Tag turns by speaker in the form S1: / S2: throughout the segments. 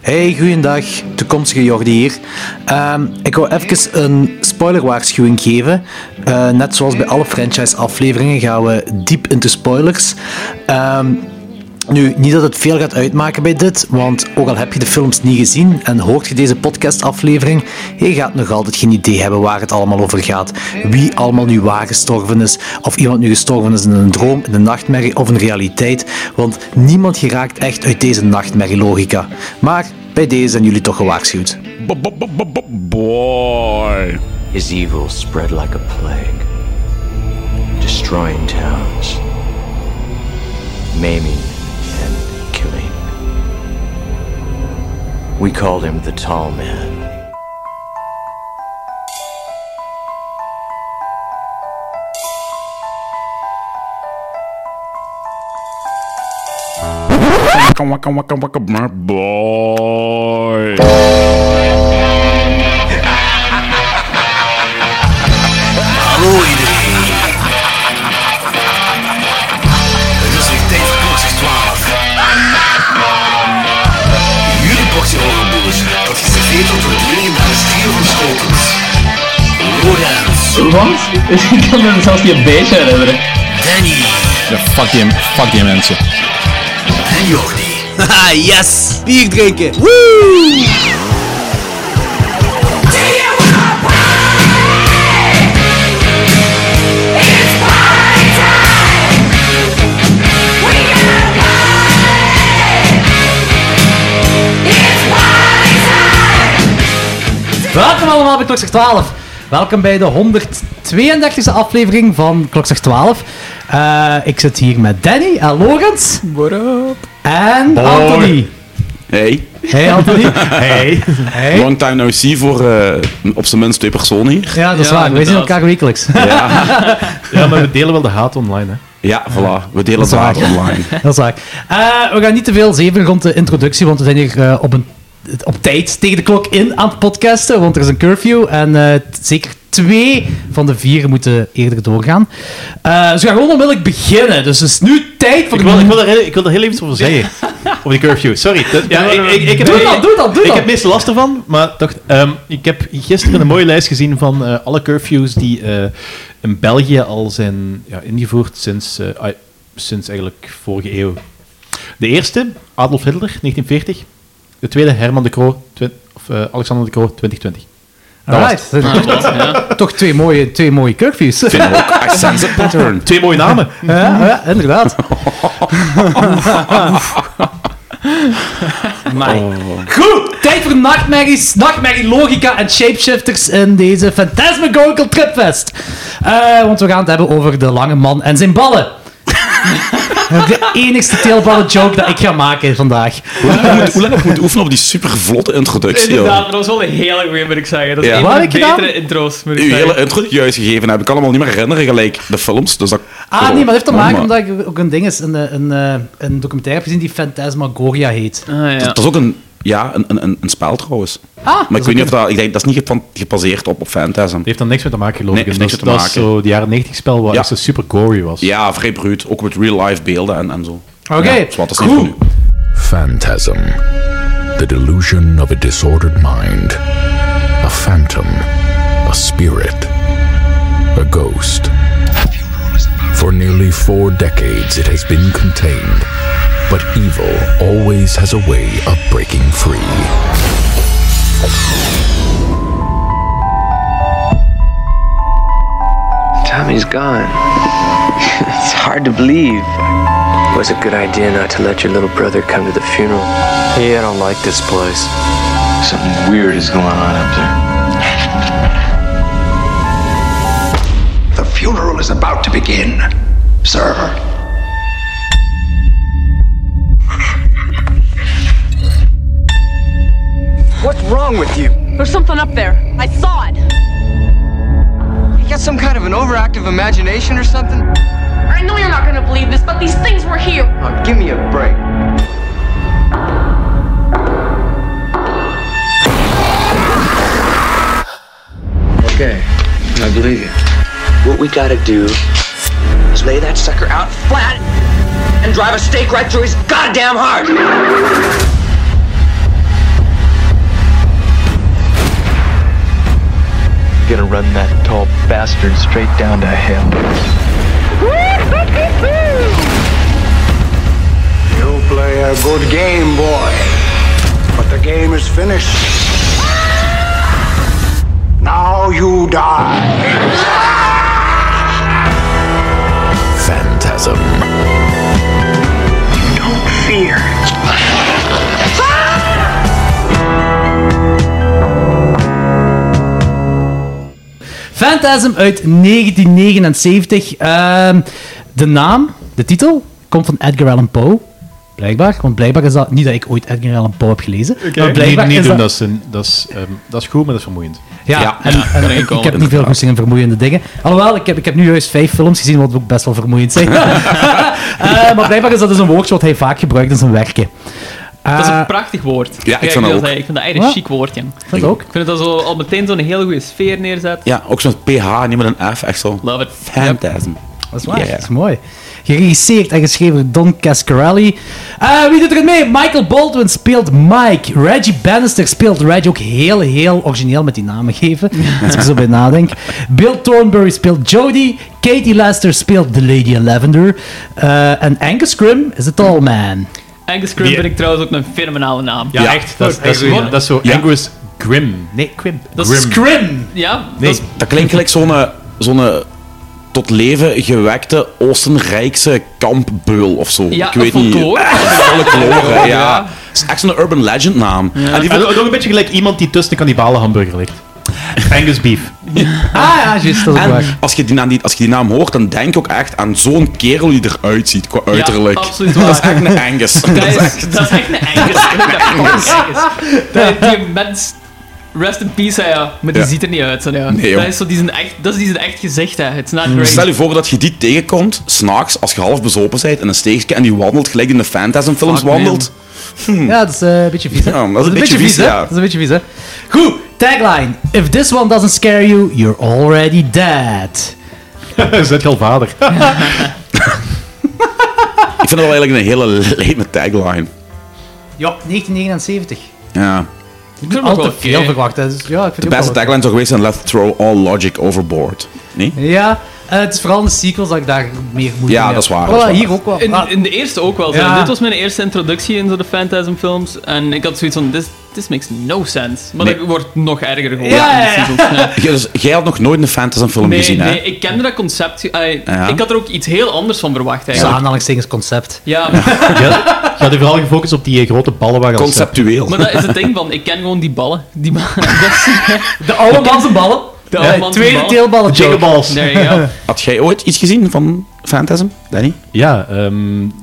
S1: Hey, goeiedag, toekomstige Jordi hier. Ehm, ik wil even een spoilerwaarschuwing geven. Eh, net zoals bij alle franchise-afleveringen gaan we diep into spoilers. Ehm, nu, niet dat het veel gaat uitmaken bij dit, want ook al heb je de films niet gezien en hoort je deze podcastaflevering, je gaat nog altijd geen idee hebben waar het allemaal over gaat. Wie allemaal nu waar gestorven is, of iemand nu gestorven is in een droom, in een nachtmerrie of een realiteit, want niemand geraakt echt uit deze nachtmerrielogica. Maar bij deze zijn jullie toch gewaarschuwd.
S2: Boy.
S3: His evil spread like a plague, destroying towns, maiming and killing. We called him the Tall Man.
S2: Waka waka waka waka brr, boy.
S4: Hallo iedereen. Het is weer tijd voor klokslag 12. Jullie portie overboers, dat geserveerd wordt door het dringen naar de stier van Schotens. Lorenz,
S5: Wat? Ik kan me zelfs niet een beetje herinneren.
S4: Danny
S6: Ja, fuck die, fuck die mensen.
S4: en Jordi.
S7: Haha, yes! Bier drinken!
S1: Welkom allemaal bij Klokzeg 12. Welkom bij de 132e aflevering van Klokzeg 12. Eh, ik zit hier met Danny en Logans. What En Anthony.
S6: Hey,
S1: Hey Anthony. Hey. Hey.
S6: long time no see voor eh, op zijn minst twee personen hier.
S1: Ja, dat is
S5: Ja,
S1: waar. Wij zien
S5: inderdaad.
S1: elkaar wekelijks.
S8: Ja, maar we delen wel de haat online, hè.
S6: Ja, voilà, we delen het
S1: waar.
S6: waar online.
S1: Dat is waar. Eh, we gaan niet te veel zeven rond de introductie, want we zijn hier eh, op, een, op tijd tegen de klok in aan het podcasten, want er is een curfew en eh, t- zeker twee van de vier moeten eerder doorgaan. Eh, dus we gaan gewoon onmiddellijk beginnen. Dus het is nu tijd voor
S8: Ik
S1: de
S8: wil, ik, wil er, heel- ik wil er heel even iets over zeggen. Over die curfew, sorry. Dat- ja, ik, ik, ik heb,
S1: Doe dat, doe dat, doe
S8: ik
S1: dat.
S8: heb meestal last ervan, maar ik dacht, ehm, ik heb gisteren een mooie lijst gezien van eh, alle curfews die eh, in België al zijn ja, ingevoerd sinds, eh, ai- sinds eigenlijk vorige eeuw. De eerste, Adolf Hitler, 1940. De tweede, Herman de Croo, twen- of, eh, Alexander de Croo, 2020.
S1: Alright. Toch twee mooie, twee mooie curfews.
S6: Ik vind ook, I sense a pattern.
S8: Twee mooie namen.
S1: Ja, ja, inderdaad. Goed, tijd voor nachtmerries, nachtmerrielogica en shapeshifters in deze Fantasmagorical Tripfest. Eh, want we gaan het hebben over de lange man en zijn ballen. de enigste teelballen joke dat ik ga maken vandaag.
S6: Hoe lang heb ik moeten oefenen op die supervlotte introductie,
S9: Inderdaad,
S6: joh.
S9: maar dat was wel een hele goeie, moet ik zeggen. Dat is
S6: Ja.
S9: een
S1: Wat
S9: van de
S1: heb ik gedaan?
S9: betere intro's, moet ik
S6: Uw hele
S9: zeggen.
S6: introductie juist gegeven heb ik allemaal niet meer herinneren, gelijk de films. Dus dat,
S1: Ah, nee, maar dat heeft te maken omdat ik ook een ding is, een, eh, een, eh, een documentaire heb gezien die Fantasmagoria heet.
S9: Ah, ja.
S6: Dat is ook een, ja, een, een, een, een spel trouwens.
S1: Ah,
S6: Maar ik weet niet of dat, ik denk, dat is niet gepan- gebaseerd op, op fantasm.
S8: Die heeft daar niks mee te maken, geloof
S6: Nee,
S8: ik.
S6: heeft
S8: Dat
S6: niks
S8: is-
S6: mee te
S8: Dat is
S6: maken.
S8: zo die jaren 90 spel waar
S6: Ja.
S8: het zo super gory was.
S6: Ja, vrij bruut, ook met real-life beelden en, en zo.
S1: Oké,
S6: Ja, dus wat is niet
S1: goed.
S6: voor nu.
S10: Phantasm. The delusion of a disordered mind. A phantom. A spirit. A ghost. For nearly four decades it has been contained. But evil always has a way of breaking free.
S3: Tommy's gone. it's hard to believe. It was a good idea not to let your little brother come to the funeral. Yeah, I don't like this place. Something weird is going on up there.
S4: The funeral is about to begin, sir.
S3: What's wrong with you?
S11: There's something up there. I saw it.
S3: You got some kind of an overactive imagination or something?
S11: I know you're not gonna believe this, but these things were here.
S3: Oh, give me a break. Okay, I believe you. What we gotta do is lay that sucker out flat and drive a stake right through his goddamn heart.
S12: run that tall bastard straight down to hell.
S3: You play a good game, boy. But the game is finished. Now you die.
S13: Phantasm.
S3: Don't fear.
S1: Phantasm uit 1979. Ehm, de naam, de titel, komt van Edgar Allan Poe. Blijkbaar, want blijkbaar is dat... Niet dat ik ooit Edgar Allan Poe heb gelezen, maar blijkbaar
S8: niet, niet
S1: is
S8: doen,
S1: dat...
S8: dat is, een- dat, is, ehm, dat is goed, maar dat is vermoeiend.
S1: Ja, en, en ik- ik, heb niet veel goesting in vermoeiende dingen. Alhoewel, ik heb, ik heb nu juist vijf films gezien, wat ook best wel vermoeiend zijn. Eh, maar blijkbaar is dat dus een woord wat hij vaak gebruikt in zijn werken.
S9: dat is
S1: Eh,
S9: een prachtig woord.
S1: Ja, ik vind dat ook.
S9: Ik vind dat eigenlijk
S1: Ja.
S9: een chic woord, jong.
S1: Dat ook.
S9: Ik vind dat dat zo al meteen zo'n hele goede sfeer neerzet.
S6: Ja, ook zo'n PH, niet met een F, echt zo.
S9: Love it.
S6: Phantasm.
S1: Dat is waar,
S6: Ja, ja.
S1: dat is mooi. Geregisseerd en geschreven door Don Cascarelli. Eh, wie doet er mee? Michael Baldwin speelt Mike. Reggie Bannister speelt Reggie. Ook heel, heel origineel met die namen geven. Als ik er zo bij nadenk. Bill Thornberry speelt Jody. Katie Lester speelt The Lady in Lavender. Eh, en Angus Grim is The Tall Man.
S9: Angus Grim
S1: Die-
S9: vind ik trouwens ook een fenomenale naam.
S8: Ja, echt. Dat is, dat is,
S9: Gewoon-
S8: dat is zo Angus Grim. Nee, Grim.
S9: Dat is Grim. Ja.
S6: Nee, dat klinkt gelijk zo'n eh, zo'n tot leven gewekte Oostenrijkse kampbeul of zo.
S9: Ja,
S6: ik weet
S9: een
S6: niet.
S9: folklore.
S6: Folklore, ja.
S9: Ja.
S6: Dat is echt zo'n urban legend naam.
S8: En Ah, die vond ik ook een beetje gelijk iemand die tussen de kannibalen hamburger ligt. Angus Beef.
S1: Ah ja, juist, dat is ook
S6: En
S1: waar.
S6: als je, die naam, die- als je die naam hoort, dan denk je ook echt aan zo'n kerel die eruit ziet, qua uiterlijk.
S9: absoluut
S6: Dat is
S9: waar.
S6: echt een Angus.
S9: Dat is echt, dat is echt een Angus. Dat is echt een
S6: Angus.
S9: Angus. Dat- Die mens... Rest in peace, hè, ja. Maar die
S6: Ja.
S9: ziet er niet uit, zo, ja.
S6: Nee, joh.
S9: dat is zo die zijn echt, dat is die zijn echt gezicht, hè. It's not
S6: Mm.
S9: great.
S6: Stel je voor dat je die tegenkomt, s'nachts, als je half bezopen bent in een steegje en die wandelt gelijk in de Phantasm films
S1: Fuck,
S6: wandelt.
S1: Ja, dat is eh, een beetje vies, hè?
S6: Ja, dat is een beetje vies, ja.
S1: Dat is een beetje vies, hè? Goed, tagline. If this one doesn't scare you, you're already dead.
S8: Zet je al vader.
S6: Ik vind dat wel eigenlijk een hele lame tagline.
S1: Ja, 1979.
S6: Ja.
S1: Ik
S9: heb
S1: altijd
S9: ook wel
S1: veel
S9: oké.
S1: verwacht. hè, Dus, ja, ik vind
S6: De
S1: die ook
S6: beste
S1: wel
S6: tagline zou geweest zijn Let's throw all logic overboard. Nee?
S1: oké. Ja, eh, het is vooral in de sequels dat ik daar meer moeite
S6: Ja,
S1: mee
S6: dat is
S1: heb.
S6: waar,
S1: Oh,
S6: dat is
S1: hier ook wel.
S9: In,
S1: Ah,
S9: in de eerste ook wel. zo.
S1: Ja.
S9: Dit was mijn eerste introductie in zo de Phantasm films. En ik had zoiets van, this, this makes no sense. Maar
S6: Nee.
S9: dat wordt nog erger gewoon.
S6: Ja,
S9: in de sequels.
S6: Ja, dus jij had nog nooit een Phantasm film
S9: nee,
S6: gezien,
S9: nee,
S6: hè?
S9: ik kende dat concept. eh,
S6: Ja.
S9: Ik had er ook iets heel anders van verwacht
S1: tussen
S9: eigenlijk.
S1: aanhalingstekens concept.
S9: Ja,
S8: Je had je vooral gefocust op die eh, grote ballen waar je al
S6: Conceptueel.
S9: maar dat is het ding van, ik ken gewoon die ballen. Die ma- dat is-
S1: De oude man zijn ballen.
S9: De oude man zijn
S1: tweede
S9: ballen.
S1: teelballen joke.
S9: There you go.
S6: Had jij ooit iets gezien van Phantasm, Danny?
S8: Ja, ehm, eh,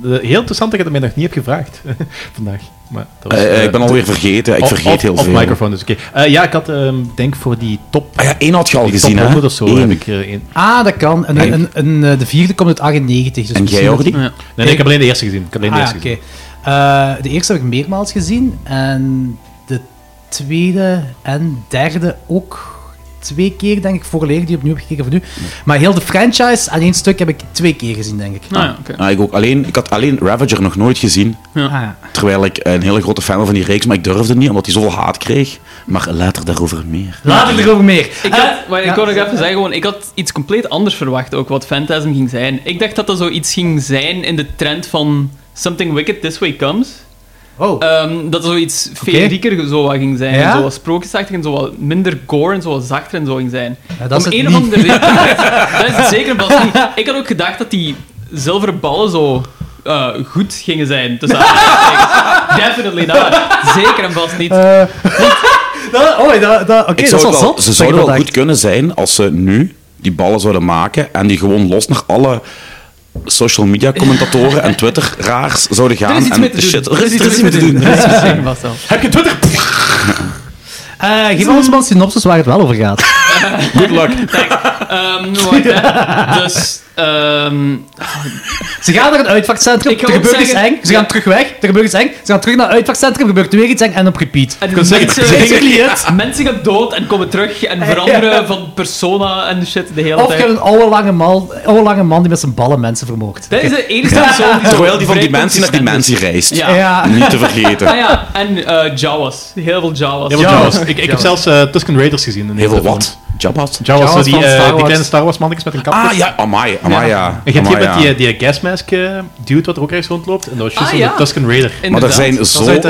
S8: heel interessant dat je dat mij nog niet hebt gevraagd vandaag. Maar dat
S6: Eh, eh, ik ben
S8: eh,
S6: alweer vergeten. Ik
S8: off-
S6: vergeet
S8: off-
S6: heel
S8: off
S6: veel.
S8: microphone, dus oké. Eh, ja, ik had, ehm, denk voor die top...
S6: Ah ja, één had je al
S8: die
S6: gezien,
S8: top
S6: hè?
S8: 100 of zo
S6: Eén.
S8: heb ik eh, er één.
S1: Ah, dat kan. En,
S8: En-
S1: en, en, eh, de vierde komt uit 98. Dus
S6: En
S1: misschien
S6: jij ook
S1: dat-
S6: niet? Ja.
S8: Nee, nee, ik heb alleen de eerste gezien. Ik heb alleen de
S1: Ah,
S8: eerste
S1: ja,
S8: gezien.
S1: oké. Eh, de eerste heb ik meermaals gezien. En de tweede en derde ook twee keer, denk ik, vorige die opnieuw heb gekeken voor nu. Maar heel de franchise aan één stuk heb ik twee keer gezien, denk ik.
S9: Nou ja, oké.
S6: Ah, ik, ook alleen, ik had alleen Ravager nog nooit gezien.
S1: Ah, ja.
S6: Terwijl ik een hele grote fan was van die reeks, maar ik durfde niet, omdat hij zoveel haat kreeg. Maar later daarover meer.
S1: Later erover meer. Eh,
S9: Ik had, maar ik wou nog even zeggen, gewoon, ik had iets compleet anders verwacht ook, wat Phantasm ging zijn. Ik dacht dat dat zoiets ging zijn in de trend van Something Wicked This Way Comes. Ehm,
S1: Oh.
S9: dat er zoiets feerieker zo wat ging zijn.
S1: Ja?
S9: Zo wat sprookjesachtig en zo wat minder gore en zo wat zachter en zo ging zijn.
S1: Ja, dat is
S9: Om
S1: het
S9: een
S1: niet.
S9: of andere reden. dat is het zeker pas niet. Ik had ook gedacht dat die zilveren ballen zo eh, goed gingen zijn. Dus definitely not. Zeker en vast niet.
S1: Eh. Dat- oh, dat, dat, oké, dat
S6: Ik zou
S1: is wel
S6: het wel-
S1: zot.
S6: ze zouden wel goed kunnen zijn als ze nu die ballen zouden maken en die gewoon los naar alle social media commentatoren en Twitter raars zouden gaan.
S9: er is iets
S6: en
S9: mee te doen.
S6: shit,
S9: Er is iets mee te doen. Er is iets mee vast wel.
S6: Heb je Twitter?
S1: Eh geef ons maar een synopsis waar het wel over gaat.
S6: Good luck.
S9: Ehm, wacht, hè. Dus, eh, Ehm,
S1: Ze gaan naar een uitvaartcentrum,
S9: Ik
S1: er
S9: ga
S1: gebeurt
S9: ook
S1: iets
S9: zeggen-
S1: eng. Ze gaan terug weg, er gebeurt iets eng. Ze gaan terug naar het uitvaartcentrum, er gebeurt weer iets eng en op repeat.
S9: en
S1: Ik kan zeggen,
S9: mensen,
S1: basically it.
S9: mensen gaan dood en komen terug en veranderen van persona en shit de hele
S1: Of je
S9: tijd.
S1: hebt een oude lange, mal, oude lange man die met zijn ballen mensen vermoordt.
S9: Dat is de enige persoon die zo
S6: Terwijl die van
S9: vrij
S6: dimensie naar dimensie reist.
S9: Ja. Ja.
S6: Niet te vergeten.
S9: Ah ja, en eh, Jawas. Heel veel Jawas.
S8: Heel veel Jawas. Ik, ik heb zelfs eh, Tusken Raiders gezien.
S6: Heel veel wat? Jabba's?
S8: Jawas,
S6: Jawas
S8: die,
S6: van
S8: eh,
S6: Star
S8: die
S6: Wars.
S8: kleine Star Wars mannetjes met een kapje.
S6: Ah ja, amai, amai, ja.
S8: En je hebt
S6: Amai,
S8: hier
S6: ja.
S8: met die, die gasmask eh, dude wat er ook ergens rondloopt. En dat was juist
S1: Ah,
S8: een
S1: ja.
S8: Tusken Raider.
S6: Maar er zijn zoveel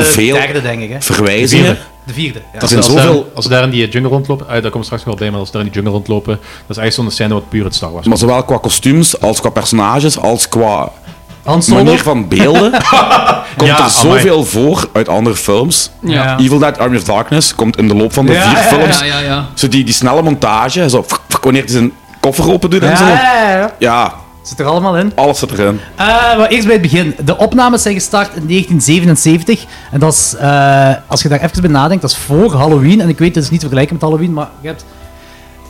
S6: verwijzingen.
S1: De vierde.
S8: Er
S6: zijn zoveel...
S8: Als ze daar in die jungle rondlopen, ah, daar komen we straks nog wel bij, maar als ze daar in die jungle rondlopen, dat is eigenlijk zo'n scène wat puur het Star Wars
S6: Maar zowel qua kostuums, als qua personages, als qua
S8: Hans Solo?
S6: manier van beelden... Ah, komt
S8: Ja,
S6: er zoveel voor uit andere films.
S8: Ja.
S6: Evil Dead Army of Darkness komt in de loop van de
S9: Ja,
S6: vier
S9: ja, ja,
S6: films.
S9: ja, ja, ja.
S6: Zo die, die snelle montage, zo, fk, fk, wanneer hij zijn koffer open doet en
S1: Ja,
S6: zo.
S1: ja, ja.
S6: Ja.
S1: Zit er allemaal in?
S6: Alles zit erin.
S1: Eh, maar eerst bij het begin. De opnames zijn gestart in 1977. En dat is, eh, als je daar even bij nadenkt, dat is voor Halloween. En ik weet, het is niet te vergelijken met Halloween, maar je hebt...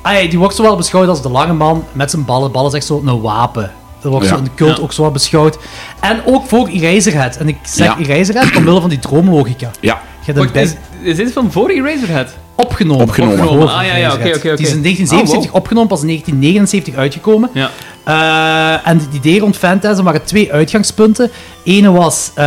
S1: Ah, ja, die wordt zo wel beschouwd als de lange man met zijn ballen. Ballen is echt zo een wapen. Dat wordt
S14: Ja.
S1: zo in de cult
S14: Ja.
S1: ook zo wel beschouwd. En ook voor Eraserhead. En ik zeg
S9: Ja.
S1: Eraserhead omwille van die droomlogica.
S6: Ja.
S1: Je hebt
S9: Wacht,
S1: een
S9: is,
S1: best-
S9: is dit van voor Eraserhead?
S1: Opgenomen.
S9: Opgenomen.
S1: Voor
S9: Ah, ja, ja, oké,
S1: Eraserhead.
S9: oké, oké.
S1: Die is in
S9: Ah,
S1: 1977
S9: wow.
S1: opgenomen, pas in 1979 uitgekomen.
S9: Ja.
S1: Eh, en het idee rond Phantasm waren twee uitgangspunten. Ene was, eh,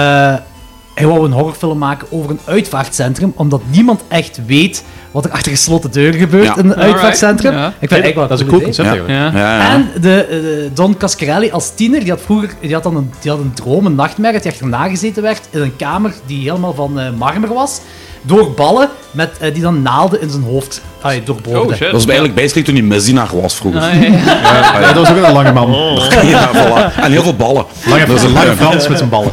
S1: hij wou een horrorfilm maken over een uitvaartcentrum, omdat niemand echt weet wat er achter gesloten deuren gebeurt
S8: Ja.
S1: in een
S8: Alright,
S1: uitvaartcentrum.
S8: ja.
S1: Ik vind eigenlijk wel
S8: Dat is
S1: een
S8: een
S1: cool
S8: cool
S1: idee.
S8: concept eigenlijk. Ja. Ja, ja, ja.
S1: En de, eh, Don Cascarelli als tiener, die had vroeger die had dan een, die had een droom, een nachtmerrie, die achterna gezeten werd in een kamer die helemaal van eh, marmer was, door ballen met, eh, die dan naalden in zijn hoofd ah, doorboorden.
S6: dat was eigenlijk bijschrik toen hij misdienaar was vroeger.
S1: Ah, ja. Ja,
S8: dat was ook wel een lange man.
S6: Ja, voilà. En heel veel ballen.
S8: Lange,
S6: dat is een lange
S8: Frans met zijn ballen.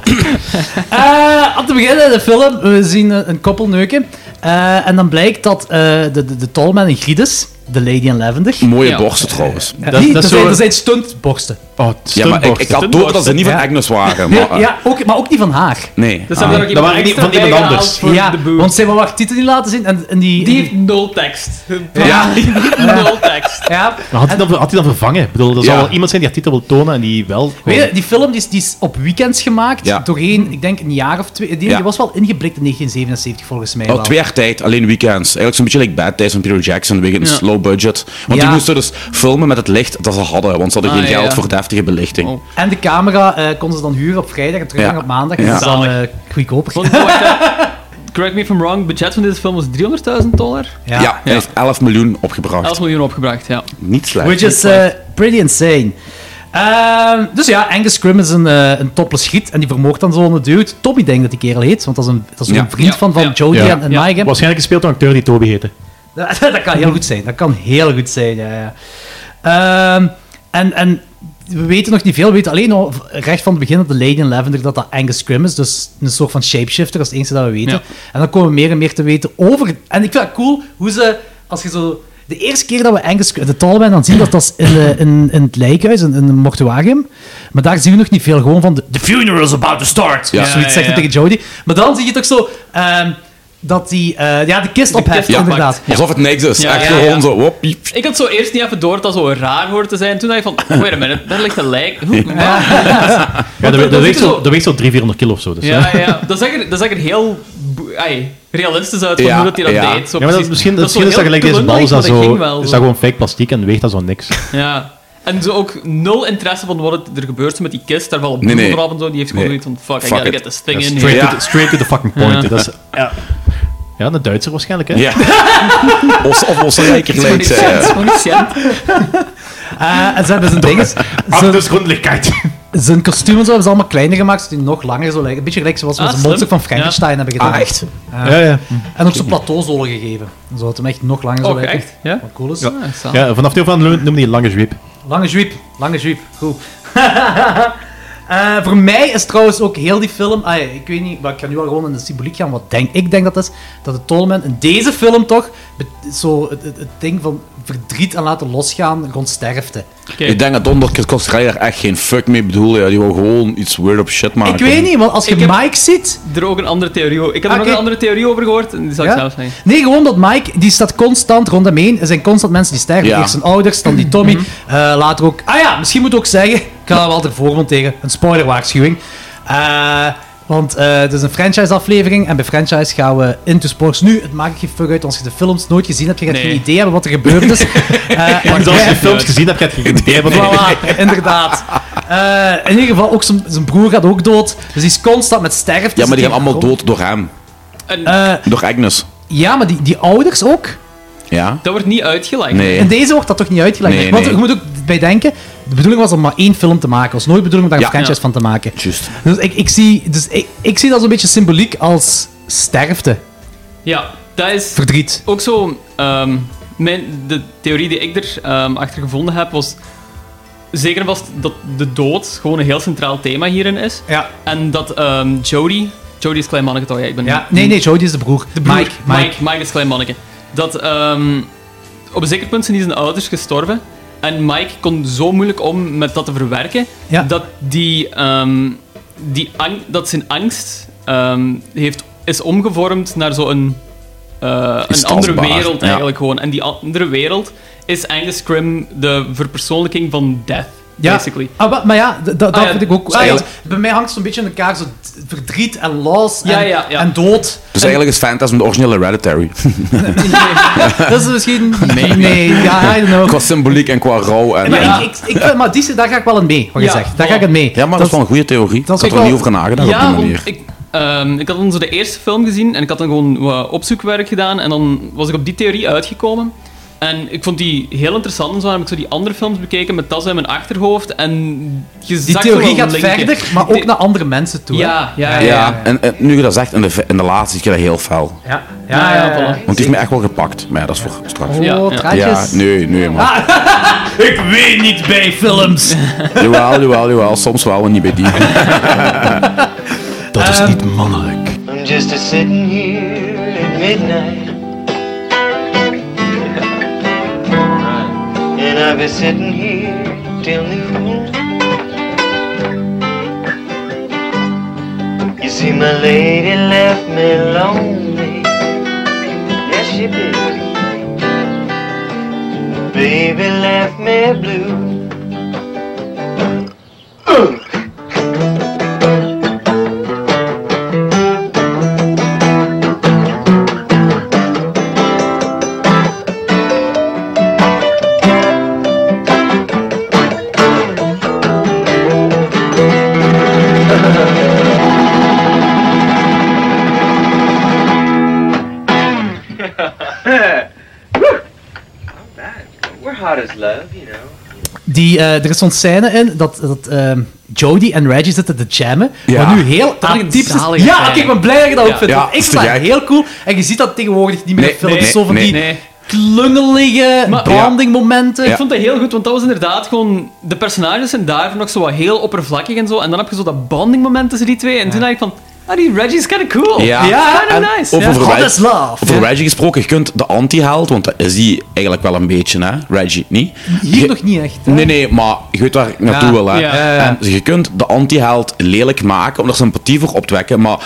S1: Eh, om te beginnen, de film. We zien een, een koppel neuken. Eh, en dan blijkt dat eh, de, de, de tallman en Grides, de Lady in Lavender...
S6: Mooie borsten trouwens.
S1: Dus Dat, dat, zijn, dat zijn stuntborsten.
S8: Oh,
S6: Ja, maar ik, ik had door dat ze niet van Agnes waren. Maar,
S1: ja, ja, ook, maar ook niet van haar.
S6: Nee.
S1: Dus
S6: Ah.
S1: hebben
S6: Dat waren niet van iemand anders.
S1: Ja, want ze hebben wat titel niet laten zien. En, en die, die heeft
S9: nul tekst.
S1: Ja.
S9: Nul tekst.
S1: Ja.
S8: Maar had hij dan, had hij dan vervangen? Ik bedoel, er zal
S1: Ja.
S8: wel iemand zijn die haar titel wil tonen en die wel... gewoon-
S1: Weet je, die film die is, die is op weekends gemaakt.
S6: Ja.
S1: Doorheen, ik denk, een jaar of twee. Die,
S6: Ja.
S1: die was wel ingeblikt in 1977, volgens mij.
S6: Oh,
S1: wel.
S6: twee jaar tijd, alleen weekends. Eigenlijk zo'n beetje like Bad Days van Peter Jackson, wegens
S1: Ja.
S6: low budget. Want
S1: Ja.
S6: die moesten dus filmen met het licht dat ze hadden, want ze hadden
S1: Ah,
S6: geen
S1: ja,
S6: geld
S1: ja.
S6: voor deftige belichting.
S1: En de camera eh, konden ze dan huren op vrijdag en terugbrengen
S6: Ja.
S1: op maandag. En
S6: Ja.
S1: dat is dan eh, goedkoper.
S9: eh, Correct me if I'm wrong, het budget van deze film was 300.000 dollar.
S6: Ja, hij heeft 11 miljoen opgebracht.
S9: 11 miljoen opgebracht, ja.
S6: Niet slecht.
S1: Which is eh, pretty insane. Ehm, dus ja, Angus Grim is een, eh, een topless giet en die vermoogt dan zo'n dude. Tommy denk dat die kerel heet, want dat is een, dat is
S8: Ja.
S1: een vriend
S8: Ja.
S1: van, van Jodie
S8: Ja.
S1: en, en
S8: Ja.
S1: Mike. hè.
S8: Waarschijnlijk speelt een acteur die Toby heette.
S1: Dat, dat kan heel goed zijn. Dat kan heel goed zijn, ja. ja. Ehm, en, en we weten nog niet veel. We weten alleen al recht van het begin dat de Lady in Lavender dat dat Angus Grim is. Dus een soort van shapeshifter, dat is het enige dat we weten.
S9: Ja.
S1: En dan komen we meer en meer te weten over... En ik vind het cool hoe ze... Als je zo... De eerste keer dat we Angus Grim- de Tallman dan zien, dat was in, de- in, in het lijkhuis, in, in het mortuarium. Maar daar zien we nog niet veel. Gewoon van, de, the funeral is about to start.
S14: Ja.
S1: Of zoiets
S14: Ja,
S1: zegt
S14: ja,
S1: hij
S14: ja.
S1: tegen Jodie. Maar dan zie je toch zo... ehm, dat die... eh, ja, de kist opheft,
S9: Ja.
S1: inderdaad.
S9: Ja.
S6: Alsof het niks is.
S9: Ja,
S6: Echt
S9: ja, ja.
S6: gewoon zo, wop, piep.
S9: Ik had zo eerst niet even door dat dat zo raar hoort te zijn. Toen dacht ik van, oh, wait a minute, daar ligt een lijk. Hoe, wat?
S8: Ja,
S9: Want
S8: dat, dat,
S9: ziet
S8: weegt
S9: er
S8: zo, dat weegt zo 300, 400 kilo of zo.
S6: eh.
S8: Dus,
S9: Ja,
S8: hè.
S9: ja. Dat zag er, dat zag er heel bo- ai, realistisch uit van
S8: Ja,
S9: hoe dat hij dat
S8: ja.
S9: deed. Zo
S8: ja, maar
S9: precies.
S8: dat, is misschien, dat
S9: zo
S8: misschien is
S9: heel
S8: dat gelijk deze bal, is
S9: klungelig,
S8: dat,
S9: maar
S8: zo,
S9: ging wel,
S8: is
S9: zo.
S8: dat gewoon fake plastiek en weegt dat zo niks.
S9: Ja. En zo ook nul interesse van wat het- er gebeurt met die kist. Daar vallen
S8: Nee, nee.
S9: bloemen erop en zo. Die heeft gewoon
S8: Nee.
S9: zoiets van, fuck, I
S8: Fuck
S9: gotta get
S8: it.
S9: this thing
S8: Ja,
S9: in.
S8: straight,
S9: here.
S8: to the, straight to the fucking point.
S9: Ja.
S8: hè. Dat is, ja. ja, een Duitser waarschijnlijk, hè?
S6: Ja. Os- of Oostenrijker lijkt zij, ja.
S1: Eh, en ze hebben zijn dinges.
S8: Achtergrondelijkheid.
S1: Zijn kostuum en zo hebben ze allemaal kleiner gemaakt, zodat die nog langer zo lijken. Een beetje gelijk zoals we
S9: Ah,
S1: met zijn
S9: slim.
S1: monster van Frankenstein
S9: Ja.
S1: hebben gedaan.
S9: Ah, echt?
S1: Ja.
S8: Ja, ja.
S1: En ook zo'n plateauzolen gegeven. Zodat het hem echt nog langer zou
S9: Ook
S1: lijken.
S9: echt? Ja?
S1: Wat cool is.
S9: Ja.
S1: Ah,
S8: Ja, vanaf nu van noemde hij Lange Zwiep.
S1: Lange zwiep, lange zwiep. Goed. Eh, voor mij is trouwens ook heel die film... ah ja, ik weet niet, maar ik ga nu al gewoon in de symboliek gaan. Wat denk, ik denk dat is dat de Tollman in deze film toch bet- zo het, het, het ding van verdriet en laten losgaan rond sterfte.
S6: Ik denk dat Don Costello daar echt geen fuck mee bedoelde. Ja. Die wil gewoon iets weird op shit maken.
S1: Ik weet niet, want als je
S9: Ah, Ik heb-
S1: Mike ziet...
S9: Er ook een andere theorie over. Ik had er
S1: Ah,
S9: nog
S1: oké.
S9: een andere theorie over gehoord. En die zal ik
S1: Ja?
S9: zelf zeggen.
S1: Nee, gewoon dat Mike, die staat constant rond hem heen. Er zijn constant mensen die sterven.
S9: Ja.
S1: Eerst zijn ouders, dan
S6: Mhm.
S1: die Tommy. Eh, later ook... Ah ja, misschien moet ik ook zeggen... Ik ga er wel ter voormond tegen. Een spoilerwaarschuwing. Eh, want eh, het is een franchise-aflevering. En bij franchise gaan we into sports. Nu, het maakt geen fuck uit als je de films nooit gezien hebt. Je gaat geen idee hebben wat er gebeurd is. Eh, en
S8: Maar als je
S1: jij-
S8: de films gezien hebt, heb je geen idee hebben.
S1: Voilà, inderdaad. Eh, in ieder geval, ook zijn, zijn broer gaat ook dood. Dus die is constant met sterfte.
S6: Ja, maar die gaan allemaal dood door hem.
S1: Eh.
S6: door Agnes.
S1: Ja, maar die, die ouders ook.
S6: Ja?
S9: Dat wordt niet uitgelegd.
S6: Nee.
S1: In deze wordt dat toch niet uitgelegd?
S6: Nee,
S1: Want
S6: nee.
S1: je moet ook bij denken, de bedoeling was om maar één film te maken. Het was nooit de bedoeling om daar een
S6: Ja.
S1: franchise
S6: Ja.
S1: van te maken.
S6: Juist.
S1: Dus, ik, ik, zie, dus ik, ik zie dat zo'n beetje symboliek als sterfte.
S9: Ja, dat is.
S1: Verdriet.
S9: Ook zo. ehm, mijn, de theorie die ik er ehm, achter gevonden heb was. Zeker en vast dat de dood gewoon een heel centraal thema hierin is.
S1: Ja.
S9: En dat ehm Jody. Jody is klein manneke toch? Ja, ik ben
S1: Ja. Nee, nee, Jody is de broer. Mike, Mike.
S9: Mike, Mike is klein manneke. Dat ehm, op een zeker punt zijn die zijn ouders gestorven. En Mike kon zo moeilijk om met dat te verwerken.
S1: Ja.
S9: Dat, die, ehm, die ang- dat zijn angst ehm, heeft, is omgevormd naar zo'n eh een andere
S6: tastbaar,
S9: wereld
S6: ja.
S9: eigenlijk gewoon. En die andere wereld is Angus Scrim de verpersoonlijking van death.
S1: Ja.
S9: Basically.
S1: Ah, wa- maar ja, d- dat- dat
S9: Ah, ja,
S1: vind ik ook...
S9: dus eigenlijk-
S1: Ah, ja, bij mij hangt zo'n beetje in elkaar zo d- verdriet en loss en,
S9: Ja, ja, ja.
S1: en dood.
S6: Dus eigenlijk is Phantasm de originele Hereditary.
S1: Dat is misschien... Nee, ja, I don't know.
S6: Qua symboliek en qua rouw. En,
S1: Maar,
S6: en-
S1: ik, ik, ik, vind- maar die, daar ga ik wel in mee, wat je
S9: Ja,
S1: zegt. Daar ga ik in mee.
S6: Ja, maar dat, is wel een goede theorie. Ik had er
S9: ook
S6: niet
S9: wel-
S6: over nagedacht
S9: ja,
S6: op die
S9: want
S6: manier.
S9: Ik, ehm, ik had dan zo de eerste film gezien en ik had dan gewoon wat opzoekwerk gedaan en dan was ik op die theorie uitgekomen. En ik vond die heel interessant en zo heb ik zo die andere films bekeken met dat zo in mijn achterhoofd en je
S1: Die
S9: zag zo wel
S1: theorie gaat
S9: linken.
S1: verder, maar ook naar andere mensen toe. hè.
S9: Ja, ja,
S6: Ja,
S9: ja. ja.
S6: En, en nu je dat zegt, in de, in de laatste keer dat heel fel.
S1: Ja,
S9: ja, ja, voilà.
S1: Eh,
S6: Want die heeft me echt wel gepakt. Maar ja, dat is voor straks.
S9: Oh, Ja, ja.
S6: ja
S9: draadjes.
S6: nee, nee, man.
S1: Ik weet niet bij films.
S6: Jawel, jawel, jawel. Soms wel, maar niet bij die.
S9: Oh.
S1: dat is niet
S6: mannelijk.
S15: I'm just a sitting here at midnight. And I've been sitting here till noon. You see, my lady left me lonely. Yes, she did. Baby left me blue. We're hot as love, you know.
S1: Die, eh, er is zo'n scène in dat, dat ehm, Jody en Reggie zitten te jammen.
S6: Ja.
S1: Wat nu heel
S9: Dat vind ik een
S1: atypisch is.
S9: zalige
S1: Ja,
S9: scène.
S1: kijk, ik ben blij dat je dat
S9: Ja.
S1: ook vindt.
S6: Ja,
S1: want ik
S6: is te
S1: vind dat
S6: gek.
S1: heel cool. En je ziet dat tegenwoordig niet meer
S6: Nee,
S1: in films.
S6: nee,
S1: zo van
S6: nee,
S1: die
S9: nee.
S1: klungelige
S9: Maar-
S1: bonding-momenten.
S9: Ik vond dat heel goed, want dat was inderdaad gewoon... De personages zijn daarvoor nog zo wat heel oppervlakkig en zo. En dan heb je zo dat bonding-moment tussen die twee. En toen dacht ik van... Ah, die Reggie is kinda cool.
S6: Ja,
S9: Kinda
S6: en
S9: nice.
S6: Over,
S9: Ja.
S6: Reggie- over Reggie gesproken, je kunt de anti-held, want dat is die eigenlijk wel een beetje, hè? Reggie, niet?
S1: Hier
S6: Je-
S1: nog niet echt.
S6: Nee, nee, maar je weet waar ik naartoe
S1: Ja,
S6: wil. Hè.
S1: ja. Ja, ja.
S6: En je kunt de anti-held lelijk maken om er sympathie voor op te wekken, maar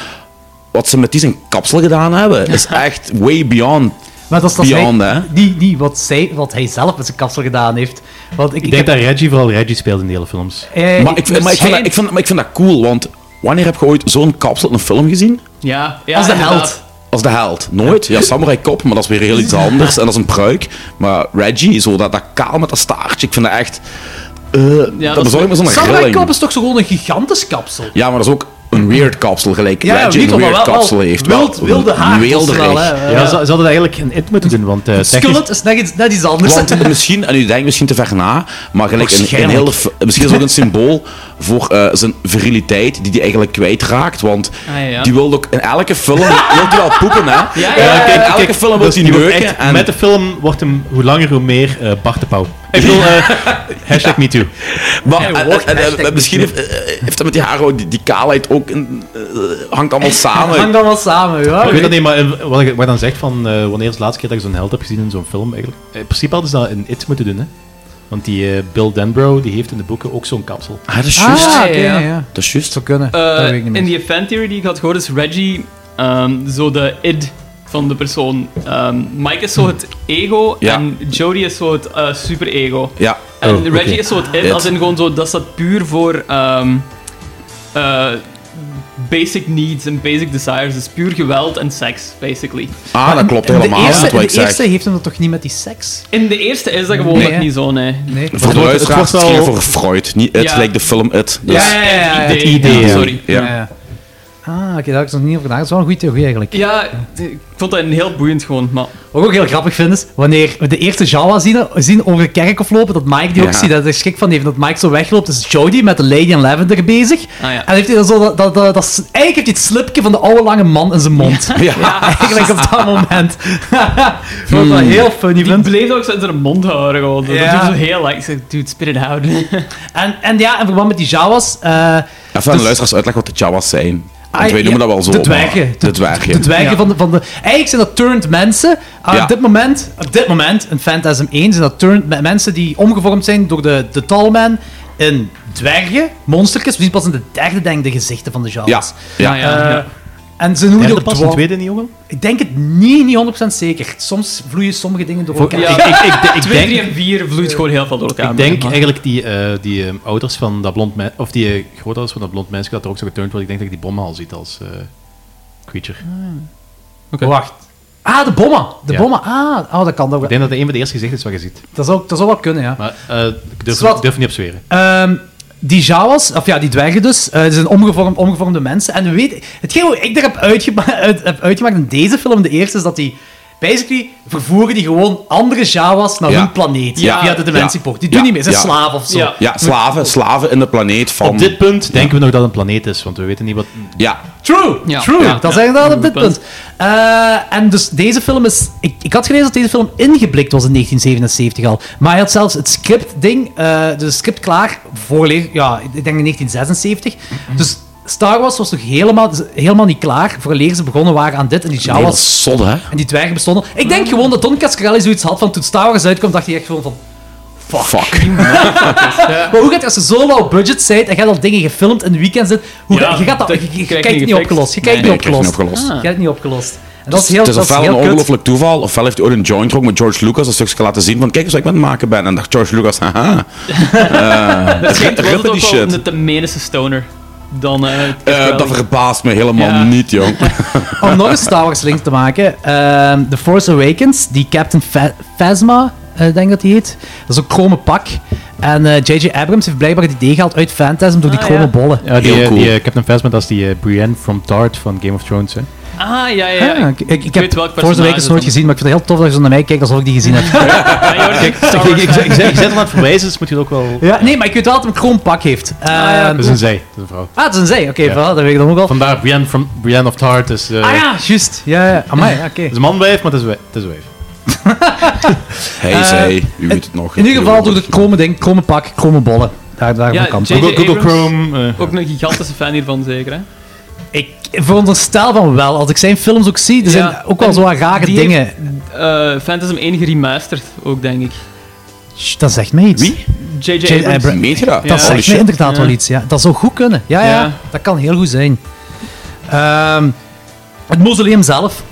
S6: wat ze met die zijn kapsel gedaan hebben, is echt way beyond.
S1: Maar dat is dat
S6: beyond,
S1: hij,
S6: hè?
S1: niet, niet wat, zij, wat hij zelf met zijn kapsel gedaan heeft. Want ik,
S8: Ik
S1: ik
S8: denk
S1: heb-
S8: dat Reggie vooral Reggie speelt in de hele films.
S1: eh,
S6: Maar ik, vind- maar, ik vind dat, ik vind, maar ik vind dat cool, want wanneer heb je ooit zo'n kapsel in een film gezien?
S9: Ja, ja,
S1: Als de
S9: inderdaad.
S1: held.
S6: Als de held. Nooit. Ja, Samurai Cop, maar dat is weer heel iets anders. En dat is een pruik. Maar Reggie, zo dat, dat kaal met dat staartje, ik vind dat echt... eh, dat
S9: is-
S6: bezorgt me zo'n
S1: Samurai
S6: rilling.
S1: Cop is toch zo gewoon een gigantisch kapsel?
S6: Ja, maar dat is ook een weird kapsel, gelijk
S1: Ja, ja,
S6: Reggie
S1: niet,
S6: een
S1: maar
S6: weird
S1: wel- wel
S6: kapsel heeft.
S1: wild-
S6: Wel,
S1: wilde haartjes
S6: weelderig.
S1: wel, hè.
S8: Ja, ze, ze hadden dat eigenlijk in It moeten doen, want eh, technisch...
S1: Skelet is net iets, net iets anders.
S6: Want misschien, en u denkt misschien te ver na, maar gelijk een, een
S1: Waarschijnlijk.
S6: hele, f- misschien is het ook een symbool voor eh, zijn viriliteit die hij eigenlijk kwijtraakt. Want
S9: Ah, ja, ja.
S6: die wil ook in elke film wil hij wel poepen, hè? Eh,
S9: ja,
S6: In
S9: ja,
S6: elke film wil
S8: Dus
S6: hij
S8: die wordt
S6: neuken.
S8: echt-
S6: en-
S8: Met de film wordt hem hoe langer hoe meer eh Bart de Pauw. Ik bedoel, eh, hashtag me too.
S6: Maar,
S8: Ja,
S6: en-
S8: woord,
S6: en- en-
S8: hashtag
S6: misschien heeft, eh, heeft dat met die haren, die, die kaalheid ook, in, eh, hangt allemaal samen.
S1: Hang dan wel samen, ja.
S8: ik weet dat niet, maar eh, wat je wat je dan zegt van eh, wanneer is de laatste keer dat je zo'n held hebt gezien in zo'n film eigenlijk? Eh, In principe hadden ze dat in It moeten doen, hè? Want die eh, Bill Denbrough die heeft in de boeken ook zo'n kapsel.
S6: Ah, dat
S9: is juist. Ah, oké, ja, ja.
S6: Dat is juist.
S1: zou kunnen.
S9: Eh, in die fan theory die ik had gehoord is Reggie ehm, zo de id van de persoon. Ehm, Mike is zo het ego
S6: Ja.
S9: en Jody is zo het eh, superego.
S6: Ja.
S9: En
S6: Oh,
S9: Reggie
S6: oké.
S9: is zo het id,
S6: Id.
S9: als in gewoon zo, dat staat puur voor ehm, eh, basic needs en basic desires. Dus puur geweld en seks, basically.
S6: Ah, dat klopt helemaal.
S1: De
S6: dat is
S1: eerste,
S6: wat ik
S1: de
S6: zeg.
S1: eerste heeft hem dat toch niet met die seks?
S9: In de eerste is dat gewoon
S1: Nee,
S9: nog
S1: hè?
S9: niet zo, nee.
S1: Nee.
S6: Voor de luisteraar, het
S1: wordt
S6: ging
S1: wel-
S6: voor Freud, niet het,
S9: Ja.
S6: lijkt de film het. Dus-
S9: Ja, ja, ja, ja,
S6: Het
S9: ja, ja,
S6: idee,
S9: ja,
S6: ja.
S9: sorry.
S6: Ja.
S1: Ja. Ah, oké, daar heb ik nog niet over nagedacht. Dat is wel een goede theorie eigenlijk.
S9: Ja, ik vond dat een heel boeiend gewoon, maar...
S1: Wat ik ook heel grappig vind is, wanneer we de eerste Jawa zien, zien over een kerkhof lopen, dat Mike die ook
S9: Ja.
S1: ziet, dat er schrik van heeft, dat Mike zo wegloopt, is Jody met de Lady in Lavender bezig.
S9: Ah, ja.
S1: En heeft hij dan zo dat, dat, dat, dat- eigenlijk heeft hij het slipje van de oude lange man in zijn mond.
S9: Ja.
S1: eigenlijk op dat moment. Wat dat heel funny
S9: Die bleef ook zo in zijn mond houden gewoon.
S1: Ja.
S9: Dat duurde zo heel lang. Ik zei, dude, spit it out.
S1: En, en ja, in verband met die Jawas, eh,
S6: Even aan de luisteraars uitleggen wat de Jawas zijn. Want
S1: Ah,
S6: wij noemen
S1: ja,
S6: dat wel zo.
S1: de
S6: maar-
S1: dwergen.
S6: De dwergen.
S1: de dwergen van, de, van de... Eigenlijk zijn dat turned mensen. Ah,
S6: Ja.
S1: Op dit moment, op dit moment, in Phantasm 1, zijn dat turned me- mensen die omgevormd zijn door de, de Tallman in dwergen, monstertjes. We zien pas in de derde, denk ik, de gezichten van de Jawas.
S6: Ja, ja.
S1: Eh,
S6: Ja, ja, ja.
S1: En ze noemen die
S8: Ah,
S1: ook
S8: Derde pas,
S1: dwar-
S8: een tweede niet, jongen?
S1: Ik denk het niet, niet 100% zeker. Soms vloeien sommige dingen door elkaar.
S9: Ja, ik, ik, ik, twee, drie en vier vloeit gewoon heel veel door elkaar.
S8: Ik denk eigenlijk die, eh, die eh, ouders van dat blond meisje, of die eh, grootouders van dat blond meisje, dat er ook zo geturnd wordt. Ik denk dat ik die bommen al ziet als eh, creature.
S1: Wacht. Ah, de bommen. De
S8: Ja.
S1: bommen. Ah, oh, dat kan ook wel.
S8: Ik denk dat dat een van de eerste gezichten is wat je ziet.
S1: Dat zou, dat zou wel kunnen, ja.
S8: Maar eh, ik durf,
S1: Zwat.
S8: ik durf niet op zweren.
S1: Ehm, die Jawas, of ja, die dwergen dus, eh, die zijn omgevormd, omgevormde mensen. En we weten, hetgeen wat ik er heb, uitgema- uit- heb uitgemaakt in deze film, de eerste, is dat die basically vervoeren die gewoon andere Jawas naar
S6: Ja.
S1: hun planeet.
S6: Ja.
S1: Via de
S6: Ja.
S1: dimensiepoort. Die doen
S6: Ja.
S1: niet meer, ze zijn
S6: Ja.
S1: slaven of zo.
S6: Ja, slaven, slaven in de planeet van...
S8: Op dit punt denken we nog dat het een planeet is, want we weten niet wat...
S6: Ja.
S1: True,
S8: Ja.
S1: true.
S8: Ja,
S1: dat
S8: ja.
S1: is inderdaad op dit
S8: Goed
S1: punt. Eh, en dus deze film is... Ik, ik had gelezen dat deze film ingeblikt was in 1977 al. Maar hij had zelfs het scriptding, eh dus het script klaar, voorlezen. Ja, ik denk in 1976. Dus Star Wars was nog helemaal, helemaal niet klaar vooraleer ze begonnen waren aan dit. En die
S6: Nee, dat
S1: Jawas
S6: is zot, hè?
S1: en die dwergen bestonden. Ik denk gewoon dat Don Cascarelli zoiets had van toen Star Wars uitkwam, dacht hij echt gewoon van... Fuck. maar hoe gaat het als je zo low budget bent en je hebt al dingen gefilmd in het weekend zit, hoe
S9: Ja,
S1: ga- je gaat dat,
S9: dat
S1: je, je
S9: krijg je
S1: kijkt
S9: niet
S1: niet
S9: gefixt.
S1: opgelost. Je
S9: Nee,
S1: kijkt
S6: nee,
S1: niet
S6: je krijgt
S1: opgelost.
S6: niet opgelost.
S1: Je kijkt niet opgelost. En
S6: Het
S1: dat is heel,
S6: het is
S1: dat is
S6: ofwel een
S1: heel kut.
S6: ongelooflijk toeval, ofwel heeft hij ooit een joint gedronken met George Lucas, dat stukje laten zien van kijk eens wat ik aan het maken ben. En dacht George Lucas, haha.
S1: Ah,
S6: Eh,
S9: Dat schijnt wel
S6: rippen
S9: ook
S6: die
S9: wel
S6: shit.
S9: een temenense stoner dan... eh,
S6: Eh, dat verbaast me helemaal
S9: Ja.
S6: niet, jong.
S1: Om nog een Star Wars link te maken, ehm, The Force Awakens, die Captain Fa- Phasma, eh, denk dat die heet, dat is een chrome pak. En eh, J.J. Abrams heeft blijkbaar het idee gehaald uit Phantasm door die chrome bollen.
S8: Ja, die, eh, die, eh, Captain Phasma, dat is die eh, Brienne from Tart van Game of Thrones, hè.
S9: Ah, ja, ja. ja.
S1: Ah, ik, ik, ik
S9: weet welk
S1: heb Force Awakens
S9: personage
S1: nooit gezien, maar ik vind het heel tof dat je zo naar mij kijkt alsof ik die gezien heb.
S8: Kijk, ik- ik- ik- ik- Ik zet hem aan het verwijzen, dus moet je het ook wel... Ah,
S1: Ja, nee, maar ik weet wel dat hij een kroon pak heeft. Ehm,
S8: Dat is een zij, dat is een vrouw.
S1: Ah, het is een zij. Oké, voilà, dat weet ik dan ook al.
S8: Vandaar Brienne, from, Brienne of Tart is... eh,
S1: Ah ja, juist. Ja, ja. Amai, oké.
S8: Het is een manwijf, maar het is, wij- het is een wijf.
S6: Hij,
S1: Eh,
S6: zij, u weet het nog.
S1: In ieder geval door de kromme ding, kromme pak, kromme bollen. Daar, daarvan
S9: Ja,
S1: kan
S9: J.J. Abrams, Ook een gigantische fan hiervan, zeker, hè?
S1: Ik veronderstel van wel. Als ik zijn films ook zie, er zijn
S9: Ja,
S1: ook wel
S9: en
S1: zo wat rare
S9: die
S1: dingen.
S9: heeft, eh, Phantasm 1 geremasterd, ook, denk ik.
S1: Sst, Dat zegt mij iets.
S6: Wie?
S9: J.J. Abrams.
S6: Meent je dat?
S1: Dat
S9: Ja.
S1: zegt mij inderdaad
S9: Ja.
S1: wel iets. Ja. Dat zou goed kunnen. Ja, ja,
S9: Ja.
S1: dat kan heel goed zijn. Ehm, het mausoleum zelf. Ik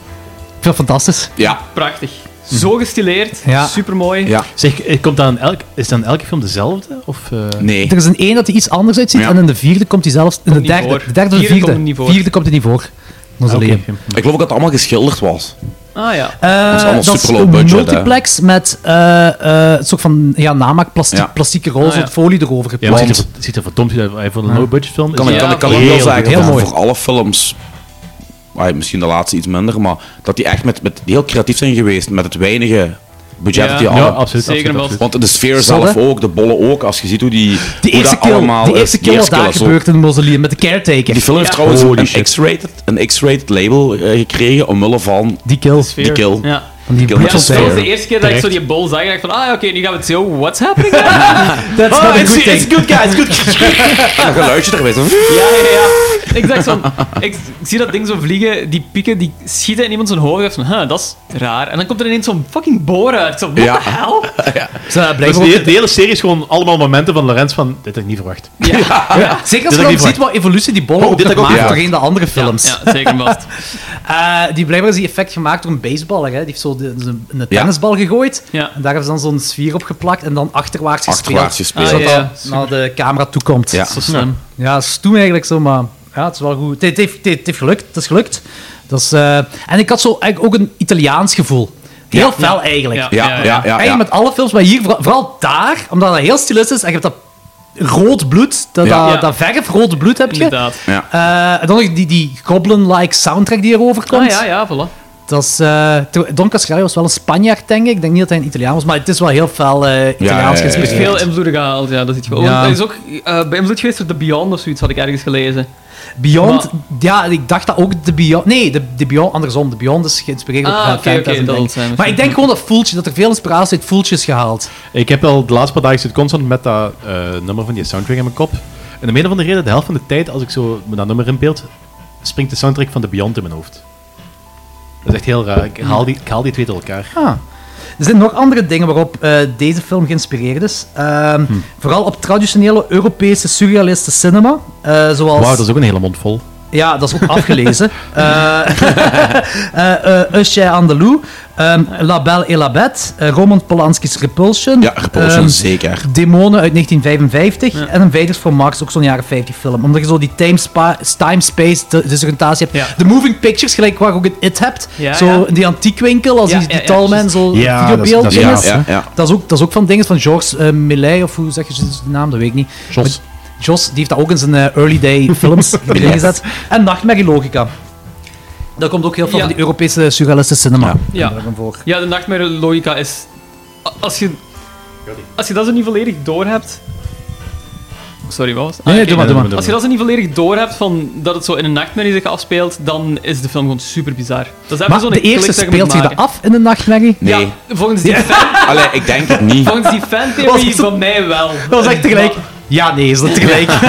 S1: vind het fantastisch.
S6: Ja.
S9: Prachtig.
S1: Hm.
S9: Zo gestileerd,
S1: Ja.
S9: supermooi.
S8: Zeg, eh, komt dat aan elk, is dat aan elke film dezelfde? Of, eh?
S6: Nee.
S1: Er is een één dat hij iets anders uitziet.
S8: Ja.
S1: En in de vierde komt hij zelfs. In de
S8: niet
S1: derde,
S8: voor.
S1: de derde of de
S8: Vierde
S1: vierde.
S8: komt hem niet voor.
S1: Vierde komt hij niet voor. Mausoleum.
S6: Ik geloof ook dat het allemaal geschilderd was.
S9: Ah ja.
S1: Eh,
S6: Dat is allemaal super low
S1: een
S6: budget, hè.
S1: multiplex met eh, eh, een soort van ja, namaak, plastie-
S6: Ja.
S1: plastieke roze
S8: Ah, ja.
S1: folie erover
S8: Ja, maar
S1: geplakt.
S8: het ziet er, het ziet er verdomd uit eh, voor een
S1: Ja.
S8: low-budget film.
S6: Kan
S8: is
S6: ik, kan
S8: het
S6: ik, kan ik wel zeggen
S8: heel
S6: dat
S8: mooi.
S6: voor alle films, ah, misschien de laatste iets minder, maar dat die echt met, met die heel creatief zijn geweest met het weinige budget
S8: Ja.
S6: dat die
S8: Ja,
S6: hadden.
S8: absoluut, Zeker absoluut, wel. absoluut.
S6: Want de sfeer
S1: Zot,
S6: zelf
S1: hè?
S6: ook, de bollen ook, als je ziet hoe die
S1: De
S6: hoe
S1: eerste
S6: dat
S1: kill,
S6: allemaal
S1: de
S6: is.
S1: eerste kill
S6: Die
S1: wat
S6: eerste
S1: daar
S6: kill is ook-
S1: gebeurt in het mausoleum met de caretaker.
S6: Die film heeft trouwens een X-rated, een X-rated label eh, gekregen omwille van
S1: die kill.
S6: Die kill.
S9: Ja.
S1: Van die
S9: Ja, dat
S1: Bridges
S9: was de eerste keer dat ik zo die bol zag. dacht ik van, ah oké, nu gaan we het zien. Oh, What's happening?
S1: That's
S9: oh,
S1: not a
S9: it's,
S1: good
S9: it's
S1: thing.
S9: good guys, good
S6: Een geluidje er weet je.
S9: Ja, ja, ja. Ik dacht van, ik, ik zie dat ding zo vliegen, die pieken die schieten in iemand zijn hoofd. Ik dacht van, huh, dat is raar. En dan komt er ineens zo'n fucking boor uit. Ik zo, what
S8: Ja.
S9: the hell?
S8: Dus
S1: blijkbaar
S8: de,
S1: ook-
S8: de hele serie is gewoon allemaal momenten van Lorenz van, dit had ik niet verwacht.
S9: Ja.
S1: Ja, Zeker als
S8: Dit
S1: je dan
S8: had ik niet
S1: ziet
S8: verwacht.
S1: wat evolutie die bollen
S8: Oh,
S1: ook
S8: dit
S1: nog
S8: heb ik ook
S1: maakt
S8: niet
S1: doorheen de andere films.
S9: Ja, zeker vast.
S1: Eh, die blijkbaar is die effect gemaakt door een baseballer. Hè. Die heeft zo de, de- een tennisbal gegooid. En daar hebben ze dan zo'n sfeer op geplakt en dan achterwaarts gespeeld.
S6: Achterwaarts gespeeld.
S1: Zodat
S6: Ah, ja, ja.
S1: dat nou, naar de camera toe komt.
S6: Ja. Zo slim.
S1: Ja, dat is toen eigenlijk zo, maar ja, het is wel goed. Het, het heeft, het heeft gelukt. Het is gelukt. Dat is, eh, en ik had zo eigenlijk ook een Italiaans gevoel. Heel
S6: Ja.
S1: fel
S6: Ja.
S1: eigenlijk.
S6: Ja, ja, ja, ja.
S1: Eigenlijk met alle films, maar hier, vooral- vooral daar, omdat dat heel stilistisch is en je hebt dat rood bloed, dat,
S6: Ja.
S1: dat,
S6: Ja.
S1: dat verf rood bloed heb je.
S9: Inderdaad.
S6: Ja.
S1: Eh, en dan nog die, die goblin-like soundtrack die erover komt.
S9: Ah, ja, ja, voilà.
S1: Dat is, eh, to- Don Cascarelli was wel een Spanjaard, denk ik. Ik denk niet dat hij een Italiaan was, maar het is wel heel fel eh, Italiaans
S9: Er is
S1: geïnspireerd.
S9: veel invloeden gehaald, ja, dat ziet je wel.
S1: Ja.
S9: Er is ook eh beïnvloed geweest door The Beyond of zoiets, had ik ergens gelezen.
S1: Beyond, ja, ik dacht dat ook de Beyond... Nee, de, de Beyond, andersom. De Beyond is geïnspireerd op
S9: Ah, oké,
S1: eh,
S9: oké,
S1: Phantasm,
S9: dat
S1: denk ik.
S9: zijn we.
S1: Maar ik denk gewoon dat Fultje, dat er veel inspiratie uit Fultje is gehaald.
S8: Ik heb al de laatste paar dagen zit constant met dat eh, nummer van die soundtrack in mijn kop. En om een van de reden, de helft van de tijd, als ik zo me dat nummer inbeeld, springt de soundtrack van de Beyond in mijn hoofd. Dat is echt heel raar. Ik haal die, ik haal die twee door elkaar.
S1: Ah. Er zijn nog andere dingen waarop eh, deze film geïnspireerd is. Ehm,
S8: Hm.
S1: Vooral op traditionele Europese surrealiste cinema. eh, zoals...
S8: Wauw, dat is ook een hele mond vol.
S1: Ja, dat is ook afgelezen. Eh eh, eh, Un Chien Andalou, ehm, La Belle et la Bête, eh, Roman Polanski's Repulsion.
S6: Ja, Repulsion,
S1: ehm,
S6: zeker.
S1: Demonen uit 1955 en een Vaders for Mars, ook zo'n jaren 50 film. Omdat je zo die time-space disoriëntatie hebt. De moving pictures, gelijk waar je ook het It hebt.
S9: Ja,
S1: zo
S9: ja.
S1: in die antiekwinkel, als
S9: Ja,
S1: die, die
S9: ja, ja,
S1: tallman
S9: juist.
S1: zo
S9: Ja,
S1: videobeeld
S9: dat is- dat is-
S1: ding
S9: ja,
S1: is.
S9: ja, ja.
S1: Dat is ook, dat is ook van dingen van Georges eh, Millet, of hoe zeg je de naam, dat weet ik niet.
S8: Jos.
S1: Maar Jos, die heeft dat ook in zijn eh, early day films
S9: Yes.
S1: gezet. En Nachtmerrie Logica. Daar komt ook heel veel
S9: Ja.
S1: van die Europese surrealistische cinema.
S9: Ja, ja de nachtmerrie-logica is... a- Als je, als je dat zo niet volledig doorhebt... Sorry, wat was het?
S1: Nee, nee,
S9: oké.
S1: doe maar, doe maar.
S9: Als je dat zo niet volledig doorhebt van dat het zo in een nachtmerrie zich afspeelt, dan is de film gewoon super bizar. Dat is even
S1: Maar
S9: zo'n
S1: de eerste
S9: klik dat je moet
S1: speelt zich dat
S9: maken.
S1: af in de nachtmerrie?
S6: Nee.
S9: Volgens die, fan,
S6: Allee, ik denk het niet.
S9: volgens die fantheorie van mij wel.
S1: Dat was echt tegelijk. Ja, nee, is dat tegelijk.
S8: Ja,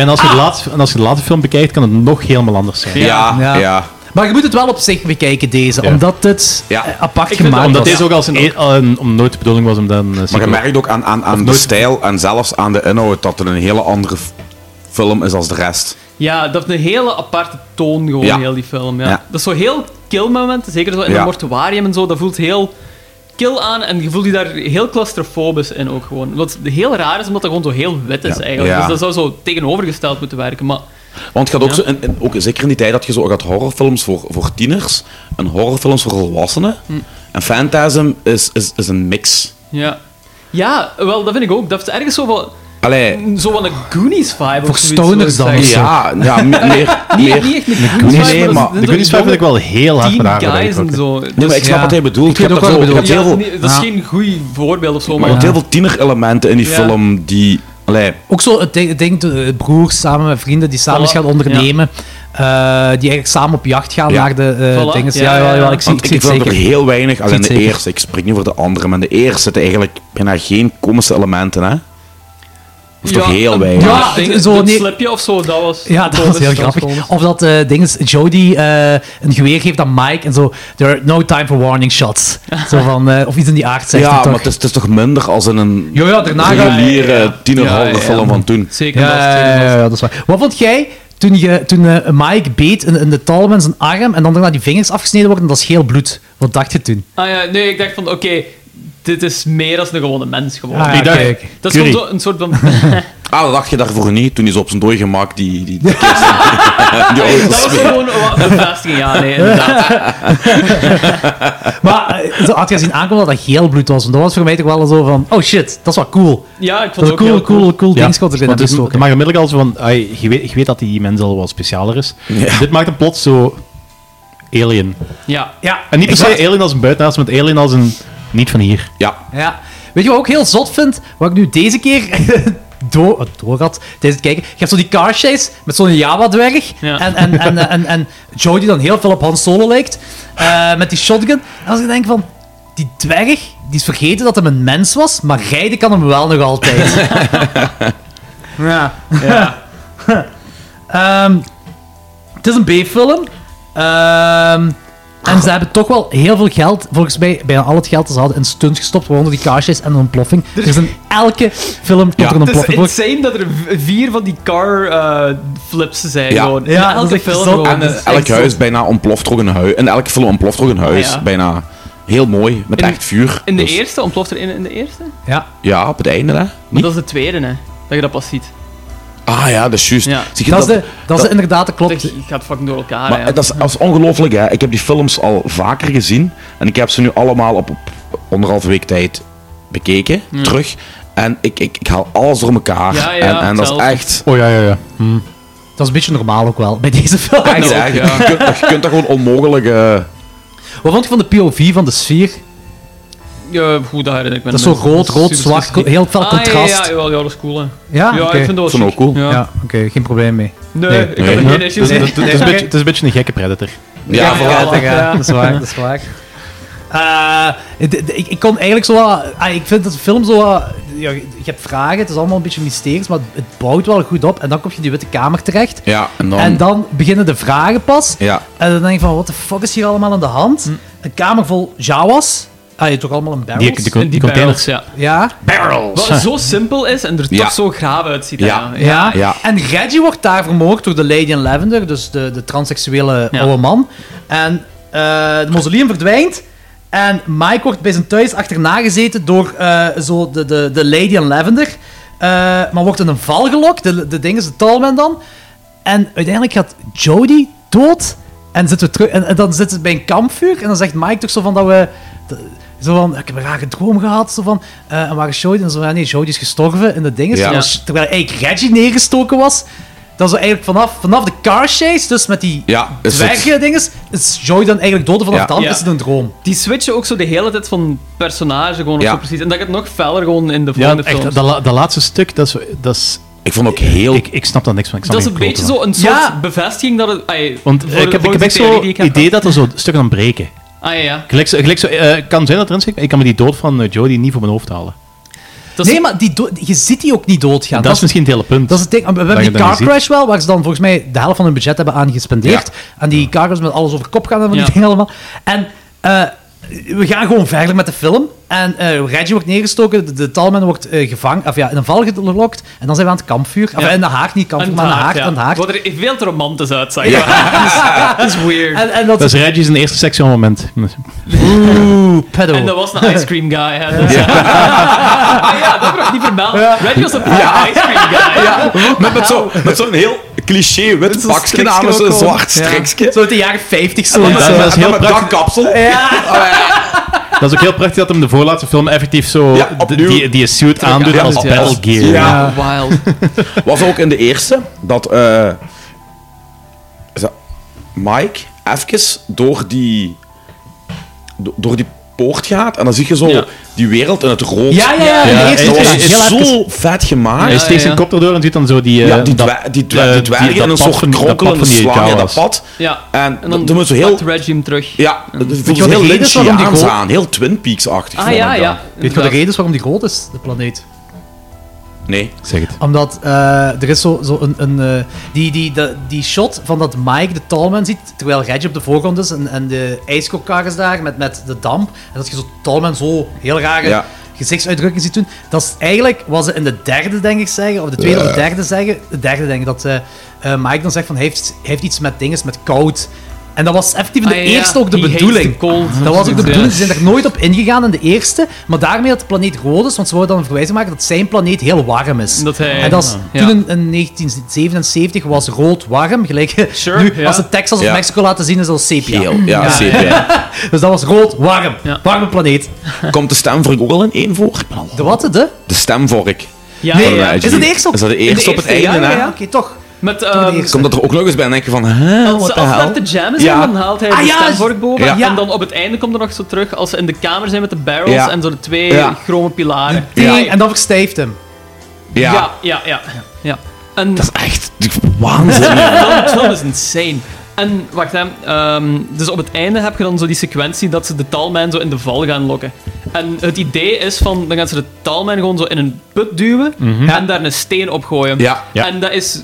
S8: en als,
S1: Ah.
S8: je de laatste, en als je de laatste film bekijkt, kan het nog helemaal anders zijn.
S6: Ah. Ja, ja.
S1: Maar je moet het wel op zich bekijken, deze.
S8: Ja.
S1: Omdat het eh, apart gemaakt was.
S8: Omdat deze ook als een, e- al een- om nooit de bedoeling was om dan...
S1: eh,
S6: Maar je merkt ook aan, aan,
S1: dus-
S6: aan de stijl en zelfs aan de inhoud dat het een hele andere f- film is als de rest.
S9: Ja, dat heeft een hele aparte toon gewoon,
S6: Ja.
S9: heel die film. Ja.
S6: Ja.
S9: Dat is zo heel kill momenten, zeker zo in
S6: Ja.
S9: de mortuarium en zo, dat voelt heel kill aan en je voelt je daar heel claustrofobisch in ook gewoon. Wat heel raar is, omdat dat gewoon zo heel wit is eigenlijk.
S6: Ja.
S9: Dus dat zou zo tegenovergesteld moeten werken, maar...
S6: Want je had ook,
S9: Ja.
S6: zo in- in- ook zeker in die tijd dat je zo gaat horrorfilms voor, voor tieners en horrorfilms voor volwassenen.
S9: Hm.
S6: En Phantasm is, is, is een mix.
S9: Ja. Ja, wel, dat vind ik ook. Dat is ergens zo van...
S6: Allee,
S9: Zo van een Goonies vibe
S6: Voor
S9: of zoiets,
S6: stoners
S9: zou ik
S6: dan
S9: zeggen.
S6: of zo. Ja, ja, me- meer-
S9: niet,
S6: meer-
S9: niet echt een
S6: Nee,
S9: Goonies vibe,
S6: maar
S9: dat is-
S6: de
S9: dat is
S8: Goonies
S9: toch
S8: vibe vind ik wel
S9: die
S8: heel hard
S9: teen
S8: gedaan, dat
S9: guys
S8: weet ik
S9: en
S8: ook.
S9: zo.
S8: Nee,
S6: maar
S9: Dus-
S6: ik snap wat hij bedoelt.
S9: Ik
S6: Je
S9: weet
S6: hebt
S9: ook wat
S6: daar
S9: hij
S6: zo-
S9: bedoelt.
S6: je
S9: Ja,
S6: hebt
S9: Dat
S6: heel
S9: is niet- dat is
S6: veel-
S9: geen goed voorbeeld of
S1: Oh,
S9: zo,
S6: Maar
S9: maar...
S6: je hebt heel veel tienerelementen in die
S9: Ja.
S6: film die... Allee,
S1: Ook zo het ding, het ding, eh, broers samen met vrienden die samen
S6: Voilà.
S1: iets gaan ondernemen. eh, die eigenlijk samen op jacht gaan
S6: Ja.
S1: naar de eh
S6: Voilà.
S1: dingen. Ja,
S6: Ja,
S1: ja,
S6: ja,
S1: ja,
S6: ja.
S1: ik zie,
S6: Want
S1: ik zie het
S6: vind
S1: zeker.
S6: er heel weinig. Alleen
S1: het
S6: de
S1: zeker.
S6: eerste, ik spreek niet voor de andere, maar in de eerste zitten eigenlijk bijna geen komische elementen, hè? Of toch heel weinig.
S1: ja,
S9: ding,
S1: zo,
S9: dat
S1: nee.
S9: slipje of zo, dat was...
S1: Ja, dat was heel grappig. Of dat eh ding is, Jody eh, een geweer geeft aan Mike en zo. There are no time for warning shots. Zo van, eh, of iets in die aard zegt
S6: ja,
S1: hij
S6: maar
S1: toch.
S6: het is, het is toch minder als in een
S1: Ja, ja, daarna gaan-
S6: reguliere
S1: Ja, ja, ja.
S6: tienerhorrorfilm
S1: Ja, ja.
S6: van toen.
S1: ja, ja, ja, ja, dat is waar. Wat vond jij toen, je, toen eh, Mike beet in, in de talm en zijn arm en dan daarna die vingers afgesneden worden en dat is heel bloed? Wat dacht je toen?
S9: Ah ja, nee, ik dacht van, oké, dit is meer dan een gewone mens gewoon.
S1: Ah, ja, Ik dacht, kijk.
S9: dat is gewoon
S6: Curie.
S9: zo een soort van...
S6: Ah, dat dacht je daarvoor niet, toen hij ze op zijn dooi gemaakt, die... die, die, die,
S9: dat was gewoon wat een bevestiging, ja, nee, inderdaad.
S1: Maar eh, zo had je zien aankomen dat dat geel bloed was? Want dat was voor mij toch wel zo van, oh shit, dat is wel cool.
S9: Ja, ik vond
S1: dat
S9: het
S1: is
S9: ook
S1: cool,
S9: heel
S1: cool, cool,
S8: Ja,
S1: dingschot erin hebben
S8: want het is-
S1: gestoken.
S8: Het maakt onmiddellijk al zo van, ai, je, weet, je weet dat die mens al wat specialer is. Dit maakt hem plots zo alien.
S9: Ja.
S1: ja.
S8: En niet per se
S1: exact.
S8: alien als een buitenaars, maar alien als een niet van hier.
S6: Ja.
S1: Ja. Weet je wat ik ook heel zot vind? Wat ik nu deze keer door, eh, door had tijdens het kijken. Je hebt zo die car chase met zo'n Java-dwerg. En, en, en, eh, en, en Joe die dan heel veel op Han Solo lijkt. eh, met die shotgun. En als ik denk van... Die dwerg, die is vergeten dat hem een mens was, maar rijden kan hem wel nog altijd. ja.
S5: Ja.
S1: Ehm, het is een B-film. Ehm, en ze hebben toch wel heel veel geld, volgens mij bijna al het geld dat ze hadden, in stunts gestopt, waaronder die kaarsjes en een ontploffing. Er is in elke film komt er een
S9: het is
S1: ontploffing. Volgens-
S9: insane dat er v- vier van die car eh, flips zijn.
S6: Ja.
S9: gewoon. In
S1: Ja, dat
S9: elke
S1: is echt
S9: film.
S1: zot.
S9: gewoon.
S1: En, eh,
S9: Dat is echt
S6: Elk
S9: zot.
S6: huis bijna ontploft toch een huis. En elke film ontploft toch een huis.
S9: Ah, ja.
S6: Bijna heel mooi, met
S9: In-
S6: echt vuur.
S9: In de e-
S6: Dus-
S9: eerste? Ontploft er in, in de eerste?
S1: Ja.
S6: Ja, op het einde, hè.
S9: Maar dat is de tweede, hè? Dat je dat pas ziet.
S6: Ah ja, dat is juist. Zie je
S1: Dat is de- dat is inderdaad, dat klopt.
S9: Dat gaat fucking door elkaar.
S6: Maar
S9: hè.
S6: dat is, dat is ongelooflijk, hè. Ik heb die films al vaker gezien. En ik heb ze nu allemaal op, op anderhalve week tijd bekeken,
S9: Hmm.
S6: terug. En ik, ik, ik haal alles door elkaar.
S1: Ja, ja,
S6: en en dat is
S1: hetzelfde.
S6: echt...
S8: Oh ja, ja, ja.
S1: Dat is een beetje normaal ook wel, bij deze film.
S6: echt, echt. Je, kunt, je kunt dat gewoon onmogelijk... eh,
S1: Wat vond je van de POV van de sfeer?
S9: Ja, goed, dat herinner ik me.
S1: Dat is zo
S9: nog.
S1: rood, rood,
S9: Super
S1: zwart,
S9: specifiek.
S1: co- heel fel
S9: Ah,
S1: contrast.
S9: Ja, ja, jawel, ja, dat is cool, hè.
S1: Ja,
S9: ja
S1: oké.
S9: ik vind dat wel chic. Ja.
S1: Ja, oké, geen probleem mee.
S9: Nee, ik heb er geen issues mee.
S8: Het is- het is- het is een beetje- het is een beetje een gekke predator.
S1: Ja,
S8: vooral.
S1: ja, ja, dat is waar, dat is waar. Eh, d- d- ik, ik kon eigenlijk zo wat- ah, ik vind dat de film zo wat- ja, je hebt vragen, het is allemaal een beetje mysteries, maar het bouwt wel goed op en dan kom je in die witte kamer terecht
S6: Ja, en dan...
S1: en dan beginnen de vragen pas
S6: Ja.
S1: en dan denk je van, wat de fuck is hier allemaal aan de hand? Een kamer vol Jawas, ah, je hebt toch allemaal een barrels?
S8: Die- die con- En die die containers.
S9: barrels,
S1: Ja.
S9: Wat zo simpel is en er
S1: Ja.
S9: toch zo graaf uitziet. hè.
S1: Ja. En Reggie wordt daar vermoord door de Lady in Lavender, dus de, de transseksuele oude man. En eh de mausoleum verdwijnt. En Mike wordt bij zijn thuis achterna gezeten door eh, zo de, de, de Lady in Lavender. Eh, maar wordt in een val gelokt. De, de ding is de talman dan. En uiteindelijk gaat Jody dood. En, zitten we terug, en, en dan zitten ze bij een kampvuur. En dan zegt Mike toch zo van dat we... dat- zo van, ik heb een rare droom gehad. Zo van, eh, en waar is Jody? En zo van, ja, nee, Jody is gestorven. En dat ding is...
S6: Ja.
S1: Terwijl, terwijl eigenlijk Reggie neergestoken was. Dat is eigenlijk vanaf, vanaf de car chase, dus met die
S6: Ja, is het-
S1: dwergen dinges, is Joy dan eigenlijk dood. Vanaf dan
S9: Ja.
S1: is het een droom.
S9: Die switchen ook zo de hele tijd van personage gewoon
S8: Ja.
S9: zo precies. En dat gaat nog feller gewoon in de
S8: Ja,
S9: volgende
S8: echt, dat,
S9: films.
S8: la- dat laatste stuk, dat is... Dat is
S6: ik vond ook heel...
S8: Ik, ik snap daar niks van. Ik snap
S9: dat is
S8: geen
S9: een
S8: klote
S9: beetje
S8: van.
S9: zo een soort bevestiging dat het... ai,
S8: Want
S9: voor-
S8: eh, ik heb, ik
S9: volgens
S8: heb
S9: de
S8: echt
S9: theorie
S8: zo
S9: die ik
S8: het
S9: heb
S8: idee dat er zo stukken aan breken.
S9: Ah ja, ja.
S8: Gelijk zo, gelijk zo, eh, kan zijn dat erin zit, maar ik kan me die dood van eh, Jodie niet voor mijn hoofd halen.
S1: nee, maar die do- je ziet die ook niet doodgaan.
S8: dat is misschien het hele punt.
S1: Dat is het ding. We hebben
S8: Dat je
S1: die
S8: dat
S1: car
S8: niet ziet.
S1: crash wel, waar ze dan volgens mij de helft van hun budget hebben aan gespendeerd. En die car crash met alles over kop gaan en van die dingen allemaal. En eh, we gaan gewoon verder met de film. En eh Reggie wordt neergestoken, de, de talman wordt eh, gevangen, of ja, in een val gelokt. En dan zijn we aan het kampvuur. Of
S9: Ja.
S1: in de haard, niet kampvuur,
S9: Aan
S1: maar aan de haard,
S9: ja.
S1: aan de haard.
S9: Wat er veel te romantisch uitzag.
S8: Ja.
S9: Ja. Dat is weird.
S1: En, en
S8: Dat is Reggie's een eerste seksueel moment.
S1: Oeh, pedo.
S9: En dat was een ice cream guy. Hè. Dat is-
S8: Ja.
S9: Ah ja, dat wordt niet vermeld. Reggie was een
S6: Ja.
S9: ice cream guy.
S6: Ja, met, met zo'n met zo'n heel cliché wit pakje
S9: strikje
S6: aan, met zo'n
S9: ook gewoon.
S6: zwart strikje.
S1: Zo uit de jaren 50
S8: zo. Dat- dat is heel praktisch.
S6: kapsel.
S8: Dat is ook heel prachtig dat hem de voorlaatste film effectief zo de- die, die suit aandoet
S6: Ja,
S8: als
S6: op-
S8: battle gear.
S6: Ja.
S9: Wild.
S6: Was ook in de eerste dat eh, is dat Mike even door die, do- door die poort gaat en dan zie je zo die wereld in het rood.
S1: Ja, ja, ja, in de
S6: Dat
S1: eerste
S6: was
S1: is heel
S6: zo
S1: even-
S6: vet gemaakt.
S8: hij steekt zijn kop erdoor en doet dan zo die... eh,
S6: Ja, die,
S8: dat-
S6: dwer- die, dwer-
S8: eh,
S6: die dwergen
S8: dat
S6: in een
S8: pad
S6: soort
S8: van die- dat pad
S6: kronkelende
S8: van die
S6: slang in
S8: Jawas.
S6: dat pad.
S9: Ja.
S6: En,
S9: En
S6: dan
S9: dan
S6: doen we zo heel...
S9: pakt Reggie hem terug.
S6: Ja, dat
S9: Weet je
S6: vond ik
S9: wat de
S6: heel
S9: reden is waarom die
S6: Lynchiaans
S9: goal-
S6: aan. Heel Twin Peaks-achtig.
S9: Ah,
S6: vond ik
S9: ja,
S6: dat.
S9: ja.
S1: Weet je wat de reden is waarom die groot is, de planeet?
S6: Nee.
S8: Zeg het.
S1: Omdat eh, er is zo, zo een... een eh, die, die, de- die shot van dat Mike de Talman ziet, terwijl Reggie op de voorgrond is en, en de ijskokkar is daar met, met de damp. En dat je zo Talman zo heel rare
S6: Ja.
S1: gezichtsuitdrukking ziet doen. Dat is eigenlijk, was ze in de derde, denk ik, zeggen, of de tweede of de
S6: Ja.
S1: derde zeggen, de derde denk ik, dat eh, eh, Mike dan zegt van, hij heeft, hij heeft iets met dinges, met koud. En dat was effectief in de
S9: Ah, ja, ja.
S1: eerste ook de
S9: He hates
S1: bedoeling.
S9: the cold.
S1: Dat was ook de bedoeling.
S9: Ja.
S1: Ze zijn er nooit op ingegaan in de eerste. Maar daarmee dat de planeet rood is, want ze wouden dan een verwijzing maken dat zijn planeet heel warm is.
S9: Dat hij-
S1: en dat is,
S9: ja.
S1: toen in, in 1977 was rood warm. Gelijk eh, nu,
S9: ja.
S1: als ze Texas of
S9: Ja.
S1: Mexico laten zien, is dat sepia.
S6: Geel, ja, sepia.
S1: dus dat was rood warm. Warme planeet.
S6: Komt de stemvork ook al in één voor? Ik ben al-
S1: De wat? De?
S6: De stemvork.
S1: Ja,
S6: van
S1: ja, ja.
S6: Reggie.
S1: Is dat de eerste op-
S6: Is dat de
S1: in de
S6: eerste op het
S1: eerste, ja,
S6: einde,
S1: ja,
S6: hè?
S1: ja. Oké, toch.
S9: Met,
S6: Komt dat er ook nog eens bij en denk je van, hè,
S9: Als
S6: wat
S9: ze
S6: de
S9: als
S6: hel?
S9: daar te jammen zijn,
S6: Ja.
S9: dan haalt hij
S6: Ah,
S9: de
S6: ja,
S9: stemvork boven.
S6: ja.
S9: En dan op het einde komt er nog zo terug als ze in de kamer zijn met de barrels
S1: Ja.
S9: en zo de twee
S1: Ja.
S9: chrome pilaren.
S1: Ding, En dat verstijft hem. Oh,
S6: Ja.
S9: Ja, ja, ja. ja. En, dat is
S6: echt waanzin.
S9: dat film is insane. En wacht, hè. ehm, dus op het einde heb je dan zo die sequentie dat ze de talman zo in de val gaan lokken. En het idee is van, dan gaan ze de talman gewoon zo in een put duwen
S8: Mhm.
S9: en daar een steen op gooien.
S8: Ja. Ja.
S9: En dat is...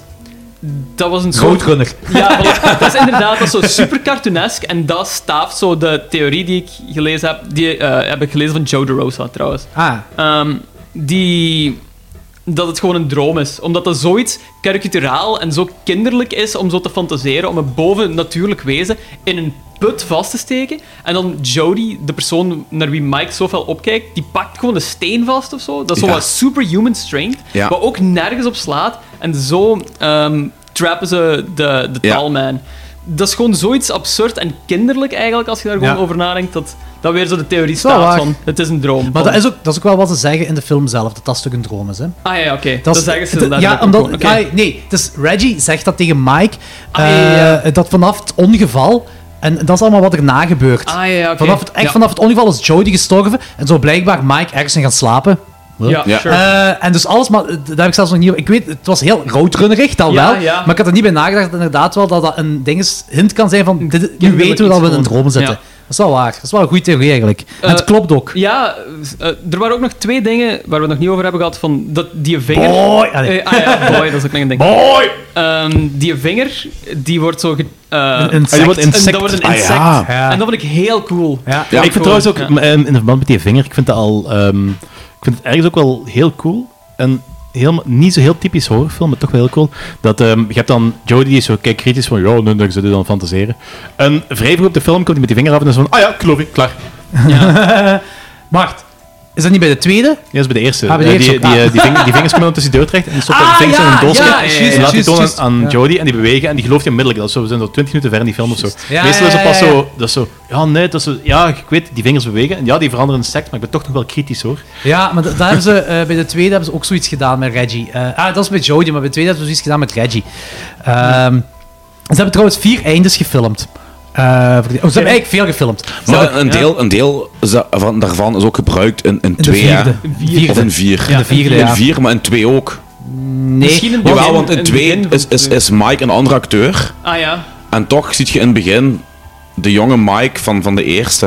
S9: Dat was een soort...
S8: Roadrunner.
S9: Ja, voilà. dat is inderdaad dat is zo super cartoonesk. En dat staaft zo de theorie die ik gelezen heb. Die eh, heb ik gelezen van Joe DeRosa trouwens.
S1: Ah.
S9: Ehm, die. Dat het gewoon een droom is. Omdat dat zoiets karikaturaal en zo kinderlijk is om zo te fantaseren. Om een bovennatuurlijk wezen in een put vast te steken. En dan Jody, de persoon naar wie Mike zoveel opkijkt, die pakt gewoon een steen vast of zo. Dat is zo
S6: Ja.
S9: wat superhuman strength.
S6: Ja.
S9: Wat ook nergens op slaat. En zo ehm, trappen ze de, de
S6: Ja.
S9: talman. Dat is gewoon zoiets absurd en kinderlijk eigenlijk, als je daar gewoon
S1: Ja.
S9: over nadenkt. Dat, dat weer zo de theorie
S1: wel
S9: staat
S1: waar.
S9: van, het is een droom.
S1: Maar
S9: Van-
S1: dat is, ook, dat is ook wel wat ze zeggen in de film zelf, dat dat stuk een droom is. Hè?
S9: Ah ja, ja, oké.
S1: Dat
S9: Dat,
S1: is-
S9: zeggen ze
S1: het-
S9: inderdaad.
S1: Ja,
S9: ook
S1: omdat,
S9: gewoon. Oké.
S1: ah, nee, dus Reggie zegt dat tegen Mike.
S9: Ah, ja, ja.
S1: eh, dat vanaf het ongeval. En dat is allemaal wat erna gebeurt.
S9: Ah, ja, ja, oké.
S1: vanaf, het, echt
S9: Ja.
S1: vanaf het ongeval is Jody gestorven. En zo blijkbaar Mike ergens in gaan slapen. Huh?
S9: Ja, Ja. sure.
S1: Eh, en dus alles, maar eh, daar heb ik zelfs nog niet. Ik weet, het was heel roadrunnerig, dat
S9: Ja,
S1: wel.
S9: ja.
S1: Maar ik had er niet bij nagedacht dat inderdaad wel dat dat een ding is, hint kan zijn van. Dit, nu weten we dat we in een
S9: gewoon.
S1: droom zitten.
S9: Ja.
S1: Dat is wel waar. Dat is wel een goede theorie eigenlijk. en
S9: Eh,
S1: het klopt ook.
S9: Ja, eh, er waren ook nog twee dingen waar we het nog niet over hebben gehad. Van dat, die vinger.
S1: Boy! Ah,
S9: Ah,
S1: nee.
S9: ja, boy, dat is ook nog een ding.
S1: Boy!
S9: Ehm, die vinger, die wordt zo. Ge, eh,
S8: Een insect. Ah, die wordt insect.
S9: En dat wordt een
S8: Ah,
S9: insect.
S8: ja. Ja.
S9: En dat vond ik heel cool.
S8: Ja. Ik vind trouwens ook, m- ehm, in verband met die vinger, ik vind dat al... ehm, ik vind het ergens ook wel heel cool. En heel, niet zo heel typisch horrorfilm, maar toch wel heel cool. Dat, ehm, je hebt dan Jodie die is zo kijk kritisch van... Ja, nu ik ze dit dan fantaseren. En vrij vroeg op de film komt hij met die vinger af en dan is van... Ah ja, ik geloof ik, klaar.
S1: eh, Wacht, is dat niet bij de tweede? Ja,
S8: dat is bij de eerste.
S1: Ah, bij de
S8: Eh,
S1: eerste
S8: die,
S1: ook.
S8: die,
S1: Ah.
S8: eh, die, ving- die vingers komen tussen de deur terecht en die stopt de
S1: Ah,
S8: vingers in
S1: ja,
S8: een doosje.
S1: ja, juist,
S8: en laat die
S1: juist,
S8: toon aan,
S1: juist.
S8: aan
S1: Ja.
S8: Jodie en die bewegen en die gelooft je onmiddellijk. Dat is zo, we zijn zo 20 minuten ver in die film of zo.
S1: Ja,
S8: Meestal is
S1: ja,
S8: het pas
S1: ja, ja.
S8: zo, dat is zo... Ja, nee, dat is zo, ja, ik weet, die vingers bewegen. En ja, die veranderen in sect, maar ik ben toch nog wel kritisch hoor.
S1: Ja, maar da- daar hebben ze, eh, bij de tweede hebben ze ook zoiets gedaan met Reggie. Eh, ah, dat is bij Jodie, maar bij de tweede hebben ze zoiets gedaan met Reggie. Ehm, ze hebben trouwens vier eindes gefilmd. Eh, voor die- oh, ze hebben eigenlijk veel gefilmd. Ze
S6: Maar
S1: hebben-
S6: een deel, een deel is da- van, daarvan is ook gebruikt in, in
S1: de
S6: twee, hè?
S1: vierde. In de
S6: Of
S1: vierde.
S6: in vier.
S1: Ja, in de vierde,
S6: In
S1: ja.
S6: vier, maar in twee ook.
S1: Misschien in het
S6: Jawel,
S1: begin-
S6: want
S1: in
S6: in
S1: het
S6: twee
S1: begin van
S6: is, is,
S1: twee.
S6: is Mike een andere acteur.
S9: Ah ja.
S6: En toch ziet je in het begin de jonge Mike van, van de eerste.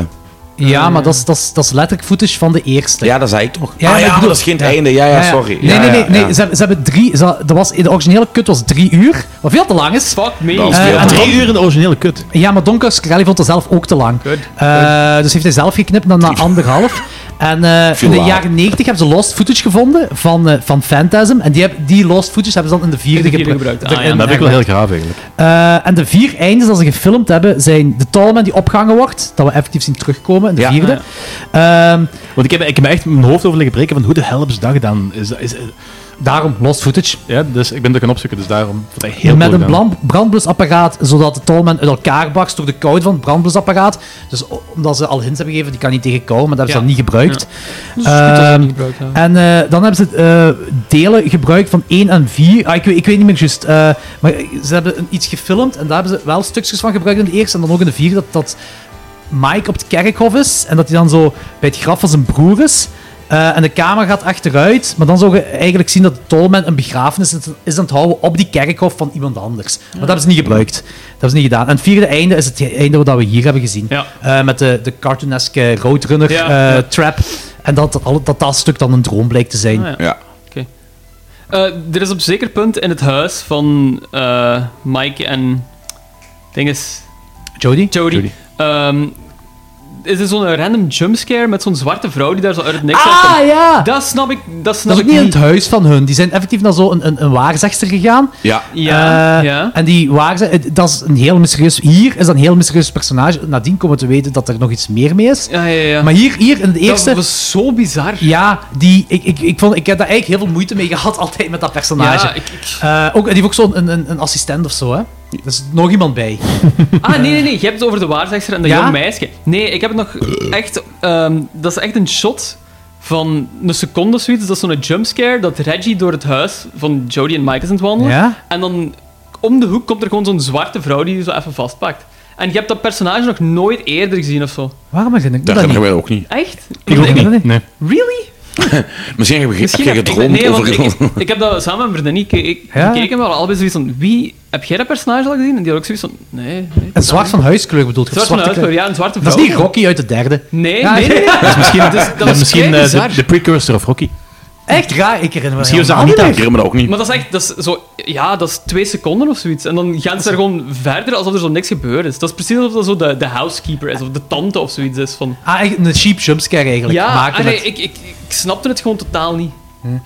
S9: Eh.
S1: Ja, maar dat is, dat, is, dat is letterlijk footage van de eerste.
S6: Ja, dat zei ik toch.
S1: Ja,
S6: ah
S1: ik
S6: ja,
S1: bedoel-
S6: dat is geen het einde. Ja, ja, sorry.
S1: Nee,
S6: Ja,
S1: nee, nee.
S6: ja,
S1: nee.
S6: ja.
S1: Ze, hebben- ze hebben drie... Ze, dat was, de originele kut was drie uur, wat veel te lang is. Eh,
S9: Fuck me.
S6: Dat is veel te lang. Drie
S8: uur in de originele kut.
S1: Ja, maar Don Coscarelli vond dat zelf ook te lang. Eh, dus heeft hij zelf geknipt dan na anderhalf. En eh,
S6: Veel
S1: in de
S6: later.
S1: jaren negentig hebben ze lost footage gevonden van, eh, van Phantasm. En die, hebben- die lost footage hebben ze dan in de vierde,
S9: vierde
S1: gebru-
S9: gebruikt. Ah,
S1: erin
S9: ja.
S8: En dat vind ik wel
S1: gebruikt.
S8: heel graaf eigenlijk.
S1: Eh, en de vier eindes dat ze gefilmd hebben, zijn de Tallman die opgehangen wordt, dat we effectief zien terugkomen in de vierde. Ehm,
S8: Want ik heb, ik heb me echt mijn hoofd over liggen breken van hoe de hel hebben ze dat gedaan? Is, dat- is,
S1: daarom, lost footage.
S8: Ja, dus ik ben dat gaan opzoeken, dus daarom. Vond ik heel
S1: met
S8: cool
S1: een
S8: gedaan.
S1: blam- brandblusapparaat, zodat de Tallman uit elkaar barst door de kou van het brandblusapparaat. Dus o- omdat ze al hints hebben gegeven, die kan niet tegen kou, maar dat hebben
S9: Ja.
S1: ze dan niet gebruikt.
S9: Ja. Dat is goed dat ze dat
S1: Ehm,
S9: niet gebruikt hebben.
S1: En eh, dan hebben ze eh, delen gebruikt van 1 en 4. Ah, ik, weet- ik weet niet meer juist. eh, maar ze hebben een- iets gefilmd en daar hebben ze wel stukjes van gebruikt in de eerste en dan ook in de vierde. Dat, dat Mike op het kerkhof is en dat hij dan zo bij het graf van zijn broer is. Eh, en de camera gaat achteruit, maar dan zou je eigenlijk zien dat de Tolman een begrafenis is aan het houden op die kerkhof van iemand anders. Maar dat hebben ze niet gebruikt. Dat hebben ze niet gedaan. En het vierde einde is het einde dat we hier hebben gezien. Eh, met de, de cartooneske roadrunner
S9: Ja,
S1: eh,
S9: ja.
S1: trap. En dat dat, alle- dat dat stuk dan een droom blijkt te zijn.
S9: Ah, ja. Oké. Eh, er is op zeker punt in het huis van eh, Mike en. Dinges.
S1: Jody?
S9: Jody. Ehm, is er zo'n random jumpscare met zo'n zwarte vrouw die daar zo uit het niks
S1: Ah,
S9: uitkomt?
S1: ja!
S9: Dat snap ik. Dat snap
S1: Dat is ook
S9: ik
S1: niet in het huis van hun. Die zijn effectief naar zo'n een, een waarzegster gegaan.
S6: Ja.
S9: Ja,
S1: Eh,
S9: ja.
S1: En die waarzegster, dat is een heel mysterieus... Hier is dat een heel mysterieus personage. Nadien komen we te weten dat er nog iets meer mee is.
S9: Ja, ja, ja.
S1: Maar hier, hier in de eerste...
S9: Dat was zo bizar.
S1: Ja, die, ik, ik, ik, vond, ik heb daar eigenlijk heel veel moeite mee gehad altijd met dat personage.
S9: Ja, ik-
S1: Eh, ook, die heeft ook zo'n een, een, een assistent of zo, hè. Er is nog iemand bij.
S9: Ah, nee, nee, nee. Je hebt het over de waarzegster en dat
S1: Ja?
S9: jong meisje. Nee, ik heb het nog echt... ehm, dat is echt een shot van een seconde of zoiets. Dat is zo'n jumpscare dat Reggie door het huis van Jody en Mike is aan het wandelen.
S1: Ja?
S9: En dan om de hoek komt er gewoon zo'n zwarte vrouw die je zo even vastpakt. En je hebt dat personage nog nooit eerder gezien of zo.
S1: Waarom herinner ik me
S6: Dat
S1: dat niet?
S6: herinneren wij ook niet.
S9: Echt?
S1: Ik ook niet, nee.
S9: Really?
S6: Misschien heb je, heb je
S9: heb ik-
S6: gedroomd
S9: nee, want
S6: over...
S9: Ik, ik heb dat samen met Verdanie
S1: Ja.
S9: gekeken, maar we hadden allebei zoiets van, wie, heb jij dat personage al gezien? En die had ook zoiets van, nee. nee.
S1: Een zwart van huiskleur bedoelt je?
S9: Zwart van huiskleur, ja, een zwarte
S1: Dat is
S9: vrouw.
S1: niet Rocky uit de derde.
S9: Nee,
S1: Ja,
S9: nee, nee.
S8: Dat is misschien,
S9: Het is-
S8: dat is misschien
S9: vrij
S8: eh,
S9: bizar.
S8: de, de precursor of Rocky.
S1: Echt raar, ik herinner me
S8: Misschien was dat
S1: helemaal
S8: Anita.
S1: niet.
S8: Ik herinner me dat ook niet.
S9: Maar dat is echt, dat is zo, ja, dat is twee seconden of zoiets. En dan gaan ze daar gewoon verder alsof er zo niks gebeurd is. Dat is precies alsof dat zo de, de housekeeper is, of de tante of zoiets is. Van,
S1: Ah, echt een cheap jumpscare eigenlijk.
S9: ja,
S1: maken
S9: ah, nee,
S1: met-
S9: ik, ik, ik snapte het gewoon totaal niet.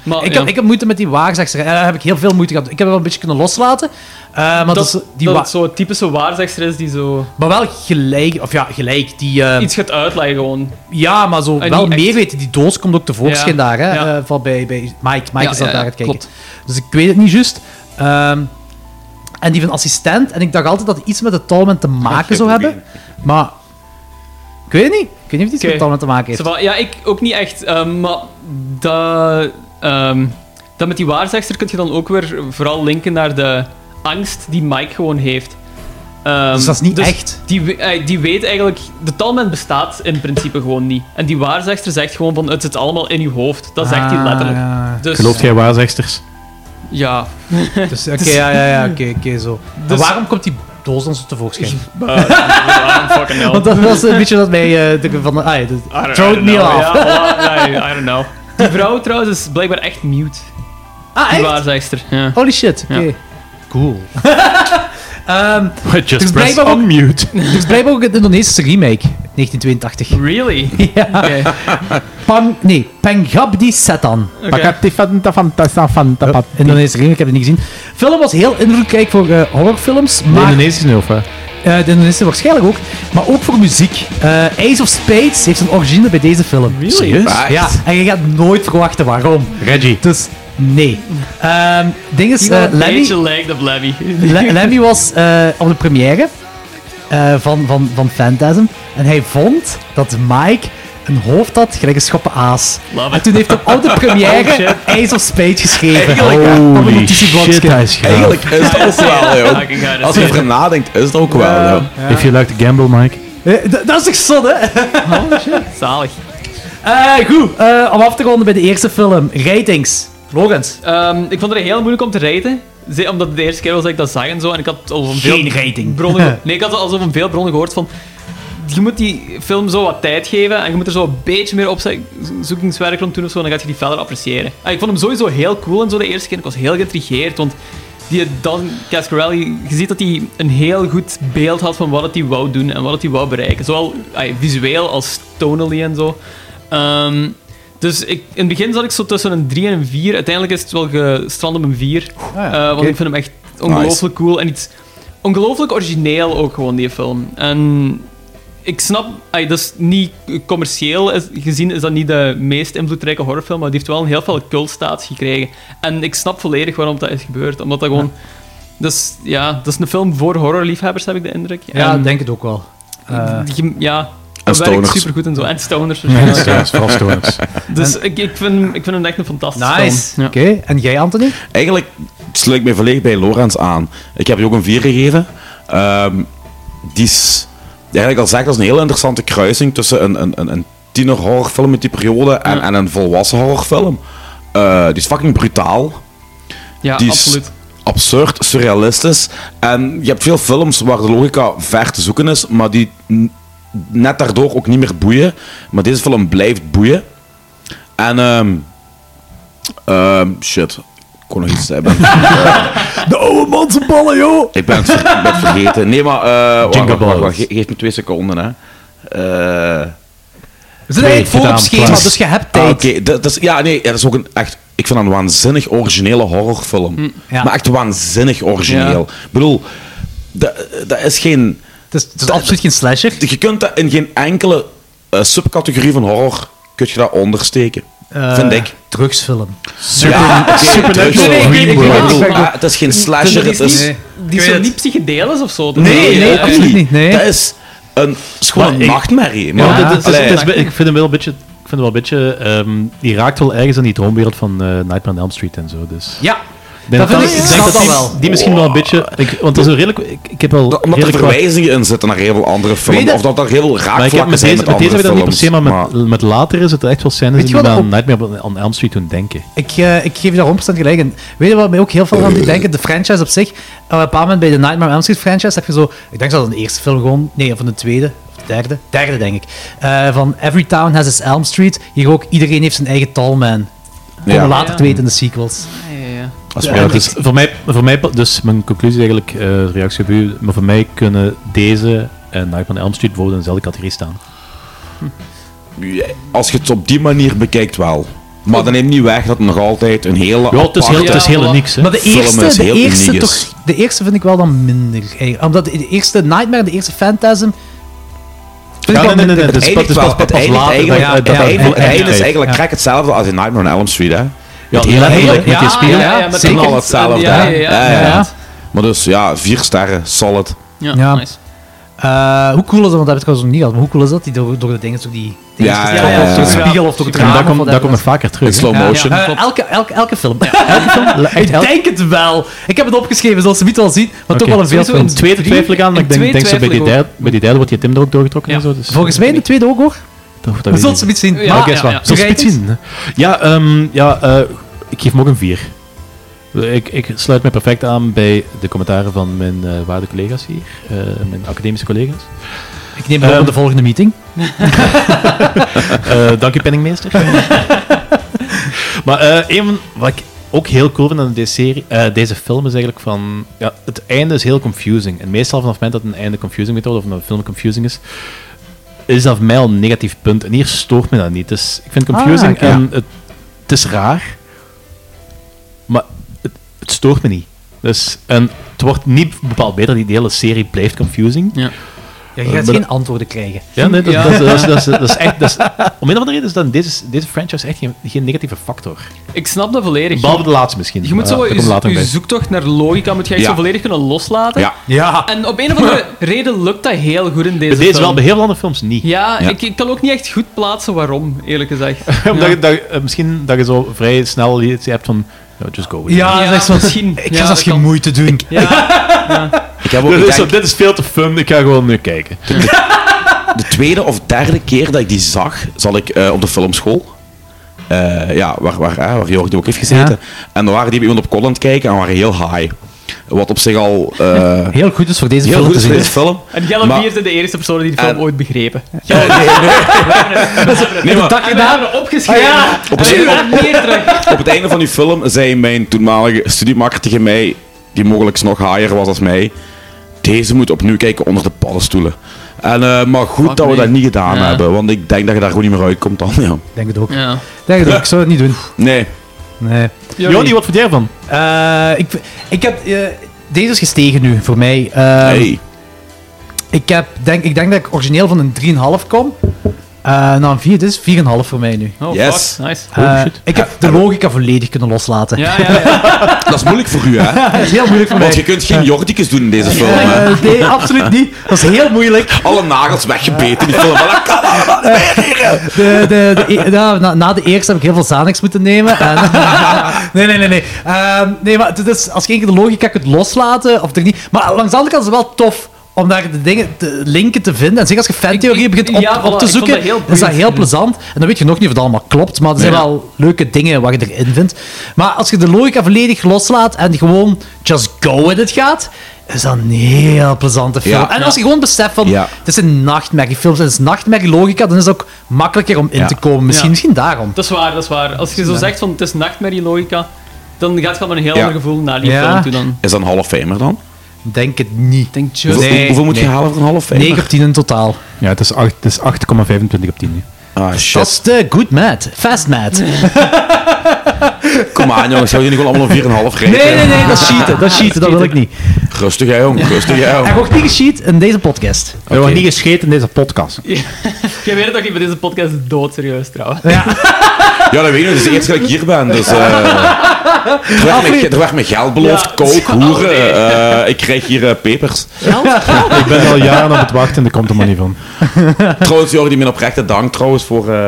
S9: Maar,
S1: Hm. ik,
S9: ja.
S1: heb, ik heb moeite met die waarzegster. En Daar heb ik heel veel moeite gehad. Ik heb wel een beetje kunnen loslaten. eh, maar dat, is die
S9: dat
S1: wa-
S9: het zo'n typische waarzegster is die zo Ah,
S1: Maar wel gelijk, of ja, gelijk. Die, eh,
S9: iets gaat uitleggen gewoon.
S1: Ja, maar zo
S9: En
S1: wel
S9: niet echt-
S1: meer weten. Die doos komt ook
S9: Ja,
S1: tevoorschijn daar, hè?
S9: ja.
S1: eh, van bij, bij Mike. Mike
S9: Ja,
S1: is dat
S9: ja,
S1: daar
S9: ja,
S1: aan het kijken. Dus ik weet het niet juist. Ehm, en die van assistent. En ik dacht altijd dat hij iets met de Talman te maken zou hebben. Maar ik weet het niet. Ik weet niet of het iets met de Talman te maken heeft.
S9: Zo van, Ja, ik ook niet echt. ehm, maar dat, ehm, dat met die waarzegster kun je dan ook weer vooral linken naar de angst die Mike gewoon heeft. Ehm,
S1: Dus dat is niet echt?
S9: Die, we- eh, die weet eigenlijk... De talman bestaat in principe gewoon niet. En die waarzegster zegt gewoon van... Het zit allemaal in je hoofd. Dat zegt hij
S1: Ah,
S9: letterlijk.
S1: ja.
S9: Dus,
S8: Gelooft jij waarzegsters?
S9: Ja.
S1: Dus, Oké, ja, ja, ja. Oké, oké, zo. En
S9: Dus-
S1: waarom komt die doos dan zo tevoorschijn?
S9: waarom fucking hell?
S1: Want dat was een beetje dat mij... eh de, van, de- ah, ja, de,
S9: I don't-
S1: throw
S9: I
S1: it
S9: don't
S1: me
S9: know.
S1: off.
S9: Ja, voilà. Nee, I don't know. Die vrouw trouwens is blijkbaar echt mute.
S1: Ah,
S9: Die waarzegster. Ja.
S1: Holy shit, oké.
S9: Ja.
S1: Cool. Ehm
S8: Just
S1: er is
S8: press
S1: blijkbaar ook-
S8: unmute.
S1: Er is blijkbaar ook een Indonesische remake, 1982.
S9: Really?
S1: Ja. Pang, nee, Pangabdi Setan.
S8: Oké. Pangabdi
S1: Hup, Indonesische remake, ik heb het niet gezien. film was heel invloedrijk voor eh, horrorfilms,
S8: De
S1: maar...
S8: Indonesische nul, hè?
S1: eh, de Indonesische waarschijnlijk ook, maar ook voor muziek. Eh Ace of Spades heeft een origine bij deze film.
S8: Really? Serieus?
S1: Ja, en je gaat nooit verwachten waarom.
S8: Reggie.
S1: Dus nee. Ehm ding is,
S9: Die wel
S1: eh,
S9: een
S1: Lemmy...
S9: beetje lijkt op Levy.
S1: Le- Lemmy was eh, op de première eh, van, van, van Phantasm. En hij vond dat Mike een hoofd had, gelijk een schoppen aas.
S9: Love
S1: en toen heeft hij op de
S9: Oh,
S1: première
S9: shit.
S1: Ace of Spade geschreven.
S6: Eigenlijk,
S1: Op een
S6: holy
S1: notitieblokje.
S8: shit, hij is gaaf.
S6: Eigenlijk is dat ook wel,
S9: Fucking hell.
S6: joh. Als je erover nadenkt, is dat ook wel, joh.
S8: If you like to gamble, Mike.
S1: Eh, d- Dat is toch zot, hè?
S9: Zalig.
S1: Eh, goed, eh, om af te ronden bij de eerste film. Ratings. Logans.
S9: Ehm, ik vond het heel moeilijk om te raten. Ze- Omdat het de eerste keer was dat ik dat zag en zo. En ik had al van veel
S1: Geen rating.
S9: bronnen. ge- Nee, ik had al zo van veel bronnen gehoord van. Je moet die film zo wat tijd geven en je moet er zo een beetje meer opzoekingswerk rond doen of zo. En dan gaat je die verder appreciëren. En ik vond hem sowieso heel cool en zo de eerste keer. Ik was heel getrigeerd. Want die Dan Cascarelli, je ziet dat hij een heel goed beeld had van wat het hij wou doen en wat het hij wou bereiken. Zowel ay, visueel als tonally en zo. Ehm, dus ik, in het begin zat ik zo tussen een 3 en een 4. Uiteindelijk is het wel gestrand op een 4.
S1: Ah ja,
S9: Eh, want
S1: oké.
S9: ik vind hem echt ongelooflijk cool en iets ongelooflijk origineel ook gewoon, die film. En ik snap, ay, dat is niet commercieel is- gezien, is dat niet de meest invloedrijke horrorfilm, maar die heeft wel een heel veel cultstatus gekregen. En ik snap volledig waarom dat is gebeurd, omdat dat gewoon... Dus ja, dat is een film voor horrorliefhebbers, heb ik de indruk.
S1: Ja,
S9: En-
S1: ik denk het ook wel. Eh,
S9: je- ja,
S6: En
S9: dat werkt
S6: stoners.
S9: supergoed en zo. En stoners
S8: Nee,
S9: waarschijnlijk.
S8: stoners, vooral stoners.
S9: Dus ik, ik, vind, hem- ik vind hem echt een fantastische film.
S1: Nice. Oké, en jij, Anthony?
S6: Eigenlijk sluit ik mij volledig bij Lorens aan. Ik heb je ook een 4 gegeven. Ehm, die is, eigenlijk al zeg, dat is een heel interessante kruising tussen een, een, een, een tiener horrorfilm uit die periode en, en een volwassen horrorfilm. Eh, die is fucking brutaal.
S9: Ja,
S6: die is
S9: absoluut.
S6: absurd, surrealistisch. En je hebt veel films waar de logica ver te zoeken is, maar die n- net daardoor ook niet meer boeien. Maar deze film blijft boeien. En ehm ehm, shit, ik kon nog iets hebben.
S1: De oude man zijn ballen, joh!
S6: Ik ben het, ver- ik ben het vergeten. Nee, maar... eh wacht,
S8: Jingle
S6: wacht, wacht,
S8: bells.
S6: wacht. Ge- geef me twee seconden, hè. Eh,
S1: We zitten eigenlijk vol op schema, dus je hebt tijd.
S6: Ah, Oké, dat, dat is, ja, nee, dat is ook een echt... Ik vind dat een waanzinnig originele horrorfilm.
S1: Hm, ja.
S6: Maar echt waanzinnig origineel. Ik bedoel, dat, dat is geen...
S1: Het is, absoluut geen slasher.
S6: Je kunt dat in geen enkele eh, subcategorie van horror kun je dat ondersteken.
S1: Eh,
S6: vind ik.
S1: Drugsfilm.
S6: Ja, oké,
S8: Supernatural
S6: drugs.
S8: Nee, nee, ik- ik- ik-
S6: Ik bedoel,
S1: ik- ik-
S6: ah, Het is geen slasher,
S9: Die is
S6: het
S9: niet,
S6: is...
S9: die is zo niet psychedelisch of zo. Dat is
S6: Nee,
S9: wel-
S6: nee,
S9: ja, ja.
S6: absoluut niet.
S1: Nee.
S6: Dat is een, is gewoon
S8: Maar
S6: een
S8: ik-
S6: nachtmerrie.
S8: Ja,
S6: Maar,
S8: dat- dat- dat is-
S6: Allee,
S8: dat is- ik vind hem wel een beetje. Ik vind hem wel een beetje ehm, die raakt wel ergens aan die droomwereld van eh, Nightmare on Elm Street en zo. Dus.
S1: Ja.
S8: denk
S1: Dat
S8: dat,
S1: vind ik-
S8: dat- ik
S1: ik
S8: denk
S1: snap
S8: dat die,
S1: dat wel.
S8: die misschien wel een beetje... Ik, want dat is een redelijk... Ik, ik heb wel
S6: Omdat er
S8: redelijk wat-
S6: verwijzingen in zitten naar heel veel andere
S8: Weet
S6: films.
S8: je-
S6: Of dat er heel
S8: maar ik heb
S6: raakvlakken
S8: met
S6: zijn
S8: deze,
S6: met
S8: met deze
S6: andere
S8: heb ik dat niet per
S6: films.
S8: se, maar met, met later is het echt wel scènes die
S1: je
S8: me
S1: wat
S8: aan
S1: op-
S8: Nightmare on Elm Street doen denken.
S1: Ik, eh, ik geef je daar 100% gelijk in. Weet je wat mij ook heel veel aan doet denken? De franchise op zich. Eh, op een bepaald moment bij de Nightmare on Elm Street franchise heb je zo... Ik denk dat het een eerste film gewoon... Nee, of een tweede. Of de derde. Derde, denk ik. Eh, van Every Town Has Its Elm Street. Hier ook. Iedereen heeft zijn eigen Tallman. Komen
S8: Ja.
S1: later
S9: Ja.
S1: te weten in de sequels.
S9: Ah,
S8: Als
S1: Ja,
S8: we- ja,
S1: en
S8: dus voor mij, voor mij, dus mijn conclusie is eigenlijk, eh, de reactie op u, maar voor mij kunnen deze en Nightmare on Elm Street bijvoorbeeld in dezelfde categorie staan.
S6: Ja, Als je het op die manier bekijkt, wel. Maar dan neemt niet weg dat het nog altijd een hele.
S8: Ja, het is heel- het is heel
S6: aparte
S8: unieks, hè.
S1: Maar de
S6: film
S1: eerste,
S6: is,
S1: de
S6: heel
S1: eerste,
S6: uniek dus.
S1: toch,
S6: is.
S1: de eerste vind ik wel dan minder. eigenlijk. Omdat de de eerste Nightmare, de eerste Phantasm... vind ik wel minder.
S6: Het eindigt wel- het eindigt eigenlijk- het eindigt- het eindigt is eigenlijk krek hetzelfde als in Nightmare on Elm Street, hè?
S8: Ja,
S6: Het hele
S8: letterlijk,
S6: einde.
S8: met die Ja, spiegel. ja, ja,
S6: Het
S8: met
S6: is
S8: de
S6: allemaal
S8: kant.
S6: hetzelfde,
S8: Ja,
S6: hè?
S8: ja, ja. Ja.
S6: Maar dus ja, vier sterren, solid.
S9: Ja,
S1: nice. Eh, hoe cool is dat? Want dat heb ik trouwens nog niet gehad. Maar hoe cool is dat? Die door, door de dingen, door die... die
S6: Ja,
S1: dingen-
S6: ja, ja,
S1: Of door de
S6: ja.
S1: spiegel, of door het
S8: En
S1: raam.
S8: dat
S1: of
S8: komt
S1: whatever.
S8: dat komt nog vaker terug.
S6: In
S8: hè?
S6: slow
S1: Ja,
S6: motion.
S1: ja. Eh, elke, elke, elke film. Elke film? ik denk het wel. Ik heb het opgeschreven, zoals ze niet al zien. Maar toch wel een
S8: Oké.
S1: veel
S8: Een tweede twijfel ik aan, maar ik denk, denk zo bij die, derde, bij die derde wordt je Tim er ook doorgetrokken. En zo, dus
S1: Volgens mij in de tweede ook hoor.
S8: Dat, dat
S1: We
S8: weet
S1: zullen
S8: ik
S1: ze
S8: niet.
S1: iets zien.
S8: Oké,
S1: Maar-
S8: is waar.
S1: ja, ja.
S8: Zullen ze
S1: Jij
S8: iets zien? Ja, ehm, ja eh, ik geef hem ook een 4. Ik, ik sluit mij perfect aan bij de commentaren van mijn eh waarde collega's hier, eh, mijn academische collega's.
S1: Ik neem het op
S8: Ehm,
S1: op de volgende meeting.
S8: Eh, dank u, penningmeester. maar eh, een van- wat ik ook heel cool vind aan deze, serie, eh, deze film is eigenlijk van... Ja, het einde is heel confusing. En meestal vanaf het moment dat een einde confusing moet worden, of een film confusing is, is dat voor mij al een negatief punt. En hier stoort me dat niet. Dus ik vind confusing
S1: Ah, oké.
S8: en het, het is raar, maar het, het stoort me niet. Dus, en het wordt niet bepaald beter. Die hele serie blijft confusing.
S9: Ja.
S1: Ja, je gaat
S8: Eh, maar-
S1: geen antwoorden krijgen.
S8: ja, nee, dat, dat, dat, is- dat, is- dat is echt... Dat is, om een of andere reden is dat in deze, deze franchise echt geen, geen negatieve factor.
S9: Ik snap dat volledig.
S8: Behalve de laatste misschien.
S9: Je moet
S8: maar
S9: zo
S8: daar komt later
S9: je,
S8: bij.
S9: zoektocht naar logica moet je echt
S8: Ja.
S9: zo volledig kunnen loslaten.
S8: Ja. Ja.
S9: En op een of andere reden lukt dat heel goed in deze
S8: Bij deze
S9: film.
S8: wel, bij heel veel andere films niet.
S9: Ja, Ik, ik kan ook niet echt goed plaatsen waarom, eerlijk gezegd.
S8: Omdat je- dat je- eh, misschien dat je zo vrij snel iets hebt van... "No, just go with it."
S1: Ja, dat is misschien. Ik ga zelfs geen moeite doen.
S6: Ik heb ook,
S8: Dit
S6: ik
S8: is, zo,
S6: denk,
S8: dit is veel te fun, ik ga gewoon nu kijken.
S6: de tweede of derde keer dat ik die zag, zat ik eh, op de filmschool. Eh, ja, waar, waar, eh, waar Jordi ook heeft gezeten. En dan waren die bij iemand op kon aan het kijken en waren heel high. Wat op zich al... eh,
S1: Heel goed is voor deze
S6: heel
S1: film te
S6: goed is voor
S1: zien.
S6: deze film.
S9: En Gellum
S6: Maar-
S9: Bier is de eerste persoon die de film
S6: En-
S9: ooit begrepen.
S6: Nee, maar-
S9: En we hebben hem opgeschreven.
S1: Ah, ja.
S9: En we
S6: Opzij-
S9: hebben hem meer terug.
S6: Op het einde van die film zei mijn toenmalige studiemakker tegen mij, die mogelijk nog higher was als mij, deze moet opnieuw kijken onder de paddenstoelen. En, eh, maar goed dat we dat niet gedaan
S9: Ja.
S6: hebben, want ik denk dat je daar gewoon niet meer uitkomt dan. Ja.
S1: Ik Denk het ook.
S9: Ja.
S1: Ik Denk het ook. Ik zou het niet doen.
S6: Nee.
S1: Nee.
S8: Jordi, wat vind jij ervan?
S1: Eh, ik, ik heb, eh, deze is gestegen nu voor mij. Ehm,
S6: Hey.
S1: ik, heb, denk, ik denk dat ik origineel van een 3,5 kom. Eh naar een 4, dus 4,5 voor mij nu.
S9: Oh,
S6: Yes.
S9: fuck. Nice.
S1: Eh, ik heb de logica volledig kunnen loslaten.
S9: Ja, ja, ja.
S6: Dat is moeilijk voor u, hè?
S1: Dat is heel moeilijk voor
S6: Want je
S1: mij.
S6: kunt geen jordikus doen in deze film. hè.
S1: Eh, nee, absoluut niet. Dat is heel moeilijk.
S6: Alle nagels weggebeten in die film. Maar dat kan allemaal niet meer.
S1: De, de, de, e- ja, na, na de eerste heb ik heel veel Xanax moeten nemen. En, nee, nee, nee. Nee, Ehm, nee maar het is, als je één keer de logica kunt loslaten, of er niet... Maar langs de andere kant is het wel tof om daar de dingen, de linken te vinden. En zeker als je fantheorie begint op,
S9: ja, voilà,
S1: op te
S9: ik vond
S1: zoeken,
S9: dat heel
S1: is dat
S9: boeiend.
S1: heel plezant. En dan weet je nog niet of het allemaal klopt, maar er zijn
S9: Ja.
S1: wel leuke dingen waar je erin vindt. Maar als je de logica volledig loslaat en gewoon just go with it gaat... Is dat een heel plezante film.
S6: Ja.
S1: en als je gewoon beseft van,
S6: Ja.
S1: het is een nachtmerriefilm, het is nachtmerrielogica, dan is het ook makkelijker om in
S6: Ja.
S1: te komen. Misschien,
S9: Ja.
S1: misschien daarom.
S9: Dat is waar, dat is waar. Als je zo zegt van het is nachtmerrie logica, dan gaat het met een heel
S6: Ja.
S9: ander gevoel naar die
S1: Ja.
S9: film toe dan.
S6: Is dat een Hall of Famer dan?
S1: Denk het niet.
S9: Denk je?
S6: Hoeveel,
S1: Nee,
S6: hoeveel moet je
S1: nee.
S6: halen voor een Hall of Famer?
S1: 9 op 10 in totaal.
S8: Ja, het is acht- het is 8,25 op 10 nu.
S6: Ah, shit.
S1: Dat is de good mad. Fast mad. Nee,
S6: Kom aan, jongens. Zou je niet gewoon allemaal een 4,5 geven?
S1: nee, nee, dat is cheaten. Dat is cheaten, dat wil ik niet.
S6: Rustig, hè, jong. Rustig, hè,
S1: Er
S6: jong.
S1: wordt niet gecheat in deze podcast.
S8: We hebben niet gescheten in deze podcast.
S9: Jij weet het toch niet, maar deze podcast is doodserieus trouwens.
S6: Ja, dat weet ik. Het is de eerste keer dat ik hier ben. Dus, eh er, werd me, er werd me geld beloofd,
S9: Ja.
S6: kook, hoeren.
S9: Oh, nee.
S6: eh, ik krijg hier eh, pepers.
S8: Ik ben al jaren aan het wachten en er komt er maar niet van.
S6: Trouwens, Jordi, mijn oprechte dank trouwens voor eh,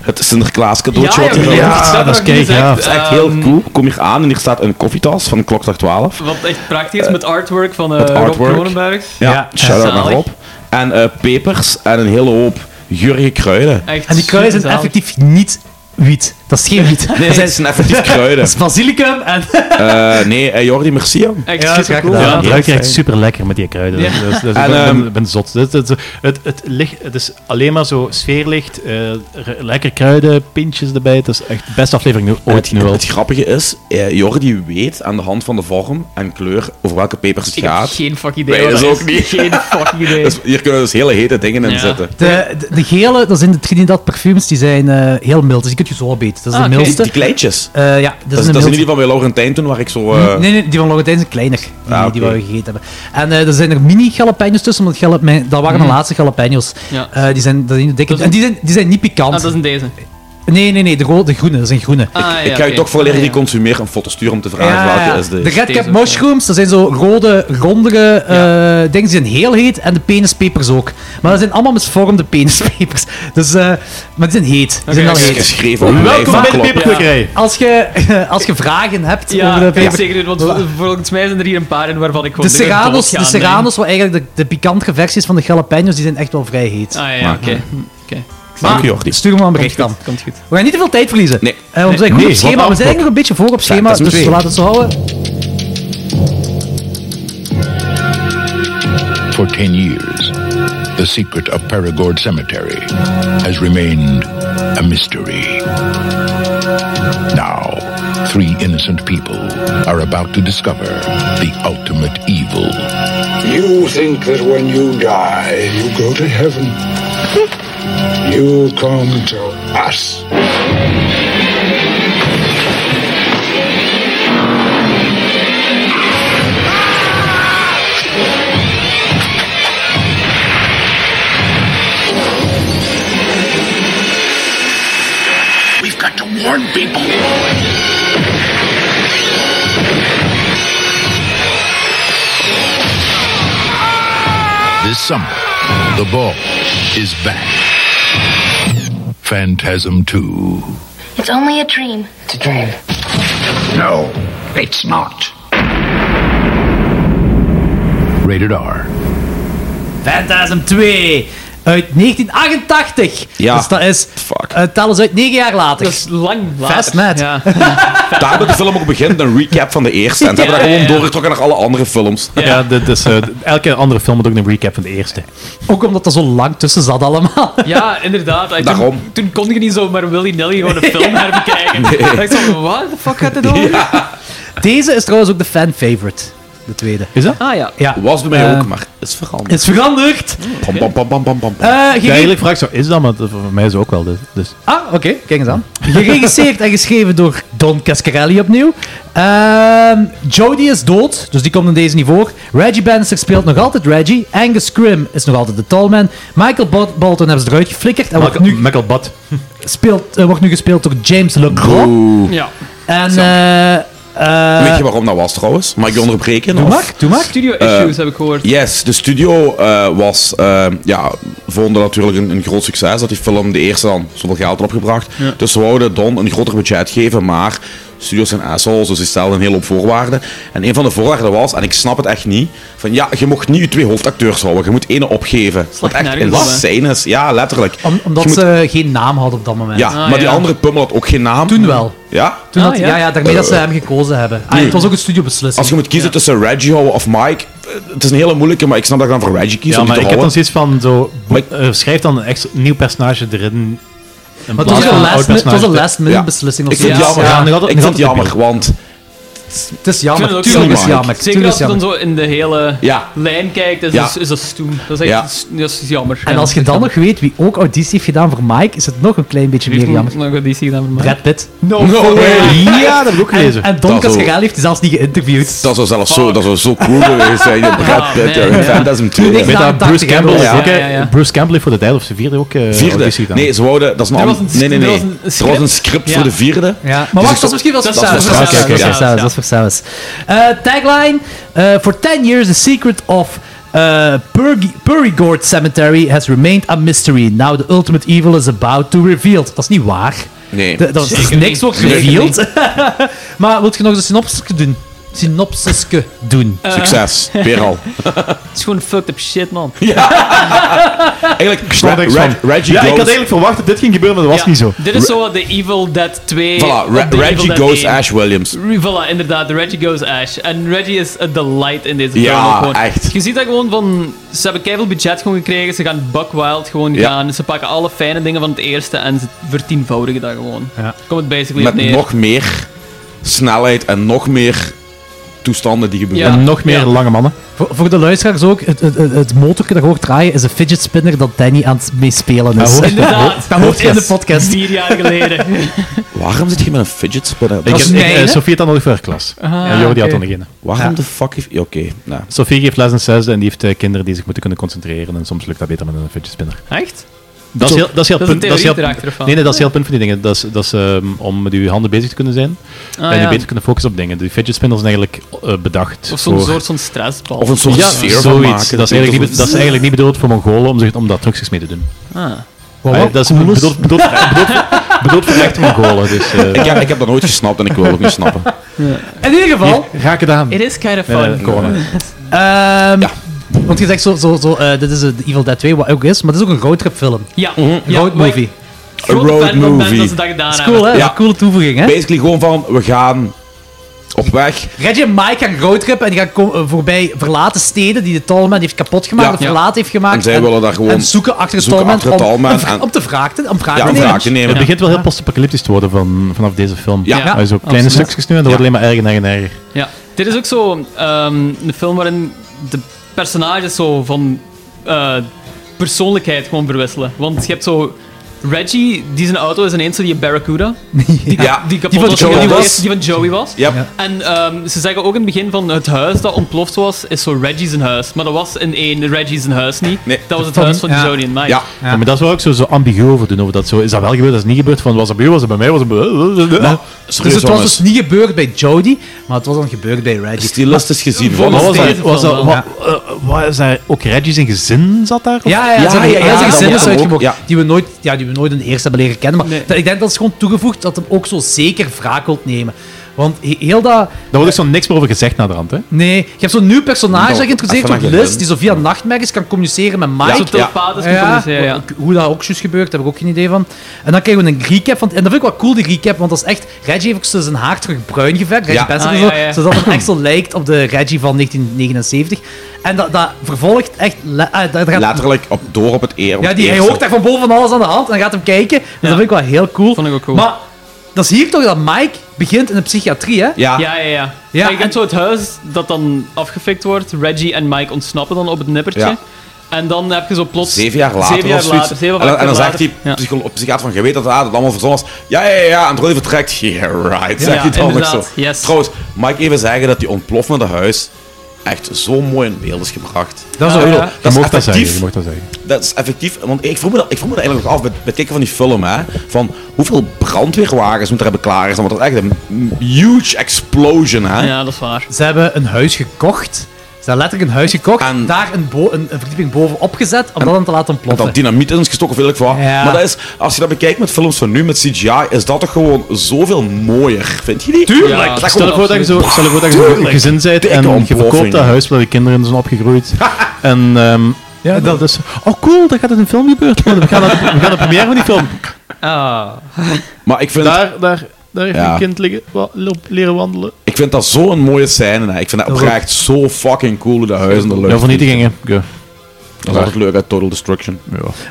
S6: het Sinterklaas cadeautje
S9: Ja,
S6: wat
S9: ja,
S6: hier
S9: ja,
S6: ligt.
S9: dat is dat is ook niet
S6: Dat
S9: gezegd.
S6: is echt
S9: Ehm,
S6: heel cool. Kom hier aan en hier staat een koffietas van klokslag 12.
S9: Wat echt praktisch is met artwork van eh
S6: Het
S9: Rob
S6: artwork.
S9: Kronenbergs.
S6: Ja, shout-out naar
S9: Zalig. Ah,
S6: Rob. En eh, pepers en een hele hoop gurige kruiden.
S9: Echt
S1: En die kruiden zijn
S9: superzalig.
S1: effectief niet wiet. Dat is geen wiet.
S6: Nee, het zijn effectief kruiden.
S1: Dat is basilicum en...
S6: Eh, nee, eh, Jordi, merci. joh.
S9: Echt
S8: Ja,
S9: super cool.
S8: Ja, het ruikt echt super lekker met die kruiden.
S9: Ja.
S8: Dat is- dat is-
S6: En,
S8: ik ben,
S6: ehm,
S8: ben- ben zot. Het, het, het, het, ligt- het is alleen maar zo sfeerlicht, eh, r- lekker kruiden, pintjes erbij. Het is echt de beste aflevering nu, ooit.
S6: Het, het, het grappige is, eh, Jordi weet aan de hand van de vorm en kleur over welke pepers het
S9: Ik heb
S6: gaat.
S9: geen fuck idee.
S6: Wij
S9: wat
S6: dus
S9: dat
S6: ook
S9: is.
S6: niet.
S9: Geen fuck idee.
S6: Dus hier kunnen dus hele hete dingen in
S9: Ja.
S6: zitten.
S1: De, de, de gele, dat zijn de Trinidad parfums, die zijn eh, heel mild. Dus die kun je zo beet.
S9: Ah,
S8: Ah,
S1: Dat is de
S6: Die,
S1: mildste.
S6: die kleintjes.
S1: Eh, ja, dat,
S6: dat,
S1: is
S6: is,
S1: een
S6: dat zijn
S1: mildste.
S6: niet die van bij Laurentijn toen, waar ik zo... eh,
S1: Nee, nee, die van Laurentijn zijn kleiner. Die,
S6: Ah, oké.
S1: die wat we gegeten hebben. En eh, er zijn er mini jalapenos tussen, want jalapeno, dat waren de
S9: Mm.
S1: laatste jalapenos.
S9: Ja.
S1: Eh, die zijn, dat zijn de dikke.
S9: Dat is-
S1: en die zijn, die zijn niet pikant.
S9: Ah, dat is een deze.
S1: Nee, nee, nee, de, ro- de groene. Dat zijn groene.
S9: Ah, ja,
S6: ik ga je
S9: oké.
S6: toch voor leren die consumeer een foto sturen om te vragen
S1: Ja, ja.
S6: welke is
S1: De
S6: deze.
S1: red cap mushrooms, dat zijn zo rode, rondere eh dingen. Die zijn heel heet. En de penispepers ook. Maar dat zijn allemaal misvormde penispepers. Dus, eh, maar die zijn heet. Die zijn
S6: Oké.
S1: wel heet.
S6: Geschreven op een lijf van kloppen.
S8: peperkwekerij.
S1: Als je, als je vragen hebt
S9: Ja,
S1: over de
S9: ik weet
S1: peper...
S9: zeker niet, want vol- volgens mij zijn er hier een paar in waarvan ik
S1: De
S9: gewoon denk dat
S1: serranos,
S9: doodgaan,
S1: de serranos wat eigenlijk de, de pikante versies van de jalapenos, die zijn echt wel vrij heet.
S9: denk ik. Ah ja, oké. Oké.
S1: Maar,
S6: Jordi.
S1: Stuur me maar een bericht
S9: Komt
S1: dan.
S9: goed, Komt goed.
S1: We gaan niet te veel tijd verliezen.
S6: Nee.
S1: Eh, want we zijn goed
S8: Nee,
S1: op schema.
S8: wat
S1: We zijn eigenlijk
S8: afgesproken.
S1: nog een beetje voor op schema,
S6: dat is
S1: dus we
S6: twee.
S1: laten het zo houden.
S10: For 10 years, the secret of Perigord Cemetery has remained a mystery. Now, three innocent people are about to discover the ultimate evil.
S16: You think that when you die, you go to heaven. you come to us.
S10: We've got to warn people. This summer, the ball is back. Phantasm 2.
S17: It's only a dream.
S10: It's a dream. No, it's not. Rated R.
S1: Phantasm 2 uit 1988.
S6: Ja.
S1: Dus dat is.
S6: Fuck.
S1: eh, tel eens uit 9 jaar later.
S9: Dat is lang later.
S1: Fast net.
S9: Ja.
S6: Daar met de film ook begint, een recap van de eerste. En ze hebben dat
S9: Ja, ja,
S6: gewoon
S9: ja.
S6: doorgetrokken naar alle andere films.
S8: Ja, dit is, eh, elke andere film moet ook een recap van de eerste.
S1: Ook omdat er zo lang tussen zat allemaal.
S9: Ja, inderdaad. Toen,
S6: Daarom.
S9: toen kon ik niet zo maar Willy Nelly gewoon een film herbekijken. Ik dacht van, what the fuck gaat dit over?
S1: Deze is trouwens ook de fan favorite. De tweede.
S8: Is dat?
S9: Ah ja.
S1: Ja.
S6: Was bij mij
S1: Eh,
S6: ook, maar is veranderd.
S1: Is veranderd.
S6: Bam, bam, bam, bam, bam, bam.
S1: Eh, gere-
S8: Ja, eigenlijk vraag ik zo, is dat? Maar dat- voor mij is het ook wel. dit, Dus.
S1: Ah, oké. Kijk eens aan. Geregisseerd en geschreven door Don Cascarelli opnieuw. Ehm Jody is dood, dus die komt in deze niet voor. Reggie Bannister speelt nog altijd Reggie. Angus Scrim is nog altijd de tallman. Michael Bal- Bolton hebben ze eruit geflikkerd. En wordt
S8: Michael,
S1: nu,
S8: Michael Bad.
S1: speelt, eh, wordt nu gespeeld door James LeGros.
S6: Oeh.
S9: ja.
S1: En eh eh,
S6: Weet je waarom dat was trouwens? Mag ik je onderbreken?
S1: doe
S6: Of- Eh,
S1: maar, doe maar.
S9: Studio issues heb ik gehoord.
S6: Yes, de studio eh, was, eh, ja, vonden natuurlijk een, een groot succes dat die film de eerste dan zoveel geld had opgebracht. Dus ze wouden Don een groter budget geven, maar studios zijn assholes, dus die stelden een hele hoop voorwaarden. En een van de voorwaarden was, en ik snap het echt niet, van ja, je mocht niet je twee hoofdacteurs houden, je moet ene opgeven. Wat echt
S9: nergens op, hè?
S6: insane is, ja, letterlijk.
S1: Om- omdat
S6: Je moet-
S1: ze geen naam hadden op dat moment.
S6: Ja, maar die
S9: Ah, ja.
S6: andere pummel had ook geen naam.
S1: Toen wel.
S6: Ja?
S1: Toen
S9: Ah,
S1: dat, ja.
S9: ja.
S1: Ja, daarmee dat ze hem gekozen hebben. Ah,
S6: Eh, Nee.
S1: het was ook een studiobeslissing.
S6: Als je moet kiezen tussen Reggie houden of Mike, eh, het is een hele moeilijke, maar ik snap dat ik dan voor Reggie kies
S8: Ja,
S6: om die
S8: maar ik
S6: te
S8: heb dan
S6: houden.
S8: zoiets van, zo,
S6: Maar ik-
S8: eh, schrijf dan een extra, nieuw personage erin. in
S1: Maar het
S8: plaats
S1: was
S8: van
S1: een
S8: een oud
S1: last, het was
S8: personage.
S1: een last minute
S6: Ja.
S1: beslissing. of
S6: Ik vind het
S1: zoiets.
S6: jammer,
S1: Ja,
S8: nog altijd-
S6: ik
S8: nog
S6: vind het
S8: altijd
S6: jammer, want
S1: Het is
S9: Ik
S1: jammer.
S9: vind het ook
S1: Tuurlijk is
S6: jammer.
S1: jammer.
S9: Zeker
S1: Tuurlijk
S9: als
S1: is
S9: je dan
S1: jammer.
S9: zo in de hele
S6: Ja.
S9: lijn kijkt, is,
S6: Ja.
S9: dat- is dat stoem. Dat is echt
S6: Ja.
S9: dat is jammer.
S1: En als je dan nog weet wie ook auditie heeft gedaan voor Mike, is het nog een klein beetje meer jammer.
S9: Nog die zie je dan voor mij.
S1: Brad Pitt.
S6: No way.
S8: Ja, dat heb ik ook gelezen.
S1: En Don
S6: Dat is ook-
S1: Cascarelli heeft die zelfs niet geïnterviewd. Ah,
S6: Dat zou zelfs zo, dat zou zo cool geweest zijn. Je eh, Brad Pitt,
S9: man,
S6: ja,
S9: ja.
S6: in Phantasm 2.
S1: Niks
S6: ja.
S8: Weet
S1: Ja,
S8: dat Bruce
S1: 80
S8: Campbell, is
S1: euro,
S8: ook,
S9: ja,
S8: eh,
S9: ja, ja.
S8: Bruce Campbell heeft voor de derde of de vierde ook eh
S6: Vierde.
S8: auditie gedaan.
S6: Nee, ze wouden, dat is een
S9: Er was
S6: ander-
S9: een-
S6: Nee, nee,
S9: er
S6: nee.
S9: was een- een
S6: Er was een
S9: script.
S6: script
S9: Ja.
S6: voor de vierde. Dus
S1: Ja. Maar wacht, dat is misschien wel
S9: Dat is
S1: voor
S6: voor
S1: Saus.
S6: Saus,
S1: Dat is
S6: oké,
S1: voor
S6: oké.
S1: Saus, Dat is voor Saus. Eh, Tagline: eh, For 10 years, the secret of eh, Uh, Purg- Purigord Cemetery has remained a mystery. Now the ultimate evil is about to revealed. Dat is niet waar.
S6: Nee.
S1: De- dat is
S6: Zeker
S1: niks
S6: niet.
S1: wordt
S6: Zeker
S1: revealed. maar wilt je nog eens een synopsiske doen? Synopsiske doen.
S9: Eh.
S6: Succes, weer al.
S9: Het is gewoon fucked up shit, man.
S6: Eigenlijk,
S8: Ik stond
S6: Re-
S8: echt
S6: Re-
S8: van-
S6: Reggie
S8: ja, ik had
S6: Ghost-
S8: eigenlijk verwacht dat dit ging gebeuren, maar dat was
S9: Ja,
S8: niet zo.
S9: Dit is zo wat de Evil Dead 2.
S6: Voilà,
S9: op
S6: Re-
S9: de Evil
S6: Reggie
S9: Dead
S6: Goes
S9: 1.
S6: Ash Williams.
S9: Re- Voilà, inderdaad, de Reggie Goes Ash. En Reggie is a delight in deze
S6: Ja,
S9: film. ook gewoon.
S6: echt.
S9: Je ziet dat gewoon van. Ze hebben keihard budget gewoon gekregen, ze gaan Buck Wild gewoon
S6: Ja.
S9: gaan. Ze pakken alle fijne dingen van het eerste en ze vertienvoudigen dat gewoon. Komt het basically
S6: Met
S9: op neer.
S6: nog meer snelheid en nog meer toestanden die gebeuren.
S1: Ja. En
S8: nog meer lange mannen.
S1: Voor, voor de luisteraars ook, het, het, het- het motorje dat je hoort draaien is een fidget spinner dat Danny aan het meespelen is.
S9: Inderdaad.
S1: dat hoort in de podcast.
S9: Vier jaar geleden.
S6: Waarom zit je met een fidget spinner?
S8: Ik heb, ik, eh,
S6: Sophie
S8: Sophie had dan nog voor haar klas.
S9: Ah,
S8: en Jordi had
S9: oké.
S8: dan degene.
S6: Waarom de fuck heeft... ja, Oké, nou.
S8: Sophie geeft les in zesde en die heeft eh, kinderen die zich moeten kunnen concentreren. En soms lukt dat beter met een fidget spinner.
S9: Echt?
S8: Dat is heel, dat is heel
S9: Dat is
S8: punt.
S9: een
S8: Dat is heel,
S9: theorie erachter, of wat?
S8: nee, nee, dat is heel punt van die dingen. Dat is, dat is ehm, om met uw handen bezig te kunnen zijn.
S9: Ah,
S8: en je
S9: ja.
S8: beter kunnen focussen op dingen. De fidget spinners zijn eigenlijk eh, bedacht.
S9: Of zo'n
S8: voor-
S9: soort van stressbal.
S8: ja, zoiets. Dat, is eigenlijk niet, be- dat is eigenlijk niet bedoeld voor Mongolen om, zich, om dat trucjes mee te doen.
S9: Ah.
S8: Ah, dat is bedoeld, bedoeld, bedoeld, bedoeld- bedoeld voor echte Mongolen. Dus, eh.
S6: Ik, heb, ik heb dat nooit gesnapt en ik wil het ook niet snappen.
S1: In ieder geval,
S8: Hier, raak het aan.
S9: It is kind of
S8: Nee,
S9: fun.
S8: nee, corona.
S1: Ehm, Want je zegt zo, zo, zo eh, dit is eh, de Evil Dead 2, wat ook is, maar dit is ook een roadtripfilm.
S9: Ja.
S1: Een
S9: Ja,
S1: Mhm. road
S9: maar ik-
S1: movie.
S9: Grote
S6: Mhm. road
S9: fan van Ben
S6: movie.
S9: dat ze dat gedaan
S1: Dat is
S9: hebben.
S1: cool, hè?
S6: Ja.
S1: Dat is een coole toevoeging, hè?
S6: Basically gewoon van, we gaan op weg.
S1: Reggie en Mike gaan roadtrippen en die gaan ko- eh, voorbij verlaten steden die de Tallman heeft kapot gemaakt,
S6: Ja.
S1: of verlaten heeft gemaakt.
S6: En zij willen daar gewoon
S1: en zoeken achter de
S6: zoeken
S1: Tallman
S6: achter de
S1: om,
S6: Tallman
S1: om vra-
S6: en-
S1: om te vraag te, om vraag
S6: Ja,
S1: te
S6: om
S1: nemen.
S6: vraag te nemen.
S8: Het begint wel heel post-apocalyptisch te worden van, vanaf deze film.
S6: Ja.
S8: Hij is ook kleine
S9: Absoluut.
S8: stukjes nu en dat wordt alleen maar erger en erger en erger.
S9: Ja, dit is ook zo ehm, een film waarin de personages zo van eh, persoonlijkheid gewoon verwisselen. Want je hebt zo Reggie, die zijn auto is ineens zo die Barracuda. Die,
S6: Ja.
S9: die kapot
S6: Die van
S9: was,
S6: Joey
S9: die,
S6: was.
S9: eerste die van Joey was.
S6: Yep. Ja.
S9: En ehm, ze zeggen ook in het begin van het huis dat ontploft was, is zo Reggie's huis. Maar dat was in één Reggie's huis niet. Dat was het
S8: Van-
S9: huis van
S8: ja.
S9: Jody en Mike.
S8: Ja, maar dat is wel ook zo, zo ambigu over doen. Over dat zo, is dat wel gebeurd? Dat is niet gebeurd. Van, was dat bij u? Was dat bij mij? Was dat bij...
S1: Dus het was dus niet gebeurd bij Jody, maar het was dan gebeurd bij Reggie.
S6: Stilistisch gezien.
S8: Maar
S1: Volgens
S8: was dat,
S1: deze
S8: was dat,
S1: film
S8: wa-
S1: wel.
S8: eh, wa- is daar ook Reggie zijn gezin zat daar? of-
S1: Ja, ja, ja, ja,
S8: dat
S1: zijn gezin
S8: moet
S1: is
S8: ook,
S1: uitgemokt.
S8: ja.
S1: Die, we nooit, ja, die we nooit in de eerste hebben leren kennen. Maar dat- ik denk dat is gewoon toegevoegd dat hem ook zo zeker wraak wilt nemen. Want he- heel dat...
S8: Daar wordt ook zo niks meer over gezegd naar de rand, hè?
S1: Nee, je hebt zo'n nieuw personage
S8: Nou,
S1: dat geïnteresseerd
S8: even
S1: wordt,
S8: naar
S1: Liz,
S8: gezin.
S1: die zo via nachtmerries kan communiceren met Mike.
S9: Zo telepathisch kan communiceren, ja.
S1: Hoe- Hoe dat ook juist gebeurt, daar heb ik ook geen idee van. En dan krijgen we een recap. Van, en dat vind ik wel cool, die recap, want dat is echt... Reggie heeft ook zo zijn haar terug bruin geverfd,
S9: Ja.
S1: Reggie Benson
S9: Ah,
S1: en zo,
S9: ja, ja.
S1: zodat het echt zo lijkt op de Reggie van 1979. En dat, dat vervolgt echt... le- eh, dat gaat
S6: Letterlijk op, door op het eer. op
S1: ja,
S6: het
S1: die, hij
S6: eerste.
S1: hoort daar van boven van alles aan de hand en gaat hem kijken. Dus dat vind ik wel heel cool. Maar dat is hier toch dat Mike begint in de psychiatrie, hè?
S9: Ja, ja, ja. ja je hebt zo het huis dat dan afgefikt wordt. Reggie en Mike ontsnappen dan op het nippertje.
S6: Ja.
S9: En dan heb je zo plots...
S6: Zeven jaar later
S9: Zeven jaar
S6: of zoiets.
S9: later, zeven of
S6: en, dan-
S9: acht
S6: en dan
S9: jaar
S6: zegt
S9: later.
S6: die psycholo- psychiater van, je weet dat ah, dat allemaal verzonnen was. Ja, ja, ja, ja. En Troy vertrekt. Yeah, right.
S9: Ja,
S6: Zeg je dan ook zo.
S9: inderdaad, yes.
S6: Trouwens, mag ik even zeggen dat die ontploffende huis echt zo mooi in beeld is gebracht.
S8: Dat is
S6: Ik
S8: ook-
S6: bedoel,
S8: ja.
S6: dat
S8: Je
S6: is
S8: mocht dat zeggen,
S6: effectief.
S8: je mocht dat zeggen.
S6: Dat is effectief, want ik vroeg me dat, ik vroeg me dat eigenlijk nog af bij, bij het kijken van die film, hè. Van hoeveel brandweerwagens moet er hebben klaargestaan, want dat is echt een huge explosion, hè.
S9: Ja, dat is waar.
S1: Ze hebben een huis gekocht. Ze hebben letterlijk een huis gekocht. daar een, bo- een, een verdieping bovenop gezet om dat dan te laten
S6: En
S1: ontploffen.
S6: dat dynamiet in is gestoken, weet ik wat.
S1: Ja.
S6: Maar dat is, als je dat bekijkt met films van nu, met CGI, is dat toch gewoon zoveel mooier, vind je niet?
S8: Tuurlijk! stel je voor dat je zo, stel je voor dat je zo
S6: Tuurlijk!
S8: gezin bent
S6: Dikke
S8: en je
S6: ontploffing.
S8: verkoopt dat huis waar de kinderen in zijn opgegroeid. en ehm, ja, dat, is... Oh cool, dat gaat in een film gebeurd worden. We gaan naar de, we gaan naar de première van die film.
S1: Ah.
S6: Maar ik vind,
S8: Daar, daar, daar heeft
S6: Ja.
S8: een kind liggen, wa- loop- leren wandelen.
S6: ik vind dat zo'n mooie scène. Hè. Ik vind dat
S8: Dat
S6: oprecht zo fucking cool hoe dat huis in de lucht
S8: Ja, vernietigingen. Ja.
S6: Dat is altijd leuk uit Total Destruction.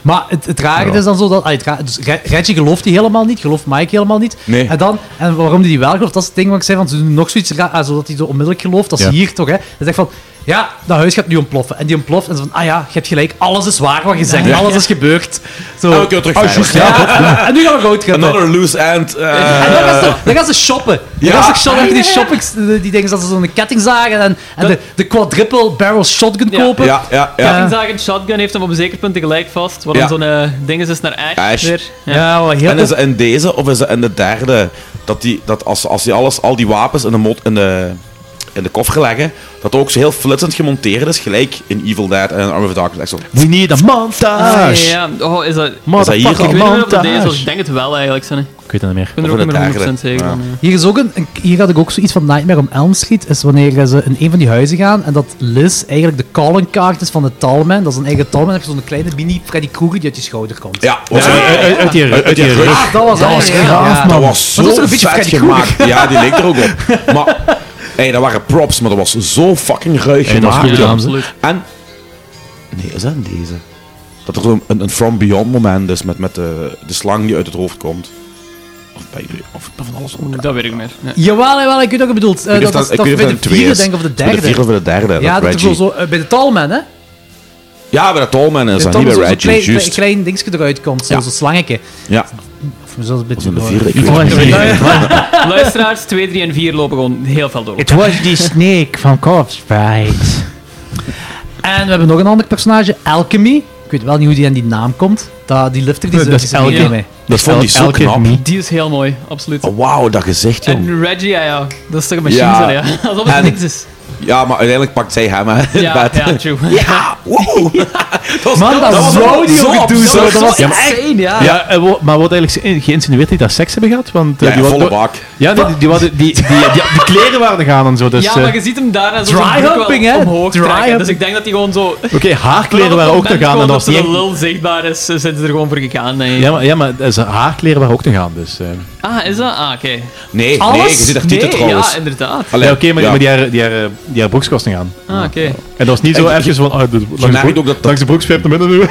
S1: Maar het, het rare is dan zo dat... ah, het ra- dus Re- Reggie gelooft die helemaal niet, gelooft Mike helemaal niet.
S6: Nee.
S1: En, dan, en waarom die die wel gelooft, dat is het ding wat ik zei, want ze doen nog zoiets raar, ah, zodat hij zo onmiddellijk gelooft. Dat is
S8: Ja.
S1: hier toch, hè. Hij zegt van, ja, dat huis gaat nu ontploffen. En die ontploft en zo van, ah ja, je hebt gelijk, alles is waar wat je zegt,
S6: Ja.
S1: alles is gebeurd. Zo.
S6: Ah, we kunnen
S8: Oh,
S6: terug
S1: Ah, juist,
S6: verder.
S1: ja. En nu gaan we roadtrippen.
S6: Another loose end. eh,
S1: En dan gaan, ze, dan gaan ze shoppen. Dan
S6: Ja.
S1: gaan ze shoppen, die shoppings, die die dingen dat ze zo'n ketting zagen en, en de, de quadruple barrel shotgun kopen.
S6: Ja, ja, ja.
S1: Eh,
S9: Kettingzagen, shotgun heeft hem op een zeker punt tegelijk vast. Waarom
S6: Ja.
S9: zo'n eh, ding is, is naar Ash,
S6: Ash.
S9: weer.
S6: En is het in deze of is het in de derde dat, die, dat als, als die alles, al die wapens in de, mot, in de, in de koffer leggen, dat ook zo heel flitsend gemonteerd is, gelijk in Evil Dead en Arm of the Darkness. Echt zo.
S8: We need a montage!
S9: Ah, ja, ja. Oh, is dat...
S8: Motherfucker,
S9: Ik
S6: Is dat hier?
S9: weet niet meer of dat
S8: montage.
S9: deze was. Ik denk het wel, eigenlijk. Sonny.
S8: Ik weet het niet meer.
S9: ben er ook niet meer 100% zeker van.
S1: Hier, is ook een, een- hier had ik ook zoiets van Nightmare on Elm Street. Is wanneer ze in een van die huizen gaan en dat Liz eigenlijk de calling card is van de Talman. Dat is een eigen Talman. Dan heb je zo'n kleine mini Freddy Krueger die uit je schouder komt.
S6: Ja,
S1: Ja, uit- uit- uit die- uit die rug. Ah, dat was echt gaaf, man.
S6: Dat was
S1: Maar dat
S6: zo
S1: is toch een beetje
S6: vet
S1: Freddy
S6: gemaakt.
S1: Krueger?
S6: Ja, die leek er ook op. Maar, hey, dat waren props, maar dat was zo fucking ruig
S8: Hey, dat is
S6: gemaakt.
S8: goed
S6: joh.
S8: gedaan, ze.
S6: en, nee, is dat in deze? Dat er zo'n een, een From Beyond moment is met, met de, de slang die uit het hoofd komt. Of bij
S9: eh.
S6: of van alles onder.
S9: Dat weet ik meer. Ja.
S1: Jawel, jawel, ik weet ook wat je bedoelt. Eh,
S6: Ik weet
S1: dat
S6: of
S1: is
S6: dat-
S1: dat
S6: ik
S1: bij
S6: weet
S1: de
S6: of dat een twee
S1: vierde,
S6: is.
S1: denk ik, of de
S6: Bij de
S1: derde.
S6: vierde of de derde, dat
S1: Ja, dat is
S6: Reggie.
S1: wel zo, eh, bij de Talman, hè?
S6: Ja, bij de Tolman is
S1: De
S6: dat,
S1: Talman
S6: niet bij
S1: zo'n
S6: Reggie,
S1: klein,
S6: juist.
S1: klein, klein dingetje eruit komt, zo- zo'n slangetje.
S6: Ja.
S1: Of zo een beetje...
S6: in de
S1: door-
S6: vierde, ik weet
S1: Oh,
S6: het
S1: nee.
S6: niet.
S9: Luisteraars 2, 3 en 4 lopen gewoon heel veel door.
S1: Het was die snake van Corpse Bride. En we hebben nog een ander personage, Alchemy. Ik weet wel niet hoe die aan die naam komt. Dat, die lifter die ze
S9: Dat is
S1: die ze mee-
S9: Alchemy.
S1: mee.
S6: Dat vond ik zo knap.
S9: Die is heel mooi, absoluut.
S6: Oh, Wauw, dat gezicht, joh.
S9: En Reggie, ja, ja. Dat is toch een machine, ja.
S6: Ja.
S9: ja. Alsof het
S6: En-
S9: niks is.
S6: Ja, maar uiteindelijk pakt zij hem, hè. in
S9: Ja,
S6: bed.
S9: ja, true.
S6: Ja, wow.
S1: Man, dat
S6: was
S1: zou die
S6: zo
S1: ook doen,
S6: absurd.
S1: zo. Dat was
S6: Ja,
S1: echt-
S9: Insane, ja.
S8: Ja, eh, wo- maar wordt eigenlijk ge- geïnsinueerd dat die dat seks hebben gehad? Want, eh,
S6: Ja,
S8: die
S6: volle
S8: wa-
S6: bak.
S8: Ja, nee, die, die, hadden- die, die, die, die kleren waren er gaan en zo. Dus,
S9: ja,
S8: eh,
S9: maar je ziet hem daarna zo
S8: Dry
S9: zijn broek wel
S8: humping, hè?
S9: omhoog
S8: Dry
S9: trekken. Dus
S8: humping.
S9: ik denk dat hij gewoon zo...
S8: Oké, haarkleren waren ook te gaan en dat was niet...
S9: de lul zichtbaar is, eh, zijn ze er gewoon voor gegaan. Nee.
S8: Ja, maar, ja, maar eh, zijn haarkleren waren ook te gaan, dus... eh.
S9: Ah, is dat? Ah, oké.
S6: Nee,
S9: Alles?
S6: nee, je ziet haar tieten
S9: Nee,
S6: trouwens.
S9: Ja, inderdaad.
S8: Ja, oké, maar,
S6: ja.
S8: maar die haar, die haar, eh, die haar broekskast te gaan.
S9: Ah, oké.
S8: En dat was niet zo
S6: En je-
S8: ergens van... ah, de- langs, de
S6: merkt
S8: broek,
S6: ook dat dat-
S8: langs de broekspijp naar binnen.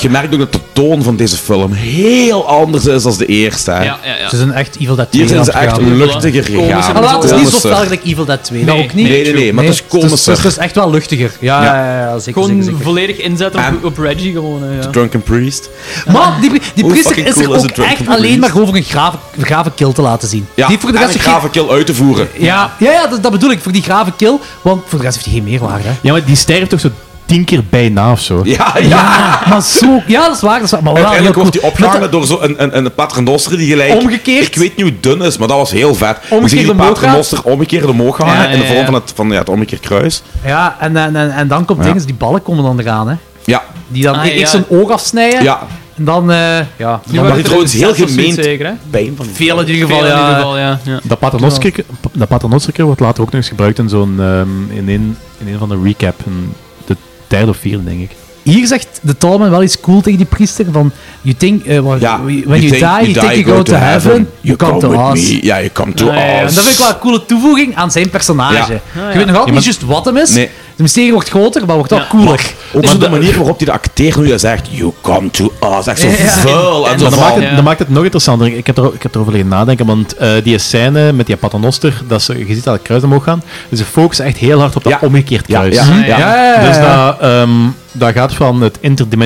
S6: Je merkt ook dat de toon van deze film heel anders is dan de eerste. Hè?
S1: Ja, ja, ja. Ze zijn echt Evil Dead
S6: Hier
S1: 2
S6: zijn ze
S1: aan het
S6: echt
S1: gaan.
S6: luchtiger
S1: Komischer.
S6: gegaan.
S1: Maar het is niet zo
S6: Komischer.
S1: fel gelijk Evil Dead 2, dat
S9: Nee,
S1: ook niet.
S6: eh,
S1: Dus-
S6: nee, nee, nee, maar het is
S1: Het is,
S6: komischer.
S1: het is echt wel luchtiger. dus- Ja, ja,
S6: Ja.
S1: ja, ja, zeker,
S9: Gewoon
S1: zeker, zeker.
S9: volledig inzetten op, op Reggie gewoon. eh, ja.
S6: Drunken Priest.
S1: Man, die, die
S6: Hoe
S1: priester
S6: fucking
S1: is er
S6: cool is
S1: ook
S6: het Drunken
S1: echt alleen
S6: Priest?
S1: maar over een grave, grave kill te laten zien.
S6: Ja,
S1: die heeft voor de rest
S6: en een
S1: geen-
S6: grave kill uit te voeren.
S1: Ja, ja, ja dat, dat bedoel ik, voor die grave kill. Want voor de rest heeft hij geen meerwaarde. hè.
S8: Ja, maar die sterft toch zo tien keer bijna of zo?
S6: Ja, ja.
S1: Ah, maar zo... Ja, dat is waar, dat is waar. Maar wel heel
S6: Ah. Uiteindelijk
S1: cool.
S6: wordt hij opgehangen door zo'n een, een, een paternoster die gelijk...
S1: Omgekeerd.
S6: Ik weet niet hoe dun is, maar dat was heel vet.
S1: Omgekeerd
S6: Je ziet die
S1: omhoog gaat.
S6: paternoster omgekeerd omhoog hangen
S1: Ja, ja,
S6: in de
S1: ja.
S6: vorm van het, van, ja, het omgekeerd kruis.
S1: Ja, en, en, en, en dan komt
S6: Ja.
S1: dingen, die ballen komen dan eraan, hè.
S6: Ja.
S1: Die dan
S9: Ah,
S1: eerst
S9: ja.
S1: zijn oog afsnijden.
S6: Ja.
S1: En dan... eh ja.
S9: Die waren
S6: die trouwens
S9: er dus in de zes
S6: heel
S9: of zoiets
S6: gemeen-
S9: Zeker, hè?
S6: Pijn van
S1: Veel in ieder
S9: Veel
S1: geval,
S9: in ieder
S1: ja.
S9: geval, ja. ja.
S8: Dat paternosterke dat paternosterke wordt later ook nog eens gebruikt in zo'n... ehm, in, een, in een van de recap. in de derde of vierde, denk ik.
S1: Hier zegt de Talman wel iets cool tegen die priester, van... You think... eh, when
S6: Ja,
S1: you, die, you think you go to heaven, you come to
S6: with
S1: us.
S6: me. Ja, you come to
S1: Ah, ja, ja. Ah, En
S6: us.
S1: dat vind ik wel een coole toevoeging aan zijn personage.
S6: Ja.
S1: Je weet nog altijd
S6: Ja,
S1: niet
S6: maar-
S1: juist wat hem is.
S6: Nee.
S1: Het mysterie wordt groter, maar wordt wel cooler.
S6: Ook zo de manier waarop hij dat acteert, hoe hij zegt, you come to us. Echt zo
S1: Ja.
S6: vuil en zo
S8: Maar dat, maakt
S6: van-
S8: het, dat maakt het nog interessanter. Ik heb, er, ik heb erover liggen nadenken, want eh, die scène met die paternoster, dat ze, je ziet dat het kruis omhoog gaan, dus ze focussen echt heel hard op dat omgekeerd kruis.
S6: ja, ja. Ja, ja,
S8: Dus
S6: ja.
S8: dat, ehm, dat gaat van het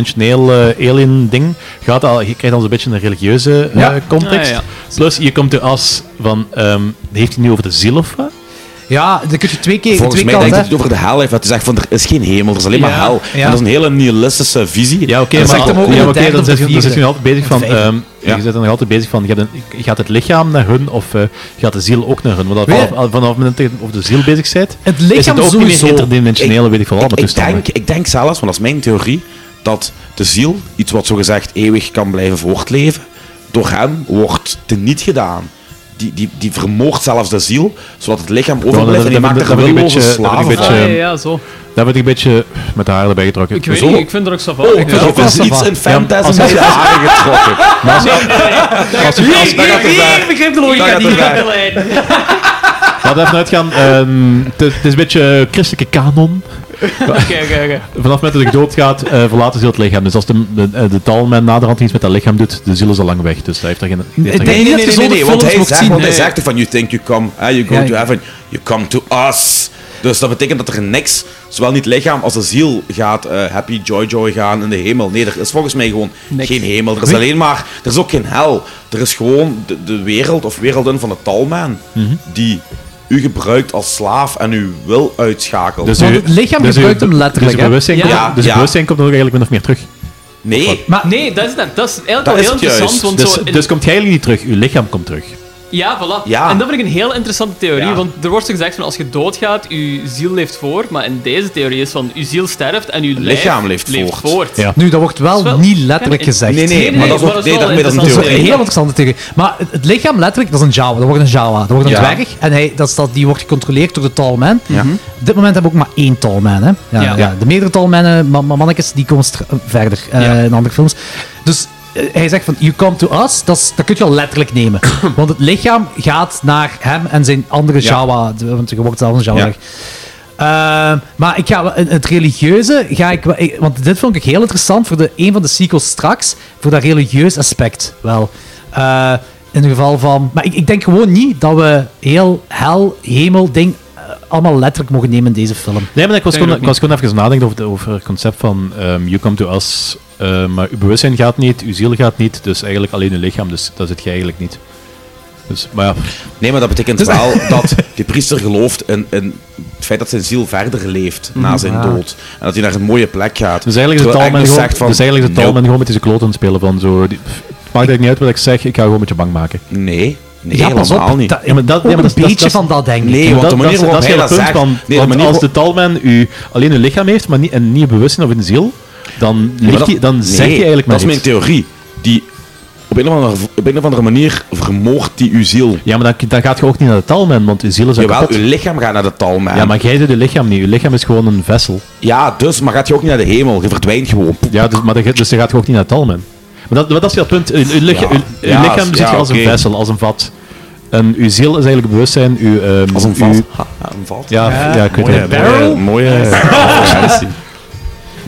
S8: interdimensionele alien ding, gaat al, je krijgt al een beetje een religieuze eh,
S1: Ja.
S6: Ah,
S8: context.
S9: Ja, ja,
S8: Plus, je komt de as van, ehm, heeft hij nu over de ziel of wat?
S1: Ja, dan kun je twee keer
S6: Volgens
S1: twee
S6: mij denkt
S1: kanten.
S6: hij
S1: hè.
S6: het over de hel heeft. Dat hij zegt van er is geen hemel, er is alleen maar
S1: Ja,
S6: hel.
S1: ja.
S6: En dat is een hele nihilistische visie.
S8: Ja, oké,
S6: En dat
S8: maar
S6: zegt hem
S8: ja,
S6: ook
S8: maar
S6: in de
S8: oké,
S6: derde
S8: dan
S6: of de
S8: zit je- dan
S6: vierde.
S8: zit je nog altijd bezig van.
S6: vijfde.
S8: ehm,
S6: Ja.
S8: Je zit dan nog altijd bezig van. Je hebt een, gaat het lichaam naar hun of eh, gaat de ziel ook naar hun? Want dat-
S1: Weet je-
S8: vanaf, vanaf het moment dat je over de ziel bezig bent,
S1: Het
S8: is
S1: lichaam
S8: het ook niet
S1: sowieso.
S8: meer interdimensionele, weet ik veel, allemaal
S6: ik, ik,
S8: toestanden.
S6: denk, ik denk zelfs, want dat is mijn theorie, dat de ziel, iets wat zogezegd eeuwig kan blijven voortleven, door hem wordt teniet gedaan. Die, die, die vermoordt zelfs de ziel, zodat het lichaam
S8: dat-
S6: overblijft en die
S8: dat-
S6: maakt
S8: dat-
S6: er
S8: dat- dat-
S6: willoze
S8: dat- dat- dat-
S6: slaven
S8: dat-
S9: Ah,
S6: van.
S8: dat-
S9: ja,
S8: Ehm,
S9: ja, zo.
S8: Daar word ik een beetje met de haren erbij getrokken.
S9: Ik weet
S8: Zo.
S9: niet, ik vind er ook zo van.
S6: Oh,
S9: Ik
S6: ik vind
S9: wel.
S6: ook wel
S8: Ja,
S6: iets
S8: maar
S6: in
S8: als-
S6: fantasy
S8: als-
S6: met de haren getrokken.
S8: Maar als- als-
S6: Hier,
S8: als-
S6: hier, hier,
S1: begrijp de
S6: logica Dat gaat niet. erbij.
S8: Laten we even uitgaan. ehm, Het is- het is een beetje christelijke kanon.
S9: Oké, oké, oké.
S8: Vanaf het moment dat ik doodgaat, eh verlaten ze het lichaam. Dus als de, de, de talman naderhand iets met dat lichaam doet, de ziel is al lang weg. Dus hij heeft daar geen... die heeft daar
S1: denk
S8: geen-
S1: niet
S6: Nee,
S1: dat
S6: nee,
S1: je zonder
S6: nee, nee, want
S1: films
S6: hij
S1: mocht
S6: zegt,
S1: zien.
S6: want hij
S1: Nee.
S6: zegt van you think you come, eh, you go
S1: Ja,
S6: to
S1: ik-
S6: heaven, you come to us. Dus dat betekent dat er niks, zowel niet lichaam als de ziel, gaat eh, happy joy joy gaan in de hemel. Nee, er is volgens mij gewoon
S9: Niks.
S6: geen hemel. Er is alleen maar, er is ook geen hel. Er is gewoon de, de wereld of werelden van de talman
S8: Mhm.
S6: die u gebruikt als slaaf en uw wil uitschakelt.
S8: Dus
S1: Want
S8: u-
S1: het lichaam gebruikt hem
S8: uw-
S1: letterlijk,
S8: Dus uw
S1: hè?
S8: bewustzijn,
S9: Ja.
S8: komt,
S6: Ja,
S8: dus uw
S6: ja.
S8: bewustzijn komt er ook eigenlijk min of meer terug.
S6: nee,
S9: Nee, dat is, het. dat is eigenlijk wel
S6: Dat is
S9: heel interessant.
S6: het juist.
S9: Want
S8: Dus,
S9: zo in-
S8: dus komt jij eigenlijk niet terug, uw lichaam komt terug.
S9: Ja, voilà.
S6: Ja.
S9: En dat vind ik een heel interessante theorie,
S6: Ja.
S9: want er wordt zo gezegd van als je doodgaat, je ziel leeft voort, maar in deze theorie is van je ziel sterft en je lijf
S6: lichaam leeft
S9: leeft
S6: voort.
S9: voort.
S1: Nu, dat wordt wel, niet letterlijk
S9: geen-
S1: gezegd.
S9: Nee, nee, Nee, nee, maar dat is ook- maar dat is nee, wel daarmee dat is een
S1: Dat is een
S9: interessant.
S1: heel interessante theorie. Maar het, het lichaam letterlijk, dat is een Jawa. Dat wordt een Jawa. Dat wordt een
S6: Ja.
S1: dwerg. En hij, dat is dat, die wordt gecontroleerd door de tallman.
S6: Ja.
S1: Op dit moment hebben we ook maar één tallman. Hè? Ja, ja.
S6: Ja.
S1: De meerdere tallmannen, ma- ma- mannetjes, die komen str- verder eh, in andere films. Dus eh, hij zegt van, you come to us. Dat, is, dat kun je al letterlijk nemen. Want het lichaam gaat naar hem en zijn andere
S6: Ja.
S1: Jawa. de- Want je wordt zelf een Jawa.
S6: Ja.
S1: dwerg. Ehm, maar ik ga, wel- in het religieuze ga ik, wel- ik- Want dit vond ik heel interessant voor de, een van de sequels straks. Voor dat religieus aspect wel. Eh, in het geval van. Maar ik, ik denk gewoon niet dat we heel hel, hemel, ding. eh, allemaal letterlijk mogen nemen in deze film.
S8: Nee, maar ik was, gewoon, ik was gewoon even nadenken over, de- over het concept van ehm, You Come To Us, eh, maar uw bewustzijn gaat niet, uw ziel gaat niet, dus eigenlijk alleen uw lichaam, dus dat zit je eigenlijk niet. Dus, maar ja. Dus-
S6: Nee, maar dat betekent wel dat die priester gelooft in, in het feit dat zijn ziel verder leeft na
S8: Mhm.
S6: zijn
S8: Ah.
S6: dood. En dat hij naar een mooie plek gaat.
S8: Dus eigenlijk is het
S6: Terwijl
S8: talman
S6: Agnes
S8: gewoon,
S6: zegt van...
S8: dus eigenlijk is het
S6: "Nope."
S8: talman gewoon met deze kloot aan het spelen van zo... Die, pff, het maakt eigenlijk niet uit wat ik zeg, ik ga gewoon met je bang maken.
S6: Nee. Nee,
S8: Ja, pas
S6: helemaal
S8: op,
S6: niet.
S8: dat- ja, maar dat- ja, maar dat- dat- dat-
S6: Nee, want de manier
S8: is-
S6: waarop
S8: is
S6: hij
S8: het
S6: dat
S8: punt,
S6: zegt...
S8: want-
S6: nee,
S8: want
S6: manier
S8: als de
S6: waarop-
S8: talman u alleen een lichaam heeft, maar niet, en niet een bewustzijn of een ziel, dan,
S6: Ja, maar
S8: ligt
S6: dat-
S8: hij- dan
S6: nee,
S8: zeg je eigenlijk maar
S6: Dat is mijn
S8: niks.
S6: theorie. Die op een, of andere, op een of andere manier vermoordt die uw ziel.
S8: Ja, maar dan, dan gaat je ook niet naar de talman, want uw ziel is al
S6: Jawel,
S8: kapot.
S6: uw lichaam gaat naar de talman.
S8: Ja, maar jij doet je lichaam niet. Je lichaam is gewoon een vessel.
S6: Ja, dus, maar gaat je ook niet naar de hemel? Je verdwijnt gewoon.
S8: Ja, dus, maar dan, dus dan gaat je ook niet naar het talman. Maar dat, maar dat is jouw punt. Je, lichaam,
S6: Ja.
S8: uw- uw
S6: Ja,
S8: lichaam
S6: ja,
S8: zit je als
S6: oké.
S8: een vessel, als een vat. En uw ziel is eigenlijk bewustzijn. Uw, ehm,
S6: Als een vat.
S8: uw-
S6: Ha, een vat.
S8: Ja,
S6: Ja.
S8: ja, ik weet
S6: Mooie
S8: het.
S6: barrel. Mooie- mooie-
S8: Ja.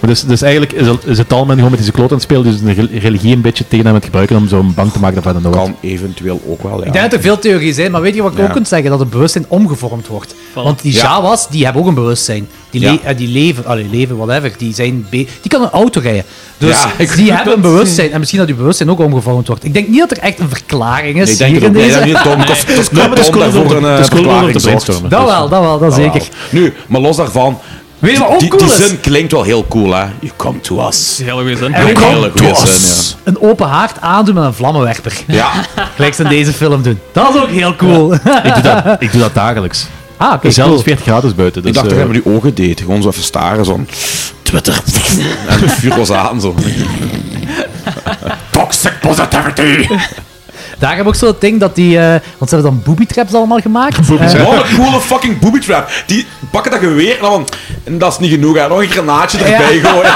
S8: Maar dus, dus eigenlijk is, het- is het talman gewoon met deze kloot aan het spelen, dus de re- religie een beetje tegen hem aan het gebruiken om zo bang te maken dat hij dat nodig
S6: Kan eventueel ook wel,
S1: Ik denk dat er veel theorieën zijn, maar weet je wat ik
S8: Ja.
S1: ook kunt zeggen? Dat het bewustzijn omgevormd wordt. Want die
S8: Ja.
S1: Jawas, die hebben ook een bewustzijn. Die, le-
S8: Ja.
S1: eh, die leven, allee, leven, whatever. Die, zijn be- die kan een auto rijden. Dus
S6: Ja, ik weet
S1: die hebben een
S6: het.
S1: bewustzijn. En misschien dat die bewustzijn ook omgevormd wordt. Ik denk niet dat er echt een verklaring is.
S6: Nee, ik denk
S1: hier
S6: het
S1: in
S6: ook niet.
S1: deze-
S6: Ik denk niet dat Tom- Nee. dat- dat is
S1: Nee, maar dat is
S6: Tom
S1: cool
S6: daarvoor
S1: om-
S6: een, eh,
S1: dat is cool om
S6: verklaring
S1: te
S6: zocht.
S1: brainstormen. Dat wel, dat wel, dat
S6: Ah,
S1: zeker.
S6: wel. Nu, maar los daarvan.
S1: Weet je wat
S6: die-
S1: ook
S6: die,
S1: cool
S6: die
S1: is?
S6: zin klinkt wel heel cool, hè? You come to us.
S9: Hele goede zin.
S1: En weet je wat?
S6: Hele goede zin, ja.
S1: Een open haard aandoen met een vlammenwerper.
S6: Ja.
S1: Gelijk ze in deze film doen. Dat is ook heel cool.
S8: Ik doe dat, ik doe dat dagelijks.
S1: Ah, oké,
S8: Zelfs
S1: cool.
S8: 40 graden buiten. Dus,
S6: ik dacht,
S8: eh,
S6: dat hebben die ogen deed. Gewoon zo even staren, zo'n... Twitter. en het vuur was aan, zo. Toxic positivity!
S1: Daar hebben we ook zo het ding dat die... eh, want ze hebben dan booby traps allemaal gemaakt.
S6: Booby
S1: Eh,
S6: trap. Wat een Oh, coole fucking booby trap. Die pakken dat geweer en dan... En dat is niet genoeg, hè. Nog een granaatje erbij
S1: Ja.
S6: gooien.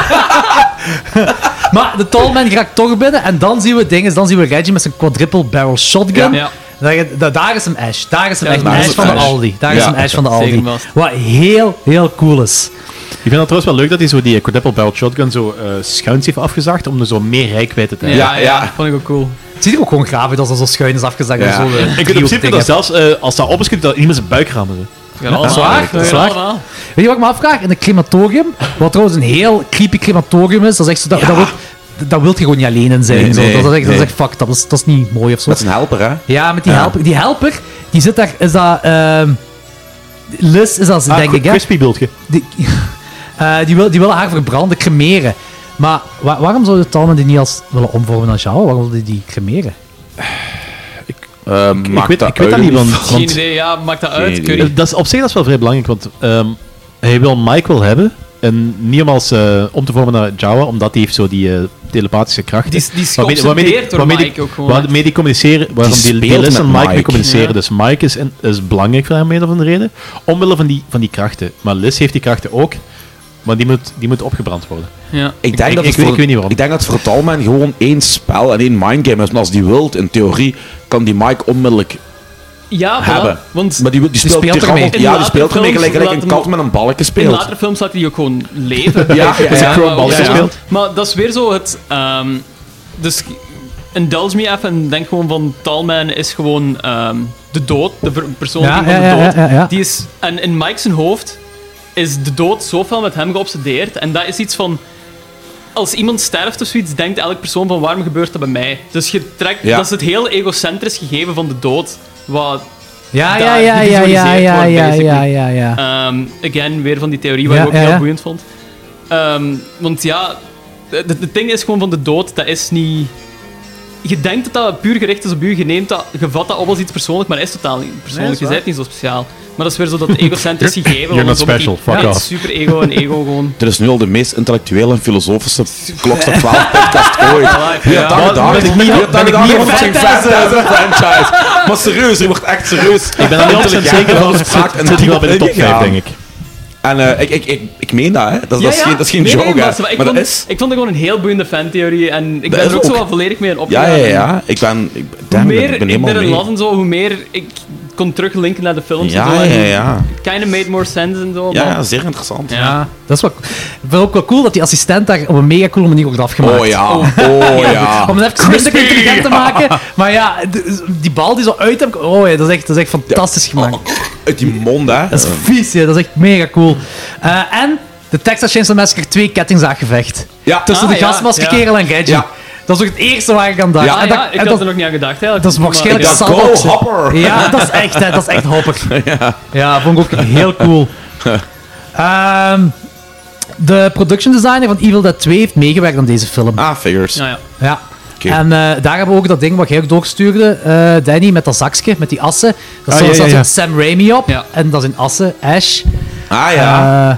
S1: Eh, Maar de tallman raakt toch binnen en dan zien we dingen. Dan zien we Reggie met zijn quadruple barrel shotgun.
S6: Ja.
S1: Daar, da- daar is hem Ash. Daar is hem
S6: Ja,
S1: echt
S6: daar is
S1: Ash
S6: hem
S1: van de
S6: Ash.
S1: Aldi. Daar is
S8: Ja.
S1: hem Ash van de
S8: Zeker
S1: Aldi.
S8: vast.
S1: Wat heel, heel cool is.
S8: Ik vind het trouwens wel leuk dat hij zo die eh, quadruple barrel shotgun zo eh schuins heeft afgezaagd om er zo meer rijkwijd te krijgen.
S1: Ja, Ja, ja.
S9: Vond ik ook cool.
S1: Het ziet er ook gewoon graaf uit als dat zo schuin is afgezakt. en Zo eh, de driehoek
S8: Ik vind in principe
S1: ding
S8: dat
S1: hebt.
S8: zelfs eh, als dat op is, kun je dat iemand zijn buik rammen. zo.
S9: Ja,
S1: dat is waar. Dat is waar. Weet je wat ik me afvraag? In een crematorium, wat trouwens een heel creepy crematorium is, dat is echt zo, dat, dat, wilt, dat wilt je gewoon niet alleen in zijn.
S6: Nee,
S1: zo.
S6: nee,
S1: dat, is echt, dat
S6: nee.
S1: is echt fucked up. Dat is, dat is niet mooi of zo.
S6: Dat is een helper, hè.
S1: Ja, met die helper. Die helper, die zit daar, is dat... ehm Liz is dat,
S8: Ah,
S1: denk
S8: cri-
S1: ik, hè?
S8: crispy beeldje.
S1: Die, eh, die, wil, die willen haar verbranden, cremeren. Maar wa- waarom zou de Talman die niet als willen omvormen als jou? Waarom wil die die cremeren?
S6: Eh, maakt
S8: weet- ik weet dat
S6: uit
S8: niet, want-
S6: of-
S9: Geen
S8: want-
S9: idee, ja, maakt dat uit.
S8: Eh,
S9: Ik weet niet.
S8: Dat is, op zich dat is wel vrij belangrijk, want ehm, hij wil Mike wel hebben. En niet om, als, eh, om te vormen naar Jawa, omdat hij heeft zo die eh, telepathische krachten.
S9: Die is- die is geobsedeerd door Mike ook gewoon.
S8: Waarmee die communiceren, waarom die,
S6: speelt
S8: die Liz
S6: met
S8: en Mike,
S6: Mike.
S8: mee communiceren.
S6: Ja.
S8: Dus Mike is, in- is belangrijk voor hem, om een of andere reden. Omwille van die, van die krachten. Maar Liz heeft die krachten ook, maar die moet, die moet opgebrand worden.
S6: Ik denk dat
S8: ik,
S6: het
S8: weet,
S6: voor-
S8: ik weet niet waarom.
S6: Ik denk dat het voor Talman gewoon één spel en één mindgame is. En als die wilt, in theorie, kan die Mike onmiddellijk
S9: Ja, voilà.
S6: hebben.
S9: Want
S6: maar die, die speelt, die rammelt-
S9: In
S6: Ja, die
S9: latere
S6: speelt ermee
S9: films
S6: gelijk, gelijk
S9: laat
S6: een
S9: hem-
S6: kat met een balken
S9: In
S6: speelt.
S9: latere films laat hij ook gewoon leven.
S6: Ja, ja, ja.
S9: Maar-
S6: Gewoon ballen
S9: ja, ja.
S6: gespeeld.
S9: Maar dat is weer zo het... ehm, dus indulge me even en denk gewoon van... Talman is gewoon ehm, de dood. De ver-
S1: Ja,
S9: persoonlijking
S1: ja,
S9: van de
S1: ja,
S9: dood.
S1: ja, ja, ja.
S9: Die is, en in Mike's hoofd is de dood zoveel met hem geobsedeerd. En dat is iets van... Als iemand sterft of zoiets, denkt elke persoon van waarom gebeurt dat bij mij? Dus je trekt...
S1: Ja.
S9: Dat is het heel egocentrisch gegeven van de dood. Wat
S1: Ja, ja,
S9: daar
S1: ja, ja, ja,
S9: gevisualiseerd
S1: ja,
S9: wordt,
S1: ja,
S9: basically.
S1: ja, ja, ja.
S9: Ehm, again, weer van die theorie wat
S1: Ja,
S9: ik ook
S1: ja,
S9: heel
S1: ja.
S9: boeiend vond. Ehm, want ja, het ding is gewoon van de dood, dat is niet... je denkt dat dat puur gericht is op u, je, neemt dat, je vat dat op als iets persoonlijk, maar dat is totaal niet
S8: Nee,
S9: persoonlijk.
S8: is
S9: je
S8: waar.
S9: bent niet zo speciaal. Maar dat is weer zo dat egocentrische geven.
S8: You're
S9: want
S8: not
S9: zo met die-
S8: special, fuck
S9: ja,
S8: off.
S9: Super ego en ego gewoon.
S6: Dit is nu al de meest intellectuele en filosofische klok van 12 podcast ooit. Wie had dat
S8: Ja,
S6: gedacht?
S8: ben ik niet-
S6: Wie had dat
S8: ben ik
S6: gedacht
S8: niet
S6: van
S8: op
S6: fucking
S8: tijd,
S6: Fast Times,
S8: eh.
S6: een franchise? Maar serieus, je wordt echt serieus.
S8: Ik ben er niet 100% zeker van, het zit- het zit hier wel bij de top vijf, denk ik.
S6: En eh, ik, ik, ik, ik meen dat, hè. Dat, dat,
S9: Ja,
S6: is,
S9: ja.
S6: geen, dat is geen
S9: Nee, nee,
S6: joke, hè.
S9: maar ik,
S6: Maar dat
S9: vond,
S6: is...
S9: ik vond het gewoon een heel boeiende fantheorie en ik
S6: Dat
S9: ben
S6: is
S9: er ook zo
S6: ook.
S9: wel volledig mee in
S6: Ja,
S9: opgegaan.
S6: ja,
S9: En
S6: ja. Ik ben... Ik,
S9: Hoe
S6: damn, ik
S9: meer
S6: ben- ik ben
S9: ik
S6: helemaal
S9: erin
S6: mee.
S9: las en zo, hoe meer ik kon teruglinken naar de films
S6: Ja,
S9: en zo. en
S6: ja, ja.
S9: It kinda made more sense en zo.
S6: Ja,
S9: maar-
S6: ja, zeer interessant.
S9: Ja.
S1: Dat is wel, ik vind het ook wel cool dat die assistent daar op een mega coole manier wordt afgemaakt.
S6: Oh ja, oh ja.
S1: Om het even
S6: Crispy.
S1: minder intelligent te maken. Maar ja, d- die bal die zo uit hem... Oh ja, dat is echt, dat is echt fantastisch gemaakt.
S6: Oh, Uit die mond, hè.
S1: Dat is vies, ja. Dat is echt mega cool. Eh, en de Texas Chainsaw Massacre 2 kettingzaaggevecht.
S6: Ja.
S1: Tussen
S9: Ah,
S1: de
S9: ja,
S1: gasmaskerkerel
S9: ja.
S1: en Gaijin.
S9: Ja.
S1: Dat is ook het eerste waar ik aan dacht.
S9: Ah,
S1: En
S9: ja,
S1: dat-
S9: ik
S1: en
S9: had
S1: dat-
S9: er nog niet aan gedacht eigenlijk.
S1: dat is waarschijnlijk
S9: Maar-
S1: Sal Hopper. Ja, dat is echt, hè, dat is echt hopper.
S6: Ja.
S1: ja, vond ik ook heel cool. Ehm, de production designer van Evil Dead 2 heeft meegewerkt aan deze film.
S6: Ah, figures.
S9: Ja, ja.
S1: Ja.
S6: Oké.
S1: En eh, daar hebben we ook dat ding wat jij ook doorstuurde, eh, Danny, met dat zakje, met die assen. Dat
S6: Ah,
S1: staat
S6: ja, ja,
S1: zat
S6: ja.
S1: Sam Raimi op. En dat zijn assen, Ash.
S6: Ah, ja.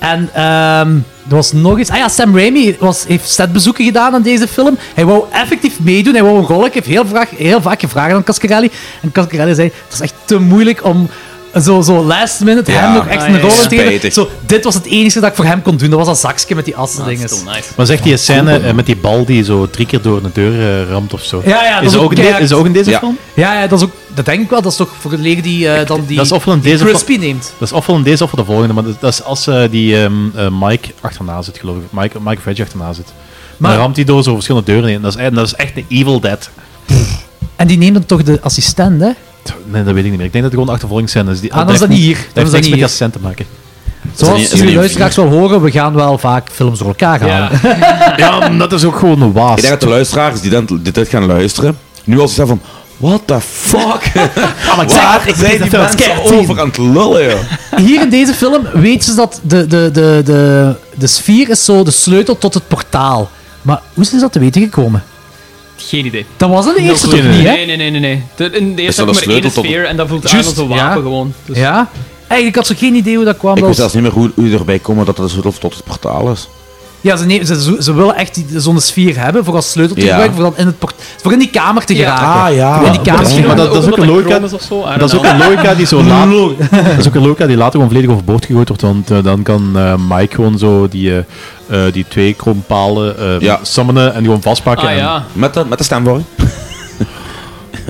S1: Eh, en ehm, er was nog iets. Ah ja, Sam Raimi was, heeft setbezoeken gedaan aan deze film. Hij wou effectief meedoen, hij wou een rolletje. Heeft heel, vraag, heel vaak gevraagd aan Cascarelli. En Cascarelli zei, het is echt te moeilijk om... Zo, zo last minute
S6: Ja.
S1: hem nog echt
S6: Ah,
S1: een
S6: ja, ja.
S1: rol te geven.
S6: Spijtig.
S1: Zo, dit was het enige dat ik voor hem kon doen. Dat was dat zakje met die assen dinges.
S8: Maar zegt die scène eh, met die bal die zo drie keer door de deur eh, ramt of zo.
S1: Ja, ja, dat
S8: is, ook in de-
S1: keihard.
S8: is ook in deze film?
S1: Ja, ja, dat is ook, dat denk ik wel. Dat is toch voor de leger die eh, dan die,
S8: dat is ofwel in
S1: die
S8: deze
S1: crispy
S8: fil-
S1: neemt.
S8: Dat is ofwel in deze of de volgende, maar dat dat is als eh, die ehm, eh, Mike achterna zit, geloof ik. Mike, Mike Veg achterna zit. Maar
S1: Maar-
S8: dan ramt hij door zo verschillende deuren in. Dat is, en dat is echt een Evil Dead.
S1: En die neemt dan toch de assistent, hè?
S8: Nee, dat weet ik niet meer. Ik denk dat het gewoon achtervolgingsscène is. Die,
S1: Ah, dan is dat niet hier.
S8: Dat
S1: Dan
S8: heeft
S1: is dat
S8: niks met
S1: niet
S8: die assistent te maken.
S1: Zoals jullie luisteraars wel horen, we gaan wel vaak films door elkaar halen.
S8: Ja, maar dat is ook gewoon een waas.
S6: Ik denk dat de luisteraars die dan- dit, dit gaan luisteren, nu al zeggen van... What the fuck?
S1: maar ik zeg
S6: Waar
S1: het, ik weet
S6: zijn
S1: dat
S6: die
S1: wel,
S6: mensen
S1: het kent
S6: over aan het lullen, joh?
S1: Hier in deze film weten ze dat de, de, de, de, de sfeer is zo de sleutel tot het portaal. Maar hoe zijn ze dat te weten gekomen?
S9: Geen idee.
S1: Dat was in de eerste toch niet, hè?
S9: Nee, nee, nee, nee. nee. De, in de
S6: Is
S9: eerste
S6: dat
S9: had
S6: een
S9: ik maar één
S6: sleutel tot-
S9: sfeer en dat voelt aan
S6: Juist,
S9: als een wapen gewoon. Dus
S1: Ja? Eigenlijk had ze geen idee hoe dat kwam.
S6: Ik
S1: dat
S6: weet
S1: was-
S6: zelfs niet meer hoe, hoe erbij komen dat dat een tot het portaal is.
S1: Ja, ze, nemen- ze, ze- ze willen echt die- zo'n sfeer hebben voor als sleutel te
S6: Ja.
S1: gebruiken, voor, dan in het port- voor in die kamer te
S8: Ja.
S1: geraken.
S8: Ah, ja.
S1: Voor in die
S8: Ja,
S1: kamer
S8: misschien, maar dat- dat is ook een logica-
S9: Chronos of
S1: Ah,
S9: zo, I don't
S8: Dat is ook
S9: know.
S8: een logica die zo laat, dat is ook een logica die later gewoon volledig overboord gegooid wordt, want eh, dan kan eh, Mike gewoon zo die, eh, eh, die twee krompalen eh summonen en die gewoon vastpakken.
S9: Ah,
S8: en,
S9: ja.
S6: Met de, met de stemvorm.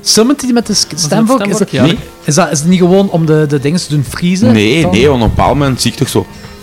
S1: Summit die met de sk- stemvork? Is, dat-
S6: stemvork, ja.
S1: Nee. is, dat, is het niet gewoon om de, de dingen te doen vriezen?
S6: Nee,
S1: Dan-
S6: nee, want op een bepaald moment zie ik toch zo...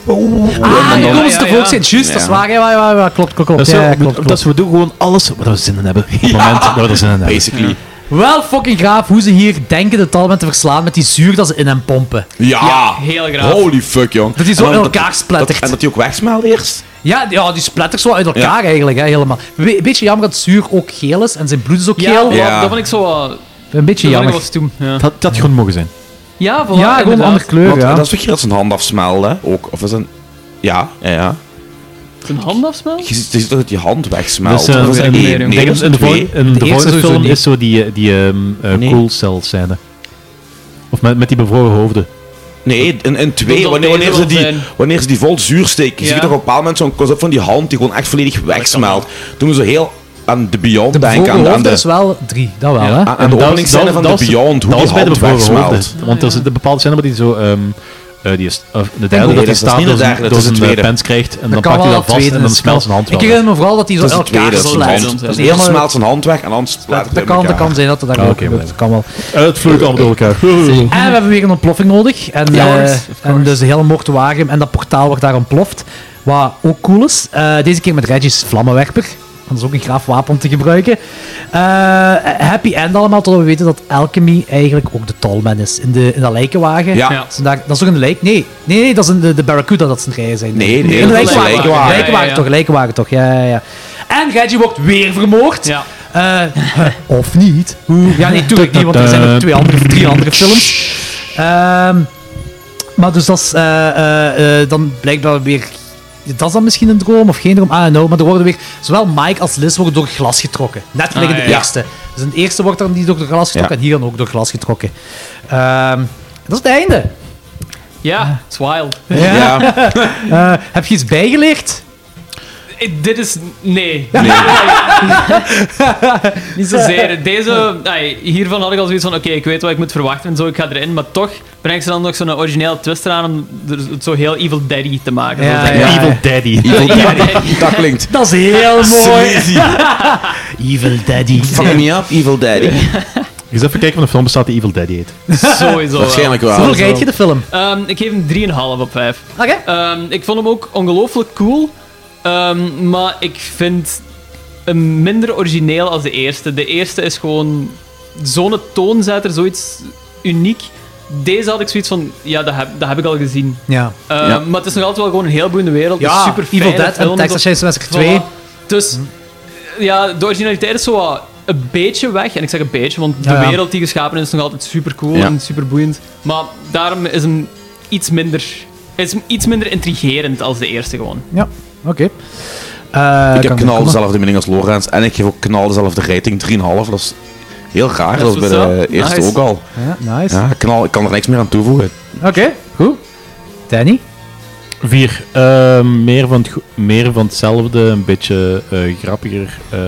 S1: Ah,
S6: dan-
S1: die komen
S6: ja,
S1: ze
S6: ja,
S1: tevoorschijn.
S6: ja.
S1: Juist, dat is
S6: Ja.
S1: waar.
S8: Ah,
S1: Ja, ja, ja, klopt, klopt, klopt.
S8: Dat, is
S1: Ja,
S8: zo-
S1: ja, klopt,
S8: dat
S1: klopt.
S8: is- we doen gewoon alles wat we zin in hebben. Op het moment dat we er zin in hebben.
S6: Basically.
S1: Wel fucking graaf hoe ze hier denken de talmen te verslaan met die zuur dat ze in hem pompen.
S6: Ja!
S9: heel
S1: graag.
S6: Holy fuck, jong.
S1: Dat die zo
S6: En dan
S1: in elkaar splettert.
S6: en dat die ook wegsmelt eerst.
S1: Ja, ja die splettert zo uit elkaar eigenlijk, hè, helemaal. Een beetje jammer dat zuur ook geel is en zijn bloed is ook
S9: Ja,
S1: geel.
S9: voilà, dat vond ik zo wat...
S1: Een beetje
S9: dat
S1: jammer.
S9: vond ik wel stoem, ja.
S8: Dat had gewoon mogen zijn.
S9: Ja, voilà,
S1: Ja, Ah, gewoon een
S9: inderdaad.
S1: andere kleur,
S6: Want
S1: ja.
S6: dat is toch hier dat zijn hand afsmelden, ook? Of is een... Ja, ja, ja.
S9: Zijn hand afsmelt?
S6: Je ziet, je ziet toch dat die hand wegsmelt.
S8: Dus, eh,
S6: Of is dat
S8: in- in-
S6: één? Nee,
S8: denk
S6: dat
S8: dat
S6: is
S8: in de
S6: twee.
S8: vol- in de volgende film is zo die, eh, die ehm, eh, cool cell scène. Of met, met die bevroren hoofden.
S6: Nee, in, in
S8: Dat
S6: twee,
S8: zal
S6: wanneer, wanneer,
S8: deze
S6: ze
S8: wel
S6: die,
S8: zijn.
S6: wanneer ze die vol zuur steken, zie je toch op een bepaald moment zo'n concept van die hand die gewoon echt volledig wegsmelt. Toen we zo heel aan de Beyond denken. Aan,
S1: Voor
S6: de- aan
S1: hoofd
S6: de,
S1: is wel drie, dat wel, hè.
S6: aan Ah, de
S8: dat-
S6: openingsscène
S8: dat-
S6: van
S8: dat
S6: de
S8: is-
S6: Beyond, hoe
S8: dat
S6: die
S8: is bij de
S6: hand
S8: bevroren
S6: wegsmelt.
S8: hoofden. Want er zit een bepaalde scène waar die zo... ehm, eh, die is, of de derde,
S6: Nee,
S8: dat hij
S6: dat is- dat is
S8: staat
S6: niet
S8: door
S6: de derde,
S8: zijn,
S6: dat
S8: door
S6: is de
S8: zijn eh,
S6: tweede.
S8: pens krijgt en
S1: Dat
S8: dan
S1: kan
S8: pakt hij
S1: wel
S8: dat vast
S1: tweede,
S8: en dan
S1: dat
S8: smelt zijn
S1: kan.
S8: hand
S1: Ik
S8: wel. weg.
S1: herinner me vooral dat hij zo
S6: Dat is
S1: in
S6: de tweede,
S1: elkaar
S6: dat is zijn
S1: slaat.
S6: hand. Dat
S1: is
S6: is eerst
S1: helemaal-
S6: smelt zijn hand weg en dan splijt het
S1: Dat
S6: in
S1: kan, dat
S6: elkaar.
S1: kan zijn dat dat daar
S8: Ja,
S1: ook
S8: Ah, oké,
S1: gebeurt.
S8: maar-
S1: Dat kan wel.
S8: Eh, het vloeit allemaal door elkaar.
S1: En we hebben weer een ontploffing nodig. En,
S8: Ja,
S1: eh,
S8: of course, of
S1: en dus de hele mortuarium en dat portaal wordt daar ontploft. Wat ook cool is. Eh, deze keer met Reggie's vlammenwerper. want Dat is ook een graaf wapen om te gebruiken. Eh, happy end allemaal, totdat we weten dat Alchemy eigenlijk ook de Tallman is. In, de, in dat lijkenwagen.
S6: Ja. Ja.
S1: Ze daar- dat is toch een lijk? Nee, nee, nee dat is een, de, de Barracuda dat zijn rijen zijn.
S6: Nee, nee,
S1: In de
S6: dat is een
S1: lijkenwagen.
S6: lijkenwagen.
S1: Lijkenwagen
S6: Ja, ja, ja.
S1: toch, lijkenwagen toch. Ja, ja, ja. En Reggie wordt weer vermoord. Eh, of niet. Hoe- Hmm, Ja, nee, tuurlijk niet, want er zijn nog twee andere, drie andere films. Ehm, maar dus dat is eh, eh, eh, dan blijkbaar weer dat is dan misschien een droom of geen droom, I don't know. Maar er worden weer, zowel Mike als Liz worden door glas getrokken. Net gelijk in
S14: Ah,
S1: de
S14: ja.
S1: eerste. Dus in de eerste wordt dan die door glas getrokken
S14: Ja.
S1: en hier dan ook door glas getrokken. Ehm, dat is het einde.
S9: Ja, it's wild.
S1: Eh, heb je iets bijgeleerd?
S9: Ik- dit is... Nee. Niet zozeer. Deze... ai, hiervan had ik al zoiets van, oké, ik weet wat ik moet verwachten en zo, ik ga erin. Maar toch breng ze dan nog zo'n originele twist eraan om er- het zo heel Evil Daddy te maken.
S1: Ja,
S9: Zo,
S1: ja. Evil
S8: Daddy.
S1: Evil Daddy.
S6: Dat klinkt.
S1: Dat is heel mooi.
S6: Sleazy.
S1: Evil Daddy.
S6: Fuck me up, Evil Daddy.
S8: Eens even kijken of de film bestaat die Evil Dead heet.
S9: Sowieso
S8: Waarschijnlijk wel.
S9: Sowieso.
S8: Hoeveel geef je de film?
S9: Ehm, ik geef hem 3,5 op 5.
S1: Oké.
S9: ik vond hem ook ongelooflijk cool. ehm, maar ik vind hem minder origineel als de eerste. De eerste is gewoon zo'n toonzetter, zoiets uniek. Deze had ik zoiets van, ja, dat heb, dat heb ik al gezien.
S1: Ja.
S9: Ehm,
S1: Ja.
S9: Maar het is nog altijd wel gewoon een heel boeiende wereld.
S1: Ja,
S9: super
S1: Evil Dead en Texas Chainsaw Massacre 2.
S9: Dus ja, de originaliteit is zo wat een beetje weg. En ik zeg een beetje, want
S1: Ja, ja.
S9: de wereld die geschapen is is nog altijd super cool
S1: Ja.
S9: en super boeiend. Maar daarom is hem iets minder, is hem iets minder intrigerend als de eerste gewoon.
S1: Ja, oké.
S6: ik heb
S1: Eh, kan
S6: knal
S1: komen.
S6: dezelfde mening als Lorenz en ik geef ook knal dezelfde rating, 3,5. Dat is heel raar,
S1: Dat
S6: dat
S1: is
S6: was bij
S1: wat
S6: de
S1: zo.
S6: eerste
S1: Nice.
S6: eh, ook al.
S1: Ja, nice.
S6: Ja, knal, ik kan er niks meer aan toevoegen.
S1: Oké, goed. Danny?
S8: Vier. Eh, meer, van het go- meer van hetzelfde, een beetje eh, grappiger. ehm,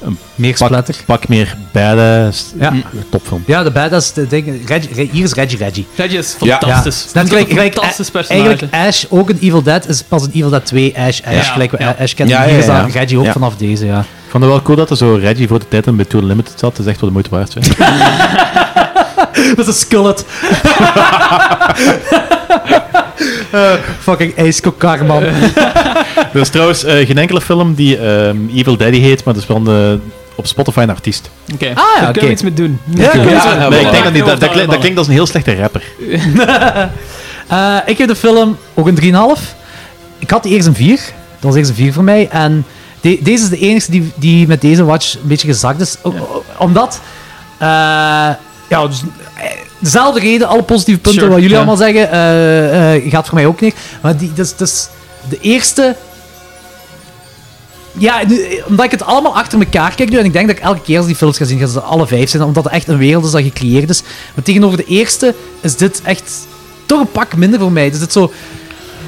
S8: een
S1: meer
S8: pak, pak meer badass.
S1: Ja.
S8: Mm, Topfilm.
S1: Ja, de badass, de ding, Reg- Reg- hier is Reggie Reggie.
S9: Reggie is fantastisch.
S1: Net
S9: Dus Dat is
S1: gelijk,
S9: een
S1: gelijk,
S9: fantastisch
S1: A-
S9: personage.
S1: e- Eigenlijk Ash, ook een Evil Dead, is pas een Evil Dead 2 Ash. Ash,
S8: Ja.
S1: gelijk we
S8: Ja.
S1: Ash kennen.
S8: Ja,
S1: hier
S8: ja,
S1: is
S8: ja,
S1: dan
S8: ja.
S1: Reggie ook
S8: Ja.
S1: vanaf deze, ja.
S8: Ik vond het wel cool dat er zo Reggie voor de tijd een beetje limited zat. Dat is echt wel de moeite waard. Hè.
S1: Dat is een skullet. Eh, fucking ijskokar, man.
S8: Er is trouwens eh, geen enkele film die ehm, Evil Daddy heet, maar dat is wel een, eh, op Spotify een artiest.
S9: Oké,
S1: Ah,
S9: daar
S1: ja,
S9: kunnen
S1: oké.
S9: we iets mee doen.
S1: Ja, daar kunnen we iets mee doen.
S8: nee, ik denk dat niet. Dat, dat,
S9: Overvallen.
S8: klinkt, dat klinkt als een heel slechte rapper.
S1: Eh, ik heb de film ook een 3,5. Ik had eerst een 4. Dat was eerst een 4 voor mij. En de- deze is de enige die, die met deze watch een beetje gezakt is. O- o- Omdat... eh, ja, dus, eh, dezelfde reden, alle positieve punten
S14: Sure,
S1: wat jullie
S14: ja.
S1: allemaal zeggen, eh, eh, gaat voor mij ook neer. Maar die, dus, dus de eerste... Ja, nu, eh, omdat ik het allemaal achter elkaar kijk nu. En ik denk dat ik elke keer als die films ga zien, gaan ze alle vijf zijn. Omdat het echt een wereld is dat gecreëerd is. Maar tegenover de eerste is dit echt toch een pak minder voor mij. Dus het zo...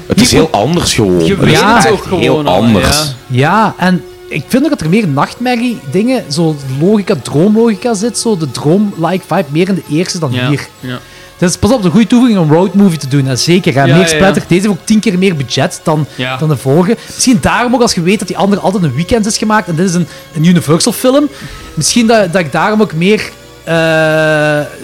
S6: Het is
S1: Hier-
S6: heel anders gewoon. eh,
S1: Je
S6: Het is
S1: weet het
S6: echt
S1: ook gewoon
S6: heel
S1: al,
S6: anders.
S1: Ja, en ik vind ook dat er meer nachtmerrie dingen, zo logica, droomlogica zit. Zo de droom-like vibe meer in de eerste dan
S9: Ja,
S1: hier.
S9: ja.
S1: Dus pas op, een goede toevoeging om roadmovie te doen. Hè. Zeker, hè.
S9: Ja,
S1: meer
S9: ja, ja.
S1: splatter. Deze heeft ook tien keer meer budget dan,
S9: Ja.
S1: dan de vorige. Misschien daarom ook, als je weet dat die andere altijd een weekend is gemaakt en dit is een, een Universal film. Misschien dat, dat ik daarom ook meer... eh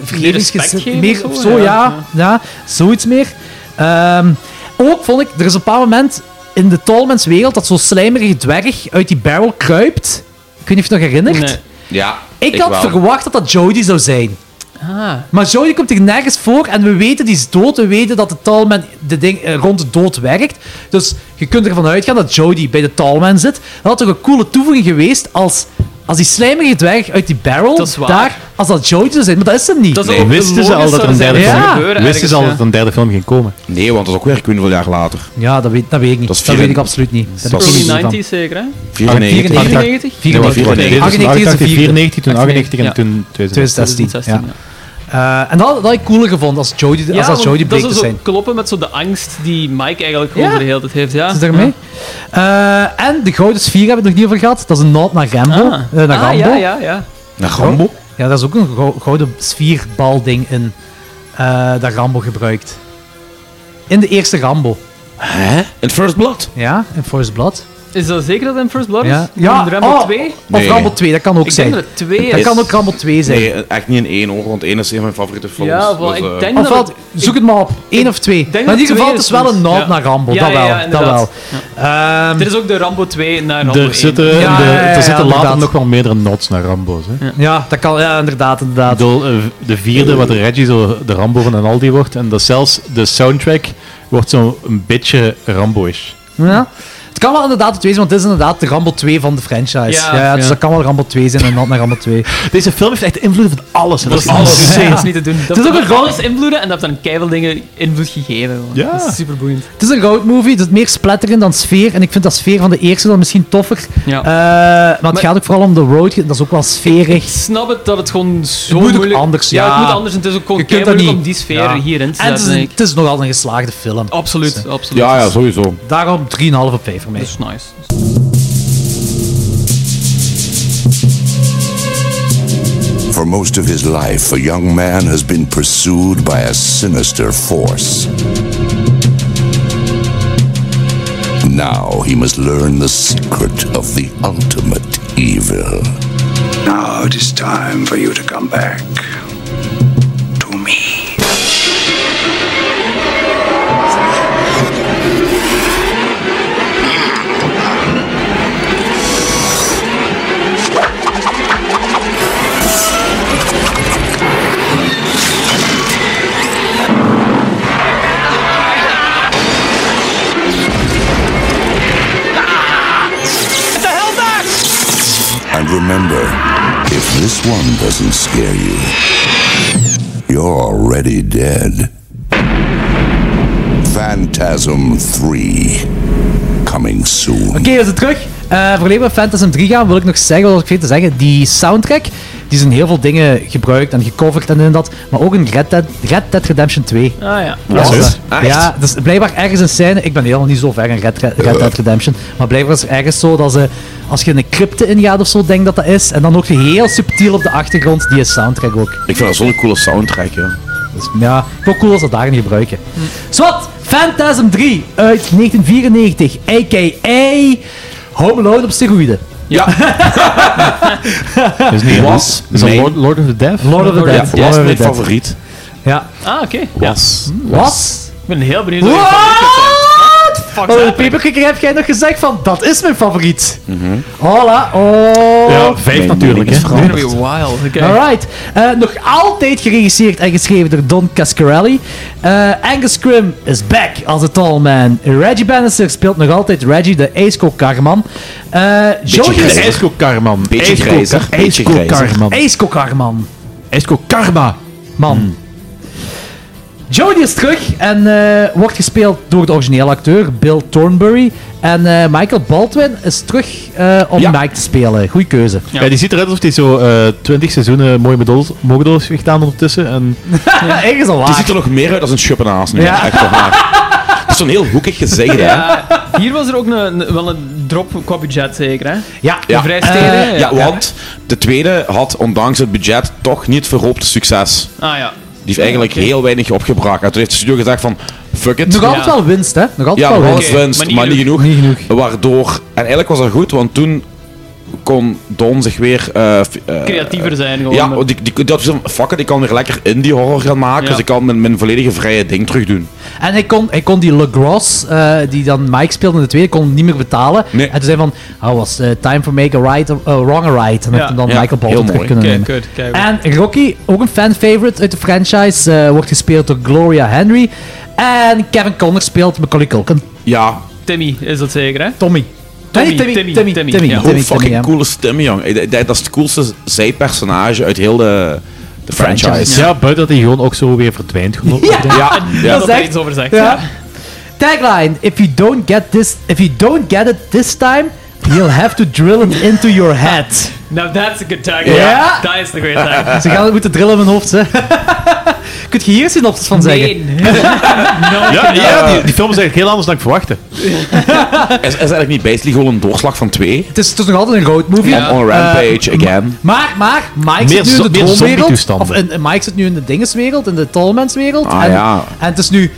S1: vergevingsgezin-
S14: respect geven
S1: meer
S14: of zo,
S1: of zo,
S14: ja,
S1: ja. Ja, zoiets meer. Ehm, ook vond ik, er is op een bepaald moment in de Tallman's wereld dat zo'n slijmerige dwerg uit die barrel kruipt. Ik weet niet of je het nog herinnert.
S6: Ja,
S1: Ik, had
S6: wel.
S1: verwacht dat dat Jodie zou zijn.
S9: Ah.
S1: Maar Jodie komt er nergens voor en we weten die is dood. We weten dat de Tallman de ding, eh, rond de dood werkt. Dus je kunt ervan uitgaan dat Jodie bij de Tallman zit. Dat had toch een coole toevoeging geweest als, als die slijmerige dwerg uit die barrel
S9: Dat is waar.
S1: daar, als dat Jodie zou zijn. Maar dat is hem niet.
S8: wisten ze al dat er een derde film,
S1: Ja.
S8: wisten ze al dat er een derde film ging komen?
S6: Nee, want dat is ook weer hoeveel jaar later.
S1: Ja, dat weet, dat weet ik niet.
S6: Dat, is
S1: Dat weet ik
S6: vier-
S1: absoluut niet. Daar
S6: Dat
S1: heb ik
S6: is
S1: geen idee van.
S9: 90 zeker, hè?
S6: 94.
S1: 94?
S6: 94.
S8: 94, toen 98 en
S1: Ja.
S8: toen 2016.
S1: 2016, ja. Eh, en dat, dat had ik cooler gevonden als Jody,
S9: Ja,
S1: als dat
S9: want
S1: Jody
S9: dat
S1: bleek
S9: zou
S1: te
S9: zo
S1: zijn.
S9: kloppen met zo de angst die Mike eigenlijk gewoon
S1: Ja.
S9: voor de hele tijd heeft. Ja.
S1: Is daarmee? Eh, en de Gouden Sfeer hebben we het nog niet over gehad. Dat is een nod naar Rambo.
S9: Ah.
S1: Eh, naar
S9: Ah,
S1: Rambo.
S9: ja, ja, ja.
S6: Naar Rambo?
S1: Ja, daar is ook een go- gouden sfeerbalding in eh, dat Rambo gebruikt. In de eerste Rambo.
S6: Hè? In First Blood?
S1: Ja, in First Blood.
S9: Is dat zeker dat in First Blood is?
S1: Ja. Ja,
S9: In Rambo
S1: oh,
S9: 2?
S1: Of
S6: Nee.
S1: Rambo 2, dat kan ook
S9: Ik
S1: zijn.
S9: denk dat het twee
S1: dat
S9: is.
S1: kan ook Rambo 2 zijn.
S6: Nee, echt niet in één hoor, want één is een van mijn favoriete films.
S9: Ja, wel, ik
S6: eh,
S9: denk
S1: Of wat, zoek het maar op. Eén of twee. Maar
S9: denk
S1: in
S9: dat
S1: ieder geval, het
S9: twee is
S1: is wel
S9: goed.
S1: een nod
S9: Ja.
S1: naar Rambo.
S9: Ja,
S1: dat
S9: ja,
S1: wel.
S9: ja,
S1: dat wel.
S9: inderdaad.
S1: Ehm,
S9: Dit is ook de Rambo 2 naar Rambo 1.
S8: Er zitten, in de-
S9: Ja, ja, ja,
S8: er zitten
S9: ja,
S8: later
S9: inderdaad.
S8: nog wel meerdere nods naar Rambo's. Hè?
S1: Ja, dat kan, ja, inderdaad, inderdaad.
S8: Ik bedoel, eh, de vierde, wat de Reggie zo de Rambo van een Aldi wordt. En dat zelfs de soundtrack wordt zo'n beetje Rambo-ish.
S1: Ja. Het kan wel inderdaad de 2 zijn, want het is inderdaad de Rambo 2 van de franchise.
S8: Ja,
S1: Ja, dus
S8: ja.
S1: dat kan wel Rambo 2 zijn en not naar Rambo 2.
S8: Deze film heeft echt invloed op alles. hè.
S1: Dat is alles.
S9: Ja,
S1: Ja.
S9: dat is niet te doen. Dat
S1: Het is ook een
S9: heeft alles invloeden en dat heeft dan keiveel dingen invloed gegeven. gewoon.
S1: Ja.
S9: Dat is super boeiend.
S1: Het is een goudmovie, het is meer splatterend dan sfeer. En ik vind dat sfeer van de eerste dan misschien toffer.
S9: Ja.
S1: Eh, maar het gaat ook vooral om de road, dat is ook wel sferig.
S9: Ik snap het dat het gewoon zo
S1: moet ook
S9: moeilijk...
S1: anders,
S9: ja.
S1: ja.
S9: het moet anders. En het is ook gewoon
S1: Je kunt
S9: kei
S1: dat
S9: moeilijk
S1: niet.
S9: om die sfeer
S1: Ja.
S9: hierin te
S1: En het is,
S9: zetten.
S1: een,
S9: denk ik.
S1: het is nogal een geslaagde film. Dus, eh,
S9: Absoluut, absoluut.
S6: Ja, ja, sowieso.
S1: Daarom 3,5 op 5 voor mij. Dat
S9: is nice.
S11: For most of his life, a young man has been pursued by a sinister force. Now he must learn the secret of the ultimate evil.
S16: Now it is time for you to come back.
S15: What the hell's that?
S11: And remember, if this one doesn't scare you, you're already dead. Phantasm 3. Coming soon.
S1: Oké, we zijn terug. Eh voor we naar Phantasm 3 gaan, wil ik nog zeggen, wat ik vergeten te zeggen, die soundtrack, die zijn heel veel dingen gebruikt en gecoverd en dit en dat, maar ook in Red Dead, Red Dead Redemption 2.
S9: Ah ja.
S1: Dat is
S9: Wat?
S1: waar.
S9: Echt?
S1: Ja, dus blijkbaar ergens een scène, ik ben helemaal niet zo ver in Red, Red Dead Redemption, maar blijkbaar is er ergens zo dat ze, als je in een crypte ingaat of zo, denk dat dat is, en dan ook heel subtiel op de achtergrond die soundtrack ook.
S6: Ik vind dat zo'n coole soundtrack, ja.
S1: Dus, ja, toch cool als ze dat daarin gebruiken.
S9: Hm.
S1: Zwat, Phantasm 3 uit 1994, a.k.a. Home Alone op steroïden.
S6: Ja.
S8: Dat is Dus niet was. Is dat
S1: mijn-
S8: Lord, Lord of the Death?
S1: Lord of the Dead.
S8: Ja,
S1: Lord
S8: is
S1: of the
S8: mijn
S1: Dead.
S8: favoriet.
S1: Ja. Hm,
S9: Ah, oké.
S8: Was.
S1: Was?
S9: Ik ben heel benieuwd.
S1: What?
S9: Fuck
S1: Oh, de
S9: that.
S1: paperkikker heb jij nog gezegd van, dat is mijn favoriet. Hola, oh.
S8: Hm? Ja, vijf natuurlijk. Hè.
S1: veranderd.
S9: Gonna be wild. Oké.
S1: Alright. Eh, nog altijd geregisseerd en geschreven door Don Cascarelli. Eh, Angus Scrim is back als de tall man. Reggie Bannister speelt nog altijd Reggie, de ijskokkarman. Eh Jody
S8: De
S1: is...
S8: ijskokkarman.
S1: Beetje
S8: Ijskok-
S1: grijzer, beetje
S8: Ijskokkarman.
S1: Ijskokkarman.
S8: Ijskokkarma.
S1: Man. Jodie is terug en eh, wordt gespeeld door de originele acteur Bill Thornbury. En eh, Michael Baldwin is terug eh, om Mike te spelen. Goeie keuze.
S8: Ja. die ziet eruit alsof hij zo eh 20 seizoenen mooi models, models heeft gedaan ondertussen. En...
S1: Ja, ergens al
S6: Die
S1: waar.
S6: ziet er nog meer uit als een schuppenaas nu.
S8: Ja.
S6: Ja. Echt waar. Dat is zo'n heel hoekig gezicht, hè.
S9: Ja, hier was er ook een, een- wel een drop qua budget, zeker, hè? Ah,
S1: Ja,
S9: De Vrij Steden,
S6: Eh, ja, want de tweede had ondanks het budget toch niet het verhoopte succes.
S9: Ah ja.
S6: Die heeft eigenlijk
S9: Oké.
S6: heel weinig opgebracht. En toen heeft de studio gezegd van, fuck it.
S1: Nog altijd wel winst, hè? Nog altijd
S6: ja,
S1: wel
S6: wel
S1: winst.
S6: eens winst, maar, niet, genoeg. Waardoor, en eigenlijk was dat goed, want toen kon Don zich weer... eh, f- eh,
S9: Creatiever zijn gewoon. eh.
S6: Ja, oh, die, die, dat is een- fuck it, ik kan weer lekker indie horror gaan maken,
S1: Ja.
S6: dus ik kan mijn, mijn volledige vrije ding terug doen.
S1: En hij kon, hij kon die LeGros, eh die dan Mike speelde in de tweede, kon hem niet meer betalen. En toen zei hij van, oh, was eh, time for make a right, a a wrong a right. En
S9: Ja.
S1: heeft hem dan
S9: Ja,
S1: Michael Bolton
S9: heel
S1: terug
S9: mooi.
S1: kunnen
S9: Kei
S1: nemen.
S9: goed, kei
S1: en Rocky, ook een fan-favorite uit de franchise, eh, wordt gespeeld door Gloria Henry. En Kevin Conner speelt Macaulay Culkin.
S6: Ja.
S9: Timmy is dat zeker, hè?
S1: Tommy.
S9: Tommy,
S1: Nee, Timmy,
S9: Timmy,
S1: Timmy,
S9: Timmy,
S1: Timmy,
S9: ja.
S6: Hoe fucking coole stem, jong. Ik denk- Dat is het coolste zijpersonage uit heel de, de franchise.
S8: Ja, buiten dat hij gewoon ook zo weer verdwijnt. geloof ik.
S6: Ja,
S9: dat er iets over zegt, ja.
S1: Tagline, if you, don't get this, if you don't get it this time, you'll have to drill it into your head.
S9: Now that's a good tag.
S1: Ja.
S9: Dat is de great tag.
S1: Ze gaan het moeten drillen in mijn hoofd, hè. Kunt je hier synopsis van zeggen?
S8: ja, ja, die, die film is eigenlijk heel anders dan ik verwachtte.
S6: Is, is eigenlijk niet basically gewoon een doorslag van twee?
S1: Het is, het is nog altijd een road movie. Eh,
S6: On, on Rampage, again.
S1: Maar, maar, Mike zit nu
S6: Meer zo-
S1: in de
S6: meer
S1: droomwereld.
S6: zombietoestanden.
S1: Of in, in- Mike zit nu in de dingenswereld, in de tallmanswereld.
S6: Ah,
S1: en,
S6: ja.
S1: en het is nu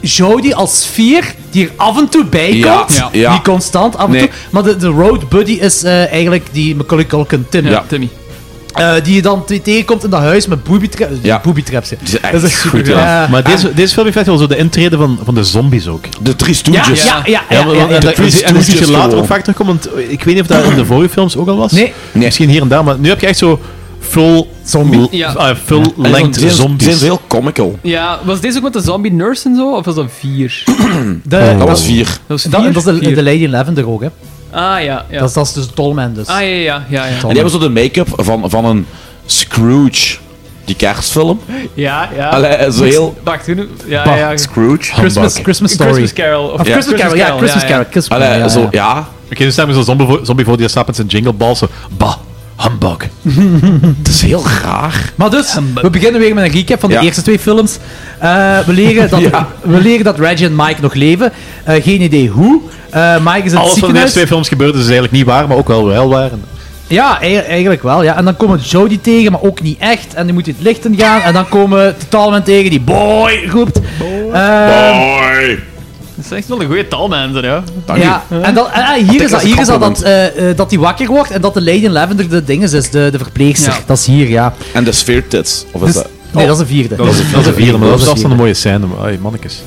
S1: Jodie als vier, die er af en toe bij
S6: Ja,
S1: komt.
S6: ja. Ja.
S1: Niet constant, af en
S6: Nee.
S1: toe. Maar de, de road buddy is eh, eigenlijk die Macaulay Culkin, Tim.
S9: Ja, Timmy.
S1: Eh, die je dan te- tegenkomt in dat huis met booby, tra ja. booby traps. ja. Dat is echt goed, ja.
S8: Maar
S1: En-
S8: deze, deze film heeft echt wel zo de intrede van, van de zombies ook.
S6: De Three
S1: Stooges. Ja, ja, ja, ja,
S8: maar-
S1: ja, ja,
S8: en
S1: de
S8: dat-
S1: Three
S8: en dat zie je
S1: Stooges
S8: later
S1: gewoon.
S8: ook vaak terugkomen. want Ik weet niet of dat in de vorige films ook al was.
S1: Nee.
S8: Misschien hier en daar, maar nu heb je echt zo full, zombie.
S9: Ja.
S1: ah,
S8: full length
S6: Die zijn-
S8: zombies.
S6: Die zijn heel comical.
S9: Ja, was deze ook met de zombie nurse en zo? Of was dat vier?
S6: Dat was vier.
S9: Dat was
S1: Dat,
S9: vier?
S1: dat is de,
S9: Vier.
S1: de Lady Lavender ook, hè.
S9: Ah ja, ja.
S1: Dat, is, dat is dus Tolman, dus.
S9: Ah ja, ja, ja. ja.
S6: En die hebben zo de make-up van, van een Scrooge. Die kerstfilm.
S9: Ja, ja.
S6: Allee, zo heel-
S9: Wacht, hoe noem- Ja,
S6: Bah,
S9: ja.
S6: Scrooge.
S9: Christmas,
S6: Humbug.
S9: Christmas Story. Christmas Carol.
S8: Of Christmas Carol, ja, Christmas Carol, Christmas Carol,
S6: Allee,
S8: ja,
S6: zo,
S8: ja.
S6: ja.
S8: Oké, dus staan we zo'n zombie voor- zombie voor die stapt met zijn jingle ball. Zo, bah, humbug.
S6: Het is heel raar.
S1: Maar dus, we beginnen weer met een recap van de
S8: Ja.
S1: eerste twee films. Eh, we, leren dat,
S8: Ja.
S1: we leren dat Reggie en Mike nog leven. Eh, geen idee hoe. Eh, Mike is in het
S8: Alles wat in de
S1: ziekenhuis.
S8: eerste twee films gebeurde is eigenlijk niet waar, maar ook wel wel waar. En-
S1: Ja, ei- eigenlijk wel. Ja. En dan komen Jody tegen, maar ook niet echt. En die moet het licht in gaan. En dan komen Totalman tegen die boy roept. Ehm,
S9: Dat is echt wel een goede tal, mensen, ja.
S1: ja, en dan, eh, hier is dat, hier is dat, dat, eh, eh, dat hij wakker wordt en dat de Lady in Lavender de dinges is, de, de verpleegster.
S6: Ja.
S1: Dat is hier, ja.
S6: En de Sphere Tits. Of is
S1: Dus-
S6: dat...
S1: nee, dat is een vierde.
S8: Dat is een- dat is een vierde, maar dat is
S1: Dat is
S8: zelfs een mooie scène. maar, Ai, mannetjes.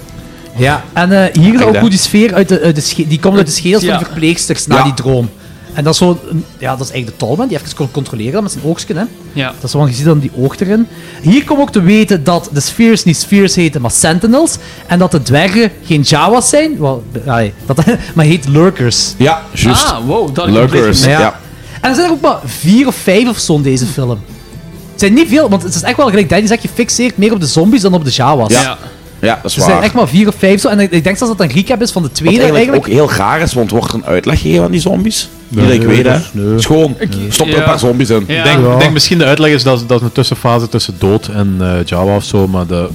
S1: Ja, en eh, hier is
S8: Kijk
S1: ook
S8: daar.
S1: hoe die sfeer uit de, uit de sche- die komt uit de schedels
S8: Ja.
S1: van de verpleegsters na
S8: Ja.
S1: die droom. En dat is zo, een- ja, dat is eigenlijk de Tolman die even kon controleren met zijn oogstje, hè.
S9: Ja.
S1: Dat is wel, je ziet dan die oog erin. Hier komt ook te weten dat de spheres niet spheres heten, maar sentinels. En dat de dwergen geen Jawas zijn, wel, ai, dat, maar heet lurkers.
S6: Ja, juist.
S9: Ah, wow, dat had ik compleet
S6: Lurkers,
S9: gemist.
S6: ja.
S1: En er zijn er ook maar vier of vijf of zo in deze film. Het zijn niet veel, want het is echt wel gelijk Danny zegt, je fixeert meer op de zombies dan op de Jawas.
S6: Ja. ja, dat is
S1: Er
S6: waar.
S1: zijn echt maar vier of vijf zo. En ik ik denk zelfs dat dat een recap is van de
S6: Wat
S1: tweede
S6: eigenlijk,
S1: eigenlijk.
S6: ook heel raar is, want wordt er een uitleg gegeven aan die zombies? niet dat ik weet, hè. Het is gewoon, stop er
S8: Ja.
S6: een paar zombies in.
S8: Ik denk, ik denk misschien de uitleg is dat, dat is een tussenfase tussen dood en eh Java of zo, maar de,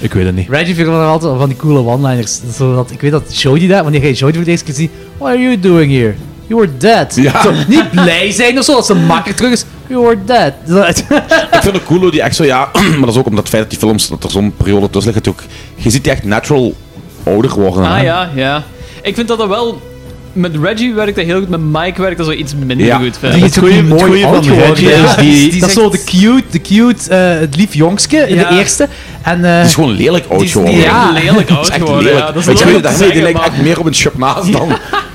S8: ik weet het niet.
S1: Reggie vindt wel altijd van die coole one-liners. Zodat, ik weet dat Jody daar, wanneer je Jody voor deze keer ziet, What are you doing here? You were dead.
S6: Ja.
S1: Zo, niet blij zijn of zo, als ze makker terug is. You were dead.
S6: Ik vind het cool hoe die echt zo, ja, maar dat is ook omdat het feit dat die films, dat er zo'n periode tussen ligt, dat die ook, je ziet die echt natural ouder worden.
S9: Ah
S6: hè.
S9: ja, ja. Ik vind dat dat wel... Met Reggie werkt dat heel goed, met Mike werkt dat zo iets minder
S6: Ja.
S9: goed.
S1: Die is ook niet mooi oud geworden, hè.
S6: dus
S1: dat is zo de cute, de cute eh, het lief jongske in
S9: Ja.
S1: de eerste. En, eh,
S6: Die is gewoon lelijk oud
S1: die is-
S6: geworden.
S1: Ja,
S9: lelijk
S6: Dat
S9: oud
S6: is echt
S9: geworden,
S6: lelijk.
S9: ja. Dat is
S6: Weet je,
S9: lelijk
S6: dat
S9: te
S6: nee, die
S9: zeggen,
S6: lijkt echt
S9: maar-
S6: meer op een chipnaas dan...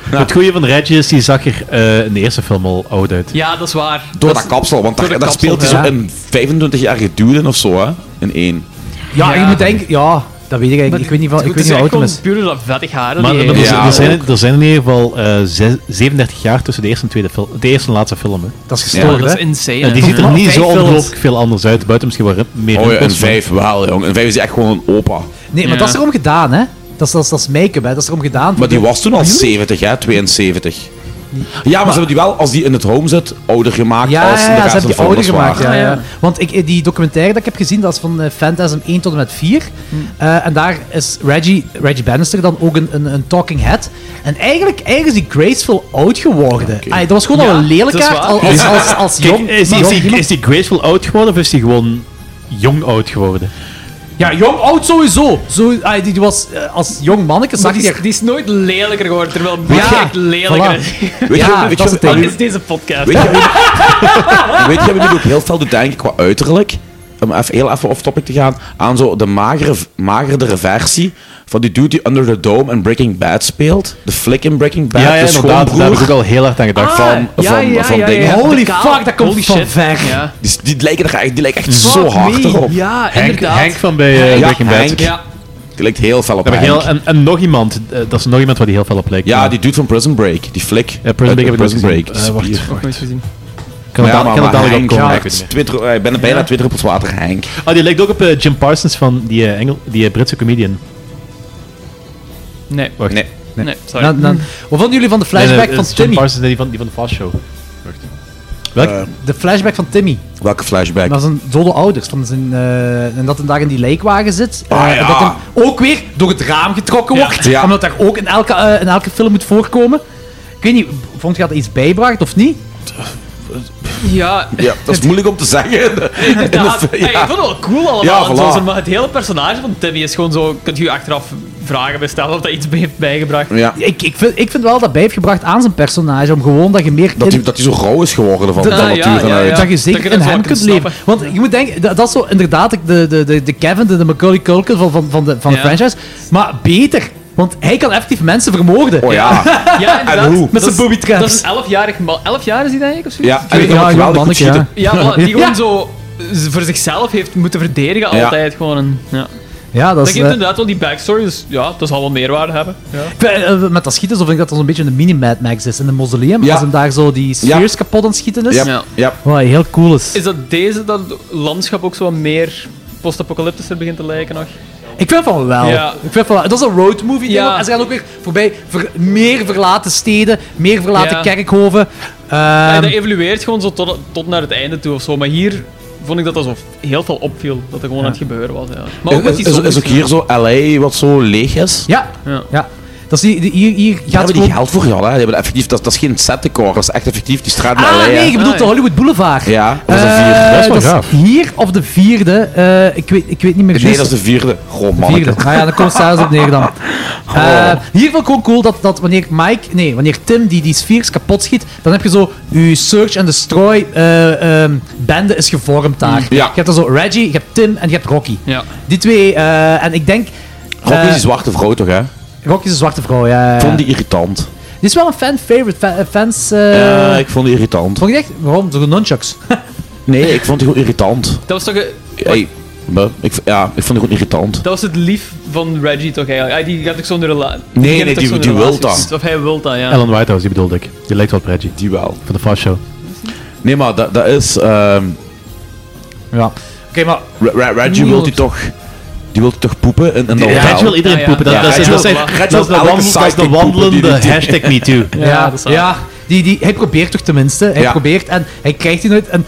S8: Het goeie van Reggie is, die zag er eh, in de eerste film al oud uit.
S9: Ja, dat is waar.
S6: Door dat kapsel, want daar,
S9: door dat
S6: daar
S9: kapsel,
S6: speelt hij
S9: ja.
S6: zo in 25 jaar geduwd in of zo, hè. In één.
S1: ja, je moet denken, ja, dat weet ik eigenlijk. ik weet niet, van, ik weet niet hoe oud hem is.
S9: puur dat vettig haar.
S8: Maar
S9: die
S8: maar er,
S9: hij-
S8: zijn- er zijn, er zijn in ieder geval eh, zes- 37 jaar tussen de eerste en, tweede film, de eerste en laatste film. Hè.
S1: Dat is
S9: gestoord, Ja, dat hè? is insane,
S8: En die
S9: hè.
S8: ziet er
S9: Ja.
S8: niet
S9: Vijf
S8: zo
S9: films.
S8: ongelooflijk veel anders uit, buiten misschien wel rim- meer
S6: Oh ja, in
S8: rimpels, maar-
S6: vijf wel, jong. In vijf is hij echt gewoon een opa.
S1: Nee, maar dat is erom gedaan, hè. Dat is, dat is, dat is make-up, hè. Dat is erom gedaan.
S6: Maar die was toen al
S1: Miljoen?
S6: 70, hè? 72. Ja, maar ze hebben die wel, als die in het home zit, ouder gemaakt
S1: Ja,
S6: als
S1: ja,
S6: de
S1: ja, ze
S6: rest van
S1: hebben
S6: de
S1: die ouder
S6: films
S1: gemaakt. Ja,
S6: waren.
S1: ja. Want ik, eh, die documentaire dat ik heb gezien, dat is van eh, Phantasm 1 tot en met 4. Eh, en daar is Reggie, Reggie Bannister dan ook een, een, een talking head. En eigenlijk, eigenlijk is die graceful oud geworden. Ah, dat was gewoon al een
S8: dat
S1: lelijkaard
S8: is waar.
S1: al- als, als, als
S8: Kijk,
S1: jong.
S8: is, die,
S1: jong
S8: is, die,
S1: iemand.
S8: is die graceful oud geworden of is die gewoon jong oud geworden?
S1: Ja, jong oud sowieso. Zo, ah, die, die was eh, als jong manneke,
S9: Maar
S1: zag
S9: die,
S1: je
S9: is, die is nooit lelijker geworden, terwijl Mike
S1: Ja,
S9: echt lelijker
S1: voilà.
S9: is.
S6: Weet je- Ja, weet je- dat is het ding.
S9: Wat is deze podcast?
S6: Weet je, Weet je, we nu ook heel veel doet denken qua uiterlijk, om even, heel even off-topic te gaan, aan zo de magere, magerdere versie van die dude die Under the Dome en Breaking Bad speelt. De flik in Breaking Bad,
S8: Ja, ja,
S6: de
S8: inderdaad,
S6: schoonbroer.
S8: daar heb ik ook al heel hard aan gedacht.
S6: Van,
S8: Ah,
S6: van,
S8: ja, ja,
S6: van
S8: ja,
S6: dingen.
S8: ja, ja. Holy
S1: fuck, dat komt
S8: holy
S1: van
S8: shit.
S1: ver.
S6: Die, die lijken er echt, die lijken echt
S8: Fuck
S6: zo hard
S8: me.
S6: erop.
S8: Ja, Henk- inderdaad. Henk van bij, eh,
S6: Ja,
S8: Breaking Bad.
S6: Henk.
S8: Ja.
S6: Die lijkt heel fel op
S8: Daar heb ik
S6: Henk.
S8: heel, en, en nog iemand, eh, dat is nog iemand waar die heel veel op lijkt.
S6: Ja, die dude van Prison Break, die flik.
S8: Ja, Prison Break heb ik
S6: Prison
S8: nooit
S6: Break.
S8: gezien. Eh, wacht,
S6: Spier.
S8: wacht. Kan
S6: Kan
S8: het
S6: ja,
S8: da-
S6: maar,
S8: kan het
S6: maar
S8: dadelijk
S6: Henk,
S8: opkomen?
S6: ja,
S8: Ik weet het niet.
S6: twee dro- eh, ik ben bijna twee druppels water, Henk.
S8: Ah, die lijkt ook op eh, Jim Parsons van die eh, Engel, die eh, Britse comedian.
S9: Nee.
S8: Wacht.
S6: Nee.
S9: Nee, sorry.
S1: Dan- dan- wat vonden jullie van de
S8: Nee, nee,
S1: flashback
S8: eh,
S1: van
S8: Jim
S1: Timmy?
S8: Parsons, nee, die van, die van de Fast Show. Wacht. Welk?
S6: Eh,
S1: de flashback van Timmy.
S6: Welke flashback?
S1: Maar zijn dode ouders. Van zijn, eh, en dat hij daar in die lijkwagen zit. Eh,
S6: Ah, ja.
S1: en Dat hem ook weer door het raam getrokken wordt.
S6: Ja.
S1: Omdat daar ook in elke, eh, in elke film moet voorkomen. Ik weet niet, vond je dat iets bijbracht of niet?
S9: Ja,
S6: Ja, dat is moeilijk om te zeggen.
S9: inderdaad.
S6: In de-
S9: Hey, ik vond het wel cool allemaal.
S6: Ja,
S9: en
S6: voilà.
S9: zo, zo, maar het hele personage van Timmy is gewoon zo... Kunt u achteraf vragen bij stellen of dat iets bij heeft bijgebracht.
S1: Ik, ik, vind, ik vind wel dat bij heeft gebracht aan zijn personage. Om gewoon dat je meer...
S6: Dat
S1: in-
S6: hij, dat hij zo rauw is geworden van,
S1: Dat-
S6: van
S9: ja,
S1: Ah,
S6: natuur.
S9: ja, ja.
S6: vanuit.
S1: Dat je
S9: Dat
S1: zeker
S9: je
S1: in
S9: dat zo
S1: hem
S9: kunt
S1: kunt leven.
S9: snappen.
S1: Want je moet denken, dat, dat is zo inderdaad de, de, de, de Kevin, de, de Macaulay Culkin van, van, van de, van de
S9: Ja.
S1: franchise. Maar beter. Want hij kan effectief mensen vermoorden.
S6: Oh ja.
S9: Ja, inderdaad.
S1: Met zijn booby traps.
S9: Dat is een 11-jarig man. 11 jaar is hij, denk ik, of zo?
S6: Ja, en ik kan ook geweldig goed schieten.
S9: Ja, voilà, die gewoon
S1: Ja.
S9: zo eh, voor zichzelf heeft moeten verdedigen
S6: Ja.
S9: altijd gewoon. En, ja.
S1: Ja, dat
S9: Dat
S1: is...
S9: geeft
S1: eh,
S9: inderdaad wel die backstory, dus ja, dat zal wel meerwaarde hebben. Ja.
S1: ik vind, eh, met dat schieten zo vind ik dat dat zo'n beetje een mini-Mad Max is. In een mausoleum, als hem daar zo die spheres kapot aan het schieten is.
S9: Ja. Ja.
S1: Wat heel cool is.
S9: Is dat deze dat het landschap ook zo wat meer post-apocalyptischer begint te lijken nog?
S1: Ik vind van wel.
S9: Ja.
S1: Ik vind van wel. Dat is een roadmovie.
S9: Ja.
S1: Ja. En ze gaan ook weer voorbij ver- meer verlaten steden, meer verlaten
S9: Ja.
S1: kerkhoven.
S9: Ja,
S1: Ehm,
S9: dat evolueert gewoon zo tot, tot naar het einde toe of zo. Maar hier vond ik dat dat zo heel veel opviel. Dat er gewoon aan het gebeuren was. Ja. Maar ook met
S6: Is,
S9: die
S6: is, is
S9: zombies,
S6: ook hier zo LA wat zo leeg is?
S1: Ja.
S9: Ja.
S1: Dat is die, die- hier, hier
S6: Daar
S1: gaat
S6: hebben die
S1: gewoon...
S6: geld voor gehad. Hè. Die hebben effectief, dat, dat is geen set decor. Dat is echt effectief die straat naar
S1: Ah,
S6: LA. hè.
S1: nee, je bedoelt de Hollywood Boulevard.
S6: Ja, dat is een
S1: Eh,
S6: vierde. Dat is wel
S1: dat is
S6: gaaf.
S1: hier of de vierde. eh, ik, weet, ik weet niet meer
S6: Nee,
S1: juist.
S6: dat is de vierde. Goh, man.
S1: Vierde. Nou ja, dan komt het zelfs op neer dan. Eh, hier vond ik ook cool dat, dat wanneer Mike, nee, wanneer Tim die, die spheres kapot schiet, dan heb je zo je search and destroy eh, ehm, bende is gevormd daar.
S6: Mm. Ja.
S1: Je hebt dan zo Reggie, je hebt Tim en je hebt Rocky.
S9: Ja.
S1: Die twee, eh, en ik denk...
S6: Rocky is
S1: eh,
S6: die zwarte vrouw toch, hè?
S1: Rocky is een zwarte vrouw, ja. ja, ja.
S6: Ik vond die irritant.
S1: Die is wel een fan-favorite. Fa- eh, fans... eh,
S6: Ja, ik vond die irritant.
S1: Vond je echt? Waarom? Door de nunchucks.
S6: Nee, ik vond die gewoon irritant.
S9: Dat was toch een-
S6: Hey, me, ik, v- ja, ik vond die gewoon irritant.
S9: Dat was het lief van Reggie toch eigenlijk? Ah, die gaat ook zo'n relatie.
S6: Nee, nee, die- die wil dat.
S9: Of hij wil dat, ja.
S8: Ellen Whitehouse, die bedoelde ik. Die lijkt wel op Reggie.
S6: Die wel.
S8: Van de Fast Show.
S6: Nee, maar dat, dat is... ehm,
S1: Ja. Oké, maar...
S6: Re- Re- Reggie wil die toch... Die wil die toch poepen in, in dat
S8: Ja,
S6: hotel?
S8: Reggie wil iedereen poepen. Dat- dat is-
S6: Reggie
S8: dat
S6: wil-
S8: zijn-
S6: Reggie
S8: dat
S6: wil
S8: is de
S6: elke
S8: wandel- dat is de
S6: sidekick poepen die
S8: wandelende
S6: die-
S8: hashtag me too.
S1: Ja,
S8: Ja,
S1: ja,
S8: dat is waar.
S1: Die, die, hij probeert toch tenminste. Hij
S8: Ja.
S1: probeert en hij krijgt die nooit. En,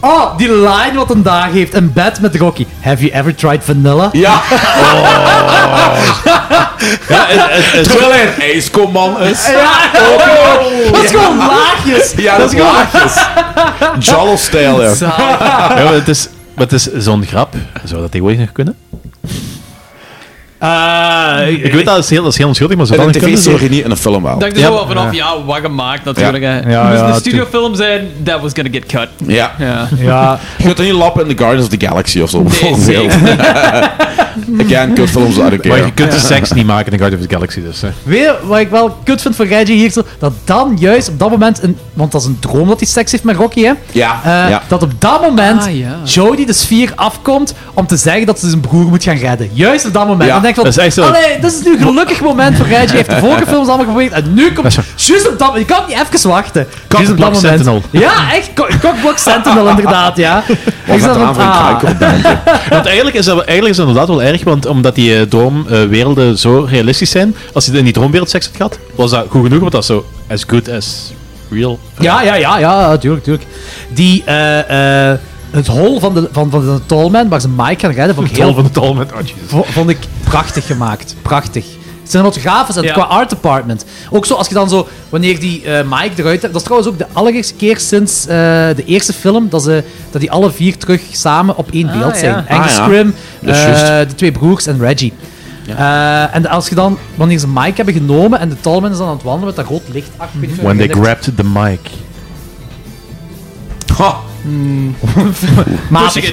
S1: oh, die line wat een dag heeft. Een bed met Rocky. Have you ever tried vanilla?
S8: Ja,
S6: Ja.
S8: het- het- het-
S6: Terwijl hij een ijskomman is.
S1: Ja.
S6: Oh.
S1: Dat is gewoon laagjes.
S6: Ja, dat is
S1: gewoon-
S6: laagjes. Jollo-stijl, ja.
S8: Ja, maar het is, maar het is zo'n grap. Zou dat tegenwoordig nog kunnen? ik weet dat is heel, dat is heel onschuldig, maar
S6: In
S8: zou
S6: een
S8: dat nog kunnen?
S6: tv-serie niet, in een film wel.
S9: Dat Ah, ik er zo wel vanaf, ja, wat gemaakt natuurlijk.
S6: Ja.
S9: hè.
S6: Ja,
S9: Moest
S6: ja,
S9: het een studiofilm zijn, that was gonna get cut.
S6: Ja.
S9: Ja.
S1: Ja.
S6: Je kunt er niet lappen in The Guardians of the Galaxy of zo, bijvoorbeeld. Ik ken kutfilms uit een
S8: Maar je kunt de seks niet maken in Guardians of the Galaxy, dus. Hè.
S1: Weet je wat ik wel kut vind van Reggie hier? Zo, Dat dan juist op dat moment, een, want dat is een droom dat hij seks heeft met Rocky, hè?
S6: Ja,
S1: Eh,
S6: ja.
S1: Dat op dat moment
S9: Ah, ja.
S1: Jodie de sfeer afkomt om te zeggen dat ze zijn broer moet gaan redden. Juist op dat moment.
S8: Ja,
S1: Dan denk ik van,
S8: dat is echt zo.
S1: Allee, dit is nu een gelukkig moment voor Reggie. Hij heeft de vorige films allemaal geprobeerd en nu komt... Juist op dat moment. Je kan niet even wachten. Juist op dat
S8: Cockblock
S1: moment.
S8: Sentinel.
S1: Ja, echt. co- Cockblock Sentinel, inderdaad, ja. Ik zat van, ah,
S8: Want eigenlijk is, dat, eigenlijk is dat inderdaad wel erg, want omdat die eh, droomwerelden zo realistisch zijn, als je in die droomwereld seks had gehad, was dat goed genoeg, want dat is zo as good as real.
S1: Ja, ja, ja, ja, tuurlijk, tuurlijk. Die, eh, eh, het hol van de, van, van de Tallman, waar ze Mike gaan redden, vond ik
S8: Het hol
S1: heel...
S8: van de Tallman, oh, jezus.
S1: vo- vond ik prachtig gemaakt. Prachtig. Cinematografisch en
S8: Ja.
S1: qua art department. Ook zo, als je dan zo, wanneer die eh, Mike eruit hebt. Dat is trouwens ook de allereerste keer sinds eh, de eerste film dat, ze, dat die alle vier terug samen op één
S9: Ah,
S1: beeld zijn.
S9: ja.
S1: Angus
S9: Ah, ja.
S1: Scrim,
S9: Dat is juist.
S1: eh, de twee broers en Reggie. Eh, en als je dan, wanneer ze Mike hebben genomen en de Tallman is dan aan het wandelen met dat rood licht. Ach, ik weet niet of
S8: When
S1: je
S8: they
S1: dat-
S8: grabbed the mic.
S1: Hmm. Matig.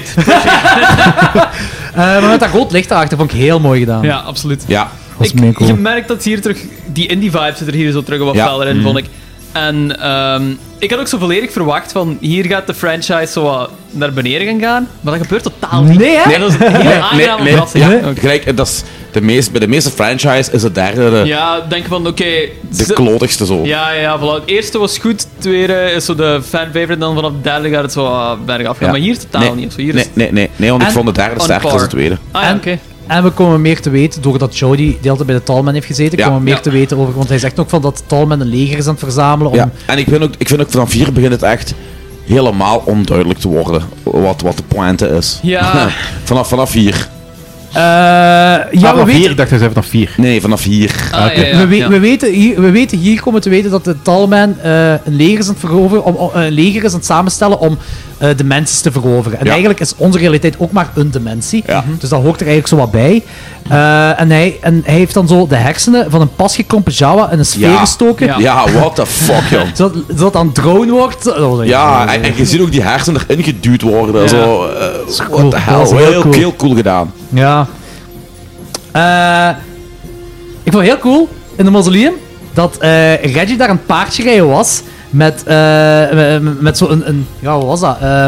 S1: Eh, maar met dat rood licht daarachter vond ik heel mooi gedaan.
S9: Ja, ah, absoluut.
S6: Ja.
S1: Dat is meer
S9: Je merkt dat hier terug, die indie-vibe zit er hier zo terug wat
S1: Ja.
S9: feller in,
S6: Mhm.
S1: Mm.
S9: vond ik. En ehm, ik had ook zo volledig verwacht van, hier gaat de franchise zo wat naar beneden gaan gaan, maar dat gebeurt totaal niet.
S1: Nee, hè?
S9: En dat is een heel aangename verrassing.
S6: Ja, gelijk, eh, dat is de meest, bij de meeste franchise is het derde de,
S9: Ja, denk van, oké...
S6: Eh, de
S9: ze-
S6: klotigste zo.
S9: Ja, ja, ja, voilà. Het eerste was goed, het tweede is zo de fanfavorite, en dan vanaf het derde gaat het zo eh, bergaf gaan.
S6: Ja.
S9: Maar hier totaal
S6: Nee.
S9: niet. of Zo, hier
S6: nee,
S9: is...
S6: nee, nee, nee, want ik
S1: En-
S6: vond de derde
S9: on
S6: sterker
S9: par.
S6: dan de tweede.
S9: Ah, ja, oké.
S1: En we komen meer te weten, doordat Jody de hele tijd bij de Talman heeft gezeten,
S6: Ja.
S1: komen we meer
S6: Ja.
S1: te weten over, want hij zegt ook van dat Talman een leger is aan het verzamelen om...
S6: Ja. En ik vind, ook, ik vind ook vanaf hier begint het echt helemaal onduidelijk te worden wat, wat de pointe is.
S1: Ja.
S6: vanaf, vanaf hier.
S1: Eh, ja, we weten,
S8: dacht hij zei vanaf vier.
S6: Nee, vanaf hier.
S9: Ah, ja, ja,
S1: we, we-
S9: ja.
S1: we weten hier, we weten hier komen te weten dat de Talman eh, een leger is aan het veroveren, om, om- een leger is aan het samenstellen om eh, dementies te veroveren. En
S6: Ja.
S1: eigenlijk is onze realiteit ook maar een dementie, dus dat hoort er eigenlijk zo wat bij. Eh, en, hij, en hij heeft dan zo de hersenen van een pas gekrompen Jawa in een sfeer
S6: Ja.
S1: gestoken.
S6: Ja. Ja, what the fuck, joh.
S1: Zodat, zodat dan drone wordt. Oh, nee.
S6: Ja, en, en je ziet ook die hersenen erin geduwd worden.
S1: Ja.
S6: Zo, eh,
S1: cool.
S6: what the
S1: Dat is
S6: hell.
S1: heel
S6: Heel,
S1: cool.
S6: heel cool gedaan.
S1: Ja. Eh, Ik vond het heel cool in de mausoleum dat eh, Reggie daar een paardje rijden was. Met, eh, met- met zo'n. Een, ja, wat was dat? Eh,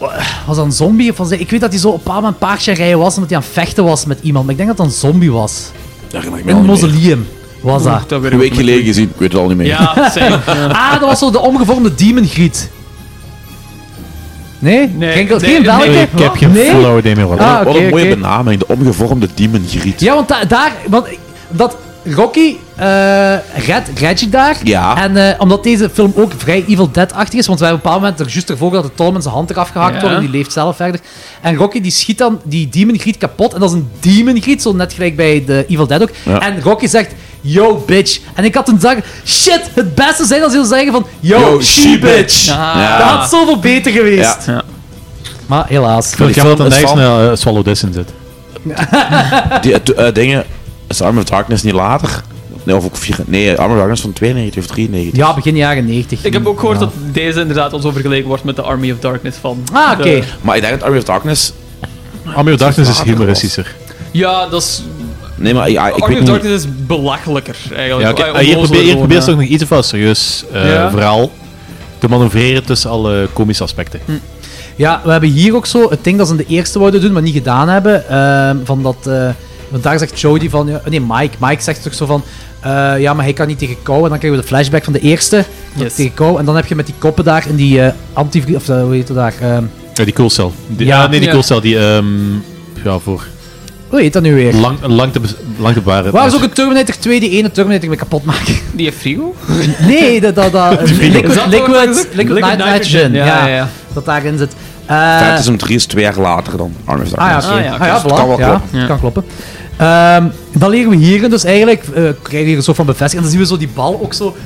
S1: wa- was dat een zombie? Of was dat- ik weet dat hij zo op een bepaald moment een paardje rijden was omdat hij aan het vechten was met iemand. Maar ik denk dat dat een zombie was.
S6: Daar herinner ik me
S1: In
S6: al
S1: het
S6: niet meer.
S1: mausoleum was dat.
S6: Een week geleden gezien, ik weet het al niet meer.
S9: Ja, zeker.
S1: Ah, dat was zo de omgevormde demongriet. Nee? Geen, geen welke? nee? Ah,
S6: wat een
S1: oké,
S6: mooie
S1: oké.
S6: benaming, de omgevormde diemengriet.
S1: Ja, want da- daar, want dat Rocky eh red Reggie daar.
S6: Ja.
S1: En eh, omdat deze film ook vrij Evil Dead-achtig is, want wij hebben op een bepaald moment er juist ervoor dat de Tolman zijn hand eraf gehakt
S9: Ja.
S1: wordt en die leeft zelf verder. En Rocky die schiet dan die Demon Griet kapot. En dat is een Demon Griet, zo net gelijk bij de Evil Dead ook.
S6: Ja.
S1: En Rocky zegt, yo bitch. En ik had toen gezegd, shit, het beste zijn als hij zou zeggen van, yo,
S6: Yo,
S1: she,
S6: she
S1: bitch.
S6: bitch. Ja.
S1: Dat had zoveel beter geweest.
S6: Ja.
S1: Maar helaas.
S8: Ik vind het
S6: Die
S8: jammer dat
S6: film nou,
S8: er
S6: is
S8: nergens
S6: van-
S8: een eh, Swallow This in zit.
S6: Die eh, to- eh, dingen, is Arm of Darkness niet later? Nee, of ook vier, nee, Arm of Darkness van 92 of 93.
S1: Ja, begin jaren 90.
S9: Ik heb ook gehoord
S1: Ja.
S9: dat deze inderdaad al zo vergeleken wordt met de Army of Darkness van...
S1: Ah,
S9: de-
S6: Eh, Maar ik denk dat Army of Darkness...
S8: Army of Darkness is
S6: Later
S8: humoristischer.
S9: Ja, dat is...
S6: Nee, maar ja, ik
S9: Army
S6: weet
S9: of
S6: niet-
S9: Darkness is belachelijker,
S8: Ja,
S9: eigenlijk.
S8: oké.
S9: Ah,
S8: Ah, Hier
S9: onnozeler
S8: probeer je
S9: gewoon,
S8: probeert
S9: ja.
S8: toch nog iets van serieus eh,
S9: Ja.
S8: verhaal te manoeuvreren tussen alle komische aspecten.
S1: Ja, we hebben hier ook zo het ding dat ze in de eerste wouden doen, maar niet gedaan hebben. ehm, van dat, eh, want daar zegt Jody van... ja, nee, Mike. Mike zegt toch zo van... eh, ja, maar hij kan niet tegen kou. En dan krijgen we de flashback van de eerste. dat
S8: Yes.
S1: Tegen kou. En dan heb je met die koppen daar in die eh anti... Of eh, hoe heet dat daar? Ehm,
S8: Ja, die koelcel. Die-
S1: Ja.
S8: ah, nee, die
S1: Ja.
S8: koelcel die ehm, ja, voor
S1: hoe heet dat nu weer?
S8: lang, lang, te, bes- lang te bewaren.
S1: Waar is ook een Terminator 2 die ene Terminator mee kapot maken?
S9: Die heeft frigo?
S1: Nee, dat... dat, dat eh,
S9: Die frigo.
S1: liquid,
S9: Is dat wat
S1: liquid, liquid,
S9: dat is ook? Liquid
S1: Night-
S9: nitrogen,
S1: Nitrogen,
S9: ja,
S1: Ja,
S9: ja, ja.
S1: Dat daarin zit. Eh,
S6: Het is om drie is twee jaar later dan Arm of
S1: Ah ja,
S6: Darkness.
S1: oké. Ah, ja,
S6: Dus het kan wel
S1: voilà. Ja,
S6: kloppen.
S1: het kan kloppen. Ehm, dan leren we hier dus eigenlijk, eh, krijgen we hier een soort van bevestiging. En dan zien we zo die bal ook zo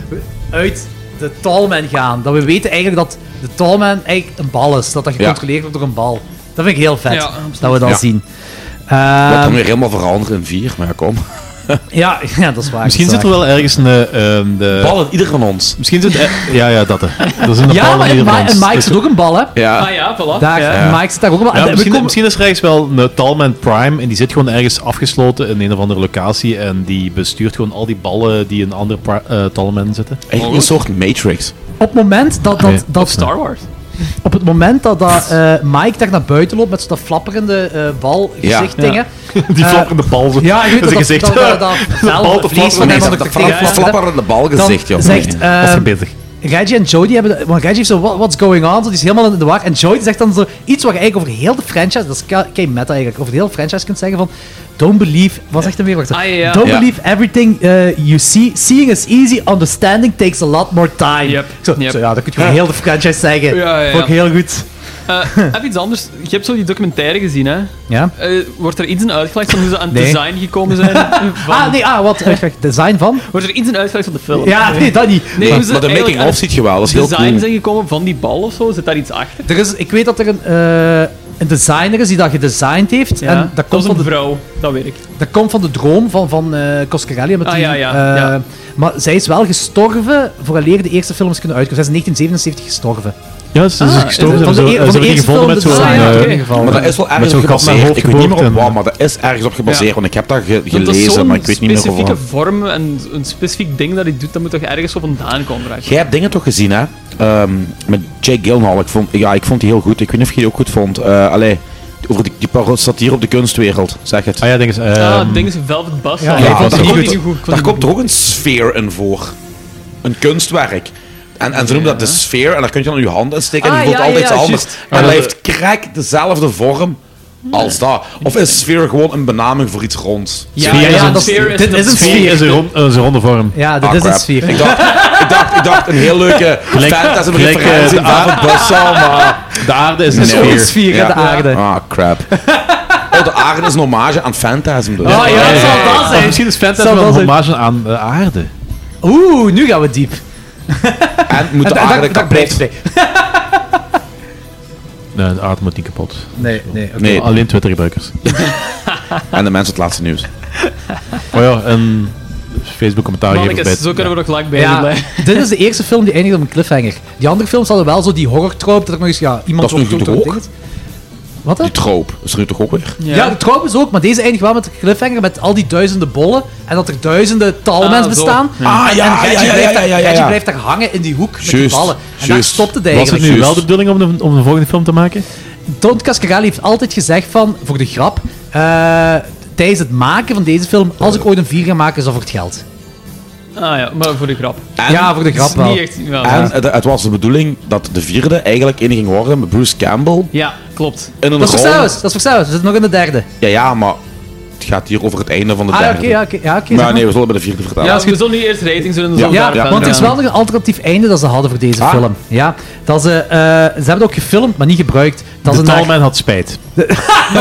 S1: uit de tallman gaan. Dat we weten eigenlijk dat de tallman eigenlijk een bal is. Dat dat
S6: Ja.
S1: gecontroleerd wordt door een bal. Dat vind ik heel vet,
S9: Ja, absoluut.
S1: dat we dat
S6: Ja.
S1: zien.
S6: Wat dan
S1: Ehm,
S6: weer helemaal veranderen in vier, maar ja, kom.
S1: ja, ja, dat is waar.
S8: Misschien
S1: dat
S8: zit
S1: is
S8: er
S1: waar.
S8: wel ergens een... eh, ehm, de...
S6: Bal in ieder van ons.
S8: Misschien zit er... Ja, ja, dat. hè. Dat is in de
S1: Ja,
S8: bal
S1: maar
S8: in
S1: in,
S8: ieder van
S1: Ma- in
S8: ons.
S1: Mike
S8: Dus-
S1: zit ook een bal, hè?
S6: Ja.
S9: Ah ja, voilà.
S1: Daar,
S8: Ja.
S1: in Mike zit daar ook een bal. En
S8: Ja,
S1: we
S8: misschien,
S1: komen-
S8: misschien is er ergens wel een Talman Prime en die zit gewoon ergens afgesloten in een of andere locatie en die bestuurt gewoon al die ballen die in andere pri- eh, Talman zitten.
S6: Eigenlijk een soort Matrix.
S1: Op het moment dat... dat,
S8: Nee.
S1: dat
S8: Of Star
S9: Wars.
S1: Op het moment dat, dat eh, Mike daar naar buiten loopt met zo'n flapperende eh bal
S6: Ja.
S1: gezichtdingen.
S8: Die
S1: Eh,
S8: flapperende bal. zo.
S1: Ja, ik weet
S8: Dat is
S1: dat-
S8: gezicht.
S1: dat- dat- dat-
S8: Een bal te
S1: vlees van
S8: flapperen.
S1: hem
S8: Nee,
S1: onder
S8: dat-
S1: de tegen-
S6: dat flapperende balgezicht, joh.
S1: Dan zegt,
S6: Nee.
S1: eh,
S8: Dat is verbeterd.
S1: Reggie en Jody hebben... de- Want Reggie heeft zo, "What- what's going on? Zo, die is helemaal in de war. En Jody zegt dan zo iets wat je eigenlijk over heel de franchise... Dat is ke- kei meta eigenlijk. Over de hele franchise kunt zeggen van... Don't believe... Wat zegt hem weer? Wacht,
S9: Ah, ja, ja.
S1: Don't
S9: Ja.
S1: believe everything eh, you see. Seeing is easy. Understanding takes a lot more time.
S9: Yep,
S1: Ik Zo,
S9: yep.
S1: zo, ja, dat kun je gewoon heel de franchise zeggen.
S9: Ja, ja, ja.
S1: Vond ik heel goed.
S9: Eh, even iets anders. Je hebt zo die documentaire gezien, hè?
S1: Ja.
S9: Eh, wordt er iets in uitgelegd van hoe ze aan het
S1: Nee.
S9: design gekomen zijn? van-
S1: Ah, nee, ah, wat? Uitgelegd. Design van?
S9: Wordt er iets in uitgelegd van de film?
S1: Ja, nee, dat niet.
S9: Nee, hoe
S6: maar,
S9: ze
S6: maar de
S9: eigenlijk
S6: making-of
S9: aan
S6: ziet je wel, dat is heel
S9: design
S6: cool.
S9: zijn gekomen van die bal of zo? Zit daar iets achter?
S1: Er is, ik weet dat er een, eh, een designer is die dat gedesigned heeft.
S9: Ja,
S1: en dat,
S9: dat
S1: komt
S9: is
S1: van
S9: een
S1: de,
S9: vrouw, dat weet ik.
S1: dat komt van de droom van, van eh, Coscarelli. Met
S9: Ah,
S1: die,
S9: ja, ja,
S1: eh,
S9: ja.
S1: Maar zij is wel gestorven vooraleer de eerste films kunnen uitkomen. Zij is in 1977 gestorven.
S8: Ja, ze is
S1: Ah,
S8: gestorven. Ze
S1: van de
S8: hebben zo-
S1: eer-
S8: ze
S1: van de
S8: hebben die
S1: eerste
S8: gevonden met
S1: film
S8: zo'n...
S1: is het
S9: Ah,
S8: eh,
S1: design uitgevallen.
S6: Maar dat is wel
S8: met
S6: ergens
S8: zo'n
S6: op
S8: kat met
S6: gebaseerd. Ik weet niet meer op
S8: hoofdgeboord
S6: waar,
S8: en-
S6: maar dat is ergens op gebaseerd,
S9: Ja.
S6: want ik heb dat ge-
S9: Want dat is
S6: gelezen,
S9: zo'n
S6: maar ik weet niet meer
S9: specifieke
S6: over.
S9: vorm en een specifiek ding dat hij doet, dat moet toch ergens op vandaan komen, right?
S6: Jij hebt dingen toch gezien, hè? Ehm, met Jake Gyllenhaal. Ik vond, ja, ik vond die heel goed. Ik weet niet of je die ook goed vond. Eh allee, over die, die paro- satire op de kunstwereld, zeg het.
S8: Ah ja, denk eens...
S9: ah,
S8: ehm,
S9: ding is Velvet Bastard.
S6: Ja,
S9: ik vond
S6: daar,
S9: die
S6: komt,
S9: niet goed. Ik vond
S6: daar
S9: die
S6: komt
S9: niet
S6: toch ook een sfeer in voor. Een kunstwerk. En, en ze noemen dat de sfeer, en daar kun je dan je hand in steken en
S9: Ah,
S6: je voelt
S9: ja,
S6: altijd
S9: ja,
S6: iets
S9: ja,
S6: anders.
S9: juist.
S6: En
S9: Ja,
S6: hij
S9: dat-
S6: heeft krek dezelfde vorm als dat. Of is sfeer gewoon een benaming voor iets ronds?
S9: Ja,
S8: Sfeer
S9: ja,
S8: is een-
S9: dat is-
S8: sfeer
S1: dit is een
S8: Sfeer is een ron- is een ronde vorm.
S1: Ja, dit
S6: Ah,
S1: is een
S6: crap.
S1: sfeer.
S6: Ik dacht, ik dacht, ik dacht een heel leuke
S8: Gelijk- gelijk, eh,
S6: fantasy-referentie
S8: de Ah,
S6: van David Bossal, maar...
S8: De aarde is een
S6: Nee.
S8: sfeer.
S1: sfeer, hè, de aarde.
S6: Ah, crap. Oh, de aarde is een hommage aan Phantasm. Dus.
S1: Ah, ja, dat zal dat
S8: Of
S1: zijn.
S8: misschien is Fantasy
S1: Zal
S8: wel een
S1: dat zijn.
S8: hommage aan de aarde.
S1: Oeh, nu gaan we diep.
S6: En moet de
S1: Dat- dat-
S6: aarde
S1: dat blijft
S6: kapot.
S1: bij.
S8: Nee, de aarde moet niet kapot.
S1: Nee, nee. oké.
S6: Nee.
S8: Alleen Twitter-gebruikers.
S6: En de mensen het laatste nieuws.
S8: Oh ja, en Facebook-commentaar geven bij...
S9: Mannetjes, zo kunnen we nog lang bij
S1: Ja,
S9: blijven.
S1: dit is de eerste film die eindigt op een cliffhanger. Die andere films hadden wel zo die horror trope dat er nog eens ja, iemand
S6: Dat is nu
S1: zo-
S6: goed
S1: zo- zo-
S6: ook.
S1: ding is. Wat?
S6: Die troop is er nu toch ook weer?
S1: Ja, trouwens ook, maar deze eindigt wel met een cliffhanger met al die duizenden bollen en dat er duizenden talmens
S6: Ah, zo.
S1: bestaan.
S6: Ja.
S1: En-
S6: Ah, ja,
S1: en Reggie
S6: ja, ja,
S1: blijft daar-
S6: ja, ja, ja,
S1: Reggie
S6: ja.
S1: blijft daar hangen in die hoek met die
S6: Juist,
S1: ballen. En daar
S6: juist.
S1: stopt het
S8: Was het
S1: eigenlijk.
S8: nu wel de bedoeling om de, om de volgende film te maken?
S1: Don Cascarelli heeft altijd gezegd van, voor de grap, eh, tijdens het maken van deze film, als ik ooit een 4 ga maken, is dat voor het geld.
S9: Ah ja, maar voor de grap.
S1: ja, Ah, voor de
S9: Het
S1: grap
S9: is
S1: wel.
S9: Niet echt, wel.
S6: En het, het was de bedoeling dat de vierde eigenlijk in ging worden met Bruce Campbell.
S9: Ja, klopt.
S6: In een
S1: Dat is voor
S6: rol-
S1: Cyrus, dat is voor Cyrus. We zitten nog in de derde.
S6: Ja, ja, maar het gaat hier over het einde van de
S1: Ah, ja,
S6: derde.
S1: oké, ja, oké. Ja, oké, zeg
S6: maar
S1: maar.
S6: nee, we zullen bij de vierde vertalen.
S9: Ja, we zullen niet eerst ratings doen en dan zullen we
S1: Ja,
S9: daar verder
S1: want er is
S9: gaan.
S1: wel nog een alternatief einde dat ze hadden voor
S6: Ah.
S1: deze film. Ja, dat ze, eh, ze hebben het ook gefilmd, maar niet gebruikt. Dat
S8: de
S1: ze naar-
S8: talman had spijt.
S1: dat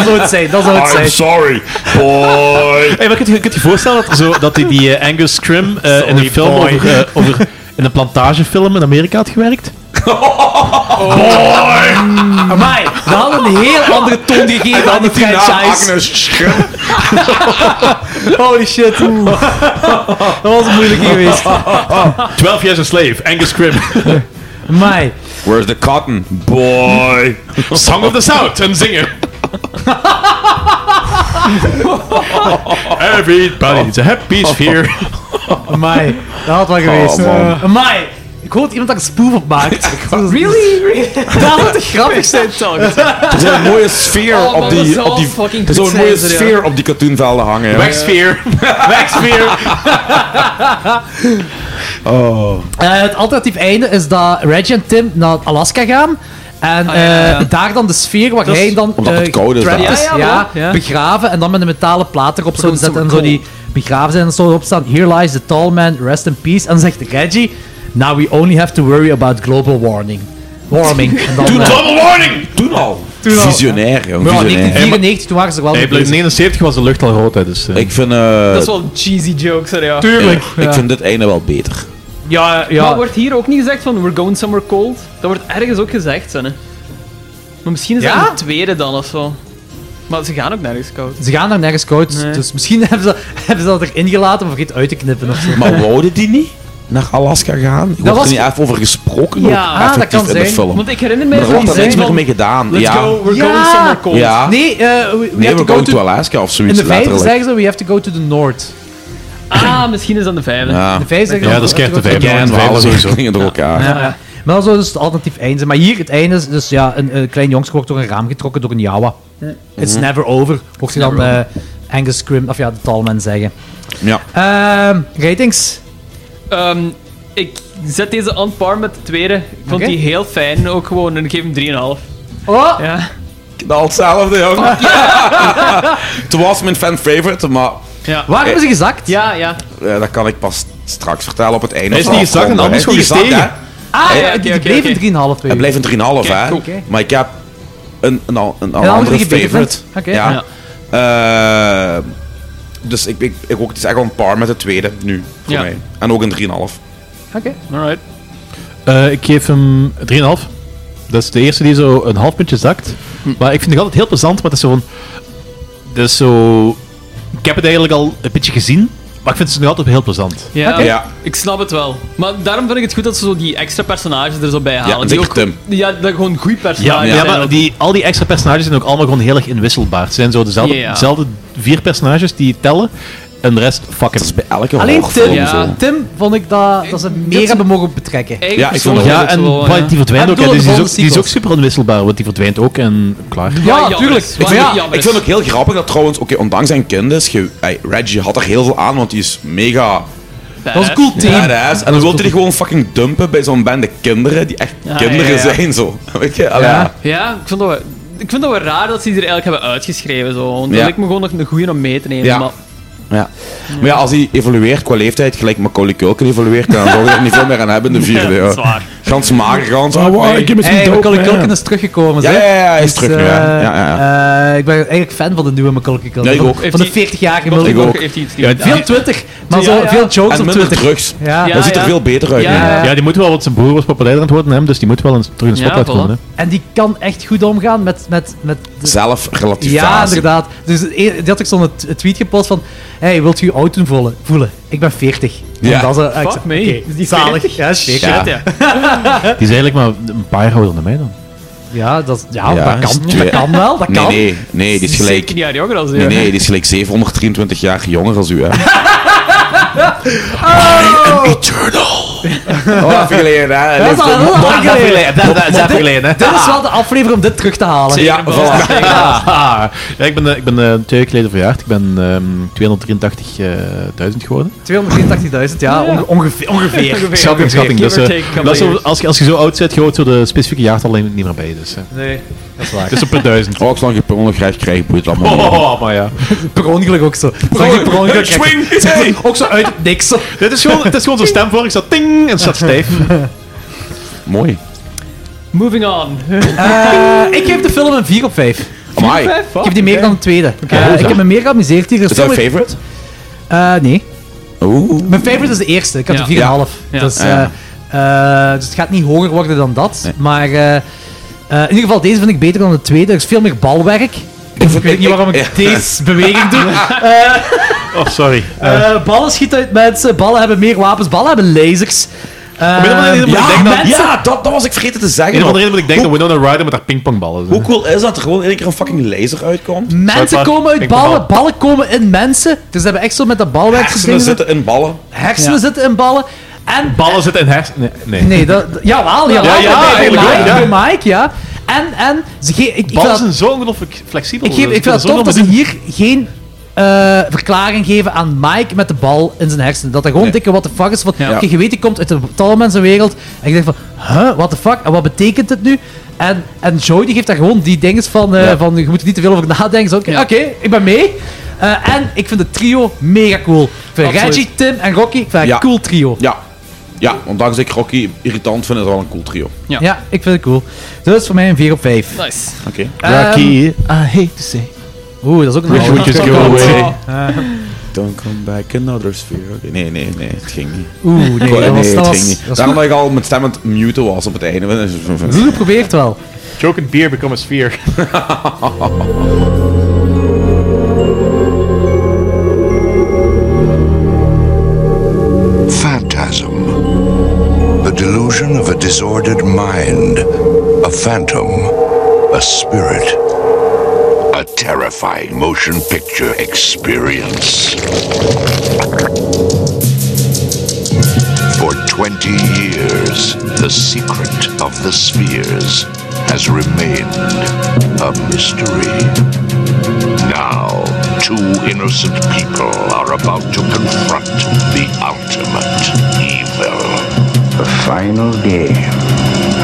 S1: zou het zijn, dat zou het
S8: I'm
S1: zijn.
S8: sorry, boy. Hey, maar kunt je kunt je voorstellen dat, zo, dat die, die eh, Angus Scrim eh, in een film
S2: boy.
S8: over, eh, over in een plantagefilm in Amerika had gewerkt?
S1: Amai, dat had een heel andere toon gegeven aan die franchise. Holy shit. dat was een moeilijke geweest.
S8: 12 Years a Slave, Angus Scrim.
S1: Mai.
S6: Where's the cotton? Boy.
S8: Song of the South, en zingen. Everybody needs a happy sphere.
S1: Amai, dat had wel geweest.
S8: Oh, man.
S1: Eh, Amai, ik hoop dat iemand daar een spoof op maakt. really? Dat had te grappig zijn.
S6: Er zou een mooie sfeer
S1: Oh, man,
S6: op
S1: dat
S6: die...
S1: zou
S6: Op die
S1: fucking
S6: er zou
S1: goed
S6: een mooie
S1: zijn,
S6: sfeer
S1: ja.
S6: op die katoenvelden hangen. ja.
S8: Wegsfeer. Wegsfeer.
S6: Oh.
S1: Eh, het alternatief einde is dat Reggie en Tim naar Alaska gaan. En
S6: Ah,
S1: eh, daar dan de sfeer waar
S6: Dat is-
S1: hij dan
S6: Omdat
S1: eh,
S6: het koud is
S1: trapped
S6: daar.
S1: is, ja,
S6: Ja, ja, wel. Ja.
S1: begraven en dan met een metalen plaat erop zouden zetten en zo die begraven zijn en zo erop staan. Here lies the tall man, rest in peace. En dan zegt Reggie, now we only have to worry about global warming. Warming. En dan,
S6: Toen
S1: eh,
S6: al. warning! Toen al.
S1: Toen al.
S6: Visionair, jong.
S1: Maar ja,
S6: visionair.
S1: 1994, toen waren ze er wel
S8: Hey,
S1: mee
S8: bleef
S1: bezig.
S8: 79 was de lucht al rood, hè, dus... eh.
S6: Ik vind... eh,
S9: Dat is wel cheesy jokes, er, ja.
S6: Ik vind dit einde wel beter.
S1: Ja,
S9: Maar wordt hier ook niet gezegd van we're going somewhere cold? Dat wordt ergens ook gezegd, hè. Maar misschien is
S1: Ja?
S9: dat een tweede dan of zo. Maar ze gaan ook nergens koud.
S1: Ze gaan daar nergens koud,
S9: Nee.
S1: dus misschien hebben ze, hebben ze dat erin gelaten, maar vergeet uit te knippen of zo.
S6: Maar wouden die niet naar Alaska gaan? Ik
S1: Dat
S6: word
S1: was-
S6: er niet even over gesproken. ook
S1: Ah, dat kan
S6: effectief in de
S1: zijn.
S6: film.
S1: Want ik herinner me
S6: Maar
S1: dat
S6: Er wordt
S1: die
S6: er niks
S1: zei
S6: meer
S1: van,
S6: mee gedaan.
S1: Let's
S6: ja.
S1: go, Oh, we're going
S9: Ja.
S1: somewhere cold.
S6: Ja.
S1: Nee, eh, we, we
S6: Nee,
S1: have
S6: we
S1: to go
S6: go
S1: to...
S6: to Alaska of
S1: in
S6: zoiets.
S1: de vijfde
S6: letterlijk.
S1: zeggen ze, we have to go to the north.
S9: Ah, misschien is dat de vijfde.
S6: Ja.
S1: De vijfde zeggen ze, we have to go to the
S6: Again,
S1: north.
S6: we halen sowieso dingen door elkaar.
S1: Ja, ja. Maar dat zou dus het alternatief einde zijn. Maar hier, het einde is dus ja, een, eh, klein jongske wordt door een raam getrokken door een Jawa. It's
S6: Mhm.
S1: never over, mocht je dan eh Angus Scrim, of ja, de talman zeggen.
S6: Ja.
S1: Ehm, ratings?
S9: Ehm, ik zet deze on par met de tweede. Ik vond
S1: Oké.
S9: die heel fijn ook gewoon en ik geef hem 3,5.
S1: Oh!
S9: Ja.
S6: Knal hetzelfde, jong. Het was mijn fan favorite, maar
S9: Ja.
S1: Waar hebben
S6: Eh.
S1: ze gezakt?
S9: Ja, ja.
S6: eh, dat kan ik pas straks vertellen op het einde.
S8: Hij is
S6: van de
S8: niet gezakt,
S6: afronding.
S8: een ander is gewoon
S6: Hij niet
S8: gestegen.
S6: gezakt,
S1: Ah,
S6: Hey,
S1: ja,
S6: oké,
S1: die
S6: oké,
S1: bleef
S6: oké.
S1: een 3,5
S6: hè. Hij bleef een 3,5, hè.
S1: Oké, cool.
S6: Maar ik heb een, een, al- een, al-
S1: andere
S6: andere
S1: die je beter
S6: favorite.
S1: vindt? Oké.
S6: Ja. Eh, dus ik, ik, ik ook, het is echt wel een paar met de tweede nu, voor
S1: Ja.
S6: mij. En ook een 3,5.
S1: Oké.
S9: Alright.
S8: Eh, ik geef hem 3,5. Dat is de eerste die zo een half puntje zakt. Maar ik vind het altijd heel plezant, maar het is zo van... Dat is zo... Ik heb het eigenlijk al een beetje gezien, maar ik vind het nog altijd heel plezant.
S9: Ja,
S8: Ja.
S9: ik snap het wel. Maar daarom vind ik het goed dat ze zo die extra personages er zo bij halen. die
S8: zeker
S9: ook,
S8: Tim.
S9: Ja, dat gewoon goede
S8: Ja,
S9: personages
S8: ja,
S9: zijn
S8: maar
S9: ook.
S8: die, al die extra personages zijn ook allemaal gewoon heel erg inwisselbaar. Het zijn zo dezelfde,
S9: Ja.
S8: dezelfde vier personages die tellen en de rest fuck Dat is
S6: bij elke
S1: Alleen Tim, Tim vond ik dat, dat ze meer hebben mogen betrekken.
S8: Ja, ik vond ja, en wat- die verdwijnt ook. hè, Dus die, is ook die is ook super onwisselbaar, want die verdwijnt ook en klaar.
S1: Ja, tuurlijk.
S6: Ik
S1: Maar
S6: vind,
S1: ja,
S6: ik vind het ook heel grappig dat trouwens, oké, ondanks zijn kind is, ge- ey, Reggie had er heel veel aan, want die is mega...
S9: Dat is een cool team.
S6: Badass. En dan wil hij die gewoon fucking dumpen bij zo'n bende kinderen, die echt
S9: Ja,
S6: kinderen
S9: ja, ja.
S6: zijn, zo. Weet je? Allee, Oh, ja.
S9: Ja, ik vind, dat wel, ik vind dat wel raar dat ze die er eigenlijk hebben uitgeschreven. Zo. Want dat
S6: Ja.
S9: lijkt me gewoon nog een goeie om mee te nemen.
S6: Ja.
S9: Maar,
S6: Ja. Maar ja, als hij evolueert qua leeftijd, gelijk Macaulay Culkin evolueert, dan zal hij er niet veel meer aan hebben in de vierde.
S9: Nee,
S6: Ja,
S9: dat is waar.
S6: Gans mager, gans...
S8: Ah,
S6: Oh, wow, ik heb het
S1: Hey,
S6: niet dood,
S1: Macaulay
S6: man.
S1: Culkin is teruggekomen.
S6: Ja,
S1: zeg.
S6: ja, ja, hij
S1: Dus,
S6: is terug nu, ja.
S1: eh,
S6: Ja,
S1: eh, ik ben eigenlijk fan van de nieuwe Macaulay Culkin.
S6: Ja, ik
S1: Van-
S6: ook.
S1: Van,
S6: Heeft
S1: de
S6: hij-
S1: 40-jarige
S6: Ik
S1: Macaulay
S6: ook.
S9: Heeft hij iets
S8: gedaan?
S1: Veel Twitter, maar zo
S8: Ja, ja.
S1: veel jokes
S8: En
S1: op
S8: minder
S1: Twitter.
S8: drugs.
S1: Ja.
S8: Dat ziet er veel
S6: beter
S8: Ja, ja. die moet wel, want zijn broer was populairder aan het worden dan hem, dus die moet wel eens terug in de spotlight komen. Hè.
S1: En die kan echt goed omgaan met... met, met de-
S6: Zelfrelativatie.
S1: Ja, inderdaad. Dus e- die had ik zo'n t- tweet gepost van... Hey, wilt u je oud doen voelen? voelen? Ik ben 40.
S8: Ja.
S1: Dat is, eh, ik
S9: fuck
S1: zei,
S9: me.
S1: oké,
S9: Is die
S1: zalig.
S9: 40?
S1: Ja, zeker.
S8: Die is eigenlijk maar een paar jaar ouder dan mij dan.
S1: Ja, dat, ja,
S6: Ja,
S1: dat, kan,
S6: is twee-
S1: dat kan wel. Dat
S6: nee,
S1: kan.
S6: Nee, nee, die is gelijk...
S9: 17 jaar jonger als u.
S6: Nee, nee, die is gelijk 723 jaar jonger als u, hè. Oh, dat vind ik geleden, hè.
S1: Dat is al
S6: Leeftijd-
S1: heel
S6: Maar-
S1: lang
S6: maar-
S1: geleden.
S6: maar- maar dit-
S1: Dit is wel de aflevering om dit terug te halen.
S8: Ja, Ja, ik ben, eh, ik ben eh, twee jaar geleden verjaard. Ik ben ehm 283.000 geworden.
S1: 283.000, ja, onge- ongeveer. ongeveer.
S8: Schatting, schatting. Dus, eh,
S1: Give or take,
S8: dat is
S1: couple
S8: zo- als, je, als je zo oud bent, je hoort zo de specifieke jaartal alleen niet meer bij. Dus, eh.
S1: Nee, dat is waar.
S8: Dus op per duizend.
S6: Oh, zolang je per ongeluk krijgt, krijg je boeit dat maar.
S8: Oh, maar ja.
S1: Per ongeluk ook zo. Zag je per ongeluk
S8: Swing!
S1: Ook zo uit het niks.
S8: Dit is gewoon, het is gewoon zo'n stem voor. Ik zat ting en staat stijf.
S6: Mooi.
S9: Moving on.
S1: Eh, ik geef de film een 4 op 5.
S6: Amai.
S1: Ik geef die meer dan de tweede. Eh,
S6: hoezo?
S1: ik heb me meer geamuseerd hier.
S6: Is dat
S1: je
S6: je favorite?
S1: nee.
S6: Oeh.
S1: Mijn favorite is de eerste. Ik had
S6: Ja.
S1: de 4,5.
S6: Ja.
S1: Dus, eh,
S6: Ja.
S1: eh, dus het gaat niet hoger worden dan dat. Maar eh, eh, in ieder geval, deze vind ik beter dan de tweede. Er is veel meer balwerk. Ik, weet niet waarom ik
S8: Ja.
S1: deze beweging doe. Eh,
S8: Oh, sorry. Eh,
S1: eh, ballen schieten uit mensen, ballen hebben meer wapens, ballen hebben lasers. Eh,
S8: Op een of andere reden moet ik
S1: ja,
S8: denken dat-
S1: mensen-
S8: ja,
S6: dat, dat was ik vergeten te
S8: een van
S6: zeggen.
S8: de
S6: man.
S8: redenen moet ik denken dat Winona Ryder met haar pingpongballen.
S6: Hoe cool is dat er gewoon in één keer een fucking laser uitkomt?
S1: Mensen komen uit ballen, ballen komen in mensen. Dus ze hebben echt zo met dat balwerk
S6: Hersenen zitten in ballen.
S1: Hersenen
S6: Ja.
S1: zitten in ballen. En
S8: Ballen zitten in hersenen. Nee.
S1: Nee, dat, dat- jawel, jawel.
S8: Ja, ja,
S1: bij- bij
S8: eigenlijk
S1: Mike,
S8: wel, ja.
S1: bij Mike, ja. En, en ze ge- ik, ik, vind
S8: Ballen zijn
S1: dat-
S8: zo ongelooflijk flexibel. eh,
S1: ik, geef, ik vind
S8: dus
S1: het tof dat ze hier geen eh, verklaring geven aan Mike met de bal in zijn hersenen. Dat hij gewoon dikke what the fuck is. Want
S8: Ja.
S1: oké, je weet, je komt uit de talmensenwereld. En je denkt van, huh, what the fuck? En wat betekent dit nu? En, en Joy die geeft daar gewoon die dinges van, eh, van je moet er niet te veel over nadenken. Zo, Oké, oké, ik ben mee. Eh, en ik vind het trio mega cool. Ik vind
S6: Absoluut.
S1: Reggie, Tim en Rocky, ik vind het
S6: Ja.
S1: een cool trio.
S6: Ja. Ja, ondanks dat ik Rocky irritant vind, is het wel een cool trio.
S9: Ja.
S1: ik vind het cool. Dus voor mij een 4 op 5.
S9: Nice.
S6: Oké.
S1: Rocky,
S8: Um, I hate to say.
S1: Oeh, dat is ook Ehm, een
S6: Wish
S1: oude.
S6: we just go away.
S1: Eh,
S6: Don't come back another sphere. Oké, Nee, nee, nee, het ging niet.
S1: Oeh, nee,
S6: Ik wou-
S1: dat was- dat was-
S6: het ging
S1: dat
S6: niet.
S1: was
S6: Daarom
S1: goed.
S6: dat ik al met stem aan het muten was op het einde.
S1: Doe het, probeer het wel.
S8: Joke and beer become a sphere.
S11: Phantasm. The delusion of a disordered mind. A phantom. A spirit. A terrifying motion picture experience. For 20 years, the secret of the spheres has remained a mystery. Now, two innocent people are about to confront the ultimate evil. The final game.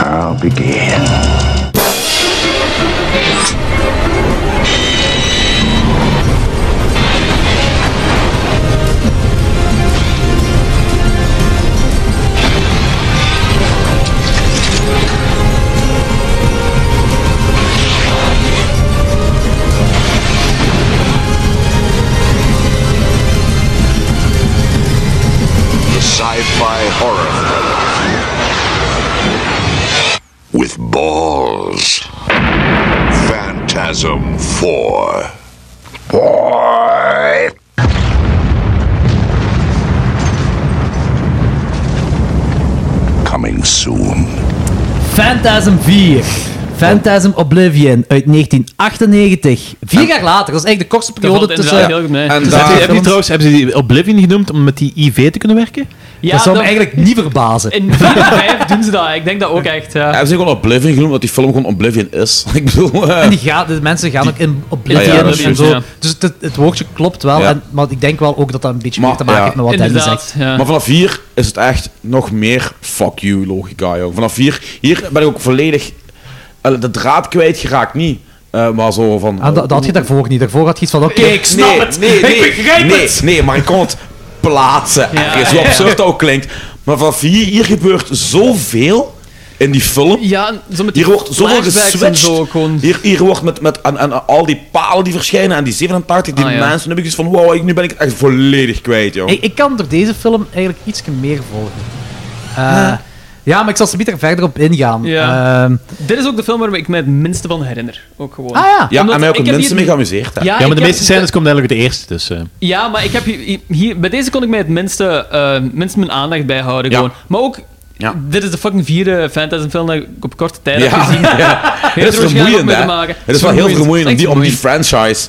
S11: I'll begin. The sci-fi horror thriller. With balls. Phantasm 4. Boy. Coming soon.
S1: Phantasm 4. Phantasm Oblivion uit 1998. Vier jaar later, dat is eigenlijk de kortste periode tussen.
S8: Dus heb je- heb je trouwens hebben ze die Oblivion genoemd om met die IV te kunnen werken?
S9: Ja, Dat zou me dat- eigenlijk
S1: niet verbazen.
S9: In 4 en 5 doen ze dat. Ik denk dat ook echt. Ja.
S6: Hebben ze gewoon Oblivion genoemd, dat die film gewoon Oblivion is? Ik bedoel... eh,
S1: En die gaat, de mensen gaan ook in Oblivion
S6: Ja, ja, dat is
S1: en
S6: juist,
S1: zo.
S6: ja.
S1: Dus het, het woordje klopt wel,
S6: Ja.
S1: en, maar ik denk wel ook dat dat een beetje meer te maken
S6: ja.
S1: heeft met wat Danny zegt.
S6: Maar vanaf hier is het echt nog meer fuck you logica, joh. Vanaf hier, hier ben ik ook volledig eh, de draad kwijtgeraakt, niet. eh, maar zo van...
S1: Ah, dat, dat had je daarvoor niet. Daarvoor had je iets van, oké,
S6: Nee,
S1: ik snap
S6: nee,
S1: het.
S6: Nee, nee,
S1: ik begrijp
S6: nee,
S1: het.
S6: Nee, maar ik kon het plaatsen
S1: Ja,
S6: ergens, hoe
S1: ja, ja.
S6: absurd dat ook klinkt. Maar vanaf hier, hier gebeurt zoveel in die film.
S9: Ja, zo met die
S6: hier wordt zoveel
S9: flashbacks en
S6: geswitcht.
S9: zo
S6: hier, hier wordt met, met aan, aan- aan al die palen die verschijnen en die 87, die
S9: Ah, ja.
S6: mensen. Dan heb ik iets van, wow, ik- nu ben ik het echt volledig kwijt, joh.
S1: Ik, ik kan door deze film eigenlijk iets meer volgen. Eh,
S9: Ja.
S1: Ja, maar ik zal er niet verder op ingaan.
S9: Ja.
S1: Ehm,
S9: Dit is ook de film waar ik me het minste van herinner. Ook gewoon.
S1: Ah, ja.
S6: Ja,
S9: Omdat
S6: en mij ook
S9: ik
S6: het
S9: heb
S6: minste
S9: hier-
S6: mee geamuseerd. hè.
S9: Ja, ik
S8: maar de
S9: heb-
S8: meeste scènes komt eigenlijk uit de eerste, dus... eh.
S9: Ja, maar ik heb hier, hier- bij deze kon ik mij het minste, eh, minst mijn aandacht bijhouden. Gewoon. Maar ook, Dit is de fucking vierde fantasyfilm dat ik op korte tijd
S6: Ja,
S9: heb gezien.
S6: ja.
S9: Heel
S6: Het is
S9: er waarschijnlijk
S6: vermoeiend,
S9: mee te
S6: hè.
S9: maken.
S6: Het is wel heel vermoeiend om
S9: Echt
S6: die, om die franchise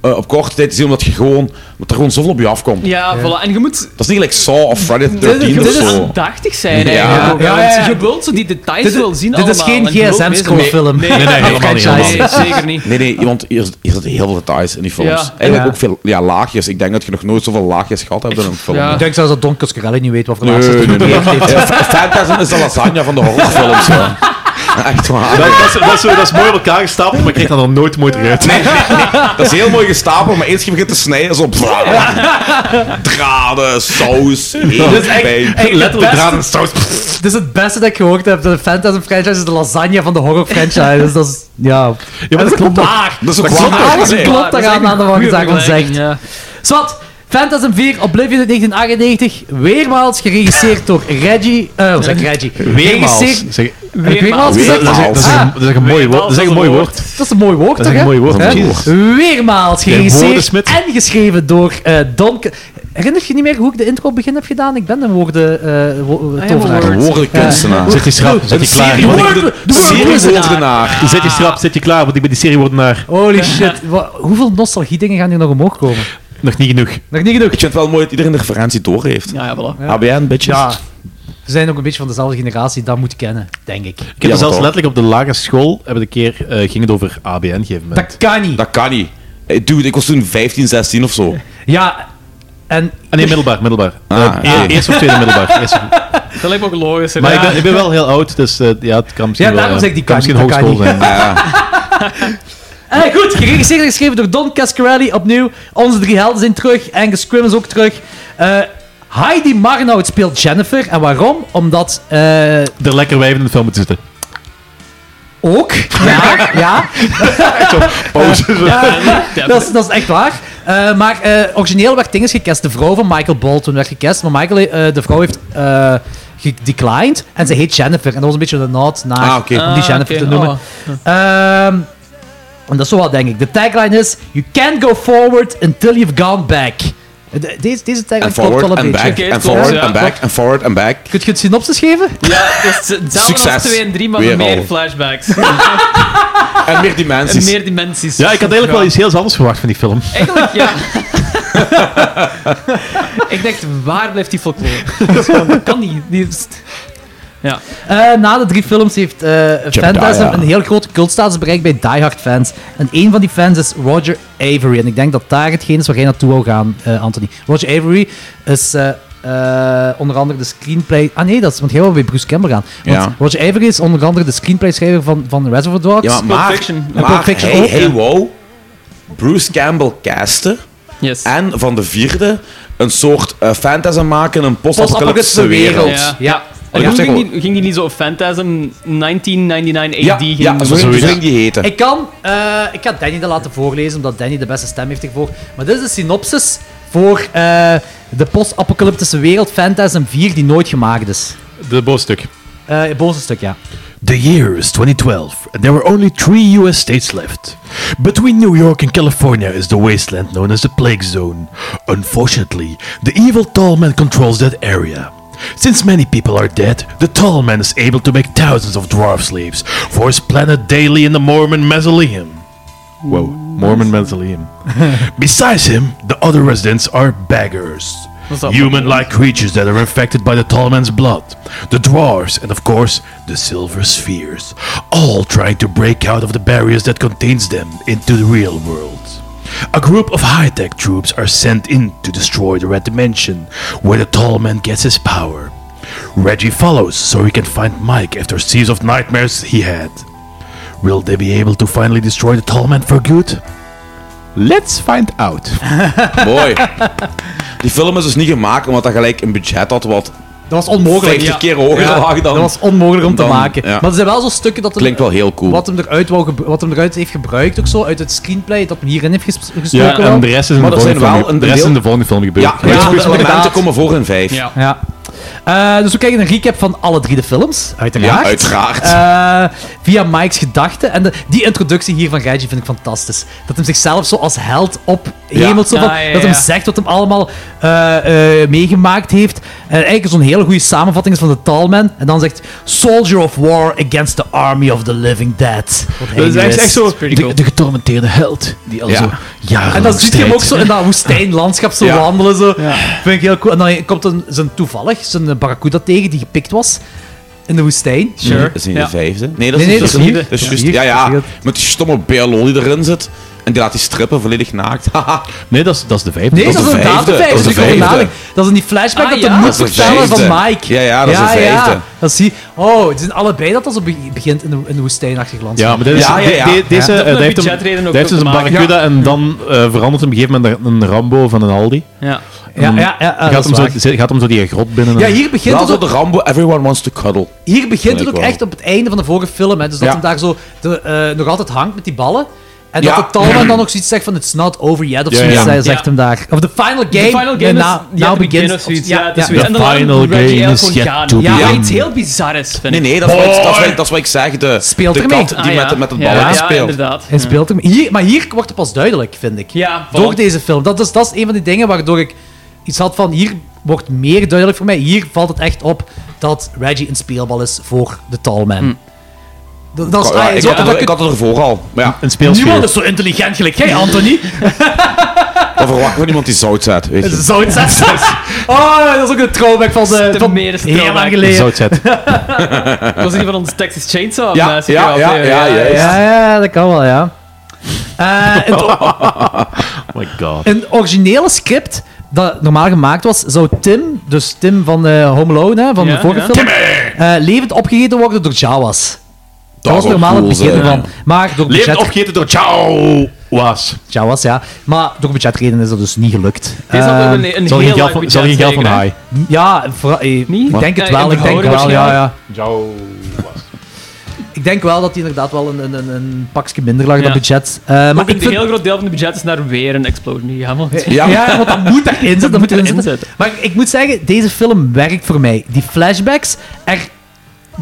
S6: eh, op korte tijd te zien, omdat, je gewoon, omdat er gewoon zoveel op je afkomt.
S9: Ja, voilà. En je moet...
S6: Dat is niet gelijk Saw of Friday the
S9: Dit,
S6: 13th
S9: dit
S6: of
S9: is
S6: zo.
S9: aandachtig zijn
S6: Ja.
S9: eigenlijk ook, hè,
S6: Ja, ja, ja.
S9: want Je wilt zo die details
S1: Dit-
S9: wel zien
S1: dit is
S9: allemaal,
S1: geen
S9: en je wilt
S1: GSM
S9: mee-
S1: scrollfilm.
S9: Nee,
S1: Nee, nee,
S9: nee,
S1: helemaal niet, helemaal
S9: nee,
S1: niet.
S9: zeker niet.
S6: Nee, nee, want hier, zit- hier zitten heel veel details in die films.
S9: Ja.
S6: Eigenlijk
S1: Ja.
S6: ook veel ja, laagjes. Ik denk dat je nog nooit zoveel laagjes gehad hebt in een film.
S1: Ik denk zelfs dat Don Coscarelli niet weet wat voor
S6: Nee,
S1: laatste
S6: nee,
S1: film
S6: nee.
S1: hij heeft.
S6: Ja, Phantasm is de lasagne van de horrorfilms. hè. Echt waar.
S8: Dat, dat, is, dat, is, dat is mooi op elkaar gestapeld, maar ik krijg dat dan nooit mooi eruit.
S6: Dat is heel mooi gestapeld, maar eens je begint te snijden, zo... draden, saus, heel
S1: Dat is echt-
S6: pijn.
S1: echt het
S6: Letterlijk
S1: beste-
S6: draden en saus.
S1: Het is het beste dat ik gehoord heb. De Phantasm franchise is de lasagne van de horror franchise. Dus dat is, ja. ja
S8: maar dat klopt toch?
S1: waar.
S8: Dat is ook
S1: klopt.
S8: waar.
S1: Alles
S8: Nee.
S1: klopt
S8: Dat is echt
S1: daaraan aan de wat je
S8: een
S1: daarvan
S8: goede
S1: zegt. Zwat, Phantasm 4, Oblivion uit 1998. Weermaals geregisseerd door Reggie... Eh, hoe zeg ik Reggie?
S8: Weermaals.
S1: Geregisseerd-
S8: Zeg-
S1: Heb ik Weermaals gezegd?
S8: Dat is- dat is- dat is een-
S1: Ah.
S8: dat is een mooi woord. Dat is echt een mooi woord.
S1: Dat is een mooi woord,
S8: Dat
S1: toch?
S8: is
S1: hè?
S8: een mooi woord,
S1: Hè?
S8: precies.
S1: Weermaals
S8: Geen
S1: geregisseerd
S8: woordensmid.
S1: en geschreven door eh Don... Ke- Herinner je niet meer hoe ik de intro op het begin heb gedaan? Ik ben een woorden... eh wo- tovenaar.
S6: woordenkunstenaar.
S8: Zet die schrap, zet die klaar.
S1: Serie woorden- de
S6: seriewoordenaar.
S8: Zet die schrap, zet die klaar, want ik ben die seriewoordenaar.
S1: Holy shit. Wa- hoeveel nostalgie-dingen gaan hier nog omhoog komen?
S8: Nog niet genoeg.
S1: Nog niet genoeg.
S6: Ik vind het wel mooi dat iedereen de referentie door heeft.
S9: Ja, ja, voilà.
S6: ABN, bitches.
S1: Ja. We zijn ook een beetje van dezelfde generatie, dat moet kennen, denk ik.
S8: Ik heb er zelfs letterlijk op de lagere school hebben een keer eh, ging het over ABN op een gegeven moment.
S1: Dat kan niet.
S6: Dat kan niet. Eh, Dude, ik was toen 15, 16 of zo.
S1: Ja, en...
S8: Ah, nee, middelbaar, middelbaar.
S6: Ah,
S8: Eh, e-
S6: oké.
S8: Eerst of tweede middelbaar. Eerst of-
S9: Dat lijkt me ook logisch. hè.
S8: Maar ik,
S9: Ja.
S8: ben, ik ben wel heel oud, dus eh, ja, het kan misschien
S1: Ja, daarom
S8: wel, eh,
S1: zeg ik die
S8: kan
S1: kan
S8: misschien
S1: niet,
S8: hogeschool
S1: dat kan
S8: zijn.
S1: niet. Eh, goed, geregisseerd en geschreven door Don Cascarelli. Opnieuw, onze drie helden zijn terug. Angus Scrim is ook terug. Eh, Heidi Marnout speelt Jennifer. En waarom? Omdat... eh,
S8: Er lekker wijven in de film moeten zitten.
S1: ook? Ja, ja.
S8: Pauze.
S1: Ja, dat, is, dat is echt waar. Eh, maar eh, origineel werd dinges gecast. De vrouw van Michael Bolton werd gecast. Maar Michael, eh, de vrouw heeft eh gedeclined. En ze heet Jennifer. En dat was een beetje de nod naar
S6: Ah, oké.
S1: om die
S6: Ah,
S1: Jennifer
S6: oké.
S1: te noemen. Ehm, en dat is zo wat, denk ik. De tagline is... You can't go forward until you've gone back. De- deze, deze tagline
S6: En
S1: klopt wel
S6: forward
S1: een
S6: en
S1: beetje.
S6: back, en forward en back, en forward en back.
S1: Kun je het synopsis geven?
S9: Ja, dus, dat is hetzelfde als
S6: Succes.
S9: 2 en 3, maar met
S6: Weer
S9: meer
S6: al.
S9: flashbacks.
S6: En meer dimensies.
S9: En meer dimensies.
S8: Ja, ik had eigenlijk wel iets heel anders verwacht van die film.
S9: Eigenlijk, ja. ik dacht, waar blijft die folklore? Dat is gewoon- dat kan niet. Die is- Ja.
S1: Eh, na de drie films heeft eh Phantasm
S9: Jebediah.
S1: een heel grote cultstatus bereikt bij diehard fans. En een van die fans is Roger Avery. En ik denk dat daar hetgeen is waar jij naartoe wou gaan, eh, Anthony. Roger Avery is eh, eh, onder andere de screenplay... Ah nee, dat is, want jij wil bij Bruce Campbell gaan. Want
S6: Ja.
S1: Roger Avery is onder andere de screenplayschrijver van, van Reservoir Dogs.
S6: Ja, maar, maar,
S1: En
S6: maar
S1: Pulp Fiction
S6: hey,
S1: ook.
S6: hey, wow. Bruce Campbell casten. En van de vierde een soort eh fantasm maken in een post-apocalyptische wereld.
S9: Ja.
S6: En
S9: En hoe
S6: ik zeg oh,
S9: ging,
S6: wel-
S9: die, ging die niet zo op Phantasm 1999 AD?
S6: Ja,
S9: ging
S6: ja, zo ging- zo ging die heten.
S1: Ik kan, eh, ik ga Danny dat laten voorlezen, omdat Danny de beste stem heeft ervoor. Maar dit is de synopsis voor eh, de post-apocalyptische wereld Phantasm 4 die nooit gemaakt is.
S8: De boze stuk.
S1: Eh boze stuk, ja.
S8: The year is 2012, and there were only three US states left. Between New York and California is the wasteland known as the Plague Zone. Unfortunately, the evil Tall Man controls that area. Since many people are dead, the Tall Man is able to make thousands of dwarf slaves for his planet daily in the Mormon Mausoleum. Whoa, Mormon Mausoleum. Besides him, the other residents are beggars.
S9: What's up,
S8: Human like creatures that are infected by the tall man's blood, the dwarves, and of course, the silver spheres, all trying to break out of the barriers that contains them into the real world. A group of high tech troops are sent in to destroy the red dimension, where the tall man gets his power. Reggie follows so he can find Mike after seas of nightmares he had. Will they be able to finally destroy the tall man for good? Let's find out.
S6: Mooi. Die film is dus niet gemaakt omdat dat gelijk een budget had wat
S1: Dat was onmogelijk.
S6: 50
S1: Ja.
S6: keer hoger
S1: Ja,
S6: lag dan...
S1: Dat was onmogelijk om te
S6: dan-
S1: maken.
S6: ja.
S1: Maar er zijn wel zo stukken dat... hem-
S6: Klinkt wel heel cool.
S1: Wat hem, eruit wou gebru- wat hem eruit heeft gebruikt ook zo, uit het screenplay dat hem hierin heeft ges- gestoken.
S8: Ja, en
S1: wel.
S8: de rest is in,
S6: Maar
S8: de
S6: er zijn
S8: volgende, film,
S6: wel
S8: dus
S6: een
S8: de rest is in
S6: deel-
S8: de volgende film gebeurd.
S6: Ja, ja,
S1: inderdaad.
S6: momenten komen voor in vijf.
S1: Ja. Eh, dus we krijgen een recap van alle drie de films, uiteraard.
S6: Ja, uiteraard.
S1: Eh, via Mike's gedachten. En de- die introductie hier van Reggie vind ik fantastisch. Dat hem zichzelf zo als held op
S14: Ja.
S1: hemelt. Zo van,
S14: Ah, ja,
S1: Dat hem
S14: ja.
S1: zegt wat hem allemaal eh, eh, meegemaakt heeft. En eigenlijk zo'n hele goede samenvatting is van de Talman. En dan zegt Soldier of War against the Army of the Living Dead. Wat hij
S8: Dat is
S1: nu
S8: echt, echt zo de, de getormenteerde held. Die al
S1: Ja.
S8: zo jaren
S1: en dan ziet je hem ook zo in dat woestijnlandschap zo wandelen. Zo.
S8: Ja.
S1: Vind ik heel cool. En dan komt een, zijn toevallig zijn barracuda tegen die gepikt was in de woestijn.
S6: Nee, dat is niet de vijfde. Nee, dat is,
S1: nee,
S6: dat is
S1: de vierde.
S6: niet. Dat is juist, ja, ja. Met die stomme BLO die erin zit. En die laat die strippen volledig naakt.
S8: nee, dat is, dat is de vijfde.
S1: Nee, dat, is inderdaad de vijfde.
S6: Dat is de
S1: Dus ik kon
S6: vijfde.
S1: nadenken. Dat is in die flashback
S6: Ah,
S1: dat
S6: ja.
S1: de moed
S6: Dat is de
S1: vertellen van
S6: vijfde.
S1: Mike.
S6: Ja, ja, dat is de vijfde.
S1: Dat zie Oh, het zijn allebei dat dat zo be- begint in de, in de woestijnachtig landschap.
S8: Ja, maar dit is, de- de- deze, eh, die heeft hem,
S1: budgetreden ook
S8: die heeft
S1: ook
S8: dus een
S1: te maken.
S8: barracuda en dan eh, verandert hem op een gegeven moment naar een Rambo van een Aldi.
S9: Ja.
S8: En
S1: Ja, ja, ja, eh, dat
S8: gaat,
S1: is
S8: hem
S1: waar.
S8: zo, gaat hem zo die grot binnen.
S1: Ja,
S8: en-
S1: hier begint het
S6: Laat
S1: ook-
S6: op de Rambo, everyone wants to cuddle.
S1: Hier
S6: Vind
S1: begint het
S6: ik
S1: ook
S6: wel.
S1: echt op het einde van de vorige film. Hè, dus dat
S6: Ja.
S1: hem daar zo de, eh, nog altijd hangt met die ballen. En
S6: Ja.
S1: dat de Talman dan nog zoiets zegt van it's not over yet of
S6: Ja,
S1: zoiets.
S6: ja.
S1: Hij zegt
S6: Ja.
S1: hem daar. Of the final game.
S9: De final game
S1: nee,
S9: is
S1: now,
S9: ja,
S1: now
S9: de begin
S1: begins.
S9: of zoiets.
S1: Of- ja,
S9: Ja, het is
S1: ja.
S9: zoiets. En dan laat
S8: final
S9: Reggie
S8: game
S9: eigenlijk
S8: is
S9: gewoon
S8: yet
S9: gaan.
S8: to
S9: Ja,
S8: begin.
S9: iets heel bizarres vind ik.
S6: Nee, nee, dat is, wat, dat, is wat, dat is wat ik zeg. De, de
S1: ermee.
S6: kat die
S1: Ah, ja.
S6: met, met het
S1: Ja,
S6: balletje
S1: ja,
S6: speelt. Hm.
S9: inderdaad.
S1: Hij speelt hem. Hier, maar hier wordt het pas duidelijk, vind ik.
S9: Ja,
S1: Door
S9: voilà.
S1: deze film. Dat is, dat is een van die dingen waardoor ik iets had van... Hier wordt meer duidelijk voor mij. Hier valt het echt op dat Reggie een speelbal is voor de Tallman. Dat, dat is,
S6: Ja,
S1: ah,
S6: ik,
S1: zo-
S6: had
S1: dat
S6: het,
S1: kun-
S6: ik had het ervoor al. Maar ja.
S8: Een
S1: Niemand is zo intelligent gelijk jij, Anthony.
S6: Dan verwachten we iemand die zout zet. Weet je.
S1: Zoutzet. Oh, dat is ook een throwback van de...
S9: de
S1: van
S9: meeste
S1: heel lang
S9: throwback.
S1: geleden.
S8: Zoutzet.
S9: Dat was die van onze Texas Chainsaw.
S1: Ja,
S9: mensen,
S1: ja,
S9: die
S1: ja,
S9: aflevering.
S1: ja, ja, ja, dat kan wel, ja. Eh, het,
S8: Oh my god.
S1: een originele script dat normaal gemaakt was, zou Tim, dus Tim van eh, Home Alone, hè, van
S9: Ja,
S1: de vorige
S9: ja.
S1: film, eh, levend opgegeten worden door Jawas. Dat,
S8: Dat
S1: was
S8: zou
S1: normaal
S8: cool
S1: het begin
S8: zijn.
S1: van. Maar door
S8: Levend
S1: budget...
S8: opgegeten door Jawas.
S1: Jawas, ja. Maar door budgetredenen is dat dus niet gelukt.
S9: Deze had ook
S1: Ehm,
S9: een- een Zal geen heel geld lang van- budget zal geen geld van zeker, hè? haaien?
S1: Ja, vooral- eh, ik denk het
S9: Ja,
S1: wel.
S9: in
S1: Ik denk
S9: verhouding
S1: wel, ja, ja.
S8: Jawas.
S1: Ik denk wel dat hij inderdaad wel een, een, een, een pakje minder lag,
S9: Ja.
S1: dat budget. Eh,
S9: maar
S1: maar ik
S9: een
S1: vind...
S9: heel groot deel van de budget is naar weer een explosie. Ja, man.
S1: Ja, want dat moet erin zitten. Dat moet erin
S9: erin
S1: zitten. Maar ik moet zeggen, deze film werkt voor mij. Die flashbacks, er,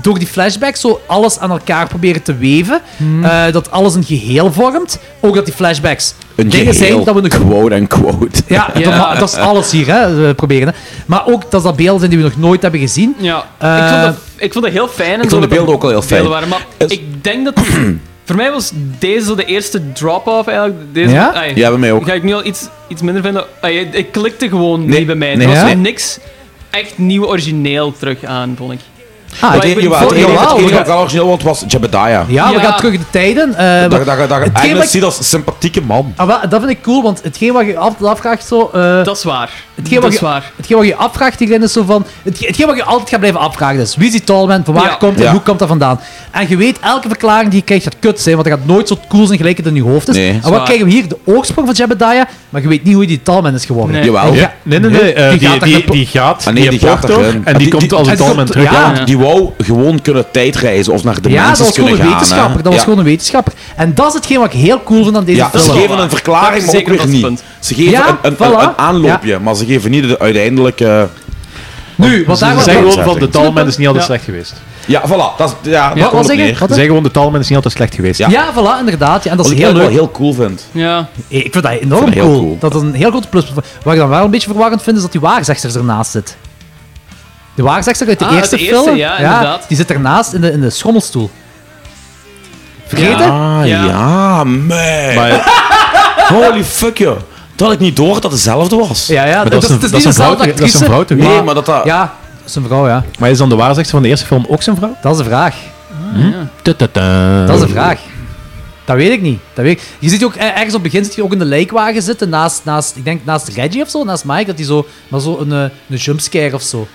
S1: door die flashbacks zo alles aan elkaar proberen te weven, eh, dat alles een geheel vormt. Ook dat die flashbacks
S6: Een
S1: dingen
S6: geheel,
S1: zijn dat we nog
S6: quote en quote.
S1: Ja,
S6: Ja.
S1: Dat, ma- dat is alles hier, hè, we proberen. Hè. Maar ook dat dat beelden zijn die we nog nooit hebben gezien.
S9: Ja,
S1: Eh,
S9: ik, vond dat, ik vond dat heel fijn. en zo
S1: ik vond de
S9: dat
S1: beelden
S9: er
S1: ook al heel fijn.
S9: beelden Waren, maar ik denk dat... voor mij was deze zo de eerste drop-off eigenlijk. Deze,
S6: Ja?
S9: ai,
S6: Ja, bij mij ook.
S9: Ga ik nu al iets, iets minder vinden. Ai, ik klikte gewoon niet bij mij. Er
S6: nee,
S9: was
S6: ja?
S9: zo niks echt nieuw origineel terug aan, vond ik.
S1: Ah,
S9: Maar
S6: het
S9: ik
S6: enige
S9: weet niet-
S6: wat het enige wat wel origineel was, was Jebediah.
S1: ja, we gaan terug in de tijden. eh,
S6: Dat,
S1: wat-
S6: dat, dat,
S1: hetgeen wat
S6: Agnes
S1: ik-
S6: ziet als sympathieke man.
S1: Ah, wel, dat vind ik cool, want hetgeen wat je altijd afvraagt zo... eh,
S9: dat is waar.
S1: Hetgeen
S9: Dat
S1: wat
S9: is
S1: je,
S9: waar.
S1: Hetgeen wat je afvraagt hierin is zo van... Hetgeen, hetgeen wat je altijd gaat blijven afvragen is, wie is die Tallman, van waar
S9: Ja.
S1: komt hij,
S9: Ja.
S1: hoe komt dat vandaan? En je weet, elke verklaring die je krijgt gaat kut zijn, want dat gaat nooit zo cool zijn gelijk het in je hoofd is.
S8: Nee.
S1: en wat
S8: Zwaar.
S1: krijgen we hier? De oorsprong van Jebediah, maar je weet niet hoe die Tallman is geworden. En
S8: Ja,
S1: ja-
S8: nee, nee, nee. eh,
S1: Je
S8: die,
S1: gaat
S8: die,
S1: daar-
S8: die, gaat,
S6: Ah, nee,
S8: die,
S6: die
S8: port
S6: gaat
S8: ook,
S6: erin.
S8: en die, komt als een dolmen terug.
S6: Ja, die wou gewoon kunnen tijdreizen of naar de
S1: ja, dat
S6: mensen
S1: was gewoon
S6: kunnen
S1: een
S6: gaan.
S1: wetenschapper.
S6: hè.
S1: Dat was
S6: Ja.
S1: gewoon een wetenschapper. En dat is hetgeen wat ik heel cool vind aan deze
S6: Ja,
S1: film.
S6: ze geven een verklaring, maar ook weer niet. Ze geven
S1: Ja,
S6: een, een, een,
S1: voilà.
S6: een aanloopje, maar ze geven niet de uiteindelijke...
S1: Nu,
S8: Ze zeggen gewoon van de talman is niet altijd
S1: Ja.
S8: slecht geweest.
S6: Ja, voilà. Dat is, ja,
S8: Wat
S6: was
S8: zeg je? Ze zeggen gewoon de talman is niet altijd slecht geweest.
S1: Ja. voilà, inderdaad. Ja, en dat is
S6: Wat ik
S1: heel leuk.
S6: wel heel cool vind.
S9: Ja.
S1: Ik vind dat
S6: Ik
S1: enorm
S6: vind dat heel
S1: cool.
S6: cool.
S1: Dat is een heel groot pluspunt. Wat ik dan wel een beetje verwarrend vind, is dat die waarzegster ernaast zit. De waarzegster uit de
S9: Ah, uit
S1: eerste
S9: de eerste,
S1: film,
S9: ja, inderdaad.
S1: die zit ernaast in de, in de schommelstoel. Vergeten?
S6: Ah, ja, man. Holy fuck, joh. Dat had ik niet door dat het dezelfde was.
S1: Ja, ja, Maar dat dat is is- een- dat is dat is niet een vrouw dezelfde toch- dat is een actrice. vrouw toch?
S6: Nee,
S1: Maar-
S6: maar dat dat...
S1: Ja, dat is een vrouw, ja.
S8: Maar is dan de waarzegster van de eerste film ook zijn vrouw? Hm?
S1: Dat is de vraag. Dat is een vraag. Eh, Dat weet ik niet. Dat weet ik. Je ziet ook eh, ergens op het begin zit je ook in de lijkwagen zitten naast, naast, ik denk naast Reggie of zo, naast Mike, dat hij zo, maar zo een, eh, een jumpscare of zo.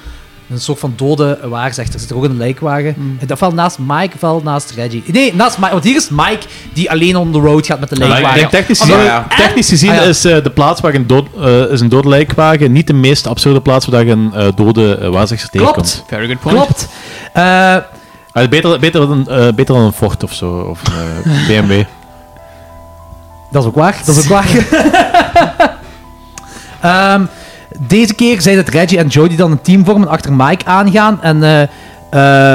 S1: Een soort van dode eh, waarzegter zit er ook in de lijkwagen. En Dat valt naast Mike, valt naast Reggie. Nee, naast Mike, want hier is Mike die alleen on the road gaat met de
S8: Maar ik
S1: lijkwagen.
S8: denk technisch
S1: Oh,
S8: gezien,
S1: ja.
S8: technisch gezien
S1: Ah, ja.
S8: is eh, de plaats waar een dood, eh, is een dode lijkwagen niet de meest absurde plaats waar je een eh, dode uh, waarzegster
S1: Klopt.
S8: tegenkomt.
S9: Very good
S1: point. Klopt. Eh,
S8: Ah, beter, beter, dan, eh, beter dan een Ford of zo, of een eh, BMW.
S1: Dat is ook waar. Dat is ook waar. Ehm, Deze keer zijn het Reggie en Jody dan een team vormen achter Mike aangaan. En eh,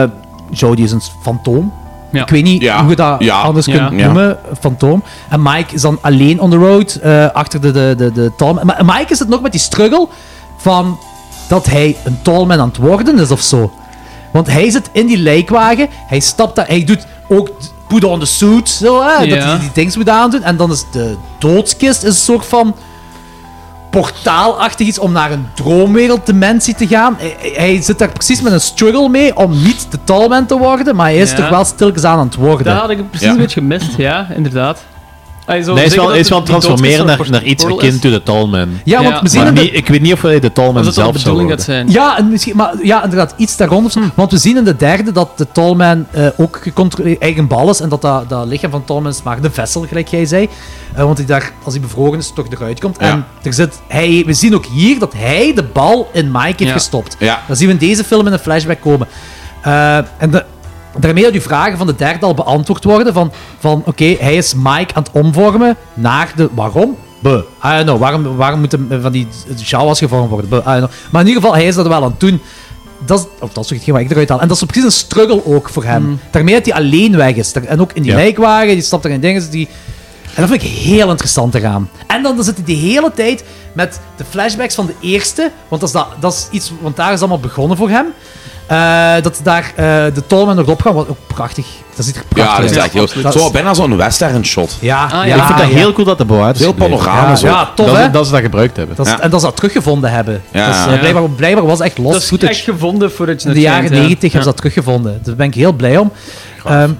S1: eh, Jody is een fantoom.
S9: Ja.
S1: Ik weet niet
S9: Ja.
S1: hoe je dat
S9: Ja.
S1: anders
S9: Ja.
S1: kunt
S9: Ja.
S1: noemen, fantoom. En Mike is dan alleen on the road, eh, achter de, de, de, de tallman. Maar Mike is het nog met die struggle van dat hij een tallman aan het worden is of zo. Want hij zit in die lijkwagen, hij stapt daar, hij doet ook put on the suit, zo, hè, dat
S9: Ja.
S1: hij die dings moet aandoen. En dan is de doodskist is een soort van portaalachtig iets om naar een droomwerelddimensie te gaan. Hij, hij zit daar precies met een struggle mee om niet de tallman te worden, maar hij is
S9: Ja.
S1: toch wel stilkens aan aan het worden.
S9: Daar had ik precies een beetje gemist, ja, inderdaad. Ah, je zou
S8: Nee, hij is
S9: zeggen
S8: wel,
S9: dat
S8: hij is wel
S9: het die
S8: transformeren
S9: doodskist
S8: naar,
S9: een
S8: naar iets
S9: portal
S8: akin
S9: is.
S8: to de Tallman.
S1: Ja, want we zien
S8: Maar
S1: in de-
S8: niet- Ik weet niet of hij de Tallman
S9: Of dat wel
S8: zelf
S9: de
S8: zou
S9: bedoeling gaat
S8: worden.
S9: zijn. Hm.
S1: Ja, en misschien, maar ja, inderdaad, iets daaronder. of zo. Want we zien in de derde dat de Tallman eh, ook gecontroleerd eigen bal is. En dat, dat dat lichaam van Tallman is maar de vessel, gelijk jij zei. Eh, want hij daar, als hij bevroren is, toch eruit komt. En er zit, hij, we zien ook hier dat hij de bal in Mike heeft
S6: Ja.
S1: gestopt.
S6: Ja.
S1: Dat zien we in deze film in een flashback komen. Eh, en de, daarmee dat die vragen van de derde al beantwoord worden. Van, van oké, hij is Mike aan het omvormen naar de... Waarom? Buh, I don't know. nou, Waarom, waarom moet hem eh, van die Jawas gevormd worden? Buh, I don't know. nou. Maar in ieder geval, hij is dat wel aan het doen. Dat is, of dat is ook hetgeen wat ik eruit haal. En dat is zo precies een struggle ook voor hem.
S9: Mm.
S1: Daarmee dat hij alleen weg is. Daar- En ook in die
S8: Ja.
S1: lijkwagen, die stapt er in dingen. Die... En dat vind ik heel interessant te gaan. En dan zit hij de hele tijd met de flashbacks van de eerste. Want dat is, dat, dat is iets, want daar is allemaal begonnen voor hem. Eh, dat daar eh, de tolmen nog op gaan, wat ook prachtig. Dat ziet er prachtig
S6: Ja, dat is
S1: uit.
S6: echt heel...
S1: Dat
S6: Zo,
S1: is-
S6: bijna zo'n western shot.
S1: Ja,
S8: ik vind dat heel cool dat dat bewaard is.
S6: Veel
S8: gebleven.
S6: panorama's
S1: Ja,
S6: ook.
S1: ja, tof,
S8: dat,
S1: hè?
S8: ze- dat ze dat gebruikt hebben.
S1: Dat is- En dat ze dat teruggevonden hebben.
S8: Ja.
S1: Dus, eh,
S8: Ja.
S1: blijkbaar, blijkbaar was echt los
S9: Dat is
S1: footage.
S9: echt gevonden voor het
S1: In de jaren
S9: schijnt, ja.
S1: 90 hebben ze dat teruggevonden. Daar ben ik heel blij om. Ehm,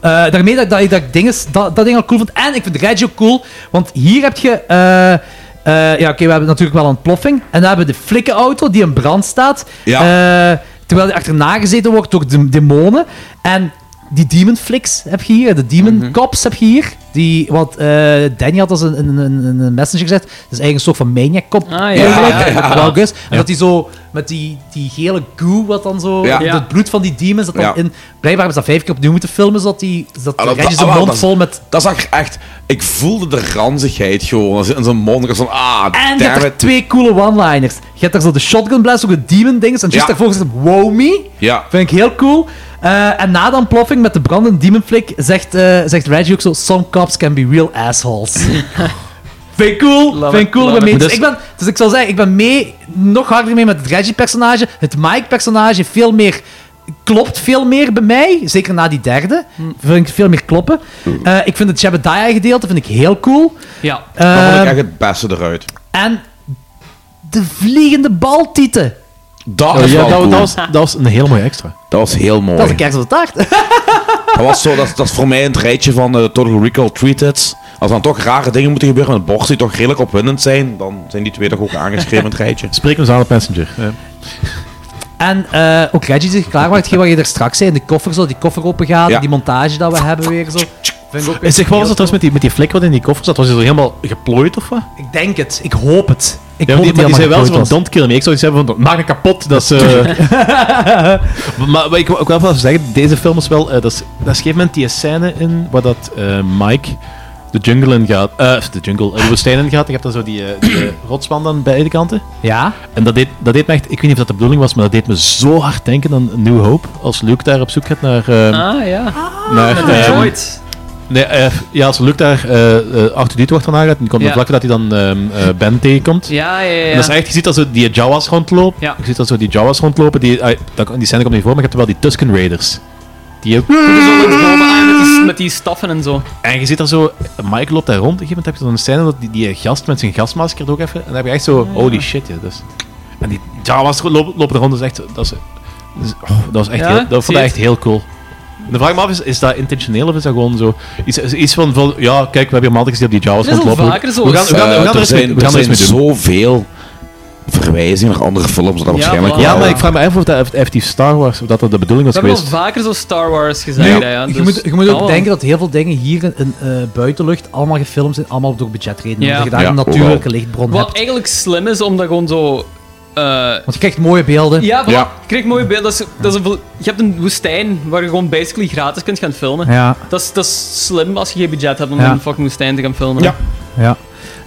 S1: eh, daarmee dat, ik- dat, ik- dat ik dingen, dat, dat ding al cool vond. En ik vind Reggie ook cool, want hier heb je... eh, eh, ja, oké, we hebben natuurlijk wel een ploffing. En dan hebben we de flikkenauto die in brand staat. Eh, terwijl die achterna gezeten wordt door de demonen. En die demon flicks heb je hier. De demon cops heb je hier. Die, wat eh, Danny had als een, een, een, een messenger gezet. Dat is eigenlijk een soort van maniac cop.
S9: Ah, ja,
S1: eigenlijk.
S9: ja, ja.
S1: Wel gus. En
S9: Ja.
S1: dat die zo met die, die gele goo, wat dan zo.
S6: Ja.
S1: dat
S6: Ja.
S1: Het bloed van die demons. Dat dan
S6: Ja.
S1: in, blijkbaar hebben ze dat vijf keer opnieuw moeten filmen. Zodat die. Zodat
S6: Ah,
S1: ah,
S6: dat-
S1: Reggie zijn
S6: ah, wel,
S1: mond
S6: dat-
S1: vol met.
S6: Dat is echt- echt... Ik voelde de ranzigheid gewoon. Als in zijn mond. Ik was van, ah,
S1: En je hebt
S6: damn
S1: er
S6: it.
S1: twee coole one-liners. Je hebt daar zo de shotgun blast, ook de demon dinges. En
S6: Ja.
S1: juist daarvoor zit Wow Me.
S6: Ja.
S1: Vind ik heel cool. Eh, en na de ontploffing met de brandende demon flick zegt, eh, zegt Reggie ook zo... Some cops can be real assholes. Vind ik cool.
S9: Love
S1: vind
S9: it,
S1: ik cool. Ik ben
S9: love
S1: mee.
S9: it.
S1: Dus,
S9: Dus-
S1: ik ben, dus ik zal zeggen, ik ben mee, nog harder mee met het Reggie-personage. Het Mike-personage veel meer... Klopt veel meer bij mij. Zeker na die derde.
S9: Hm.
S1: Vind ik veel meer kloppen.
S6: Hm.
S1: Eh, ik vind het Jebediah-gedeelte vind ik heel cool.
S9: Ja.
S6: Dat vond ik
S1: Ehm,
S6: echt het beste eruit.
S1: en de vliegende baltieten.
S6: Dat
S8: Oh,
S6: is
S8: ja,
S6: wel
S8: dat,
S6: cool.
S8: dat was, dat was een heel mooi extra.
S6: Dat was heel mooi.
S1: Dat is een kerst op de taart.
S6: Dat was zo, dat, dat is voor mij het rijtje van eh, Total Recall Treated. Als dan toch rare dingen moeten gebeuren met bochten die toch redelijk opwindend zijn, dan zijn die twee toch ook aangeschreven in het rijtje.
S8: Spreek ons aan de passenger. Ja.
S1: En eh, ook Reggie zich klaarmaakt, hetgeen wat je er straks zei, in de koffer, zo die koffer open gaat,
S8: Ja.
S1: die montage dat we hebben weer zo. Vind ik ook
S8: Eh, Zeg, wat was dat trouwens met die, met die vlek wat in die koffer zat? Was die zo helemaal geplooid of wat?
S1: Ik denk het, ik hoop het. Ik
S8: Ja,
S1: hoop
S8: maar die,
S1: dat
S8: maar
S1: helemaal
S8: die zei wel zo van,
S1: geplooid was.
S8: don't kill me. Ik zou iets hebben van, maak me kapot. Dat is, eh, maar wat ik wou ook wel wil zeggen, deze film is wel... eh, dat, is, dat is op een gegeven moment die scène in waar dat eh, Mike de jungle in gaat. eh, de jungle, eh, de woestijn in gaat. Je hebt dan zo die, eh, die eh, rotswand aan beide kanten.
S1: Ja.
S8: En dat deed, dat deed me echt... Ik weet niet of dat de bedoeling was, maar dat deed me zo hard denken aan New Hope. Als Luke daar op zoek gaat naar... eh,
S9: Ah, ja.
S8: naar,
S9: met de
S8: ehm,
S9: droid.
S8: Nee, eh, ja, als Luke daar eh eh, achter die tocht achterna gaat, dan komt
S9: Ja.
S8: de vlakke dat hij dan ehm, eh, Ben tegenkomt.
S9: Ja, ja, ja.
S8: En dat is echt, je ziet dat zo die Jawas rondlopen. Je ziet dat zo die Jawas rondlopen. Die, ah, dat, die scène komt niet voor, maar je hebt wel die Tusken Raiders. Die ook-
S9: bovenaan met die, met die staffen en zo.
S8: en je ziet daar zo, Mike loopt daar rond. Op een gegeven moment heb je zo'n scène dat die, die gast met zijn gasmasker er ook even. En dan heb je echt zo, holy shit. Ja, dus. En die Jawas ro- lopen, lopen er rond. Dat is echt, dat is, dat is- oh, dat was echt
S9: Ja,
S8: heel,
S9: ik
S8: dat
S9: zie
S8: vond ik
S9: het.
S8: echt heel cool. En dan vraag ik me af, is, is dat intentioneel of is dat gewoon zo? Iets, is- iets van, van, ja, kijk, we hebben hier maanden gezien die Jawas
S9: Dit is al
S8: rondlopen.
S9: vaker zo.
S8: We gaan, we gaan, we gaan
S6: Eh,
S8: er
S6: er
S8: eens mee-
S6: zijn,
S8: we
S6: er
S8: gaan er
S6: zijn
S8: eens mee doen.
S6: zoveel verwijzingen naar andere films dat dat waarschijnlijk
S8: Ja,
S6: wel- eh,
S8: maar ik vraag me af of dat effectief Star Wars, of dat dat de bedoeling was
S9: We hebben al
S8: geweest.
S9: vaker zo Star Wars gezegd.
S1: Nee,
S9: hè, ja,
S1: je,
S9: dus-
S1: moet, je moet ook
S9: Oh.
S1: denken dat heel veel dingen hier in, in, eh, buitenlucht allemaal gefilmd zijn, allemaal door
S9: Ja.
S1: budgetredenen. Omdat je daar
S9: Ja,
S1: een
S9: ook wel.
S1: natuurlijke lichtbron
S9: Wat
S1: hebt.
S9: eigenlijk slim is, omdat gewoon zo... eh,
S1: Want je krijgt mooie beelden.
S9: Ja, voilà. je krijgt mooie beelden. Dat is, dat is een, vo- je hebt een woestijn waar je gewoon basically gratis kunt gaan filmen.
S1: Ja.
S9: Dat, is, dat is slim als je geen budget hebt om
S1: Ja.
S9: in een fucking woestijn te gaan filmen.
S1: Ja. Ja,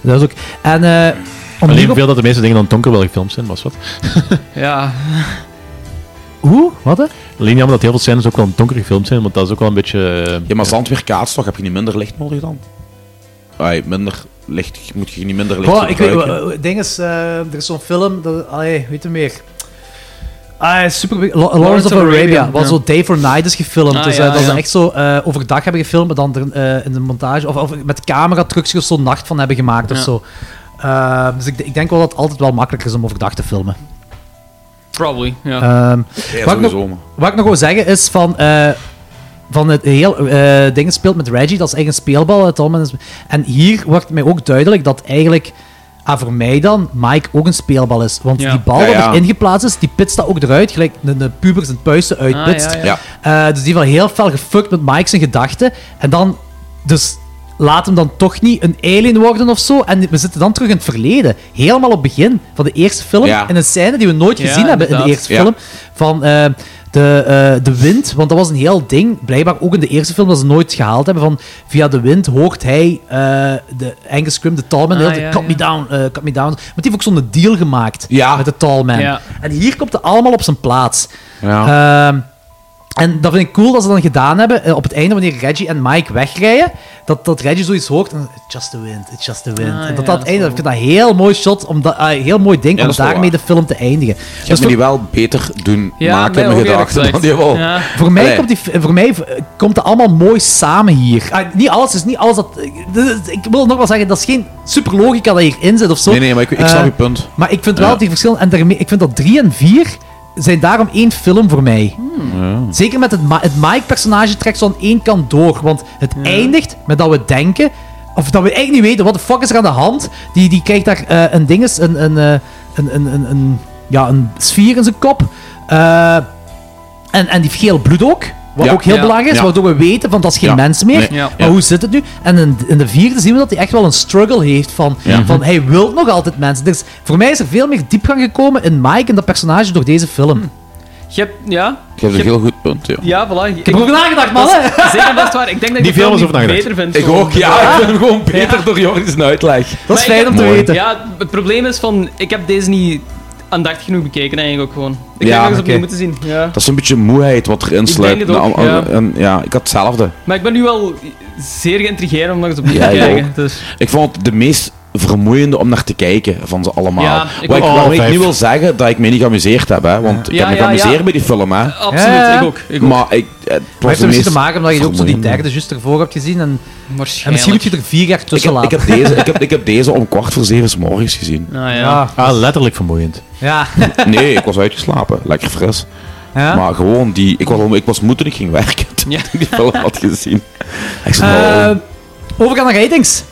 S1: dat is ook. En eh,
S8: Alleen veel dat de meeste dingen dan donker wel gefilmd zijn, maar is wat.
S9: Ja.
S1: Hoe? Wat? Hè?
S8: Alleen jammer dat heel veel scènes ook wel in het donker gefilmd zijn, want dat is ook wel een beetje... eh,
S6: Ja, maar zand weer toch? Heb je niet minder licht nodig dan? Ai, minder licht. Moet je niet minder licht
S1: Goh, ik weet,
S6: gebruiken?
S1: eh, het ding is, eh, er is zo'n film, dat, allee, weet je meer. Ah, super, La- Lawrence, of Arabia, was
S14: ja.
S1: zo Day for Night is gefilmd.
S14: Ah,
S1: dus eh,
S14: ja,
S1: dat ze
S14: ja.
S1: echt zo eh, overdag hebben gefilmd, maar dan er, eh, in de montage, of, of met camera trucs er zo'n nacht van hebben gemaakt of
S9: Ja.
S1: zo. Eh, dus ik, ik denk wel dat het altijd wel makkelijker is om overdag te filmen.
S9: Probably, ja.
S1: Ehm, wat, ik nog, wat ik nog wil zeggen is van. eh, van het heel eh ding speelt met Reggie, dat is eigen speelbal. Het allemaal is- en hier wordt mij ook duidelijk dat eigenlijk, ah, voor mij dan, Mike ook een speelbal is. Want die bal
S14: Ja,
S1: wat
S14: ja.
S1: er ingeplaatst is, die pitst dat ook eruit, gelijk de, de puber zijn puisten uitpitst.
S14: Ah, ja, ja.
S1: Eh, dus die was heel fel gefuckt met Mike zijn gedachten. En dan, dus laat hem dan toch niet een alien worden of zo. En we zitten dan terug in het verleden. Helemaal op het begin van de eerste film.
S14: Ja.
S1: In een scène die we nooit
S14: Ja,
S1: gezien hebben in de
S14: inderdaad.
S1: eerste
S14: Ja.
S1: film. Van eh, de, eh, de wind. Want dat was een heel ding. Blijkbaar ook in de eerste film dat ze nooit gehaald hebben. Van via de wind hoort hij eh, de Angus Grim, de Tallman.
S14: Ah,
S1: heel de
S14: ja,
S1: cut me down, eh, cut me down. Want die heeft ook zo'n deal gemaakt met de Tallman.
S14: Ja.
S1: En hier komt het allemaal op zijn plaats. Ehm, en dat vind ik cool dat ze dan gedaan hebben eh, op het einde, wanneer Reggie en Mike wegrijden, dat, dat Reggie zoiets hoort. En, it's just the wind, it's just the wind.
S14: Ah,
S1: en dat
S14: ja,
S1: dat einde, ik vind dat een heel mooi shot, om dat, ah, een heel mooi ding
S6: Ja,
S1: om
S6: dat is wel
S1: daarmee de film te eindigen.
S6: Je
S1: Dus
S6: hebt me die
S1: voor,
S6: wel beter doen
S1: Ja, mij
S6: maken in
S1: ook
S6: mijn
S1: eerlijk
S6: gedachten dan
S1: gezegd.
S6: die wel.
S1: Ja. voor mij,
S6: Allee.
S1: komt, die, voor mij eh, komt het allemaal mooi samen hier. Ah, niet alles is niet alles dat... eh, dit is- Ik wil nog wel zeggen, dat is geen super logica dat hierin zit of zo.
S6: Nee, nee, maar ik, ik snap
S1: Eh,
S6: je punt.
S1: Maar ik vind wel
S6: Ja.
S1: dat die verschillen... En daarmee, ik vind dat drie en vier zijn daarom één film voor mij.
S14: Hmm.
S1: Zeker met het, Ma- het Mike-personage trekt zo'n één kant door. Want het eindigt met dat we denken. Of dat we eigenlijk niet weten, wat de fuck is er aan de hand? Die, die krijgt daar eh, een dinges, een, een, eh, een, een, een, een, ja, een sfeer in zijn kop. Eh, en, en die heeft geel bloed ook. Wat
S14: Ja.
S1: ook heel
S14: Ja.
S1: belangrijk is,
S14: Ja.
S1: waardoor we weten van dat is geen
S14: Ja.
S1: mens meer.
S14: Nee. Ja.
S1: Maar
S14: Ja.
S1: hoe zit het nu? En in, in de vierde zien we dat hij echt wel een struggle heeft van,
S14: Ja.
S1: van hij wil nog altijd mensen. Dus voor mij is er veel meer diepgang gekomen in Mike en dat personage door deze
S9: Hm.
S1: film.
S9: Je hebt, ja.
S6: Je hebt een heel goed punt, ja.
S9: Ja, voilà. Ik,
S1: erover nagedacht, man, hè?
S9: Dat is Zeker best waar. Ik denk dat ik de
S6: Die
S9: film
S6: film is
S9: niet
S6: over nagedacht.
S9: beter vind.
S6: Ik
S9: zo.
S6: ook, ja. Ik vind hem gewoon beter door Joris' uitleg.
S9: Maar ik heb- Ja, het probleem is van, ik heb deze niet aandachtig genoeg bekeken eigenlijk ook gewoon. Ik heb
S6: Ja,
S9: nog eens opnieuw
S6: oké.
S9: moeten zien. Ja.
S6: Dat is een beetje moeheid wat erin
S9: Ik
S6: sluit.
S9: denk het ook,
S6: Nou,
S9: ja.
S6: en- en- ja, ik had hetzelfde.
S9: Maar ik ben nu wel zeer geïntrigeerd om nog eens opnieuw
S6: Ja,
S9: te
S6: ik
S9: kijken.
S6: ook.
S9: Dus.
S6: Ik vond het de meest vermoeiende om naar te kijken van ze allemaal.
S9: Ja,
S6: Wat
S9: ik
S6: ik,
S9: ook. Oh,
S6: waarmee ik
S9: vijf.
S6: niet wil zeggen dat ik me niet geamuseerd heb, hè, want ik
S1: Ja,
S6: heb me
S1: ja,
S6: geamuseerd
S1: ja.
S6: bij die film. Hè.
S9: Eh,
S1: Absoluut, Ja, ja. ik ook, ik ook.
S6: Maar ik, het
S1: Maar
S6: was
S1: heeft
S6: de
S1: er misschien
S6: meest
S1: te maken omdat je ook zo die
S6: vermoeiende.
S1: derde juist ervoor hebt gezien. En, en misschien moet
S9: Waarschijnlijk.
S1: je er vier jaar
S6: Ik
S1: tussen
S6: heb, ik,
S1: laten.
S6: heb deze, ik, heb, ik heb deze om kwart voor zeven 's morgens gezien.
S9: Ah,
S1: Ja.
S8: Ah, letterlijk vermoeiend.
S1: Ja.
S6: Nee, ik was uitgeslapen. Lekker fris.
S1: Ja?
S6: Maar gewoon die... Ik was, al- ik was moe toen ik ging werken. Toen
S9: Ja.
S6: ik die film had gezien. Ik zei,
S1: Eh,
S6: nou,
S1: overgaan naar ratings.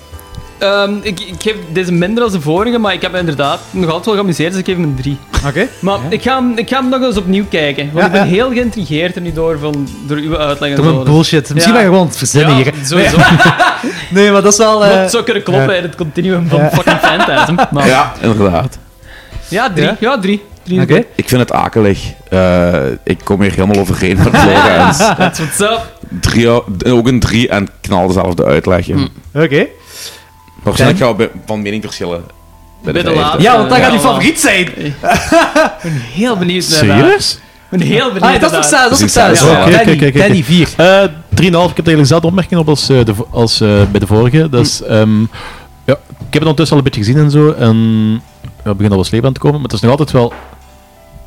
S9: Ehm, ik, ik geef deze minder dan de vorige, maar ik heb inderdaad nog altijd wel geamuseerd, dus ik geef hem een 3.
S1: Oké.
S9: Maar ik, ga hem, ik ga hem nog eens opnieuw kijken, want
S1: Ja,
S9: ik ben
S1: ja.
S9: heel geïntrigeerd er nu door, van, door uw uitleg en
S1: Door
S9: zo.
S1: mijn
S9: dus-
S1: bullshit. Misschien ben je gewoon aan het verzinnen
S9: Ja,
S1: hier.
S9: sowieso.
S1: Nee, maar dat is wel... eh,
S9: Want het zou kunnen kloppen
S1: ja.
S9: in het continuum van
S1: Ja.
S9: fucking Phantasm. Maar...
S6: Ja, inderdaad.
S9: Ja, drie. Ja,
S6: Ja?
S9: drie. drie is goed.
S6: Ik vind het akelig. Eh, ik kom hier helemaal overheen met Florence.
S9: That's what's up.
S6: Drie, ook een drie en knal dezelfde uitleg in.
S1: Oké.
S6: Waarschijnlijk gaan we bij- van mening verschillen. Bij de vijfde.
S1: Ja, want dat gaat
S9: Ja,
S1: uw
S9: wel.
S1: favoriet zijn.
S9: Ik ben heel benieuwd naar
S8: Serieus?
S9: Ik ben heel benieuwd
S1: Ah, dat
S9: naar
S1: is nog saai, dat is nog saai.
S8: Oké, oké, oké, oké, oké.
S1: Danny, 4.
S8: Eh, 3,5. Ik heb er eigenlijk dezelfde opmerking op als, eh, de, vo- als eh, bij de vorige. Dat
S1: Mm.
S8: is, ehm, ja, ik heb het ondertussen al een beetje gezien en zo. En ja, het begint al wat sleep aan te komen. Maar het is nog altijd wel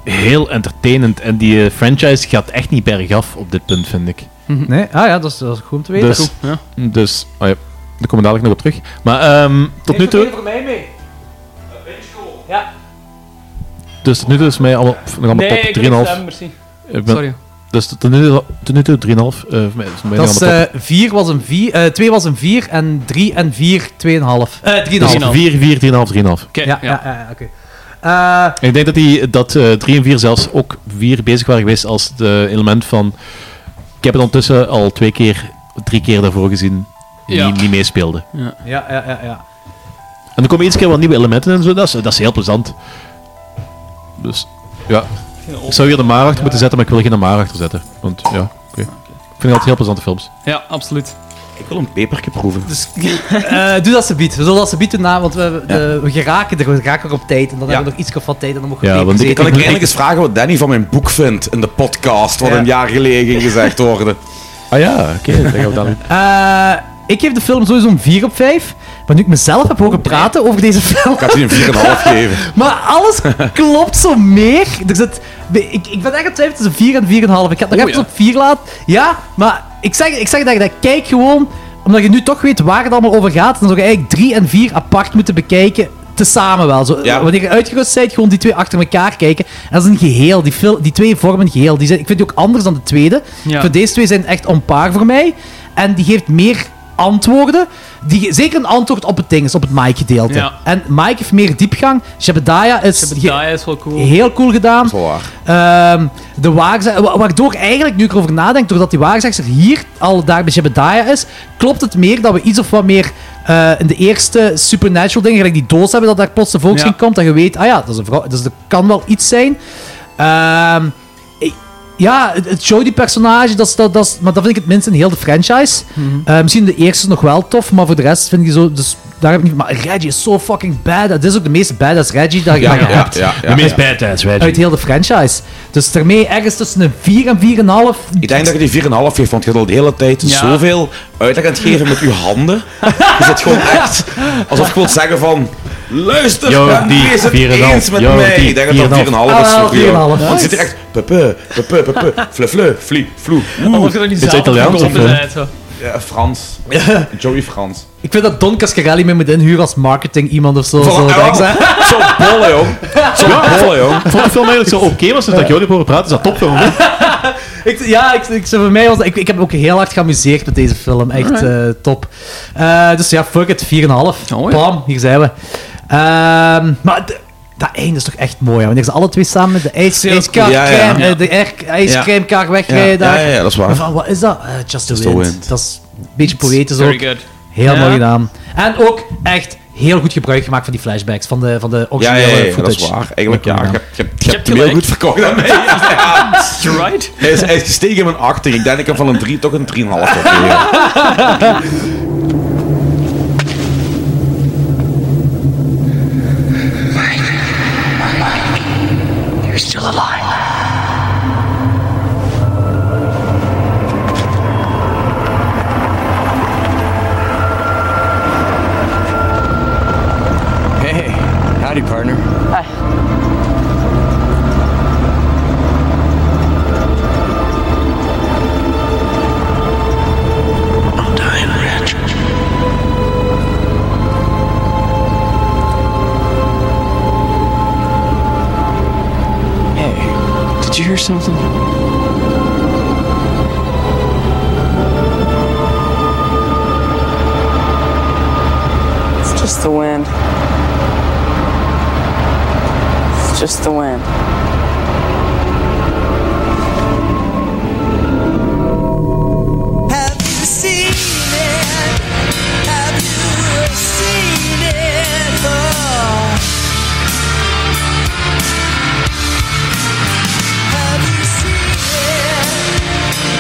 S8: heel entertainend. En die eh, franchise gaat echt niet bergaf op dit punt, vind ik.
S1: Nee? Ah ja, dat is, dat is goed om te weten.
S8: Dus,
S1: Goed.
S8: dus oh ja, daar komen we dadelijk nog op terug. Maar ehm, tot nu toe...
S9: voor mij mee. Ja.
S8: Dus tot nu toe is mij allemaal, nog allemaal
S9: Nee, ik
S8: top
S9: heb
S8: 3,5.
S9: niet stemmen, merci.
S8: Ik ben-
S9: Sorry.
S8: Dus tot nu toe, tot nu toe 3,5. eh, voor mij- voor mij nog allemaal
S1: Dat is,
S8: top.
S1: eh, vier was een 4, 2 was een 4 en 3 en 4, 2,5. Eh, 3,5.
S8: Dus 4, 4, 3,5, 3,5.
S1: Ja, ja, ja, ja, oké. Eh,
S8: Ik denk dat, die, dat eh 3 en 4 zelfs ook 4 bezig waren geweest als het eh, element van... Ik heb het ondertussen al twee keer, drie keer daarvoor gezien, die
S1: Ja.
S8: niet meespeelde.
S9: Ja.
S1: Ja, ja, ja, ja.
S8: En er komen eens keer wat nieuwe elementen en zo, dat is, dat is heel plezant. Dus, ja. Ik zou hier de maar achter moeten zetten, maar ik wil geen maar achter zetten. Want, ja, oké. Ik vind het altijd heel plezante films.
S9: Ja, absoluut.
S6: Ik wil een peperke proeven.
S1: Eh, doe dat ze biedt. We zullen dat ze biedt doen na, want we, de- we geraken er, we raken er op tijd. En dan
S6: Ja.
S1: hebben we nog iets gehad van tijd en dan mogen we
S6: Ja,
S1: peper
S6: want ik
S1: eten.
S6: kan ik eindelijk eens vragen wat Danny van mijn boek vindt in de podcast, wat
S1: Ja.
S6: een jaar geleden ging gezegd worden.
S8: Ah ja, oké,
S1: dan gaan we Eh, ik geef de film sowieso een 4 op 5. Maar nu ik mezelf heb horen praten over deze film...
S6: Ik had die een 4,5 gegeven.
S1: Maar alles klopt zo meer. Er zit, ik, ik ben echt aan het twijfelen tussen 4 en 4,5. Ik had nog even op 4 laten. Ja, maar ik zeg, ik zeg dat je dat kijk gewoon... Omdat je nu toch weet waar het allemaal over gaat. Dan zou je eigenlijk 3 en 4 apart moeten bekijken. Tezamen wel. Zo, Wanneer je uitgerust bent, gewoon die twee achter elkaar kijken. En dat is een geheel. Die, fil- die twee vormen een geheel. Die zijn, ik vind die ook anders dan de tweede.
S9: Ja.
S1: Ik vind deze twee zijn echt onpaar voor mij. En die geeft meer antwoorden. Die, zeker een antwoord op het ding is, op het Mike-gedeelte.
S9: Ja.
S1: En Mike heeft meer diepgang. Jebediah is
S9: Zebediah is wel cool.
S1: heel cool gedaan. Ehm, de waarzeg- wa- waardoor eigenlijk, nu ik erover nadenk, doordat die waarzegster hier al daar bij Jebediah is, klopt het meer dat we iets of wat meer eh, in de eerste supernatural dingen, gelijk die doos hebben, dat daar plots de volks
S9: Ja.
S1: komt, dat je weet, ah ja, dat, is een vrouw, dus dat kan wel iets zijn. Ehm, ik- ja, het, het Jodie-personage, dat, is- dat, dat, is- maar dat vind ik het minst in heel de franchise.
S9: Hm.
S1: Eh, misschien de eerste is nog wel tof, maar voor de rest vind ik zo... Dus, daar heb ik niet, maar Reggie is zo fucking bad. Dat is ook de meest badass Reggie dat je
S8: Ja,
S1: maar
S8: ja,
S1: hebt.
S8: ja, ja, De meest ja. badass Reggie.
S1: Uit heel de franchise. Dus daarmee ergens tussen een 4 en 4,5.
S6: Ik denk dat je die 4,5 geeft, want je hebt al de hele tijd
S1: Ja.
S6: zoveel uitleg aan het geven met je handen. Je zit gewoon echt alsof ik wil zeggen van... Luister,
S8: Jordi,
S6: Danny is het
S8: 4,5.
S6: eens met
S8: Jordi,
S6: mij. Ik denk dat dat 4,5 is
S8: 4,5.
S9: Ah,
S6: voor jou.
S9: 4,5.
S6: Want je zit hier echt... Pepe, pepe, pepe, fle, fle, flie, vloe.
S9: Alsof je er niet Dit is zelf Italiaans, op gekomen of, eh? bent, zo.
S6: Ja, Frans. Joey Frans.
S1: Ik vind dat Don Cascarelli mee moet inhuren als marketing iemand of zo.
S6: Voilà,
S1: zo
S6: ja.
S1: denk ik.
S6: Zo'n bolle, jong. Zo'n bolle, jong.
S8: Ik vond de film eigenlijk zo oké, was dus dat jullie horen praten, is dat topfilm. hè?
S1: ik, ja, ik, ik, voor mij was, dat- ik, ik heb ook heel hard geamuseerd met deze film. Echt
S8: Alright.
S1: eh, top. Eh, dus ja, fuck it, 4,5.
S8: Oh,
S1: Bam, hier zijn we. Ehm, maar d- dat einde is toch echt mooi, hè? wanneer ze alle twee samen met de ijs,
S6: Zeer
S1: ijskar,
S6: cool. Ja, ja.
S1: crème, eh, de ijs- ijscrèmekar wegrijden
S6: Ja.
S1: daar.
S6: Ja, ja, ja, dat is waar.
S1: Maar Van, wat is dat? Eh, just, the,
S6: Just the
S1: wind.
S6: Wind.
S1: Dat is een beetje poëtisch
S9: Very
S1: ook.
S9: good.
S1: Heel
S9: Ja.
S1: mooi gedaan. En ook echt heel goed gebruik gemaakt van die flashbacks, van de, van de
S6: Ja,
S1: originele
S6: ja, ja, dat
S1: footage.
S6: is waar. Eigenlijk, ja, je hebt- je hebt- je hebt hem heel
S1: gelijk.
S6: goed verkocht aan mij.
S9: You're right.
S6: Hij is, hij is gestegen in mijn achter. Ik denk dat ik hem van een 3 toch een 3,5 heb gegeven.
S4: You're still alive.
S3: Hey, howdy, partner. Hi. I'm dying, Rich. Hey, did you hear something?
S18: It's just the wind. It's just the wind.
S15: Have you seen it? Have you seen it? Oh. Have you seen it?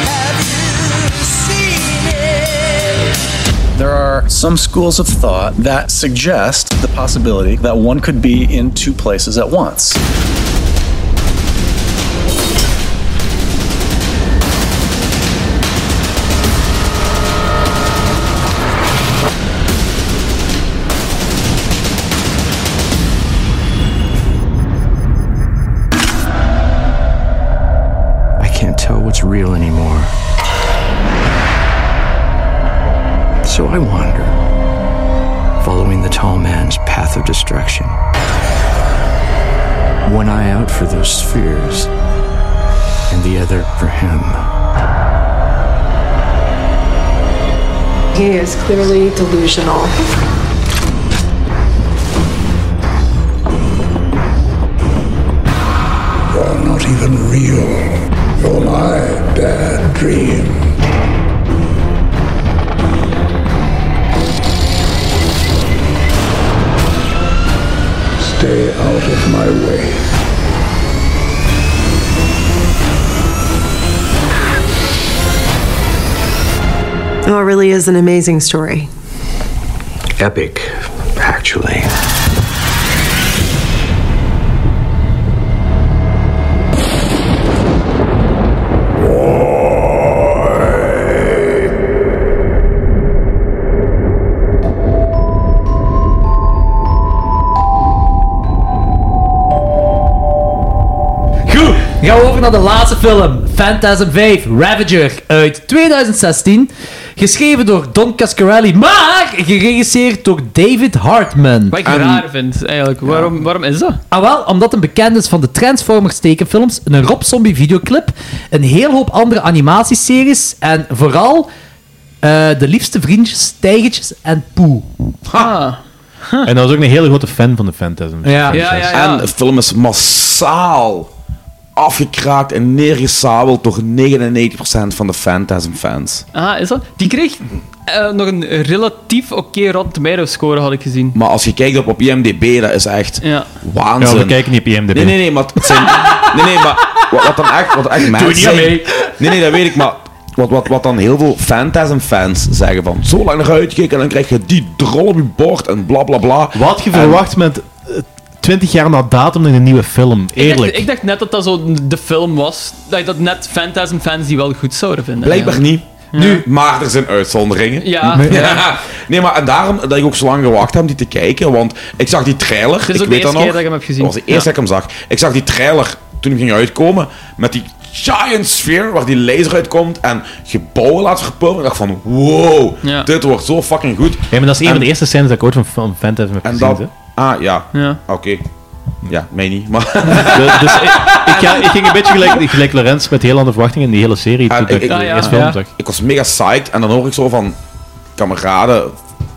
S15: Have you seen it?
S19: There are some schools of thought that suggest the possibility that one could be in two places at once.
S3: I can't tell what's real anymore. So I wander, following the tall man's path of destruction. One eye out for those spheres, and the other for him.
S20: He is clearly delusional.
S16: You're not even real. You're my bad dream. Stay out of my way.
S21: Oh, it really is an amazing story.
S3: Epic, actually.
S1: Goed, gaan we over naar de laatste film. Phantasm 5, Ravager, uit 2016. Geschreven door Don Cascarelli, maar geregisseerd door David Hartman.
S9: Wat ik raar vind, eigenlijk. Waarom, waarom is dat?
S1: Ah wel, omdat een bekend is van de Transformers tekenfilms, een Rob Zombie videoclip, een heel hoop andere animatieseries en vooral eh, de liefste vriendjes, tijgertjes en poe.
S8: En dat was ook een hele grote fan van de Phantasm.
S1: Ja. Ja, ja, ja.
S6: En de film is massaal afgekraakt en neergesabeld door 99% van de Phantasm-fans.
S9: Ah, is dat? Die kreeg eh, nog een relatief oké Rotten Tomatoes score, had ik gezien.
S6: Maar als je kijkt op, op IMDb, dat is echt
S9: Ja.
S6: waanzin.
S8: Ja, we kijken niet op IMDb.
S6: Nee, nee, nee, maar het zijn... Nee, nee, maar wat, wat dan echt, wat echt mensen
S8: niet aan
S6: zeggen-
S8: mee.
S6: Nee, nee, dat weet ik, maar wat, wat, wat dan heel veel Phantasm-fans zeggen van zo lang naar uitkijken en dan krijg je die drol op je bord en bla bla bla.
S8: Wat je verwacht met eh, 20 jaar na datum in een nieuwe film.
S9: Ik
S8: Eerlijk.
S9: dacht, ik dacht net dat dat zo de film was. Dat, dat net Phantasm-fans die wel goed zouden vinden.
S6: Blijkbaar
S9: eigenlijk.
S6: niet. Nu, maar er zijn uitzonderingen.
S9: eh, Ja.
S6: Nee.
S9: Nee.
S6: Nee, maar en daarom dat ik ook zo lang gewacht heb om die te kijken, want ik zag die trailer.
S9: Dit is
S6: ik
S9: ook de
S6: weet
S9: eerste
S6: dat nog.
S9: keer dat ik hem heb gezien.
S6: Dat was de eerste
S9: Ja.
S6: dat ik hem zag. Ik zag die trailer toen hij ging uitkomen met die giant sphere waar die laser uitkomt en gebouwen laat verpulveren. Ik dacht van, wow,
S8: Ja.
S6: dit wordt zo fucking goed.
S8: Ja, maar dat is een
S6: En-
S8: van de eerste scènes dat ik ooit van, van Phantasm heb
S6: En
S8: gezien.
S6: dat...
S8: hè.
S6: Ah, ja.
S9: Ja.
S6: Oké. Ja, mij niet, maar...
S8: De- dus ik, ik, ga- ik ging een beetje gelijk, gelijk Lorenz met heel andere verwachtingen in die hele serie. Toen
S6: En
S8: ik, ik, de eerste film zag.
S6: Ah, ik was mega psyched en dan hoor ik zo van kameraden,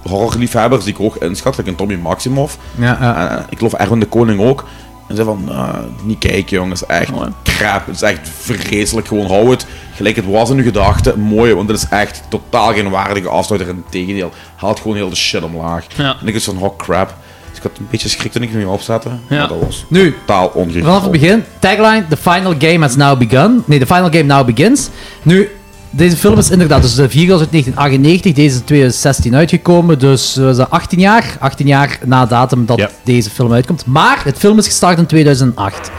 S6: horrorliefhebbers die ik ook inschat, like een Tommy Maximoff.
S1: Ja,
S6: En, eh, ik geloof Erwin de Koning ook. En zei van, eh, niet kijken jongens, echt crap. Het is echt vreselijk, gewoon hou het gelijk het was in uw gedachten. Mooi, want dit is echt totaal geen waardige afsluiter. Integendeel, haalt gewoon heel de shit omlaag.
S9: Ja.
S6: En ik was van, oh crap. Dus ik had een beetje schrik toen ik hem ging opzetten. Maar dat was
S1: Nu.
S6: totaal ongeveer.
S1: Vanaf het begin, tagline, the final game has now begun. Nee, the final game now begins. Nu, deze film is inderdaad, dus de Virus uit 1998, deze is in 2016 uitgekomen, dus eh, is dat 18 jaar. 18 jaar na datum dat deze film uitkomt. Maar het film is gestart in 2008.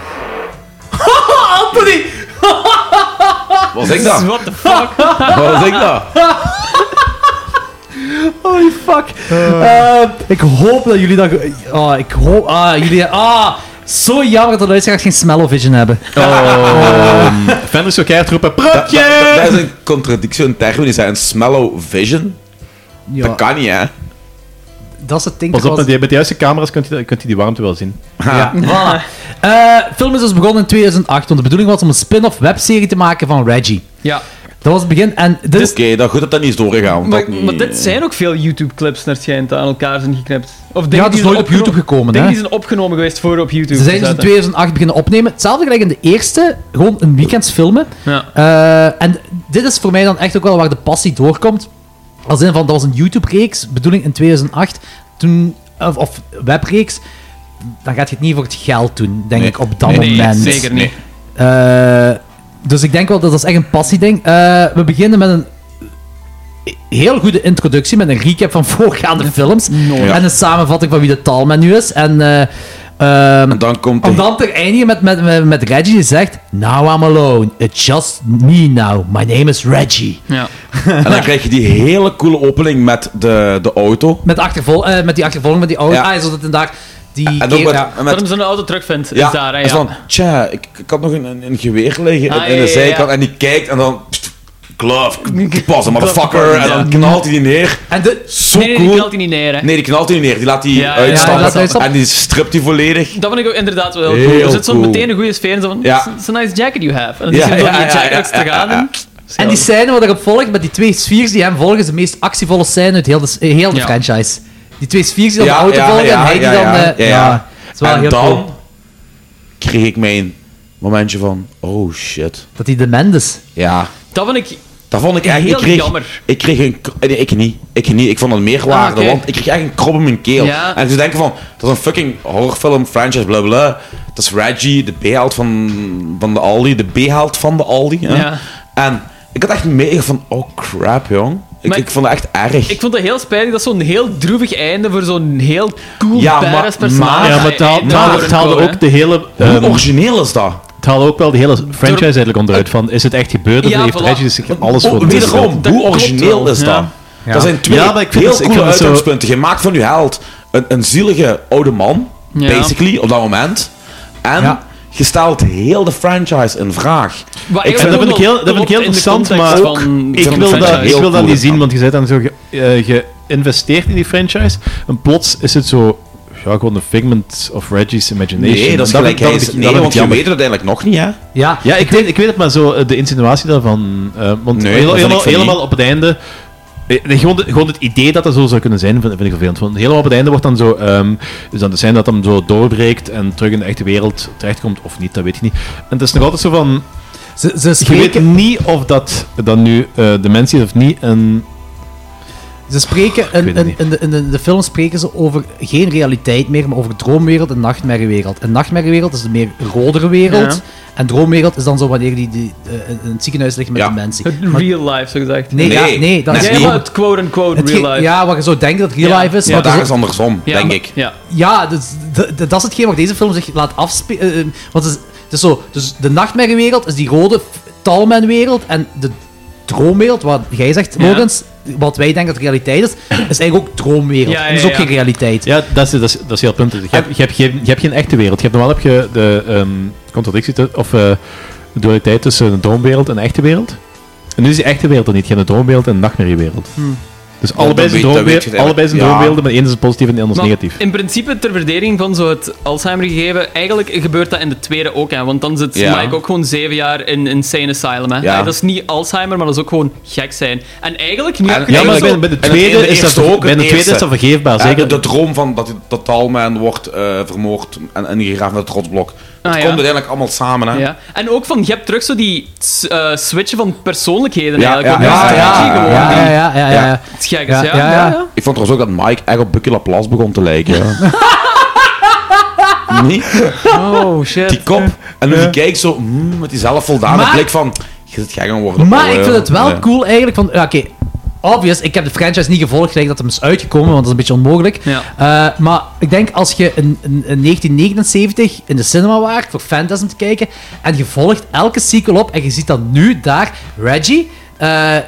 S15: Anthony!
S6: Was ik dat?
S15: What the fuck?
S6: Was ik dat?
S1: Holy fuck. Eh, ik hoop dat jullie dat... ge- Ah, ik hoop... Ah, jullie... Ah, zo jammer dat de luisteraars geen smell-o-vision hebben. Eh.
S8: Fan is zo keihard roepen,
S6: Dat, dat- dat is een contradictie in termen. Die zijn smellow vision.
S1: Ja.
S6: Dat kan niet, hè?
S1: Dat is het ding.
S8: Pas op,
S1: dat
S8: met, die, met de juiste camera's kunt je, kunt je die warmte wel zien.
S1: Ja, voilà. Eh, film is dus begonnen in 2008, want de bedoeling was om een spin-off webserie te maken van Reggie.
S9: Ja.
S1: Dat was het begin en dit is...
S6: Oké, dat goed dat dat niet is doorgegaan. want dat
S9: Maar,
S6: niet...
S9: maar dit zijn ook veel YouTube-clips, naar het schijnt, aan elkaar zijn geknipt. Of
S1: Ja, het is nooit op YouTube gekomen,
S9: Dingen
S1: hè?
S9: die zijn opgenomen geweest voor op YouTube
S1: Ze zijn
S9: te
S1: dus in
S9: zetten.
S1: 2008 beginnen opnemen. Hetzelfde gelijk in de eerste, gewoon een weekends filmen. Eh, en dit is voor mij dan echt ook wel waar de passie doorkomt. Als in van, dat was een YouTube-reeks, bedoeling in 2008, toen, of, of webreeks. Dan gaat je het niet voor het geld doen, denk ik, op dat
S9: Nee, nee,
S1: moment.
S9: zeker niet.
S1: Eh, dus ik denk wel dat dat is echt een passieding. Eh we beginnen met een heel goede introductie, met een recap van voorgaande films.
S6: Ja.
S1: En een samenvatting van wie de talman nu is. En, eh, ehm,
S6: dan komt
S1: om dan te eindigen met, met, met, met Reggie die zegt... Now I'm alone. It's just me now. My name is Reggie.
S9: Ja.
S6: En dan krijg je die hele coole opening met de, de auto.
S1: Met, achtervol eh, met die achtervolging, met die oude... Ah, zodat inderdaad die...
S6: en ook
S1: keer-
S6: met-
S1: ja.
S6: en met-
S9: Dat hem zo'n auto terugvindt,
S6: Ja,
S9: is daar, hè,
S6: en zo
S9: ja.
S6: van, tja, ik, ik had nog een, een, een geweer liggen in-
S9: Ah,
S6: in,
S9: ja, ja,
S6: de zijkant.
S9: ja.
S6: En die kijkt en dan... Pst, glove, k- pas een
S9: Glove,
S6: motherfucker. En
S9: ja.
S6: dan knalt hij die neer.
S1: En de,
S6: Zo
S9: nee, nee, die
S6: cool.
S9: knalt hij niet neer, hè.
S6: Nee, die knalt hij niet neer. Die laat hij
S9: Ja, ja, ja,
S6: uitstappen.
S9: laat hij uitstappen.
S6: en die stript hij volledig.
S9: Dat vond ik ook inderdaad wel heel
S6: Heel
S9: cool. Er zit zo'n
S6: cool.
S9: meteen een goede sfeer in. Zo van,
S6: Ja.
S9: it's a nice jacket you have. En dan
S6: Ja,
S9: is hij door
S6: ja,
S9: die
S6: ja, ja,
S9: jackets
S6: ja,
S9: te
S6: ja,
S9: gaan.
S6: ja.
S1: En die scène wat erop volgt, met die twee sfeers die hem volgen, is de meest actievolle scène uit heel de, eh, heel de
S6: Ja.
S1: franchise. Die twee sfeers die op de auto volgen en hij die dan... eh, Ja, Het is wel
S6: en
S1: heel
S6: dan
S1: cool.
S6: kreeg ik mijn momentje van, oh shit.
S1: Dat hij de Mendes.
S6: Ja.
S9: Dat vond ik...
S6: Dat vond ik echt...
S9: Heel
S6: ik kreeg,
S9: jammer.
S6: Ik kreeg een... k- Nee, ik niet. Ik niet. Ik vond het meerwaarde,
S9: Ah, oké.
S6: want ik kreeg echt een krop in mijn keel.
S9: Ja.
S6: En ze denken van, dat is een fucking horrorfilm, franchise, bla bla. Dat is Reggie, de B-held van, van de Aldi, de B-held van de Aldi. hè.
S9: Ja.
S6: En ik had echt mega van, oh crap, jong. Ik, ik vond het echt erg.
S9: Ik vond het heel spijtig. Dat is zo'n heel droevig einde voor zo'n heel cool,
S6: Ja, maar-
S9: badass personage.
S8: ja, maar het haal- het haal- het haalde ook de hele... ehm,
S6: Hoe origineel is dat? Oh.
S8: Het haalde ook wel de hele franchise eigenlijk onderuit. Van, is het echt gebeurd? Of
S6: Ja,
S8: heeft
S6: voilà.
S8: Reggie zich alles
S6: Oh,
S8: voor
S6: wederom,
S8: bedacht?
S6: hoe origineel is dat? Dat zijn twee
S8: Ja, maar ik vind
S6: heel
S8: het- ik
S6: coole
S8: vind het zo-
S6: uitgangspunten. Je maakt van je held een, een zielige oude man,
S8: Ja.
S6: basically, op dat moment. En je stelt heel de franchise in vraag.
S9: Wat
S8: Ik vind, dat vind ik heel, dat vind ik heel interessant, maar ik, wil dat, ik wil dat niet zien, want je bent dan zo ge- eh, geïnvesteerd in die franchise. En plots is het zo, ja, gewoon een figment of Reggie's imagination.
S6: Nee, dat is
S8: En vind ik-
S6: gelijk.
S8: vind ik-
S6: Nee,
S8: vind ik
S6: want je
S8: jammer.
S6: weet het uiteindelijk nog niet, hè?
S8: Ja, ja ik, weet, ik weet het, maar zo eh, de insinuatie daarvan. eh, want
S6: Nee,
S8: heel-
S6: dat vind
S8: helemaal,
S6: ik van
S8: helemaal
S6: niet.
S8: op het einde. eh, nee, gewoon, de- gewoon het idee dat dat zo zou kunnen zijn, vind, vind ik vervelend. Want helemaal op het einde wordt dan zo. ehm is dan de scène dat hem zo doorbreekt en terug in de echte wereld terechtkomt of niet, dat weet ik niet. En het is nog altijd zo van.
S1: Ze,
S8: Je weet
S1: spreken-
S8: niet of dat dan nu eh dementie is of niet. En
S1: Ze spreken in,
S8: weet het
S1: in, in, de, in, de, in de film spreken ze over geen realiteit meer, maar over droomwereld en nachtmerriewereld. En nachtmerriewereld is de meer rodere wereld.
S9: Ja.
S1: En droomwereld is dan zo wanneer die, die eh, in in het ziekenhuis liggen met dementie.
S9: Het
S1: Maar-
S9: real life, zo gezegd.
S1: Nee, ja, nee, dat is
S9: ja,
S1: niet.
S9: maar het quote-unquote
S1: Hetgeen-
S9: real life.
S1: Ja, wat je zou denken dat real
S9: Ja.
S1: life is.
S9: Ja,
S1: maar
S9: daar
S1: dat
S9: is
S6: andersom,
S9: Ja, denk maar- ik. ja.
S1: Ja, dus, d- d- dat is hetgeen wat deze film zich laat afspelen. want het is, het is zo, dus de nachtmerriewereld is die rode f- Talman-wereld en de droomwereld, wat jij zegt,
S8: Ja.
S1: Logans, wat wij denken dat realiteit is, is eigenlijk ook droomwereld.
S8: Ja, ja,
S1: en dat is ook
S8: ja.
S1: geen realiteit.
S8: Ja, dat is, dat is, dat is heel het punt. Je hebt, je, hebt geen, je hebt geen echte wereld. Je hebt, normaal heb je de ehm, contradictie tu- of eh, de dualiteit tussen de droomwereld en de echte wereld. En nu is die echte wereld er niet. Je hebt de droomwereld en de nachtmerriewereld.
S9: Hmm.
S8: Dus
S9: Ja,
S8: allebei
S9: dat
S8: zijn,
S9: weet- dat
S8: droomwe-
S9: weet je eigenlijk.
S8: allebei zijn
S9: Ja.
S8: droombeelden, maar de ene is positief en de ander is
S9: Maar
S8: negatief.
S9: In principe, ter verdediging van zo het Alzheimer gegeven, eigenlijk gebeurt dat in de tweede ook. Hè, want dan zit
S8: Ja.
S9: Mike ook gewoon zeven jaar in Insane Asylum. Hè.
S8: Ja.
S9: Nee, dat is niet Alzheimer, maar dat is ook gewoon gek zijn. En eigenlijk nu...
S6: En-
S8: ja, maar
S9: eigenlijk
S8: bij,
S9: zo-
S8: bij de
S6: En in
S8: tweede, is, dat,
S6: eerste ook,
S8: bij
S6: in
S8: de
S6: de
S8: tweede is dat
S6: eerste.
S8: vergeefbaar.
S6: Ja,
S8: zeker
S6: de, de droom van dat, dat Talman wordt eh, vermoord en ingegraven met het rotsblok.
S9: Ah,
S6: het
S9: ja.
S6: komt uiteindelijk allemaal samen, hè?
S9: Ja. En ook van, je hebt terug zo die s- eh, switchen van persoonlijkheden
S6: Ja,
S9: eigenlijk.
S6: ja,
S9: want dat is
S6: ja,
S9: Reggie
S6: ja,
S9: gewoon
S6: ja,
S9: die-
S6: ja, ja, ja, ja.
S9: Het is gek, is, ja. Ja, ja.
S6: Ik vond trouwens ook dat Mike echt op Bucky Laplace begon te lijken. hè. Niet?
S9: Oh, shit.
S6: Die kop. En dan die kijk zo, mm, met die zelfvoldane
S1: Maar-
S6: blik van... Je zit gek aan het worden.
S1: Maar ik vind het wel
S6: Ja.
S1: cool eigenlijk van... ja, Oké, obvious, ik heb de franchise niet gevolgd gelijk dat hem is uitgekomen, want dat is een beetje onmogelijk. Eh, maar ik denk als je in, in, in 1979 in de cinema waart voor Phantasm te kijken en je volgt elke sequel op en je ziet dan nu daar Reggie eh, eh,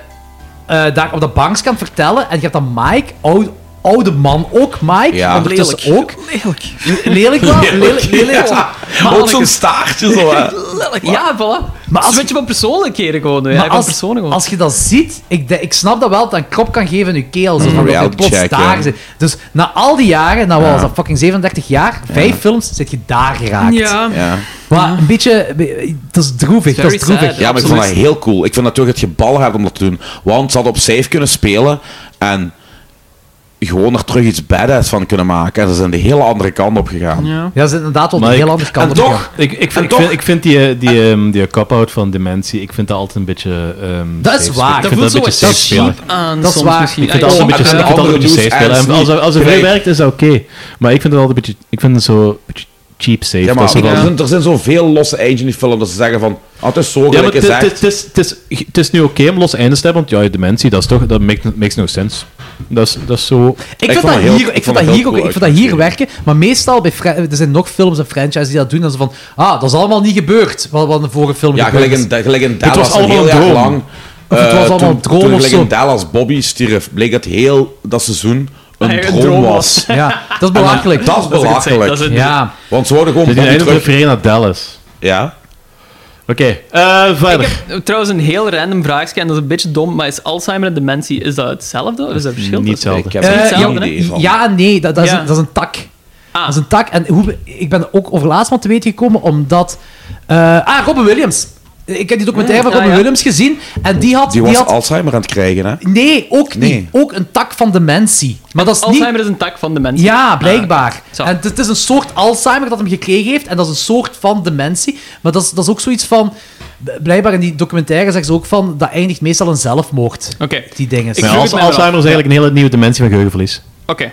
S1: daar op de bankskant vertellen en je hebt dan Mike, oude, oude man ook, Mike,
S6: Ja.
S1: ondertussen ook.
S9: Lelijk.
S1: Lelijk wel? Lelijk, lelijk,
S6: Ja.
S1: Maar
S6: Ook zo'n staartje zo, hè.
S9: Lelijk, Ja, voilà. Maar als... Switchen van persoonlijkheden gewoon. Ja,
S1: Maar
S9: van
S1: als,
S9: personen gewoon.
S1: als je dat ziet, ik, de- ik snap dat wel, dat een krop kan geven in je keel. Zo, van dat je
S6: Mm, reality
S1: plots
S6: check,
S1: daar
S6: ja.
S1: zit. Dus na al die jaren, nou was
S6: Ja.
S1: dat fucking 37 jaar, vijf films, zit je daar geraakt.
S9: Ja.
S6: Ja.
S1: Maar een beetje, dat is droevig, dat is droevig.
S6: Ja, maar ik vond dat heel cool. Ik vind dat toch het gebal hebben om dat te doen. Want ze hadden op safe kunnen spelen en gewoon er terug iets badass van kunnen maken. En ze zijn de hele andere kant op gegaan.
S1: Ja, ze zijn inderdaad wel
S8: Maar
S1: een
S8: ik-
S1: Oh, heel andere kant
S6: en
S1: op
S6: toch-
S1: gegaan.
S8: Ik, ik,
S6: En
S8: vind, ik,
S6: toch-
S8: vind, ik vind die, eh, die, ehm, die cop-out van dementie, ik vind dat altijd een beetje... ehm,
S1: Dat is
S8: safe
S1: waar.
S8: spelen. Ik
S1: Dat
S8: vind dat een
S1: voelt zo
S8: beetje safe
S1: wat
S8: spelen.
S1: cheap
S9: Ah,
S1: aan Dat is soms waar. misschien.
S8: Ik vind dat altijd een
S1: Ja,
S8: beetje,
S1: ja,
S8: ik vind dat altijd een beetje safe
S6: andere
S8: spelen. En
S6: loose
S8: Als,
S6: ends
S8: als het
S6: niet.
S8: veel werkt, is dat oké. Maar ik vind het altijd een beetje... Ik vind het zo een beetje cheap safe.
S6: Ja,
S8: Dat is
S6: maar
S8: zo
S6: er
S8: van-
S6: zijn, er zijn zoveel losse eigen in die film dat ze zeggen van... Oh, het is zo
S8: Ja, maar
S6: gelijk
S8: het-
S6: gezegd.
S8: het- het is- het is- het is nu oké om los eindes te hebben, want ja, dementie, dat is toch... Dat makes, makes no sense. Dat is, dat is zo...
S1: Ik, vind dat hier, ik, vind dat hier ook, ik vind dat hier werken, maar meestal bij fra- er zijn nog films en franchises die dat doen. En ze van, ah, dat is allemaal niet gebeurd. Wat, wat in de vorige film
S6: Ja,
S1: gebeurd
S6: gelijk in,
S1: is.
S6: gelijk in
S1: Het
S6: Dallas
S1: was allemaal
S6: heel
S1: een
S6: erg
S1: droom.
S6: lang.
S1: Of het
S6: eh,
S1: was allemaal
S6: toen-
S1: een droom
S6: Toen
S1: of
S6: gelijk
S1: zo.
S6: in Dallas Bobby stierf, bleek dat heel dat seizoen een
S1: Eigenlijk
S6: droom, was.
S1: Ja, dat
S6: En eh,
S1: is belachelijk.
S6: Dat is belachelijk.
S1: Ja.
S6: Want ze worden gewoon
S8: Zit je nou eigenlijk
S6: Bobby terug...
S8: refereren naar Dallas?
S6: Ja.
S8: Oké,
S9: verder. Ik heb trouwens een heel random vraagje en dat is een beetje dom, maar is Alzheimer en dementie, is dat hetzelfde? Of is dat verschil?
S8: Niet
S9: tussen?
S8: hetzelfde.
S9: Is het
S1: Eh,
S9: hetzelfde, hè?
S1: ja, ja, en nee, dat, dat, Is
S9: Ja.
S1: een, dat is een tak.
S6: Ah.
S1: Dat is een tak. En hoe, ik ben er ook over laatst van te weten gekomen, omdat... eh, ah, Robin Williams. Ik heb die documentaire van
S6: Mm, ah,
S1: Robin
S6: ja.
S1: Williams gezien. En die had...
S6: Die was
S1: had
S6: Alzheimer aan het krijgen, hè?
S1: nee, ook
S6: Nee.
S1: niet. Ook een tak van dementie. Maar dat is niet...
S9: Alzheimer is een tak van dementie. Ah,
S1: Ja, blijkbaar. en het, het is een soort Alzheimer dat hem gekregen heeft. En dat is een soort van dementie. Maar dat is, dat is ook zoiets van... Blijkbaar in die documentaire zeggen ze ook van... Dat eindigt meestal in zelfmoord.
S9: Oké.
S1: Die dingen.
S8: Maar Alzheimer is eigenlijk een hele nieuwe dimensie van geheugenverlies.
S9: Oké.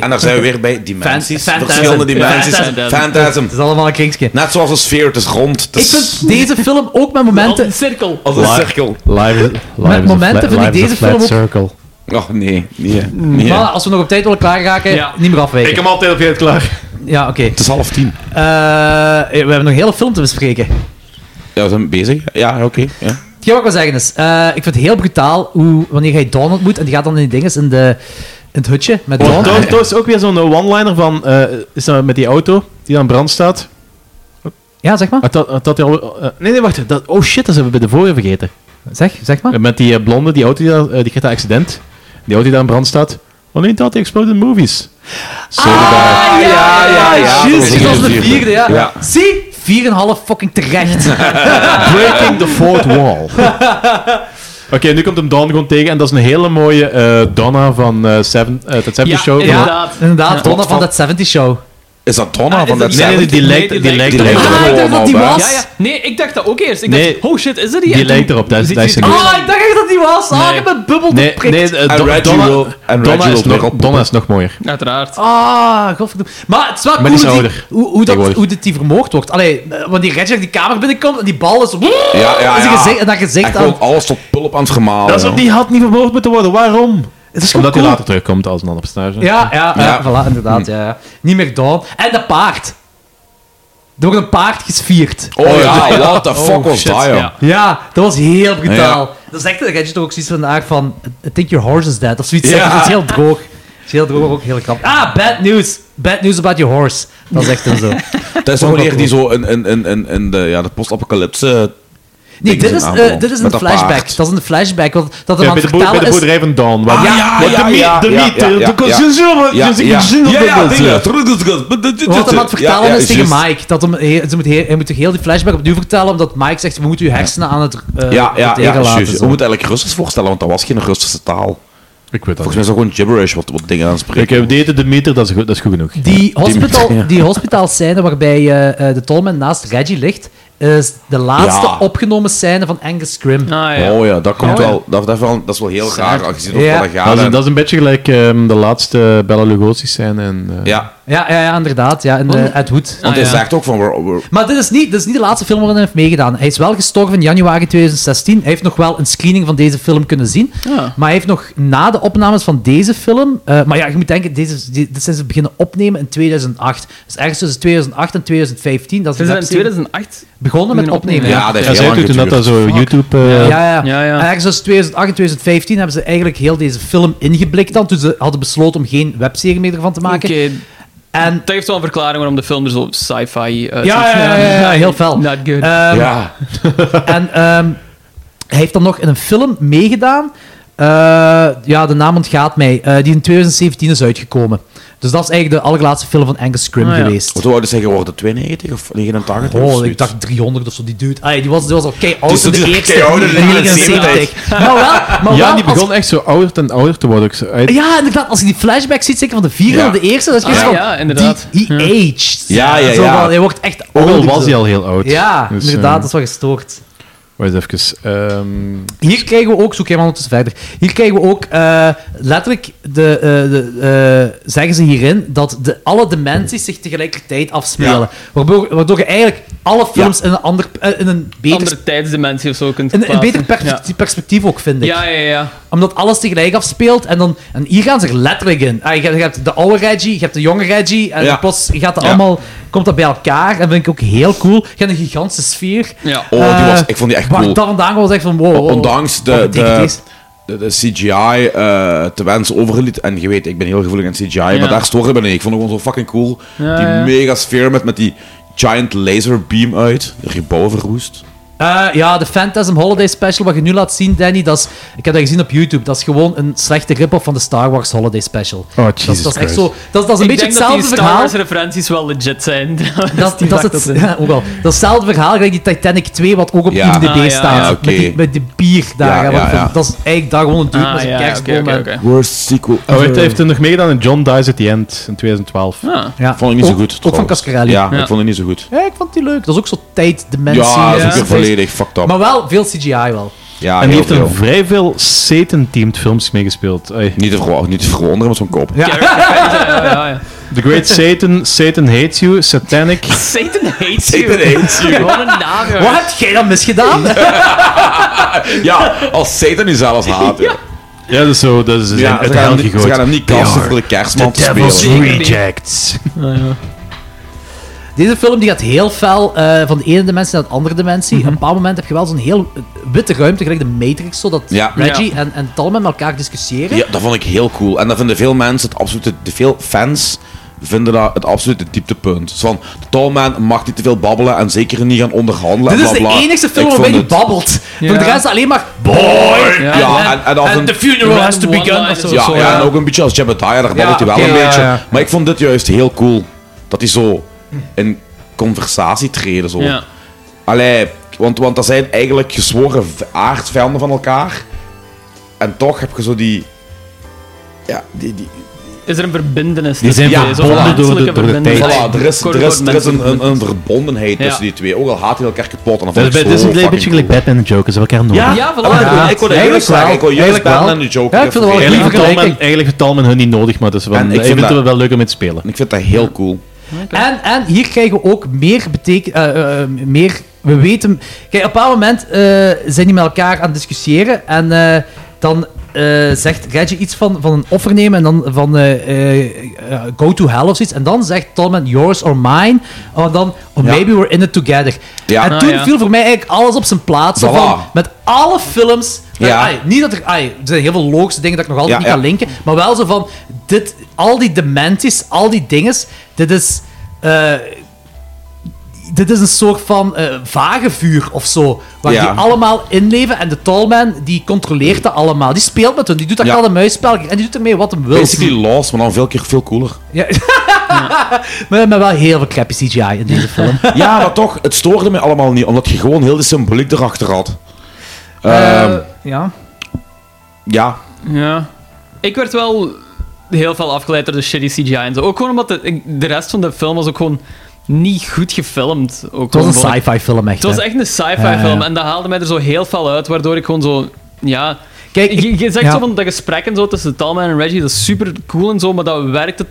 S6: En daar zijn we weer bij dimensies.
S1: Fan-
S6: verschillende
S1: fantasm.
S6: dimensies.
S1: Fantasm.
S6: Fantasm. Het
S1: is allemaal een kringetje.
S6: Net zoals een sfeer, het is rond. Het
S1: Ik
S6: is
S1: vind deze film ook met momenten...
S9: cirkel.
S6: als een cirkel.
S8: Live,
S1: Met momenten vind ik deze film ook...
S8: circle.
S6: Oh nee, nee.
S1: Voilà, als we nog op tijd willen klaarraken,
S8: Ja.
S1: niet meer afwijken.
S8: Ik heb altijd op je het klaar.
S1: Ja, oké.
S6: Het is half tien.
S1: Eh, we hebben nog een hele film te bespreken.
S6: Ja, we zijn bezig. Ja, oké. ja.
S1: Hetgeen wat ik wil zeggen is, eh, ik vind het heel brutaal hoe, wanneer hij Dawn ontmoet en die gaat dan in die dinges in, de, in het hutje met Dawn.
S8: Trouwens, trouwens ook weer zo'n eh, one-liner van... eh, is dat met die auto die dan in brand staat?
S1: Ja, zeg maar.
S8: Dat, had dat hij al, eh, nee, nee, wacht. Dat, oh shit, dat hebben we bij de vorige vergeten.
S1: Zeg, zeg maar.
S8: met die eh, blonde, die auto die, daar, eh, die krijgt een accident. Die auto die daar in brand staat. Oh nee, dat die exploded in movies. Zo
S1: Ah, ja, ja,
S8: ja, dat was
S1: Juist,
S8: een
S1: dat was de
S8: vierde.
S1: vierde, ja.
S8: Ja.
S1: Zie, vier en een half fucking terecht.
S8: Breaking the fourth wall. Oké, nu komt hem Dawn gewoon tegen en dat is een hele mooie eh, Donna van eh Seven, eh, dat 70 Show. van-
S1: inderdaad. Inderdaad,
S8: Ja.
S1: Donna van dat 70 show.
S6: Is dat Donna
S8: Ah,
S6: van
S8: is dat
S6: dat
S8: die- Nee, nee, die lijkt- die lijkt erop.
S6: er
S8: Ah, ik dacht dat die
S6: op, hè.
S8: was.
S9: Ja, ja. Nee, ik dacht dat ook eerst. Ik
S8: Nee,
S9: dacht, oh shit, is dat die?
S8: die
S9: En toen
S8: lijkt erop, dat is-
S9: ziet
S8: dat is
S9: hij
S8: een
S9: het-
S8: goeie.
S1: Ah, ik dacht echt dat die was. Ah,
S9: Nee.
S1: ik heb een bubbel
S8: Nee,
S1: geprikt.
S8: nee eh, Don-
S6: Reggie
S8: Donna,
S6: Will- en
S8: Donna
S6: Reggie
S8: is
S6: Will
S8: nog,
S6: Pickle.
S8: Donna is nog mooier.
S9: Uiteraard.
S1: Ah, godverdomme. Maar het is wel
S8: Maar
S1: cool
S8: die is
S1: Ah, hoe die-
S8: ouder.
S1: hoe, hoe, dat,
S8: Tegenwoordig.
S1: hoe dit die vermoord wordt. Allee, eh, want die Reggie die kamer binnenkomt en die bal is...
S6: Ja, ja,
S1: En zijn
S6: ja.
S1: gezicht, en dat gezicht
S6: En
S1: aan...
S6: gewoon alles tot pulp aan het vermalen.
S8: Dat is op
S6: ja.
S8: die had niet vermoord moeten worden, waarom?
S1: Het is gewoon
S8: Omdat hij
S1: cool.
S8: later terugkomt als een ander personage.
S1: Ja, ja, ja,
S8: Ja.
S1: voilà, inderdaad.
S6: Hm.
S1: Ja, ja. Niet meer dood. En dat paard. Door een paard gespierd.
S6: Oh ja, what the
S8: Oh,
S6: fuck was dat, joh?
S1: ja. Ja, dat was heel brutaal.
S6: Ja.
S1: Dat zegt de Reggie toch ook zoiets van de aard van... I think your horse is dead, of zoiets.
S6: Ja.
S1: Ja. Dat is heel droog. Dat is heel droog, ook heel krap. Ah, bad news. Bad news about your horse. Dat zegt hem zo.
S6: Dat is
S1: Vond ik
S6: ook
S1: wel
S6: wanneer die
S1: cool.
S6: zo in, in, in, in, in de, ja, de post-apocalypse...
S1: Nee,
S6: dingen
S1: dit is,
S6: zijn
S1: eh,
S6: aanbeland.
S1: dit is een
S6: Met dat paard.
S1: flashback. Dat is een flashback. Want dat hem
S8: Ja,
S1: aan
S8: bij,
S1: het
S8: de boer-
S1: vertellen
S8: bij de
S1: is...
S8: boerderij van Dawn. waar-
S1: Ah, ja,
S8: want
S1: ja,
S8: de meat,
S1: ja,
S8: de
S1: ja,
S8: meat, eh, de- Dus
S1: ja,
S8: de
S1: ja.
S8: consumption-
S1: Ja,
S8: de
S1: ja.
S8: consumption-
S1: Ja, ja, dingen, Wat hem aan het vertellen
S8: Ja, ja,
S1: is tegen
S8: juist.
S1: Mike. Dat hem, he- ze moet he- hij moet toch heel die flashback opnieuw vertellen, omdat Mike zegt, we moeten uw hersenen aan het eh
S6: ja, ja, ja,
S1: tegen laten.
S6: juist.
S1: zo.
S6: We moeten eigenlijk Russisch voorstellen, want dat was geen Russische taal.
S8: Ik weet dat
S6: Volgens mij is dat gewoon gibberish wat, wat dingen aanspreken.
S8: Ik heb de meter, dat is goed, dat is goed genoeg.
S1: Die hospital,
S8: meter, ja.
S1: die hospitaal scène waarbij eh, eh, de tolman naast Reggie ligt, is de laatste
S6: Ja.
S1: opgenomen scène van Angus Grim.
S6: Oh ja, dat komt
S1: Oh, ja.
S6: wel. Dat, dat, is wel- dat is wel heel raar, aangezien over
S1: Ja.
S6: wat dat gaat.
S8: Dat is,
S6: en-
S8: dat is een beetje gelijk ehm, de laatste Bella Lugosi zijn. En, eh,
S6: Ja.
S1: Ja, ja, ja, inderdaad. Ja, in, eh, Ed Wood.
S6: Want hij
S1: Ja.
S6: zegt ook van... we're- we're-
S1: Maar dit is, niet, dit is niet de laatste film waarin hij heeft meegedaan. Hij is wel gestorven in januari 2016. Hij heeft nog wel een screening van deze film kunnen zien.
S9: Ah.
S1: Maar hij heeft nog na de opnames van deze film... eh, maar ja, je moet denken, deze, die- dit zijn ze beginnen opnemen in 2008. Dus ergens tussen 2008 en 2015. Dat
S9: Ze zijn in
S1: exact zeven-
S9: 2008
S1: Begonnen met
S9: beginnen
S1: opnemen.
S8: Ja, dat zij doet toen dat dat zo YouTube...
S1: Ja,
S8: eh,
S1: ja, ja. En ergens tussen 2008 en 2015 hebben ze eigenlijk heel deze film ingeblikt dan. Toen ze hadden besloten om geen webserie meer ervan te maken. En...
S9: Dat heeft wel een verklaring waarom de film er zo sci-fi
S8: Eh,
S9: uit
S1: Ja, ja, ja, ja, ja, heel fel.
S9: Not good.
S1: Ehm, en ehm, hij heeft dan nog in een film meegedaan. Eh, ja, de naam ontgaat mij. eh, die in 2017 is uitgekomen. Dus dat is eigenlijk de allerlaatste film van Angus
S8: Ah,
S1: Scrim geweest.
S6: Wat wouden ze geworden? 92 of 89? of
S1: Oh,
S6: zoiets?
S1: ik dacht 300 of zo, die dude. Allee, die was, die was al kei-oud
S6: Dus
S1: in
S6: die
S1: de
S6: is
S1: eerste,
S6: kei-oud in de
S1: in
S6: 79.
S1: Maar wel, maar
S8: ja,
S1: wel
S8: die
S1: als- Ah,
S8: begon echt zo ouder en ouder te worden. ook zo uit-
S1: Ja, inderdaad, als je die flashback ziet, zeker van de vierde
S8: Ja.
S1: naar de eerste, dat is
S8: Ah,
S1: gewoon...
S8: ja, inderdaad.
S1: Die, he aged.
S8: Ja, ja,
S1: Zo
S8: ja.
S1: van, hij wordt echt
S8: Ook al
S1: oud,
S8: was
S1: zo.
S8: hij al heel oud.
S1: Ja,
S8: Dus,
S1: inderdaad,
S8: eh,
S1: dat is wel gestoord.
S8: Wacht eens even. ehm,
S1: Hier krijgen we ook, zoek jij maar ondertussen verder. Hier krijgen we ook eh, letterlijk, de, eh, de, eh, zeggen ze hierin, dat de, alle dimensies zich tegelijkertijd afspelen.
S9: Ja.
S1: Waardoor, waardoor je eigenlijk alle films in een ander, eh, in een beter,
S9: Andere tijdsdimensie of zo kunt
S1: in, een
S9: plaatsen.
S1: beter perspectief, perspectief ook, vind ik.
S9: Ja, ja, ja.
S1: Omdat alles tegelijk afspeelt en, dan, en hier gaan ze er letterlijk in. Ah, je, hebt, je hebt de oude Reggie, je hebt de jonge Reggie en
S6: Ja.
S1: plots gaat dat
S6: Ja.
S1: allemaal, komt dat bij elkaar en vind ik ook heel cool. Je hebt een gigantische sfeer.
S9: Ja.
S6: Oh, die
S1: Eh,
S6: was, ik vond die echt
S1: waar
S6: cool.
S1: ik daar vandaan was echt van wow. wow, wow.
S6: Ondanks
S1: Oh, Wat
S6: de,
S1: betekent
S6: de,
S1: deze?
S6: de, de CGI eh, te wensen overgeliet. En je weet, ik ben heel gevoelig aan CGI, maar daar stoorde ik me niet. Ik vond het gewoon zo fucking cool.
S1: Ja,
S6: die
S1: ja.
S6: mega sfeer met, met die giant laser beam uit. De gebouw verwoest.
S1: Eh, ja, de Phantasm Holiday Special, wat je nu laat zien, Danny, dat is, ik heb dat gezien op YouTube. Dat is gewoon een slechte rip-off van de Star Wars Holiday Special.
S8: Oh,
S1: dat, is-
S8: Jesus
S1: dat is echt
S8: Christ.
S1: zo. Dat, is- dat is een
S9: Ik
S1: beetje
S9: denk dat
S1: hetzelfde
S9: die Star
S1: verhaal.
S9: Wars referenties wel legit zijn.
S1: Dat, dat, is het, ja, ook wel. dat is hetzelfde verhaal gelijk die Titanic 2, wat ook op
S9: Ja.
S1: IMDb
S9: Ah, ja,
S1: staat.
S9: ja, oké.
S1: met, die, met die bier daar.
S8: Ja,
S1: hè, wat
S8: ja,
S1: voor-
S8: ja.
S1: Dat is eigenlijk daar gewoon een dude
S9: Ah,
S1: met zijn
S9: ja, oké,
S1: kerstboom.
S9: oké, oké.
S1: en-
S6: Worst sequel
S8: Oh, hij heeft er nog meegedaan in John Dies at the End in 2012.
S9: Ja.
S6: Vond ik niet zo
S1: Ook-
S6: goed.
S1: ook van
S6: trouwens.
S1: Cascarelli.
S6: Ja,
S1: Ja.
S6: ik vond het niet zo goed.
S1: Ja, ik vond die leuk. Dat is ook zo tijddimensie.
S6: Ja, dat is ook weer volledig fucked up.
S1: Maar wel veel CGI wel.
S6: Ja,
S8: en die
S6: heel
S8: heeft
S6: veel.
S8: in vrij veel Satan-themed films meegespeeld. Ai.
S6: Niet te, verwa- niet te verwonderen met zo'n kop.
S8: The Great Satan, Satan Hates You, Satanic.
S9: Satan hates you.
S8: Satan hates you.
S9: Wat een naam, joh.
S1: Wat heb jij dan misgedaan?
S6: Ja, als Satan nu zelfs haat. Ja,
S8: Ja, dat is zo. Dat is, ze zijn
S6: ze
S8: uit de
S6: gaan
S8: hel
S6: hem niet- ze
S8: gegooid.
S6: gaan hem niet
S8: They
S6: casten
S8: are
S6: voor de kerstman
S8: the
S6: te
S8: devil's
S6: spelen. Zeker niet.
S8: rejects.
S1: Deze film die gaat heel fel eh, van de ene dimensie naar de andere dimensie.
S6: Mhm.
S1: Op een bepaald moment heb je wel zo'n heel eh, witte ruimte, gelijk de Matrix, zodat
S6: Ja.
S1: Reggie
S6: Ja.
S1: en, en Tal met elkaar discussiëren.
S6: Ja, dat vond ik heel cool. En dat vinden veel mensen het absolute... De veel fans vinden dat het absolute dieptepunt. Dus van, de tallman mag niet te veel babbelen en zeker niet gaan onderhandelen.
S1: Dit
S6: en
S1: is de
S6: bla, bla.
S1: enige film
S6: Ik vond
S1: waarbij die
S6: het-
S1: babbelt.
S6: Ja.
S1: Voor de rest alleen maar
S6: Boy!
S1: boy.
S6: Ja, en, en als
S1: and
S6: een-
S1: the funeral has to begun. of zo.
S6: Ja,
S1: Zo,
S6: ja,
S1: ja.
S6: en ook een beetje als Jebediah, daar babbelt hij wel
S1: oké,
S6: een
S1: ja,
S6: beetje.
S1: ja.
S6: Maar ik vond dit juist heel cool. Dat hij zo in conversatie treden. Zo.
S9: Ja.
S6: Allee, want, want dat zijn eigenlijk gezworen v- aardsvijanden van elkaar. En toch heb je zo die... Ja, die, die,
S9: Is er een verbindenis?
S6: Die zijn
S9: tussen deze? Of
S6: verbonden
S9: een
S6: door de-
S9: menselijke
S6: door de
S9: verbindenis?
S6: Voilà, er is,
S9: Kort
S6: er is,
S9: woord,
S6: er is een,
S9: menselijke
S6: een, een verbondenheid
S9: Ja.
S6: tussen die twee. Ook al haat hij elkaar kapot. En dat
S8: Dat
S6: vond
S8: is,
S6: ik
S8: dat is
S6: zo
S8: een klein
S6: fucking
S8: beetje
S6: cool.
S8: gelijk Batman en Joker. Ze hebben elkaar
S6: Ja,
S8: nodig.
S6: ja, voilà. Ja, ik wou dat juist zeggen. Ik wou juist Batman en de Joker.
S8: Ja, ik vind het wel
S6: Eigenlijk
S8: eigenlijk,
S6: wel.
S8: Talman, eigenlijk vindt Talman hun niet nodig, maar dat is wel,
S6: En
S8: ik
S6: ik vind
S8: vind het
S6: dat-
S8: wel leuk om mee te spelen.
S6: Ik vind dat heel cool.
S1: En, en hier krijgen we ook meer beteken... eh, eh, eh, meer... We weten... Kijk, op een bepaald moment eh, zijn die met elkaar aan het discussiëren en eh, dan eh, zegt Reggie iets van, van een offer nemen en dan van eh, eh, eh, go to hell of zoiets. En dan zegt Tom yours or mine. En dan oh, maybe we're in it together.
S6: Ja.
S1: En
S6: Ah,
S1: toen
S6: ja.
S1: viel voor mij eigenlijk alles op zijn plaats. zo
S6: Voilà.
S1: Van, met alle films... met-
S6: Ja.
S1: ai, niet dat er... ai, er zijn heel veel logische dingen dat ik nog altijd
S6: Ja,
S1: niet
S6: ja.
S1: ga linken. Maar wel zo van, dit, al die dementies, al die dinges, dit is... eh, dit is een soort van eh vage vuur of zo. Waar
S6: Ja.
S1: die allemaal inleven en de tallman die controleert dat allemaal. Die speelt met hun, die doet dat
S6: Ja.
S1: al een muisspel en die doet ermee wat hem wil.
S6: Basically Lost, maar dan veel keer veel cooler.
S1: Ja. maar, maar wel heel veel crappy CGI in deze film.
S6: Ja, maar toch, het stoorde mij allemaal niet, omdat je gewoon heel de symboliek erachter had.
S1: Eh,
S6: Ehm,
S1: ja.
S6: ja.
S9: Ja. Ik werd wel heel veel afgeleid door de shitty CGI en zo. Ook gewoon omdat de, ik- de rest van de film was ook gewoon niet goed gefilmd. Ook
S1: Het was
S9: gewoon
S1: een
S9: vond ik.
S1: sci-fi film echt.
S9: Het was
S1: hè. Eh.
S9: echt een sci-fi
S1: Ja, ja,
S9: film
S1: ja.
S9: en dat haalde mij er zo heel veel uit, waardoor ik gewoon zo... Ja...
S1: Kijk,
S9: je, je zegt
S1: ja.
S9: zo van dat gesprek en zo tussen Talman en Reggie, dat is super cool en zo, maar dat werkte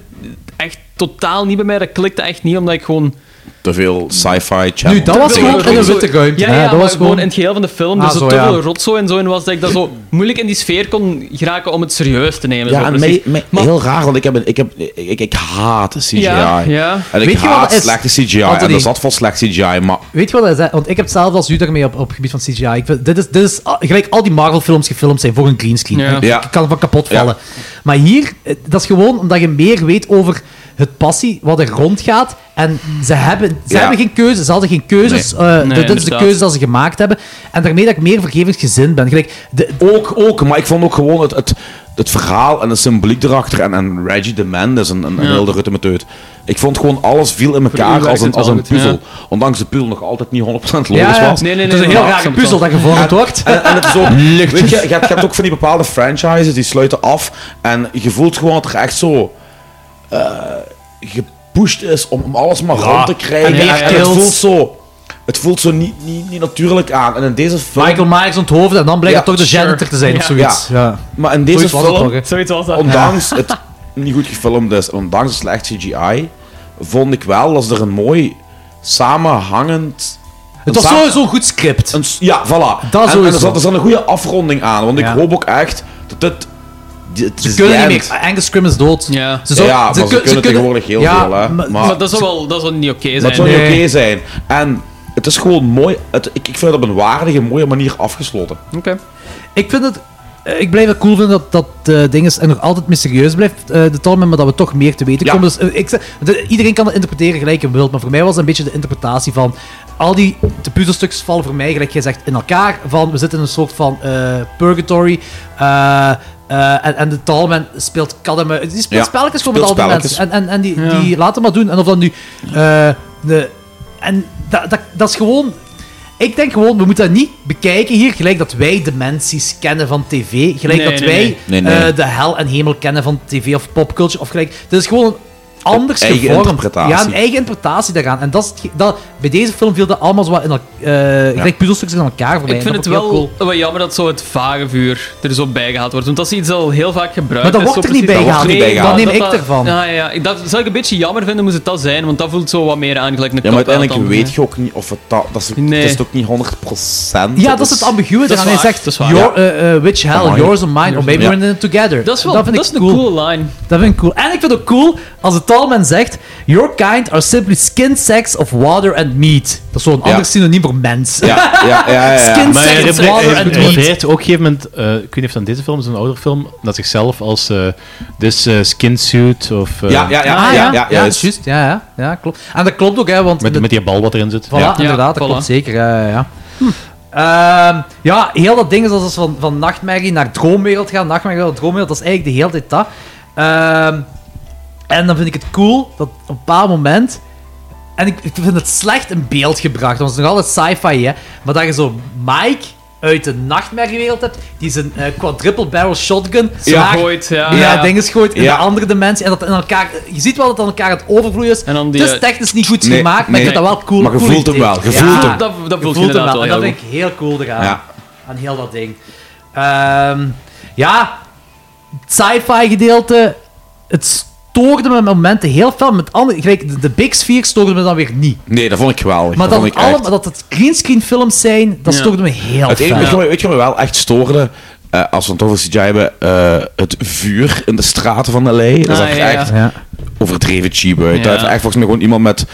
S9: echt totaal niet bij mij. Dat klikte echt niet, omdat ik gewoon...
S6: Te veel sci-fi channel.
S1: Nu, dat was
S6: Te
S1: gewoon
S6: veel-
S1: in een witte ruimte,
S9: Ja,
S1: hè,
S9: ja,
S1: dat
S9: maar
S1: was
S9: gewoon
S1: gewoon-
S9: in het geheel van de film.
S1: Ah,
S9: er
S1: zo,
S9: zo te
S1: ja.
S9: veel rotzooi en zo in was dat ik dat zo moeilijk in die sfeer kon geraken om het serieus te nemen.
S6: Ja,
S9: zo,
S6: en
S9: precies.
S6: mij- mij- heel raar, want ik, heb, een- ik, heb, ik, ik haat CGI.
S9: Ja, ja.
S6: En ik
S1: Weet je wat
S6: haat
S1: dat is,
S6: slechte CGI.
S1: Anthony?
S6: En er zat vol slecht CGI, maar...
S1: Weet je wat dat is? hè? Want ik heb hetzelfde als u daarmee op, op het gebied van CGI. Ik vind, dit is, dit is ah, gelijk al die Marvel-films gefilmd zijn voor een greenscreen.
S6: Ja.
S1: Ik,
S6: Ja.
S1: ik kan ervan kapot
S6: Ja.
S1: vallen. Maar hier, eh, dat is gewoon omdat je meer weet over het passie wat er rondgaat. En ze hebben, ze
S6: Ja.
S1: hebben geen keuze. Ze hadden geen keuzes.
S6: Nee.
S1: Eh,
S6: Nee,
S1: dit- dit is de
S6: inderdaad.
S1: keuze dat ze gemaakt hebben. En daarmee dat ik meer vergevingsgezind ben. Gelijk, de,
S6: Ook, ook, maar ik vond ook gewoon het, het, het verhaal en de symboliek erachter. En, en Reggie the Man, dat is een, een, een
S1: Ja.
S6: heel de rutte met uit. Ik vond gewoon alles viel in
S9: u
S6: elkaar
S9: werkt
S6: als een,
S9: het
S6: als
S9: wel
S6: een
S9: goed,
S6: puzzel.
S9: ja.
S6: Ondanks de puzzel nog altijd niet 100% logisch
S1: Ja,
S6: was.
S1: nee, nee, Het is nee, een heel nee, rare absoluut. puzzel dat gevormd
S6: En-
S1: wordt.
S6: En, en het is ook,
S1: Lichtjes.
S6: weet je, je, hebt, je hebt ook van die bepaalde franchises die sluiten af. En je voelt gewoon dat er echt zo eh, gepusht is om, om alles maar
S2: Ja.
S6: rond te krijgen.
S2: En meer
S6: en het
S2: kills.
S6: voelt zo... Het voelt zo niet, niet, niet natuurlijk aan. En in deze film...
S1: Michael Myers onthoofden en dan blijkt
S6: Ja,
S1: het toch de
S6: sure.
S1: janitor te zijn of
S6: Ja.
S1: zoiets.
S6: Ja. Maar in deze
S1: Zoiets was het
S6: film,
S1: toch, hè? Zoiets was dat.
S6: ondanks
S1: Ja.
S6: het niet goed gefilmd is, en ondanks de slecht CGI, vond ik wel dat er een mooi samenhangend...
S1: Het
S6: een
S1: was
S6: samen-
S1: sowieso een goed script.
S6: ja, voilà.
S1: Dat
S6: en, en
S1: sowieso.
S6: er zat er zat een goede afronding aan, want ik hoop ook echt dat dit... dit
S1: Ze
S6: is
S1: kunnen
S6: the
S1: niet
S6: end.
S1: meer. Angus Scrim is dood.
S9: Ja,
S6: Ja, ja, maar ze, kunnen tegenwoordig heel
S1: ja,
S6: veel, hè. Maar,
S9: Maar, dat zou wel dat zou niet oké zijn.
S6: dat zou niet oké zijn. En het is gewoon mooi... Het, ik, ik vind het op een waardige, mooie manier afgesloten.
S9: Oké.
S1: Ik vind het... eh, Ik blijf het cool vinden dat dat eh, ding is en nog altijd mysterieus blijft, eh, de Talman, maar dat we toch meer te weten komen. Dus, eh, ik, zeg- de- iedereen kan het interpreteren gelijk je wilt, maar voor mij was het een beetje de interpretatie van al die de puzzelstukjes vallen voor mij, gelijk jij zegt, in elkaar. Van, we zitten in een soort van eh, purgatory. eh, eh, en, en de Talman speelt kadem. Die speelt
S6: Ja,
S1: spelletjes voor met
S6: speelt
S1: al die
S6: spelletjes.
S1: mensen. En, en, en die,
S6: Ja.
S1: die laat hem maar doen. En of dan nu... eh, de, en dat, dat, dat is gewoon... Ik denk gewoon, we moeten dat niet bekijken hier, gelijk dat wij dimensies kennen van tv. Gelijk
S9: Nee,
S1: dat
S9: nee,
S1: wij
S9: nee. Nee, nee.
S1: eh, de hel en hemel kennen van tv of popculture. Of gelijk, dit is gewoon een anders
S6: eigen
S1: gevormd.
S6: interpretatie.
S1: Ja, een eigen interpretatie daaraan. En dat is hetge- dat, bij deze film viel dat allemaal zo wat in elkaar, eh gelijk puzzelstukjes in elkaar voorbij.
S9: Ik
S1: En
S9: vind
S1: dat
S9: het
S1: vond
S9: wel
S1: heel cool.
S9: wat jammer dat zo het vage vuur er zo bijgehaald wordt. Want dat is iets dat al heel vaak gebruikt
S1: Maar dat
S9: is, zo
S1: wordt er niet
S9: precies-
S1: bijgehaald.
S9: Nee,
S1: Dat neem
S9: maar
S1: ik
S9: dat-
S1: ervan.
S9: Ja, ja, ja. Ik- Dat zou ik een beetje jammer vinden, moest het dat zijn. Want dat voelt zo wat meer aan gelijk een
S6: Ja, maar
S9: cop-out
S6: uiteindelijk
S9: dan,
S6: weet
S9: hè.
S6: je ook niet of het dat... Dat is,
S9: Nee.
S6: het is het ook niet 100%.
S1: Ja, dat is het ambiguë
S9: Dat is
S1: eraan. Hij
S9: waar,
S1: zegt,
S9: dat is waar.
S1: your, eh, eh, which hell,
S6: Amai.
S1: yours or mine, or maybe
S6: Ja.
S1: we're in it together.
S9: Dat is wel-
S1: vind
S9: dat
S1: ik
S9: is een coole line.
S1: Dat vind ik cool. En ik vind het ook cool als de talman zegt, your kind are simply skin sacks of water and meat. Dat is zo'n ander synoniem voor mens. Skin
S8: Maar hij
S1: sacks of water
S8: refereert
S1: and
S8: hij
S1: meat.
S8: refereert ook op een gegeven moment, eh, ik weet niet of dat in deze film is, een oudere film, dat zichzelf als eh this eh, skin suit of... eh,
S1: Ah, dat is juist. Ja, ja, ja, klopt. En dat klopt ook, hè, want...
S8: Met, met die bal wat erin zit.
S1: Voilà, inderdaad, dat klopt zeker. Ja, ja, ja. Ehm, ja, heel dat ding is als we van, van nachtmerrie naar droomwereld gaan, nachtmerrie naar droomwereld, dat is eigenlijk de hele tijd dat. Ehm, en dan vind ik het cool dat op een bepaald moment. En ik, ik vind het slecht in beeld gebracht, want het is nog altijd sci-fi, hè. Maar dat je zo Mike uit de nachtmerriewereld hebt, die zijn eh, quadruple barrel shotgun
S9: Ja,
S1: zwaar-
S9: gooit, ja,
S1: ja,
S9: ja.
S1: dingen gooit in
S9: Ja.
S1: de andere dimensie. En dat in elkaar, je ziet wel dat het aan elkaar het overvloeien is.
S9: die,
S1: het is
S9: eh,
S1: technisch niet goed
S9: Nee,
S1: gemaakt, maar ik
S9: nee.
S1: vind dat wel cool.
S6: Maar je
S1: cool
S6: voelt hem
S1: idee.
S6: wel, je voelt hem.
S1: dat,
S9: dat voelt
S1: hem
S9: inderdaad
S1: wel.
S9: wel
S1: En dat
S9: heel
S1: vind ik heel cool eraan.
S6: Ja.
S1: Aan heel dat ding. Ehm, ja, het sci-fi gedeelte, het stoorde me momenten heel veel. Met andere, gelijk, de, de Big Sphere stoorde me dan weer niet.
S6: Nee, dat vond ik geweldig.
S1: Maar dat,
S6: vond ik echt-
S1: allemaal, dat het greenscreen films zijn, dat stoorde me heel
S6: Het enige-
S1: veel.
S6: weet, je, wat- weet je wat me wel echt stoorde? Eh, als we het over CGI hebben, eh, het vuur in de straten van L.A. Dat
S9: Ah,
S6: zag er
S9: ja, ja.
S6: echt
S9: Ja.
S6: overdreven cheap uit.
S9: Ja.
S6: Dat heeft echt volgens mij gewoon iemand met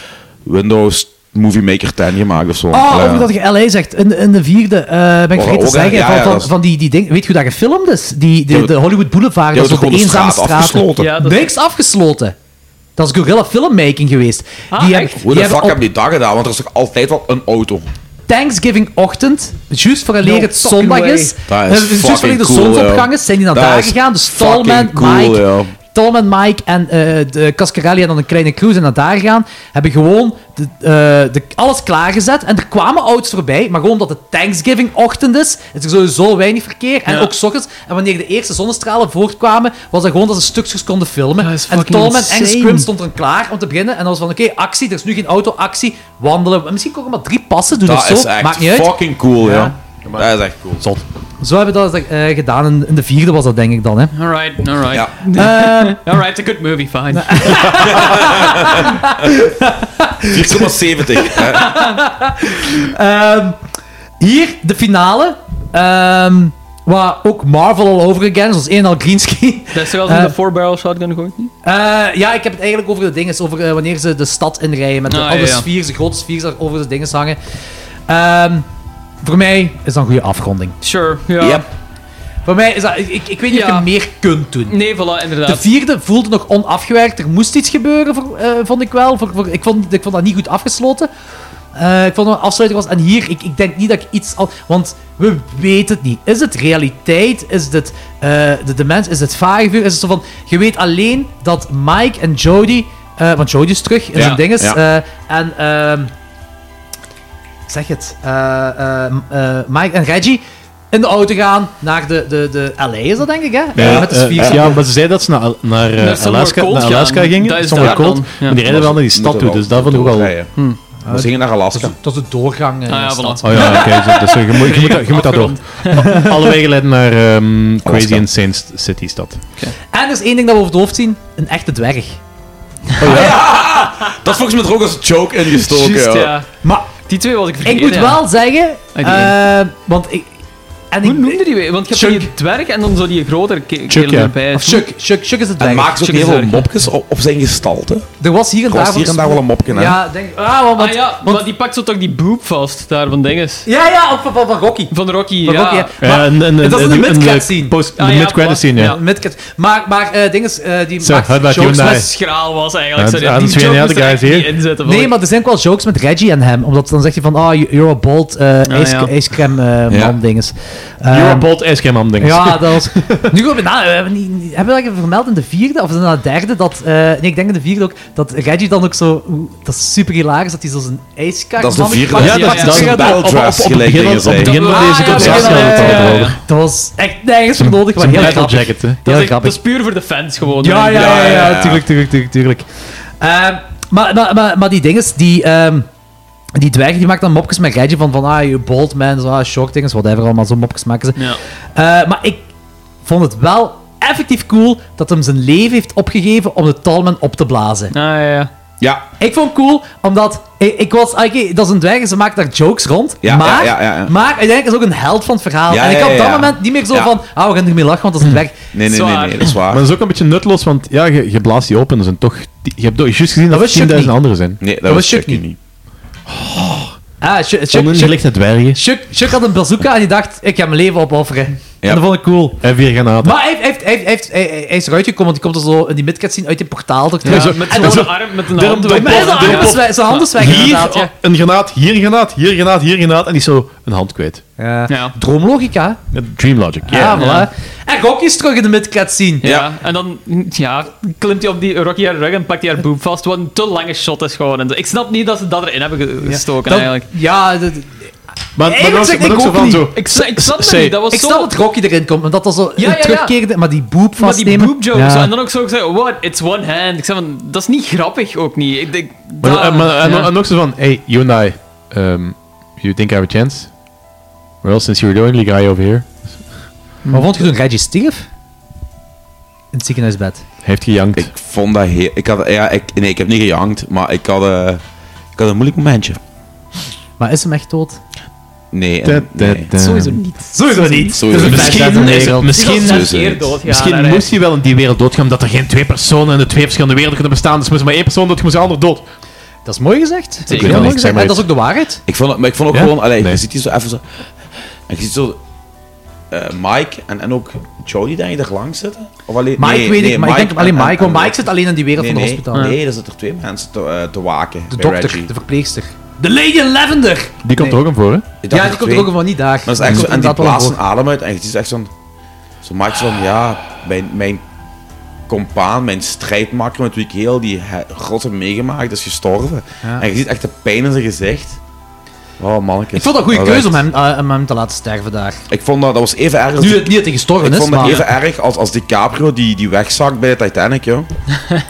S6: Windows Movie Maker 10 gemaakt of zo.
S1: Oh,
S6: Allee,
S1: ook dat je LA zegt. In, in de vierde, eh, ben ik
S6: Oh,
S1: vergeten te
S6: ook, hè?
S1: zeggen,
S6: Ja,
S1: van,
S6: ja,
S1: van,
S6: dat is-
S1: van die, die ding, weet je hoe dat gefilmd is? Die, de,
S6: Ja,
S1: de Hollywood Boulevard,
S6: ja,
S1: dat is
S6: dat
S1: op de
S6: is gewoon de
S1: eenzame
S6: straat
S1: straat.
S6: afgesloten. Ja, dat is-
S1: Niks afgesloten. Dat is guerrilla filmmaking geweest.
S6: Ah,
S1: die hebben,
S6: Hoe
S1: die
S6: de
S1: hebben
S6: fuck
S1: op
S6: hebben die dat gedaan? Want er is toch altijd wel een auto.
S1: Thanksgiving ochtend, juist voor
S6: No
S1: het
S6: fucking
S1: zondag
S6: way.
S1: is,
S6: Dat
S1: eh,
S6: is
S1: juist
S6: fucking
S1: vooraleer de
S6: cool,
S1: zonsopgang
S6: joh.
S1: is, zijn die naar
S6: Dat
S1: daar
S6: is
S1: gegaan. Dus
S6: fucking
S1: Stallman,
S6: cool,
S1: Mike,
S6: joh.
S1: Tolman, Mike en eh, de Cascarelli en dan een kleine cruise en naar daar gaan, hebben gewoon de, eh, de, alles klaargezet. En er kwamen auto's voorbij, maar gewoon omdat het Thanksgiving-ochtend is, is er sowieso weinig verkeer. En
S9: Ja.
S1: ook 's ochtends. En wanneer de eerste zonnestralen voortkwamen, was dat gewoon dat ze stukjes konden filmen. En
S9: fucking
S1: Tolman en
S9: insane.
S1: Scrim stonden er klaar om te beginnen. En dan was van, oké, actie, er is nu geen auto, actie, wandelen. Misschien ook maar drie passen doen
S6: dat
S1: of zo.
S6: is echt
S1: Maakt niet uit.
S6: fucking cool, ja.
S1: Ja.
S6: Dat is echt cool.
S8: Zot.
S1: Zo hebben we dat eh, gedaan. In, in de vierde was dat, denk ik dan. Hè.
S9: Alright, alright.
S1: Ehm.
S9: alright, a good movie, fine.
S6: 4,70. hè.
S1: Ehm, hier, de finale. Ehm, waar ook Marvel all over again is. Dat is één al greenscreen.
S9: Dat is toch wel eens in
S1: Eh,
S9: de 4-barrel shotgun gegooid, niet?
S1: Eh, ja, ik heb het eigenlijk over de dingen. Over eh, wanneer ze de stad inrijden. Met de
S9: Ah,
S1: alle
S9: ja, ja.
S1: sfeers, de grote sfeers daar over de dingen hangen. Ehm, voor mij is dat een goede afronding.
S9: Sure, ja.
S1: Yep. Voor mij is dat... Ik, ik, ik weet niet of
S9: Ja.
S1: je meer kunt doen.
S9: Nee, voilà,
S1: De
S9: inderdaad.
S1: vierde voelde nog onafgewerkt. Er moest iets gebeuren, voor- eh, vond ik wel. Voor, voor- ik, vond, ik vond dat niet goed afgesloten. Eh, ik vond dat een afsluiting was. En hier, ik, ik denk niet dat ik iets... Al, want we weten het niet. Is het realiteit? Is dit eh, de demens? Is het vagevuur? Is het zo van... Je weet alleen dat Mike en Jody... eh, want Jody is terug in
S9: Ja,
S1: zijn dinges.
S9: ja.
S1: eh, en... ehm, zeg het. eh, eh, m- eh, Mike en Reggie in de auto gaan naar de, de, de LA is dat denk ik, hè?
S8: Ja,
S1: met de
S8: eh,
S1: sfeer.
S8: ja, maar ze zeiden dat ze naar, naar, eh,
S9: Naar Somewhere
S8: Alaska,
S9: Cold
S8: naar Alaska
S9: gaan.
S8: gingen.
S9: Dat is
S8: Somewhere
S9: daar
S8: Cold.
S9: dan, ja.
S8: Maar die rijden wel naar die stad toe, dus dat vond ik ook Hm. wel...
S6: We gingen naar Alaska.
S1: Dat is de doorgang.
S9: Ah,
S1: eh, in de stad.
S8: Oh ja, oké. zo- dus je moet, je moet, dat- je moet dat door. Alle wegen leiden naar ehm, Crazy Insane St- City stad.
S1: En er is één ding dat we over het hoofd zien: een echte dwerg.
S6: Dat is volgens mij er ook als joke in gestoken.
S9: Juist,
S6: ja.
S9: ja.
S1: Maar
S9: Die twee was ik
S1: ik
S9: vergeten.
S1: moet wel zeggen,
S9: die
S1: eh, want ik. En
S9: Hoe
S1: ik,
S9: noemde die? weer? Want je hebt die dwerg en dan zo die grotere ke- kerel erbij.
S1: Of Chuck, Chuck, Chuck is het
S6: En
S1: dwerg.
S6: maakt ze ook
S1: Chuck is
S6: heel veel
S1: het dwerg.
S6: mopjes op, op zijn gestalte.
S1: Er was hier en
S6: Er
S1: daar,
S6: was hier
S1: wat
S6: en daar wel een mopje, hè?
S1: Ja, denk, ah, want,
S9: Ah ja, maar die pakt zo toch die boob vast daar van dinges.
S1: ja, ja, van, van, van Rocky.
S9: Van Rocky,
S1: Van
S9: ja.
S1: Rocky, ja.
S8: Ja, en- en-
S1: En dat is
S8: en-
S1: in de
S8: en- en
S1: mid-credit
S8: de
S1: scene.
S8: post- de mid-credit scene, ja.
S1: mid-credit. Maar, maar eh ding is, eh, die
S8: Zo,
S1: maakt
S8: how about
S1: jokes
S8: you
S1: met
S8: and I?
S9: schraal was
S8: Ja,
S9: eigenlijk. Sorry,
S8: dat
S9: die
S8: is weer
S9: joke
S8: een
S9: moest er
S8: hele
S9: echt
S8: guy
S9: niet
S8: hier.
S9: inzetten.
S1: Nee, maar er zijn ook wel jokes met Reggie en hem. Omdat dan zegt hij van, ah, you- you're a bold eh ijs-
S9: ja.
S1: ijscrème eh, man
S9: Ja.
S1: dinges. Ehm,
S8: You're a bold ass man, denk ik.
S1: Ja, dat was... Nu gaan we na... We hebben, niet, niet- hebben we dat vermeld in de vierde? Of in de derde? Dat, eh, nee, ik denk in de vierde ook. Dat Reggie dan ook zo... oeh, dat is super hilarisch dat hij zo zijn ijskar...
S6: Dat is de vierde. Ja, dat- dat is een battle
S1: op,
S6: dress,
S1: op, op,
S6: gelijk
S1: begin-
S6: dingen
S1: op
S6: zei.
S1: het begin van
S6: Ah,
S1: deze
S6: ja,
S1: conversatie
S6: ja, ja,
S1: hadden we het
S6: ja,
S1: al
S6: ja,
S1: over.
S6: ja.
S1: Dat was echt nergens voor nodig, maar
S8: Zo'n
S1: heel
S8: battle
S1: grappig.
S8: jacket, hè.
S9: Dat,
S1: Heel
S9: is, dat
S1: grappig.
S9: is puur voor de fans gewoon.
S1: Ja, ja, ja, ja,
S9: ja.
S1: tuurlijk, tuurlijk, tuurlijk, tuurlijk. Ehm, maar, maar, maar, maar die dinges, die, ehm, die dwerg, die maakt dan mopjes met Reggie van, van ah, je bold man, zo, ah, shock dinges, whatever, allemaal zo'n mopjes maken ze. Eh, maar ik vond het wel effectief cool dat hem zijn leven heeft opgegeven om de Tallman op te blazen.
S9: ja, ja.
S6: Ja.
S1: Ik vond het cool, omdat ik, ik was, ah, oké, dat is een dwerg, ze maakt daar jokes rond,
S6: Ja,
S1: maar,
S6: ja, ja, ja, ja.
S1: maar uiteindelijk is het ook een held van het verhaal.
S6: Ja,
S1: en ik
S6: ja,
S1: had op dat
S6: ja, ja.
S1: moment niet meer zo
S6: Ja. Hm.
S1: van, ah, we gaan ermee lachen, want dat is een dwerg.
S6: Nee, nee, nee, nee, dat is waar.
S8: Maar dat is ook een beetje nutteloos, want ja, je, je blaast die open. Dat zijn toch, die- je hebt do- juist gezien dat,
S1: was Chuck
S8: er 10.000
S1: niet.
S8: anderen zijn.
S6: Nee, dat,
S1: Dat
S6: was
S1: was
S6: Chucky niet.
S1: Ah, Chuck, Chuck, Chuck,
S8: Oningelichte dwergen.
S1: Chuck, Chuck had een bazooka en die dacht, ik ga mijn leven opofferen. En dat vond ik cool.
S8: En vier granaten.
S1: Maar hij, heeft, hij, heeft, hij, heeft, hij, hij- hij is eruit gekomen, want die komt er zo in die midcat zien uit die portaal. toch?
S8: Ja, zo-
S1: En
S8: met
S1: dan-
S8: zo'n arm, met een
S1: Door-
S8: hand
S1: door-
S8: erop.
S1: met zijn arm
S8: Erop.
S1: is wij- Zijn hand is weg,
S8: Hier oh,
S1: inderdaad, ja.
S8: een granaat, hier een granaat, hier een granaat, hier een granaat. En die is zo een hand kwijt.
S9: Ja.
S1: Droomlogica.
S8: Dream Logic.
S1: Ja, voilà. En Rocky's terug in de midcat zien.
S9: Ja, en dan ja, klimt hij op die Rocky haar rug en pakt hij haar boob vast, wat een te lange shot is gewoon. En zo. Ik snap niet dat ze dat erin hebben ge- gestoken,
S1: Dat-
S9: eigenlijk.
S1: Ja, dat...
S8: Maar,
S9: Eigenlijk zeg ik ook niet. Ik
S1: snap
S9: sna- ik snap dat niet, dat was
S1: ik
S9: zo-
S1: snap dat Rocky erin komt, omdat dat zo
S9: Ja, ja, ja.
S1: terugkeerde, maar die boep
S9: Maar die
S1: vastnemen.
S9: boob joke
S1: Ja.
S9: zo, en dan ook zo gezegd, what, it's one hand. Ik zei van, dat is niet grappig ook niet. Ik denk,
S8: Maar,
S9: dat-
S8: eh, maar- en,
S9: ja.
S8: en ook zo van, hey, you and I, um, you think I have a chance? Well, since you're the only guy over here.
S1: Maar vond je toen Reggie stierf? In het ziekenhuisbed.
S8: Hij heeft gejankt.
S6: Ik vond dat heel... Ik had, ja, ik, nee, ik heb niet gejankt, maar ik had, eh, ik had een moeilijk momentje.
S1: Maar is hem echt dood?
S6: Nee. en-
S8: Da, da,
S6: nee.
S8: da.
S1: Sowieso niet. Dus Sowieso niet.
S6: Sowieso niet.
S8: Misschien, is het-
S9: Die was
S8: misschien,
S9: zes keer doodgegaan,
S8: misschien
S9: hè.
S8: moest hij wel in die wereld doodgaan, omdat er geen twee personen in de twee verschillende werelden kunnen bestaan. Dus moest maar één persoon dood, moest de ander dood.
S1: Dat is mooi gezegd.
S6: Ik weet het niet, zeg maar
S1: en dat
S6: iets.
S1: is ook de waarheid.
S6: Ik vond, het- maar ik vond ook
S8: Ja?
S6: gewoon... Allee, Je ziet hier zo even zo... En je ziet zo... eh, Mike en, en ook Jody, denk ik, daar langs zitten? Of alleen,
S1: Mike
S6: nee,
S1: weet ik,
S6: nee,
S1: maar ik denk alleen
S6: en- en-
S1: Mike, want
S6: en-
S1: Mike zit alleen in die wereld
S6: nee,
S1: van het
S6: nee,
S1: hospitaal.
S6: Nee, daar zitten er twee mensen te, eh, te waken.
S1: De
S6: bij
S1: dokter,
S6: Reggie.
S1: de verpleegster. De Lady in Lavender!
S8: Die komt
S1: Nee.
S8: er ook aan voor, hè?
S6: Ik dacht
S1: Ja, die komt er
S6: twee.
S1: ook van niet daar.
S6: Maar dat is echt
S1: Die
S6: zo,
S1: komt
S6: en die
S1: inderdaad wel
S6: plaatst
S1: voor.
S6: een adem uit en je ziet echt zo'n... Zo maakt van, ja, mijn, mijn compaan, mijn strijdmakker met wie ik heel die he- rot heb meegemaakt, is gestorven.
S1: Ja.
S6: En je ziet echt de pijn in zijn gezicht. Oh, mannetjes.
S1: Ik vond dat een goede
S6: was
S1: keuze om
S6: echt-
S1: hem, eh, om hem te laten sterven daar.
S6: Ik vond dat, dat was even erg... als
S1: Nu
S6: die-
S1: het niet dat hij gestorven
S6: dus Ik
S1: is,
S6: vond dat
S1: maar-
S6: even erg als, als DiCaprio die, die wegzakt bij de Titanic, joh.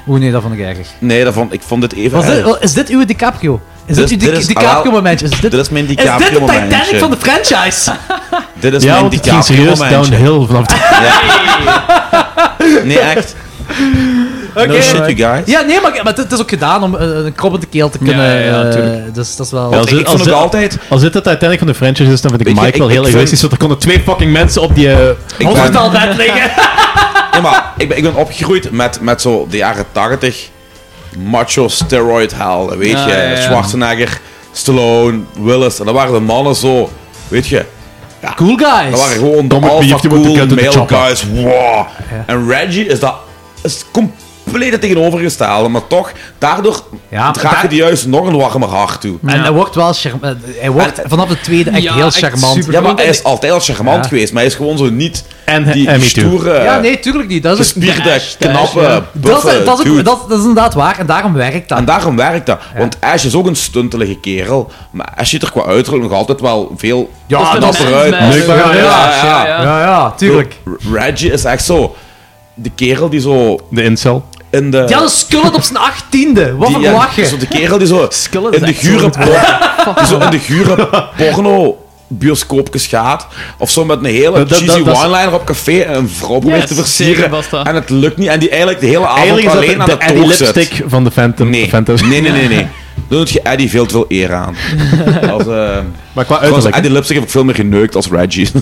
S1: Oeh nee, dat vond ik erg.
S6: Nee, dat vond, ik vond dit even
S1: Was dit,
S6: erg.
S1: wel- is dit uw DiCaprio? Is dit,
S6: Dit-
S1: uw
S6: Dus dit
S1: Di-
S6: is-
S1: DiCaprio
S6: ah, wel,
S1: momentje? Is dit,
S6: dit is mijn
S1: Is dit de
S6: DiCaprio-momentje.
S1: Titanic van de franchise?
S6: Dit is
S8: ja,
S6: mijn
S8: want het ging
S6: DiCaprio
S8: serieus
S6: momentje.
S8: downhill vanaf de...
S6: Nee, echt. No shit, you guys.
S1: Ja, nee, maar, maar het- het is ook gedaan om eh, een krobbende keel te kunnen...
S8: ja, ja,
S1: eh,
S8: tuurlijk.
S1: dus dat is wel...
S8: als, dit-
S6: ik vond
S8: als
S6: het
S8: dit-
S6: altijd-
S8: Als dit het uiteindelijk van de franchise is, dan vind ik
S6: Weet je,
S8: Mike
S6: ik-
S8: wel heel
S6: ik vind-
S8: egoïstisch, want er konden twee fucking mensen op die... eh,
S6: Ik ben-
S1: Hospitaalbed liggen.
S6: Ja, maar ik ben, ik ben opgegroeid met, met zo de jaren 80 macho steroid hell. Weet
S9: Ja,
S6: je,
S9: ja, ja.
S6: Schwarzenegger, Stallone, Willis. En dat waren de mannen zo. Weet je,
S1: Cool guys.
S6: dat waren gewoon de
S8: Domme
S6: alpha
S8: beef, die moeten
S6: cool
S8: kunnen
S6: male
S8: choppen.
S6: guys. Wow. En Reggie is dat is compleet het tegenovergestelde. Maar toch, daardoor
S1: Ja,
S6: draag je
S1: daar-
S6: die juist nog een warmer hart toe.
S1: En hij wordt wel charm- eh, Hij wordt vanaf de tweede echt heel charmant.
S6: Ja, maar hij is altijd al charmant geweest, maar hij is gewoon zo niet
S8: En-
S6: die
S8: en me too.
S6: stoere,
S1: ja, nee, tuurlijk niet. Dat is ook-
S6: gespierde,
S1: Dash, Dash,
S6: knappe,
S1: ja. dat,
S6: buffe
S1: is, dat, is ook-
S6: dude.
S1: dat, dat is inderdaad waar en daarom werkt dat.
S6: En daarom werkt dat. Want Ash is dus ook een stuntelige kerel. Maar Ash ziet er qua uiterlijk nog altijd wel veel
S1: Ja,
S6: knapper
S1: dat is een
S6: uit.
S1: mens,
S6: Leukbaar
S1: mens.
S6: uit.
S1: Ja, Ja, ja, tuurlijk.
S6: Bedoel, Reggie is echt zo... De kerel die zo
S8: De incel.
S6: in de...
S1: Die had een skullet op zijn achttiende. Wat
S6: die-
S1: een
S6: ja,
S1: lachen.
S6: Zo de kerel die zo
S9: Skillet is
S6: in de
S9: echt
S6: gure,
S9: zo'n-
S6: por- die zo in de gure porno bioscoopjes gaat. Of zo met een hele
S8: Dat- dat-
S6: cheesy
S8: dat is-
S6: one-liner op café en een vrouw probeert
S9: Yes,
S6: te
S9: zeker
S6: versieren.
S9: was dat.
S6: En het lukt niet. En die eigenlijk de hele avond
S8: Eigenlijk is dat
S6: alleen
S8: de,
S6: aan
S8: de
S6: de,
S8: Eddie
S6: toog zit.
S8: Lipstick van de Phantom.
S6: Nee.
S8: Phantom.
S6: Nee, nee, nee, nee. Dan doet je Eddie veel te veel eer aan. als,
S8: Maar qua
S6: eh trouwens,
S8: uiterlijk, hè?
S6: Eddie Lipstick heb ik veel meer geneukt als Reggie.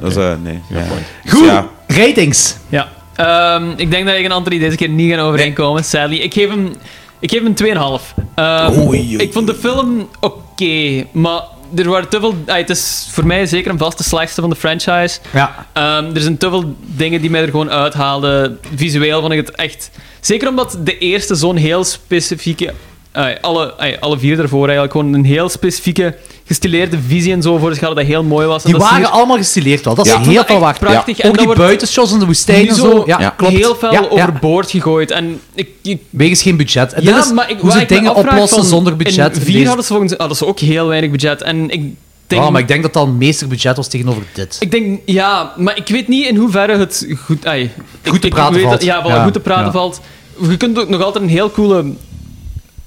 S6: Dus eh, nee. Ja. Dus
S1: Goed,
S6: ja.
S1: ratings.
S9: Ja. Ehm, ik denk dat ik en Anthony deze keer niet gaan overeenkomen, sadly. Ik geef hem, ik geef hem 2,5. Ehm,
S6: Oei, oei,
S9: Ik vond de film oké, maar er waren te veel... ah, het is voor mij zeker een vaste slechtste van de franchise.
S1: Ja.
S9: Ehm, er zijn te veel dingen die mij er gewoon uithaalden. Visueel vond ik het echt... Zeker omdat de eerste zo'n heel specifieke... ah, alle, ah, alle vier daarvoor eigenlijk gewoon een heel specifieke gestileerde visie en zo voor de schade dat heel mooi was. En
S1: Die
S9: dat
S1: waren
S9: zie je-
S1: allemaal gestileerd wel. Dat
S9: Ja.
S1: is heel
S9: Echt
S1: veel waard.
S9: prachtig. En
S1: Ook
S9: dat
S1: die
S9: wordt-
S1: buitenshots in de woestijn
S9: nu
S1: en zo. Ja, klopt.
S9: heel veel
S1: Ja, ja.
S9: overboord gegooid. En ik, ik,
S1: Wegens geen budget. En
S9: ja,
S1: dit is
S9: maar ik,
S1: hoe
S9: waar
S1: ze
S9: ik me
S1: dingen
S9: afvraag
S1: oplossen
S9: van,
S1: zonder budget.
S9: In
S1: in
S9: vier
S1: deze-
S9: hadden, ze volgens, hadden ze ook heel weinig budget. En ik denk...
S1: Oh, maar ik denk dat dat een meester budget was tegenover dit.
S9: Ik denk, ja, maar ik weet niet in hoeverre het goed, ai,
S1: Goed
S9: ik-
S1: te
S9: ik
S1: praten
S9: weet
S1: valt.
S9: dat- ja, voilà,
S1: Ja,
S9: goed te praten
S1: ja.
S9: valt. Je kunt ook nog altijd een heel coole.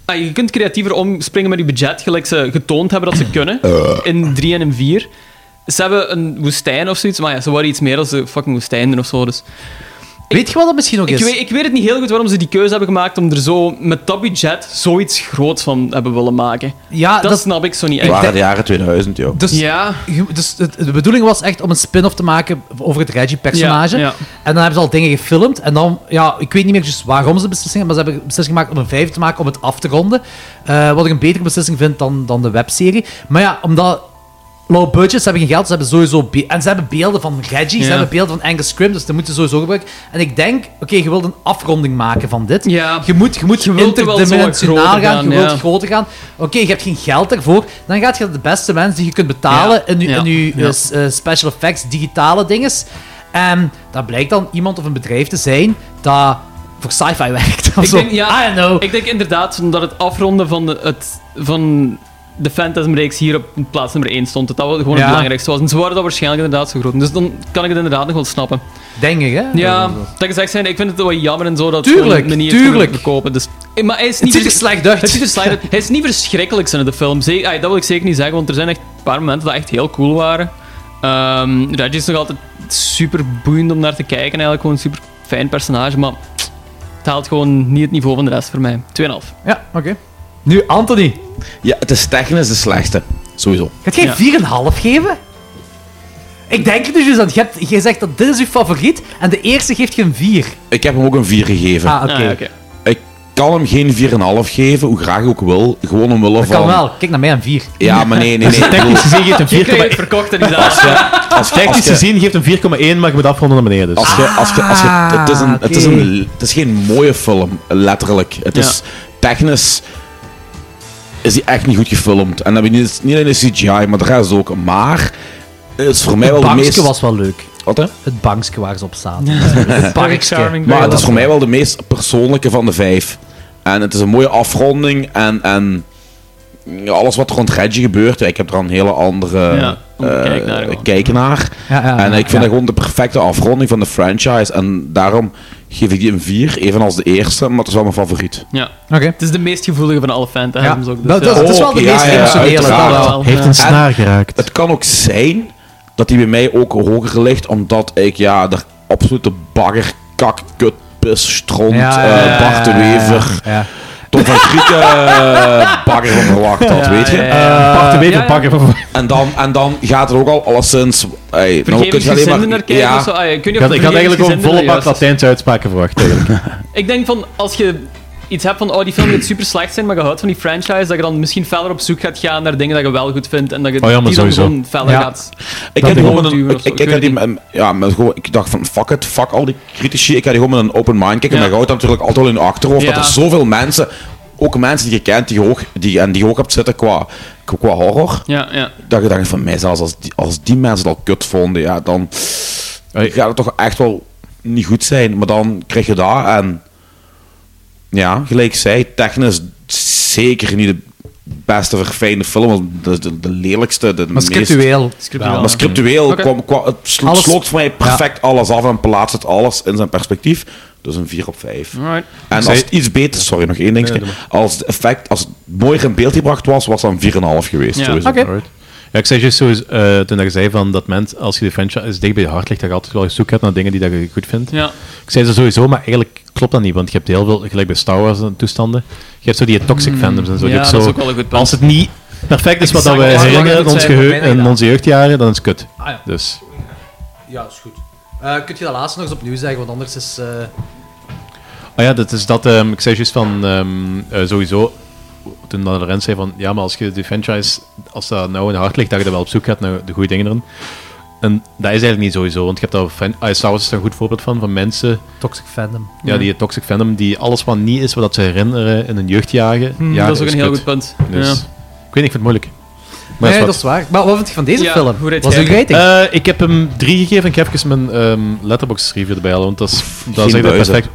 S9: ai, je kunt creatiever omspringen met je budget, gelijk ze getoond hebben dat ze kunnen.
S1: Eh.
S9: In 3 en in 4. Ze hebben een woestijn of zoiets, maar ja, ze waren iets meer dan ze fucking woestijn doen of zo. Dus.
S1: Weet je wat dat misschien ook
S9: ik
S1: is?
S9: Weet, ik weet het niet heel goed waarom ze die keuze hebben gemaakt om er zo met dat budget zoiets groots van hebben willen maken.
S1: Ja,
S9: dat,
S1: dat-
S9: snap ik zo niet
S6: Het
S9: echt.
S6: waren de jaren 2000, joh.
S1: Dus, je- dus het- de bedoeling was echt om een spin-off te maken over het Reggie-personage.
S9: Ja, ja.
S1: En dan hebben ze al dingen gefilmd. En dan, ja, ik weet niet meer juist waarom ze beslissingen maar ze hebben beslissing gemaakt om een vijfde te maken om het af te ronden. Eh, wat ik een betere beslissing vind dan, dan de webserie. Maar ja, omdat low budgets ze hebben geen geld, ze hebben sowieso... be- en ze hebben beelden van Reggie,
S9: Ja.
S1: ze hebben beelden van Angus Scrim, dus dat moeten ze sowieso gebruiken. En ik denk, oké, je wilt een afronding maken van dit. Je moet, je moet
S9: wilt er wel zo wat
S1: interdimensionaal
S9: groter
S1: gaan, je
S9: gaan,
S1: wilt
S9: ja.
S1: groter gaan. Oké, je hebt geen geld daarvoor. Dan gaat je naar de beste mensen die je kunt betalen
S9: Ja,
S1: in je,
S9: ja,
S1: in je eh,
S9: ja.
S1: s- eh, special effects, digitale dinges. En dat blijkt dan iemand of een bedrijf te zijn dat voor sci-fi werkt. of
S9: Ik
S1: zo.
S9: denk, ja, Ik denk inderdaad omdat het afronden van de, het, van de Phantasm-reeks hier op plaats nummer 1 stond. Dat dat wel gewoon
S1: Ja.
S9: het belangrijkste was. En ze waren dat waarschijnlijk inderdaad zo groot. Dus dan kan ik het inderdaad nog wel snappen.
S1: Denk ik, hè?
S9: Ja, dat gezegd zijn, ik vind het wel jammer en zo dat
S1: Tuurlijk,
S9: het gewoon een manier is om
S1: tuurlijk.
S9: het te verkopen. Dus, eh, maar hij is
S1: Het
S9: niet
S1: ziet er
S9: vers-
S1: slecht uit.
S9: Het ziet er slecht uit. Hij is niet verschrikkelijk in de film. Zeker, ah, dat wil ik zeker niet zeggen, want er zijn echt een paar momenten dat echt heel cool waren. Ehm Reggie is nog altijd super boeiend om naar te kijken. Eigenlijk gewoon een super fijn personage, maar het haalt gewoon niet het niveau van de rest voor mij. 2,5.
S1: Ja, oké. Nu Anthony.
S6: Ja, het is technisch de slechtste. Sowieso.
S1: Gaat jij 4,5 geven? Ik denk het dus, dus dat je, hebt, je zegt dat dit is je favoriet en de eerste geeft je een 4.
S6: Ik heb hem ook een 4 gegeven.
S1: Ah, oké. Ah, oké.
S6: Ik kan hem geen 4,5 geven, hoe graag ik ook wil. Gewoon omwille
S1: Dat
S6: van...
S1: kan wel. Kijk naar mij, een 4.
S6: Ja, maar nee, nee, nee. ik bedoel-
S8: Technisch gezien geeft een 4,1.
S9: verkocht en
S8: Als je-
S6: als- als
S8: Technisch
S6: je-
S8: gezien geeft een 4,1, maar je moet afronden naar beneden. Dus.
S6: Als je, als je, als je, het, is een, het, is een, het is geen mooie film, letterlijk. Het is technisch. Is die echt niet goed gefilmd? En dan heb je niet, niet alleen de CGI, maar de rest ook. Maar het is voor mij wel
S1: het
S6: de
S1: bankje
S6: meest.
S1: was wel leuk.
S6: Wat hè?
S1: Het bankje waar ze op zaten. het bankje.
S6: maar het is voor mij wel de meest persoonlijke van de vijf. En het is een mooie afronding. En, en ja, alles wat rond Reggie gebeurt, ja, ik heb er een hele andere
S9: Ja,
S6: eh,
S9: kijk naar gewoon.
S6: kijk naar.
S1: Ja, ja,
S6: en
S1: ja,
S6: ik vind
S1: ja.
S6: dat gewoon de perfecte afronding van de franchise. En daarom geef ik die een 4, evenals de eerste, maar het is wel mijn favoriet.
S9: Ja. Het is de meest gevoelige van alle Phantasms ook. dus
S1: Dat-
S8: Dus,
S1: dat-
S8: eh,
S1: dat is
S8: Oh,
S1: wel de
S6: Oké,
S1: meest emotionele, dat
S6: uiteraard.
S1: wel. Heeft een snaar
S6: En
S8: geraakt.
S6: Het kan ook zijn dat die bij mij ook hoger ligt, omdat ik ja, de absolute bagger, kak, kut, pis, stront,
S1: Ja,
S6: eh,
S1: ja, ja,
S6: Bart de
S1: ja, ja,
S6: Wever,
S1: ja.
S6: Tom van Grieken, eh, bagger van verwacht had,
S8: Ja,
S6: weet je?
S8: ja, ja. Eh, Bart de Wever, Ja, ja. bagger van verwacht.
S6: En dan, en dan gaat er ook al alleszins... Hey, nou kun je alleen maar...
S9: Vergevingsgezinden naar kijken of zo. Ah, ja, ik weet
S8: Ik
S9: niet of
S8: had, ik had eigenlijk gewoon
S9: vergevingsgezinden
S8: volle
S9: nou
S8: bak
S9: juist is.
S8: Latijnse uitspraken verwacht. Eigenlijk.
S9: Ik denk van als je iets hebt van oh die film gaat super slecht zijn, maar je houdt van die franchise, dat je dan misschien verder op zoek gaat gaan naar dingen dat je wel goed vindt en dat je
S6: Oh ja, maar
S9: die dan
S6: sowieso.
S9: gewoon verder
S6: Ja.
S9: gaat.
S6: Ik heb gewoon met
S9: duwen of
S6: een, ik,
S9: zo,
S6: ik, ik,
S9: weet
S6: had die,
S9: niet.
S6: met- ja, met gewoon, ik dacht van fuck it, fuck al die critici. Ik had die gewoon met een open mind kijken.
S9: Ja.
S6: Maar je houdt dat natuurlijk altijd wel in je achterhoofd
S9: Ja.
S6: dat er zoveel mensen, ook mensen die je kent die je ook, die, en die je ook hebt zitten qua, qua horror.
S9: Ja, ja.
S6: Dat je dacht van mij zelfs als die, als die mensen het al kut vonden, ja, dan gaat het toch echt wel niet goed zijn. Maar dan krijg je dat en ja, gelijk ik zei, technisch zeker niet de beste verfijnde film, want de, de, de lelijkste, de
S1: Maar scriptueel.
S6: meest...
S1: Scriptueel.
S6: Maar scriptueel
S1: Oké.
S6: kwam, kwam, het slo-
S1: Alles-
S6: sloot voor mij perfect alles af en plaatst het alles in zijn perspectief. Dus een 4 op 5.
S9: Alright.
S6: En als
S9: Zij-
S6: het iets beter, sorry, nog één ding.
S8: Nee, doe
S6: Als het effect, als het mooier in beeld gebracht was, was dan 4,5 geweest. sowieso.
S8: Alright. Ja, ik zei juist sowieso, eh, toen dat je zei van dat mens, als je de franchise dicht bij je hart ligt, dat je altijd wel op zoek gaat naar dingen die dat je goed vindt.
S9: Ja.
S8: Ik zei ze sowieso, maar eigenlijk klopt dat niet, want je hebt heel veel, gelijk bij Star Wars en toestanden, je hebt zo die toxic
S9: Hmm.
S8: fandoms en zo. Je
S9: Ja,
S8: hebt
S9: dat
S8: zo
S9: is ook wel een goed punt.
S8: als het niet perfect is wat dat
S9: Exact.
S8: we
S9: Waar mag
S8: herinneren
S9: het
S8: in, ons
S9: zijn,
S8: geheu-
S9: waar ben ik
S8: in onze jeugdjaren, dan is het kut.
S1: Ah, ja.
S8: Dus,
S1: Ja, is goed. Eh kunt je dat laatste nog eens opnieuw zeggen, want anders is... eh,
S8: ah ja, dat is dat, ehm, ik zei juist van, ehm, eh, sowieso, toen dat Lorenz zei van, ja, maar als je de franchise, als dat nou in je hart ligt, dat je er wel op zoek gaat naar de goede dingen erin. En dat is eigenlijk niet sowieso, want je hebt daar, fan- ah, Star Wars is daar een goed voorbeeld van, van mensen...
S1: Toxic fandom.
S8: Ja,
S1: Ja.
S8: die toxic fandom, die alles wat niet is wat dat ze herinneren in hun jeugdjaren...
S9: Hmm,
S8: jaren
S9: dat is ook een heel
S8: kut.
S9: goed punt.
S8: Dus,
S9: Ja.
S8: Ik weet niet, ik vind het moeilijk. Maar
S1: nee,
S8: is
S1: dat is waar. Maar wat vind je van deze
S8: Ja,
S1: film?
S8: hoe
S1: Wat
S8: raad
S1: is
S8: jij
S1: uw
S8: hem?
S1: rating?
S8: Eh, ik heb hem drie gegeven en ik heb even mijn ehm letterbox review erbij halen, want dat is, dat is
S1: Geen
S8: echt
S1: buizen.
S8: perfect.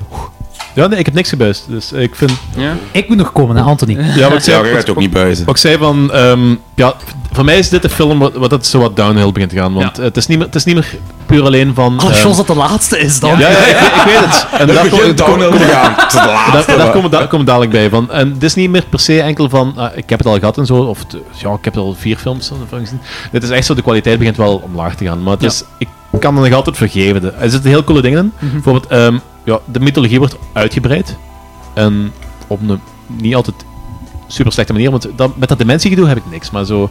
S8: Ja, nee, ik heb niks gebuist, dus ik vind...
S9: Ja.
S1: Ik moet nog komen, hè, Anthony.
S8: Ja, maar ik zei,
S6: Ja, jij gaat ook niet buizen.
S8: Ik zei van, ehm, ja, voor mij is dit de film wat, wat het zo wat downhill begint te gaan, want eh, het, is niet meer, het is niet meer puur alleen van...
S1: Alle
S8: ehm,
S1: shows dat de laatste is dan.
S8: Ja, ja, ik, weet- ik weet het.
S1: Dat
S8: daar
S1: begint
S8: kom-
S1: downhill
S8: kom-
S1: te gaan. Het is de laatste,
S8: Daar, daar
S1: maar.
S8: komen we da- komen we dadelijk bij. Van. En het is niet meer per se enkel van, ah, ik heb het al gehad en zo, of het- ja, ik heb al vier films van van gezien. Dit is echt zo, de kwaliteit begint wel omlaag te gaan. Maar het
S9: Ja.
S8: is, ik kan er nog altijd vergeven. Er zitten heel coole dingen in.
S9: Mhm.
S8: Bijvoorbeeld, ehm, ja, de mythologie wordt uitgebreid. En op een niet altijd super slechte manier, want dat, met dat dementiegedoe heb ik niks. Maar zo,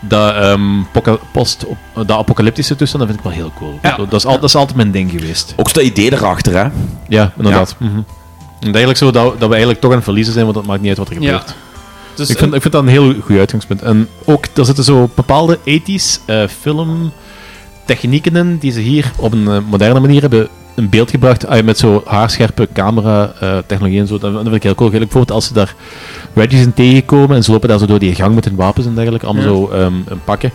S8: dat ehm, poca- post, op, dat apocalyptische toestand, dat vind ik wel heel cool. Dat, is al, dat is altijd mijn ding geweest.
S6: Ook dat idee erachter, hè?
S8: Ja, inderdaad. Mhm. En het is eigenlijk zo dat, dat we eigenlijk toch aan het verliezen zijn, want het maakt niet uit wat er
S9: Ja.
S8: gebeurt.
S9: Dus
S8: ik, vind,
S9: een-
S8: ik vind dat een heel goed uitgangspunt. En ook, er zitten zo bepaalde ethisch eh film technieken in die ze hier op een eh, moderne manier hebben in beeld gebracht. Ah, met zo haarscherpe camera eh, technologie en zo. Dat, dat vind ik heel cool. Eigenlijk bijvoorbeeld als ze daar wedges in tegenkomen en ze lopen daar zo door die gang met hun wapens en dergelijke. Allemaal
S1: Ja.
S8: zo ehm, in pakken.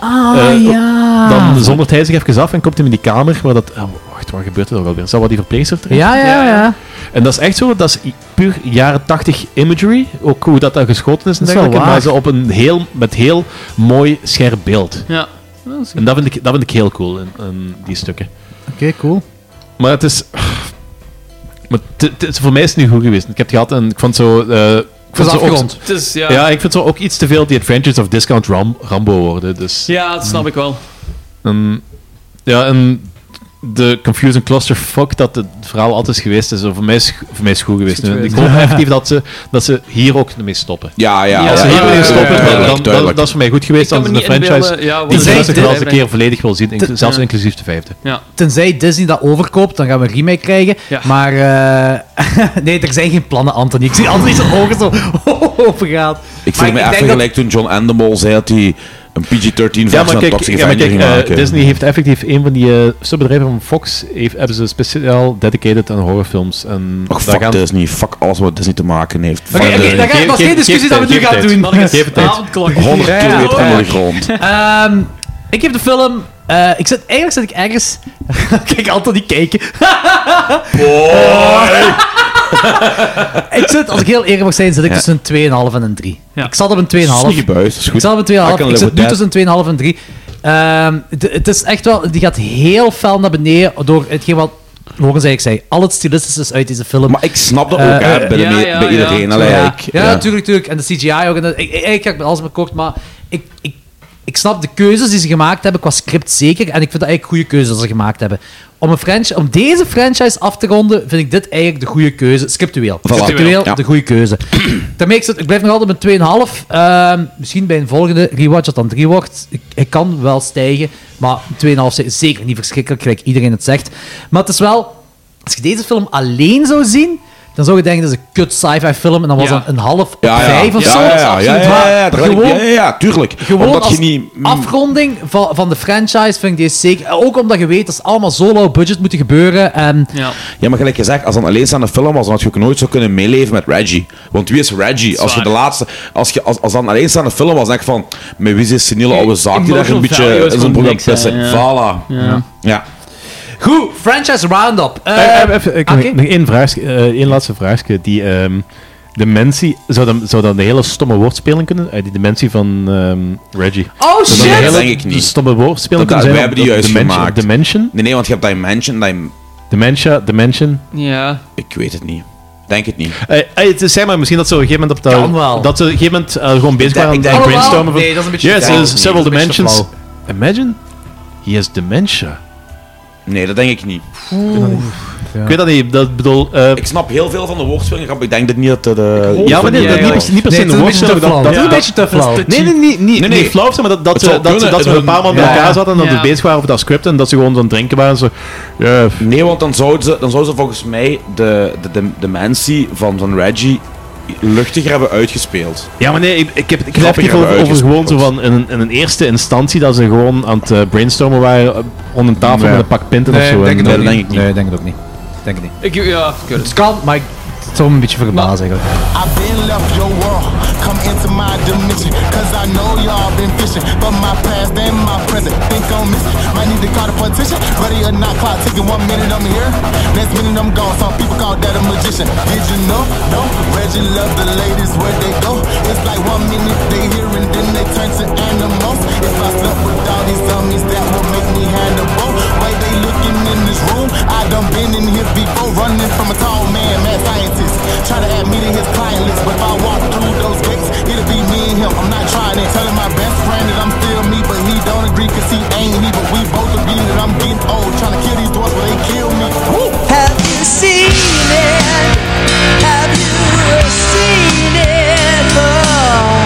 S1: Ah,
S8: Eh,
S1: ja.
S8: Dan zondert hij zich even af en komt hem in die kamer waar dat... ah, wacht, waar gebeurt er ook alweer? Is dat wat die verpleegster terecht?
S1: Ja, ja, ja. ja.
S8: En dat is echt zo, dat is i- puur jaren 80 imagery. Ook hoe dat daar geschoten is en
S1: Dat is wel
S8: dergelijke. Maar
S1: waar.
S8: ze op een heel, met heel mooi scherp beeld.
S9: Ja. Dat is-
S8: En dat vind ik, dat vind ik heel cool, in, in die stukken.
S1: Oké, cool.
S8: Maar het is... Maar het- het is- voor mij is het nu goed geweest. Ik heb het gehad en ik vond zo... eh, ik
S9: Het
S8: vond
S9: is
S8: zo ook-
S9: afgerond. Het is, ja.
S8: ja. ik vind zo ook iets te veel die Adventures of Discount Ram, Rambo worden. Dus,
S9: Ja, dat snap ik wel.
S8: Ehm, ja, en de Confusing Clusterfuck dat het verhaal altijd is geweest is, eh, voor mij is, voor mij is goed geweest.
S6: goed
S8: En ik
S6: geweest.
S8: hoop effectief dat ze, dat ze hier ook mee stoppen.
S6: Ja, ja,
S8: Als ze
S6: ja,
S8: hier
S6: ja,
S8: mee
S6: ja,
S8: stoppen,
S6: ja,
S8: dan-
S6: duidelijk,
S8: dan,
S6: duidelijk.
S8: dat is voor mij goed
S9: Ik
S8: geweest.
S9: kan
S8: Dan is
S9: me
S8: het een
S9: niet
S8: franchise
S9: inbeelden, ja, wat
S8: die
S9: ze
S8: ik
S9: zeggen.
S8: wel eens een keer
S9: Begrijp ik.
S8: volledig wil zien, inclu- zelfs inclusief de vijfde.
S9: Ja.
S1: Tenzij Disney dat overkoopt, dan gaan we een remake krijgen. Maar eh, nee, er zijn geen plannen, Anthony. Ik zie Anthony zijn ogen zo opengaan.
S6: Ik
S1: Maar
S6: voel
S1: ik
S6: me even
S1: denk dat-
S6: gelijk toen John Endemol zei dat hij een PG-13
S8: Ja, maar
S6: versie
S8: kijk,
S6: van
S8: ja, maar
S6: Toxic
S8: kijk
S6: ging
S8: eh,
S6: maken.
S8: Disney heeft effectief een van die eh, subbedrijven van Fox, heeft, hebben ze speciaal dedicated aan horrorfilms. En
S6: Och, fuck Disney. Fuck alles wat Disney te maken heeft.
S8: Oké, oké,
S6: Disney.
S8: daar ga- dat is geen Geef- discussie geef dat we nu tijd, gaan geef doen. tijd.
S6: Marcus,
S8: Geef het tijd.
S6: avondklok. 100
S1: Ja, ja.
S6: kilometer onder de grond.
S1: Ehm, ik heb de film... eh, ik zit, eigenlijk zit ik ergens... Kijk, Anthony kijken. ik zit, als ik heel eerlijk mag zijn, zit ik
S6: Ja.
S1: tussen een 2,5 en een 3. Ik zat op een 2,5.
S6: Dat is niet gebuist, dat is goed.
S1: Ik zat op
S6: I
S1: een 2,5.
S6: can
S1: Ik
S6: live
S1: zit nu
S6: with that.
S1: tussen een 2,5 en 3. Ehm, de- het is echt wel... Die gaat heel fel naar beneden door hetgeen wat... Lorenz eigenlijk zei, al het stilistische is uit deze film. Maar
S6: ik snap dat ook, hè, bij de me- bij iedereen, allee,
S1: Eh, ja,
S6: ik-
S1: ja,
S6: ja.
S1: natuurlijk, natuurlijk. En de CGI ook. En dat, ik, ik, ik heb alles bekookt, maar ik, ik, ik snap de keuzes die ze gemaakt hebben qua script zeker. En ik vind dat eigenlijk goede keuzes dat ze gemaakt hebben. Om, een franchise, om deze franchise af te ronden, vind ik dit eigenlijk de goede keuze. Scriptueel. Scriptueel, de goede keuze. Daarmee, ik, zit- ik blijf nog altijd met 2,5. Ehm, misschien bij een volgende rewatch dat dan 3 wordt. Ik, ik kan wel stijgen, maar 2,5 is zeker niet verschrikkelijk, gelijk iedereen het zegt. Maar het is wel... Als je deze film alleen zou zien, dan zou je denken dat is een kut sci-fi film en dan was
S6: Ja.
S1: dat een half op
S6: Ja, ja.
S1: vijf of
S6: Ja,
S1: zo.
S6: ja,
S1: Dat is
S6: ja,
S1: absoluut
S6: ja, ja, ja,
S1: waar.
S6: ja, dat-
S1: Gewoon-
S6: ja, ja, ja, tuurlijk.
S1: Gewoon
S6: Omdat
S1: als
S6: je niet- mm.
S1: afronding van, van de franchise vind ik deze zeker. Ook omdat je weet dat ze allemaal zo low budget moeten gebeuren. En
S9: Ja.
S6: Ja, maar gelijk gezegd, als dan alleen aan de film was, dan had je ook nooit zo kunnen meeleven met Reggie. Want wie is Reggie? Als je
S9: Zwaar.
S6: de laatste, als, je, als, als dan alleen aan de film was, dan denk ik van, met wie is die seniele oude zaak die daar een
S9: Emotional
S6: beetje
S9: value is
S6: in zijn
S9: gewoon
S6: broek aan
S9: niks, hè,
S6: pissen.
S9: ja.
S6: Voilà.
S9: Ja.
S6: ja.
S1: Goed, franchise roundup. Eh,
S8: Eh, even, ik-
S1: Ake?
S8: Nog één, vraagje, eh, één laatste vraagje. Die ehm, dementie, zou dat, zou dat een hele stomme woordspeling kunnen? Uit die dementie van ehm, Reggie.
S1: Oh,
S8: Zou dat
S6: shit!
S8: een hele
S6: Dat denk ik niet.
S8: stomme woordspeling
S6: Dat, dat,
S8: kunnen
S6: wij
S8: zijn?
S6: hebben die
S8: Of
S6: juist
S8: dimension-
S6: gemaakt.
S8: Dimension?
S6: Nee, nee, want je hebt Dimension. Dim
S8: Dementia, Dimension?
S9: Ja.
S6: ik weet het niet. Denk het niet.
S8: Eh, eh, het is, zeg maar, misschien dat ze op een gegeven moment op dat...
S6: Kan wel.
S8: Dat ze op een gegeven moment eh, gewoon bezig waren aan
S6: Ik denk-
S8: aan
S6: ik denk-
S8: brainstormen van...
S6: oh, Nee, dat is een beetje
S8: Yes,
S6: flauw.
S8: there's
S6: Nee,
S8: several
S6: dat is een beetje
S8: dimensions. Imagine, he has dementia.
S6: Nee, dat denk ik niet. Mm.
S8: Ik weet dat niet, dat bedoel... eh,
S6: Ik snap heel veel van de woordspeling, maar ik denk dat niet dat eh, de...
S8: Ja, maar nee, dat niet, per- niet per se een woordspeling. Nee, nee, nee, nee, nee, nee flauw, maar dat, dat,
S6: Het
S8: ze,
S6: zou
S8: dat, ze,
S6: kunnen,
S8: dat ze met een
S6: het
S8: paar man bij
S6: zou-
S8: elkaar zaten en dat
S6: Ja.
S8: ze bezig waren over dat script en dat ze gewoon aan het drinken waren. Zo, ja,
S6: Nee, want dan zouden ze, dan zouden ze volgens mij de, de, de dimensie van, van Reggie luchtiger hebben uitgespeeld.
S8: Ja, maar nee, ik, ik heb, ik heb het
S6: Grappiger
S8: even over,
S6: hebben
S8: over gewoon zo van in, een- in een eerste instantie dat ze gewoon aan het eh, brainstormen waren eh, rond een tafel
S1: Nee.
S8: met een pak pinten
S1: Nee,
S8: of zo.
S1: denk
S8: en-
S1: het ook
S8: Nee, dat
S1: niet.
S8: denk ik niet.
S1: Nee, denk het ook niet. Denk het niet.
S9: Ik, ja,
S1: Het kan, maar ik- het zou me een beetje verbazen eigenlijk.
S22: I've been left your world, come into my dimension. Cause I know y'all been fishing, but my past and my present think I'm missing. Might need to call the partition, ready or not clock ticking. One minute I'm here, next minute I'm gone. Some people call that a magician. Did you know? No, Reggie love the ladies where they go. It's like one minute they here and then they turn to animals. If I slept with all these dummies, that would make me handleable. Way they looking in this room, I done been in here before, running from a tall man, mad scientist. Try to add me to his client list, but if I walk through those gates, it'll be me and him. I'm not trying it. Telling my best friend that I'm still me, but he don't agree cause he ain't me. But we both agree that I'm getting old, trying to kill these doors, but they kill me. Woo!
S23: Have you seen it? Have you seen it? Oh.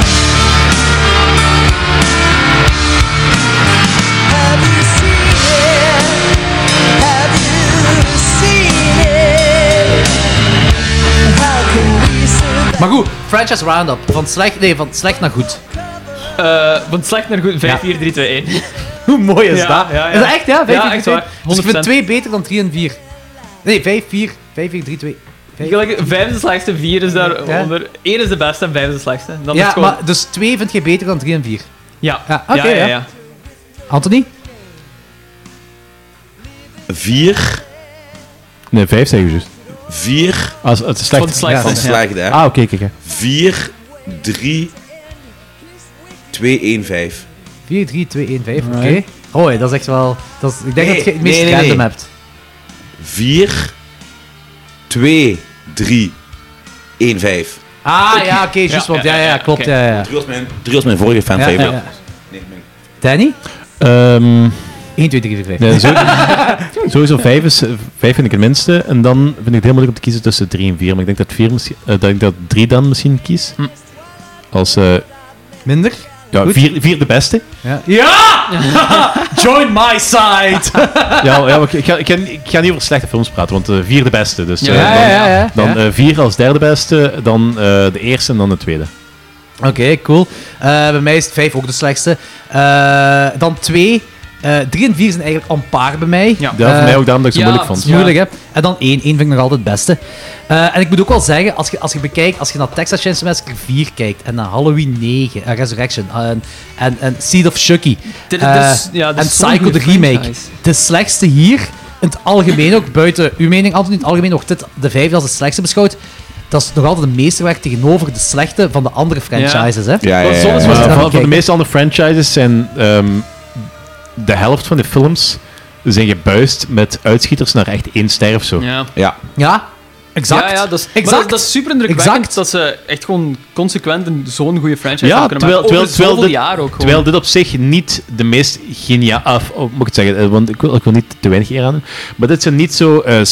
S23: Have you seen it? Have you seen it? How can we survive?
S1: Maar goed, franchise roundup. Van slecht, nee, van slecht naar goed.
S9: Eh, van slecht naar goed, 5, 4, 3, 2, 1.
S1: Hoe mooi is
S9: Ja,
S1: dat?
S9: ja, ja.
S1: Is dat echt, ja? 5,
S9: Ja,
S1: 4,
S9: echt
S1: 3,
S9: waar.
S1: 2. Dus ik vind
S9: 100%.
S1: 2 beter dan 3 en 4. Nee, 5, 4, 5, 4, 3, 2.
S9: Gelijk, 5 is de slechtste, 4 is daaronder. 1 is de beste en 5 is de slechtste. Dan is
S1: ja,
S9: het gewoon...
S1: maar dus 2 vind je beter dan 3 en 4.
S9: Ja.
S1: Ja, oké,
S9: ja, ja,
S1: ja.
S9: ja.
S1: Anthony?
S6: Vier.
S8: Nee, vijf zeggen we juist.
S6: Vier.
S8: Ah, het is slecht.
S6: Van slecht, hè.
S8: Ah, oké, kijk. hè.
S6: Vier, drie, twee, één, vijf.
S1: 4, 3, 2, 1, 5. Oké.
S6: Alright.
S1: Hoi, dat is echt wel. Dat is, ik denk
S6: Nee,
S1: dat je het meest
S6: nee, nee,
S1: random
S6: nee.
S1: hebt.
S6: Vier, twee, drie, één, vijf.
S1: Ah ja, oké, juist. want ja, ja, klopt. Ja, ja.
S6: Drie was mijn, drie was mijn vorige fanfavorite.
S1: Ja, ja, ja. Danny? 1, 2, 3, 4, 5.
S8: Ehm, Nee, zo- sowieso vijf, is, eh, vijf vind ik het minste. En dan vind ik het heel moeilijk om te kiezen tussen drie en vier. Maar ik denk dat, vier misschien, eh, dat ik dat drie dan misschien kies. Als... eh,
S1: Hm. Minder?
S8: Ja,
S1: Goed.
S8: vier, vier de beste.
S1: Ja! ja! Join my side!
S8: Ja, ja maar ik, ga, ik, ga, ik ga niet over slechte films praten, want eh, vier de beste. Dus, eh,
S1: Ja,
S8: dan,
S1: ja, ja, ja.
S8: dan
S1: Ja.
S8: eh, vier als derde beste, dan eh, de eerste en dan de tweede.
S1: Oké, cool. Eh, bij mij is het 5 ook de slechtste. Eh, dan 2. 3 en 4 zijn eigenlijk on par bij mij. Eh, Ja,
S8: voor mij ook, daarom dat ik ze moeilijk vond.
S1: Het is moeilijk, hè? En dan 1. 1 vind ik nog altijd het beste. Eh, en ik moet ook wel zeggen, als je, als je bekijkt, als je naar Texas Chainsaw Massacre 4 kijkt en naar Halloween 9, eh, Resurrection en, en, en Seed of Chucky
S9: Dit- dit
S1: eh,
S9: is- ja, dit
S1: en
S9: is zo'n
S1: Psycho de
S9: goede
S1: remake,
S9: franchise.
S1: de slechtste hier, in het algemeen ook, buiten uw mening, Anthony, in het algemeen wordt dit de vijfde als de slechtste beschouwd. Dat is nog altijd een meesterwerk tegenover de slechte van de andere franchises, hè?
S8: Maar
S1: Ja,
S8: Van, van de
S1: kijk.
S8: meeste andere franchises zijn ehm, de helft van de films zijn gebuist met uitschieters naar echt één ster of zo.
S9: Ja.
S6: ja.
S1: Ja, exact.
S9: Ja, ja, dat, is, maar
S1: Exact.
S9: dat- dat is super indrukwekkend
S1: Exact.
S9: dat ze echt gewoon consequent een- zo'n goede franchise
S8: Ja,
S9: hebben kunnen
S8: terwijl, terwijl,
S9: maken. Over
S8: terwijl,
S9: zoveel
S8: dit,
S9: jaar ook gewoon.
S8: terwijl dit op zich niet de meest geniaal... Of, of, moet ik het zeggen, eh, want ik wil, ik wil niet te weinig eer aan. Maar dit zijn niet zo eh,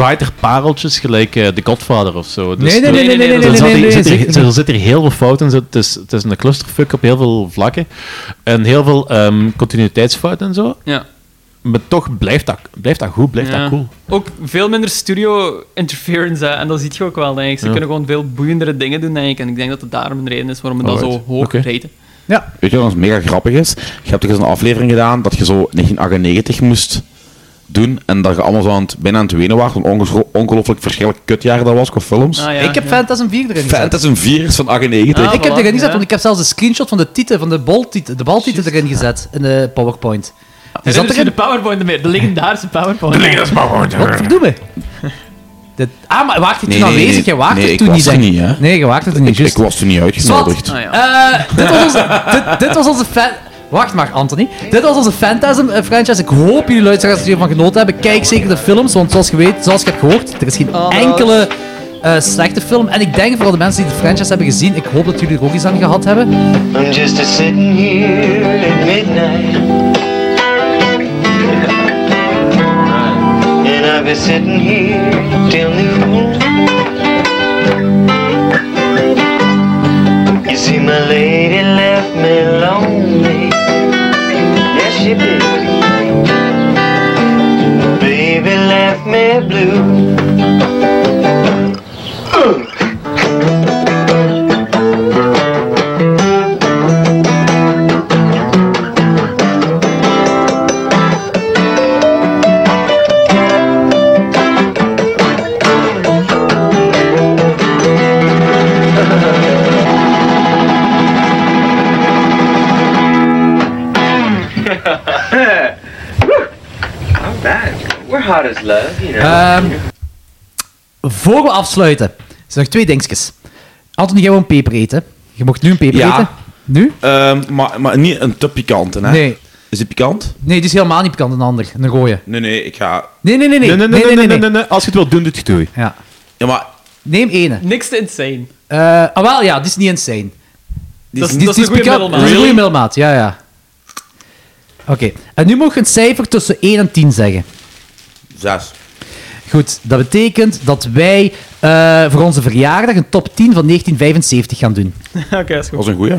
S8: screenwriter-pareltjes gelijk eh The Godfather of zo. Dus
S1: Nee, nee, nee, nee, nee, nee,
S8: er
S1: nee,
S8: zat-
S1: nee, nee,
S8: er zit
S1: zeker
S8: hier-
S1: niet.
S8: Er zitten hier heel veel fouten in. zo. Het is, het is een clusterfuck op heel veel vlakken. En heel veel ehm, continuïteitsfouten en zo.
S9: Ja.
S8: Maar toch blijft dat, blijft dat goed, blijft
S9: Ja.
S8: dat cool.
S9: Ook veel minder studio interference, hè, en dat zie je ook wel. Eigenlijk. Ze
S8: Ja.
S9: kunnen gewoon veel boeiendere dingen doen, eigenlijk. En ik denk dat het daarom een reden is waarom we dat
S6: Alright.
S9: zo hoog
S6: Oké.
S9: raten.
S6: Weet je wat ons mega grappig is? Je hebt toch eens een aflevering gedaan dat je zo 1998 moest doen en dat je allemaal zo aan het, bijna aan het wenen was. Een onge- ongelooflijk verschillend kutjaar dat was qua
S8: Ah,
S6: films.
S1: ik heb Phantasm 4 erin gezet. Ah,
S6: Phantasm 4 is van 98.
S1: ik heb erin gezet, want ik heb zelfs een screenshot van de titel, van de, boltitel, de baltitel erin gezet in de PowerPoint. Dus dat
S9: Herinner je
S1: erin?
S9: de PowerPoint meer? De legendarische PowerPoint. De
S6: legendarische PowerPoint.
S1: Wat verdoemen? Dit, ah, maar wacht, je
S6: Nee,
S1: toen
S6: nee,
S1: aanwezig?
S6: nee.
S1: Je waakt
S6: Nee,
S1: er
S6: ik
S1: toen
S6: was
S1: niet,
S6: er
S1: denk
S6: niet, hè?
S1: Nee, je waakt er toen niet,
S6: Ik, ik
S1: juist.
S6: was toen niet uitgenodigd.
S1: Zwat. Eh, dit, was onze, dit, dit was onze fan... Wacht maar, Anthony. Dit was onze Phantasm eh, franchise. Ik hoop jullie luisteraars die ervan genoten hebben. Kijk zeker de films, want zoals je weet, zoals je hebt gehoord, er is geen enkele eh, slechte film. En ik denk vooral de mensen die de franchise hebben gezien, ik hoop dat jullie er ook iets aan gehad hebben.
S4: I'm just a sitting here at midnight. And I've been sitting here till noon. You see, my lady left me lonely. Yes, she did. Baby left me blue. Ugh.
S3: hot as love, you know.
S1: Ehm, voor we afsluiten, zijn er nog twee dingetjes. Anthony, jij wil een peper eten. Je mocht nu een peper eten. Nu?
S6: Ehm, maar, maar niet een te pikante, hè?
S1: Nee.
S6: Is het pikant?
S1: Nee, het is helemaal niet pikant een ander. Een gooien.
S6: Nee, nee, ik ga...
S1: Nee, nee, nee. Nee,
S6: Nee, nee, nee, nee, nee,
S1: Als je het wilt doen, doe het doe. Ja.
S6: Ja, maar...
S1: Neem ene.
S9: Niks te insane.
S1: Eh, ah, wel, ja, dit is niet insane.
S9: Dat is-
S1: Dit
S9: dat is een goede
S1: pikant.
S9: middelmaat.
S1: Dat is een goede
S9: Really?
S1: middelmaat, ja, ja. Oké, en nu mogen je een cijfer tussen 1 en 10 zeggen.
S6: Zes.
S1: Goed, dat betekent dat wij eh, voor onze verjaardag een top 10 van 1975 gaan doen.
S9: Oké, dat is goed.
S6: Dat is een goeie.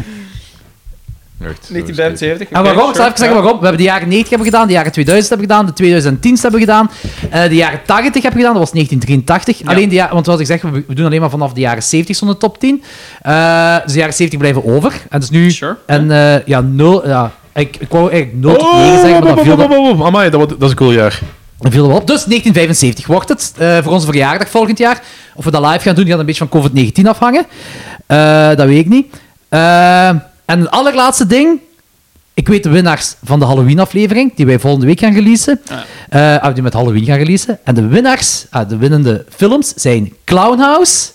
S9: 1975.
S1: En waarom? Ah, Ik zal even zeggen waarom. We hebben de jaren 90 hebben we gedaan, de jaren 2000 hebben we gedaan, de 2010 hebben we gedaan, eh, de jaren 80 hebben we gedaan, dat was 1983. Alleen de ja- want zoals ik zeg, we we doen alleen maar vanaf de jaren 70 zo'n top 10. Eh, dus de jaren 70 blijven over. En dus nu... en eh, ja, Oh, nul... Ja, ik, ik wou eigenlijk 0
S8: Oh,
S1: tot 9 zeggen, maar dan viel dat
S8: Amai, dat, wordt- dat is een cool jaar.
S1: dan viel we op. Dus 1975 wordt het eh, voor onze verjaardag volgend jaar. Of we dat live gaan doen, gaat een beetje van COVID-19 afhangen. Eh, dat weet ik niet. Eh, en het allerlaatste ding. Ik weet de winnaars van de Halloween-aflevering, die wij volgende week gaan releasen. Eh, ah, die met Halloween gaan releasen. En de winnaars, ah, de winnende films, zijn Clownhouse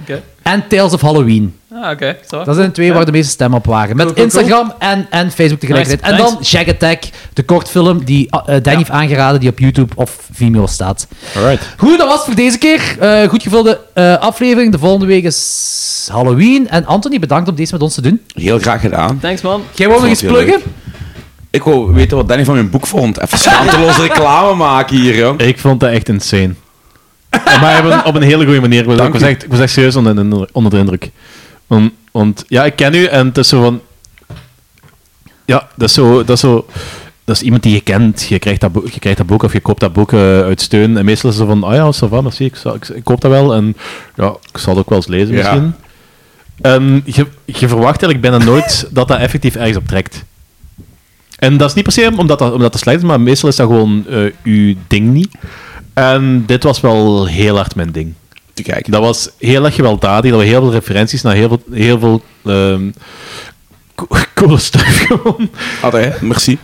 S9: Oké.
S1: en Tales of Halloween.
S9: Ah, oké. zo.
S1: Dat zijn de twee waar de meeste stemmen op waren. Met
S9: Cool, cool, cool.
S1: Instagram En, en Facebook tegelijkertijd.
S9: Nice,
S1: en dan
S9: thanks.
S1: Jack Attack, de kortfilm die eh, Danny heeft aangeraden, die op YouTube of Vimeo staat.
S8: Alright.
S1: Goed, dat was het voor deze keer. Eh, goed gevulde eh, aflevering. De volgende week is Halloween. En Anthony, bedankt om deze met ons te doen.
S6: Heel graag gedaan.
S9: Thanks, man.
S1: Jij wou nog
S6: Vond
S1: eens
S6: het heel
S1: pluggen?
S6: Ik wou weten wat Danny van mijn boek vond. Even schaamteloze reclame maken hier, jong.
S8: Ik vond dat echt insane. maar op een, op een hele goede manier. Ik was, ik was echt, ik was echt serieus onder, de indru- onder de indruk. Want, want ja, ik ken u en het is zo van... Ja, dat is zo... Dat is, zo, dat is iemand die je kent. Je krijgt, dat boek, je krijgt dat boek of je koopt dat boek eh, uit steun. En meestal is het zo van, ah ja, ça va, merci, ik, zal- ik, ik koop dat wel. En ja, ik zal het ook wel eens lezen
S6: Ja.
S8: misschien. En je, je verwacht eigenlijk bijna nooit dat dat effectief ergens op trekt. En dat is niet per se omdat dat, omdat dat slecht is, maar meestal is dat gewoon eh, uw ding niet. En dit was wel heel hard mijn ding.
S6: Te kijken.
S8: Dat was heel erg gewelddadig. Er waren heel veel referenties naar heel veel, heel veel ehm, co- coole stuff gewoon.
S6: Altijd, merci.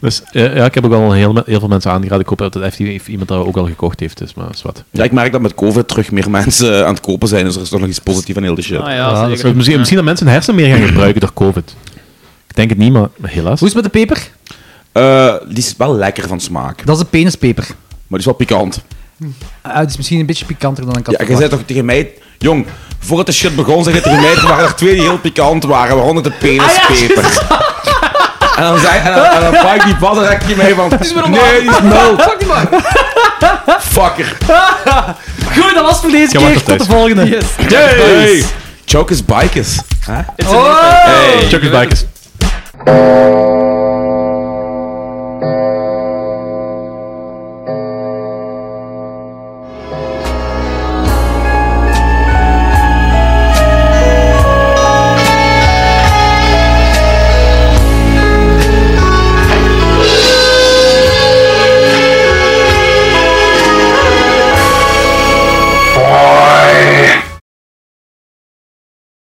S8: Dus eh, ja, ik heb ook al heel, me- heel veel mensen aangeraden. Ik hoop dat het effectief iemand dat ook al gekocht heeft, dus maar dat is wat.
S6: Ja, ik merk dat met COVID terug meer mensen eh, aan het kopen zijn, dus er is toch nog iets positiefs aan heel de shit.
S8: Ah, ja, dat is ook- misschien, misschien dat mensen hun hersen meer gaan gebruiken door COVID. Ik denk het niet, maar helaas. Hoe
S1: is het met de peper?
S6: Eh, die is wel lekker van smaak.
S1: Dat is een penispeper.
S6: Maar die is wel pikant.
S1: Eh, het is misschien een beetje pikanter dan ik had
S6: Ja, je
S1: verwacht.
S6: zei toch tegen mij... Jong, voordat de shit begon, zei je tegen mij... Er waren er twee die heel pikant waren, waaronder de penispeper. en dan zei... En dan, en dan pak ik die pas en zeg ik je mee van... Nee, die is mild. Fucker.
S1: Goed, dat was voor deze
S6: Ja, wacht
S1: keer. Tot
S6: tot
S1: de
S6: thuis.
S1: volgende.
S6: Hey! Chokers bikers. Huh?
S1: Oh!
S6: Hey.
S8: Chokers bikers.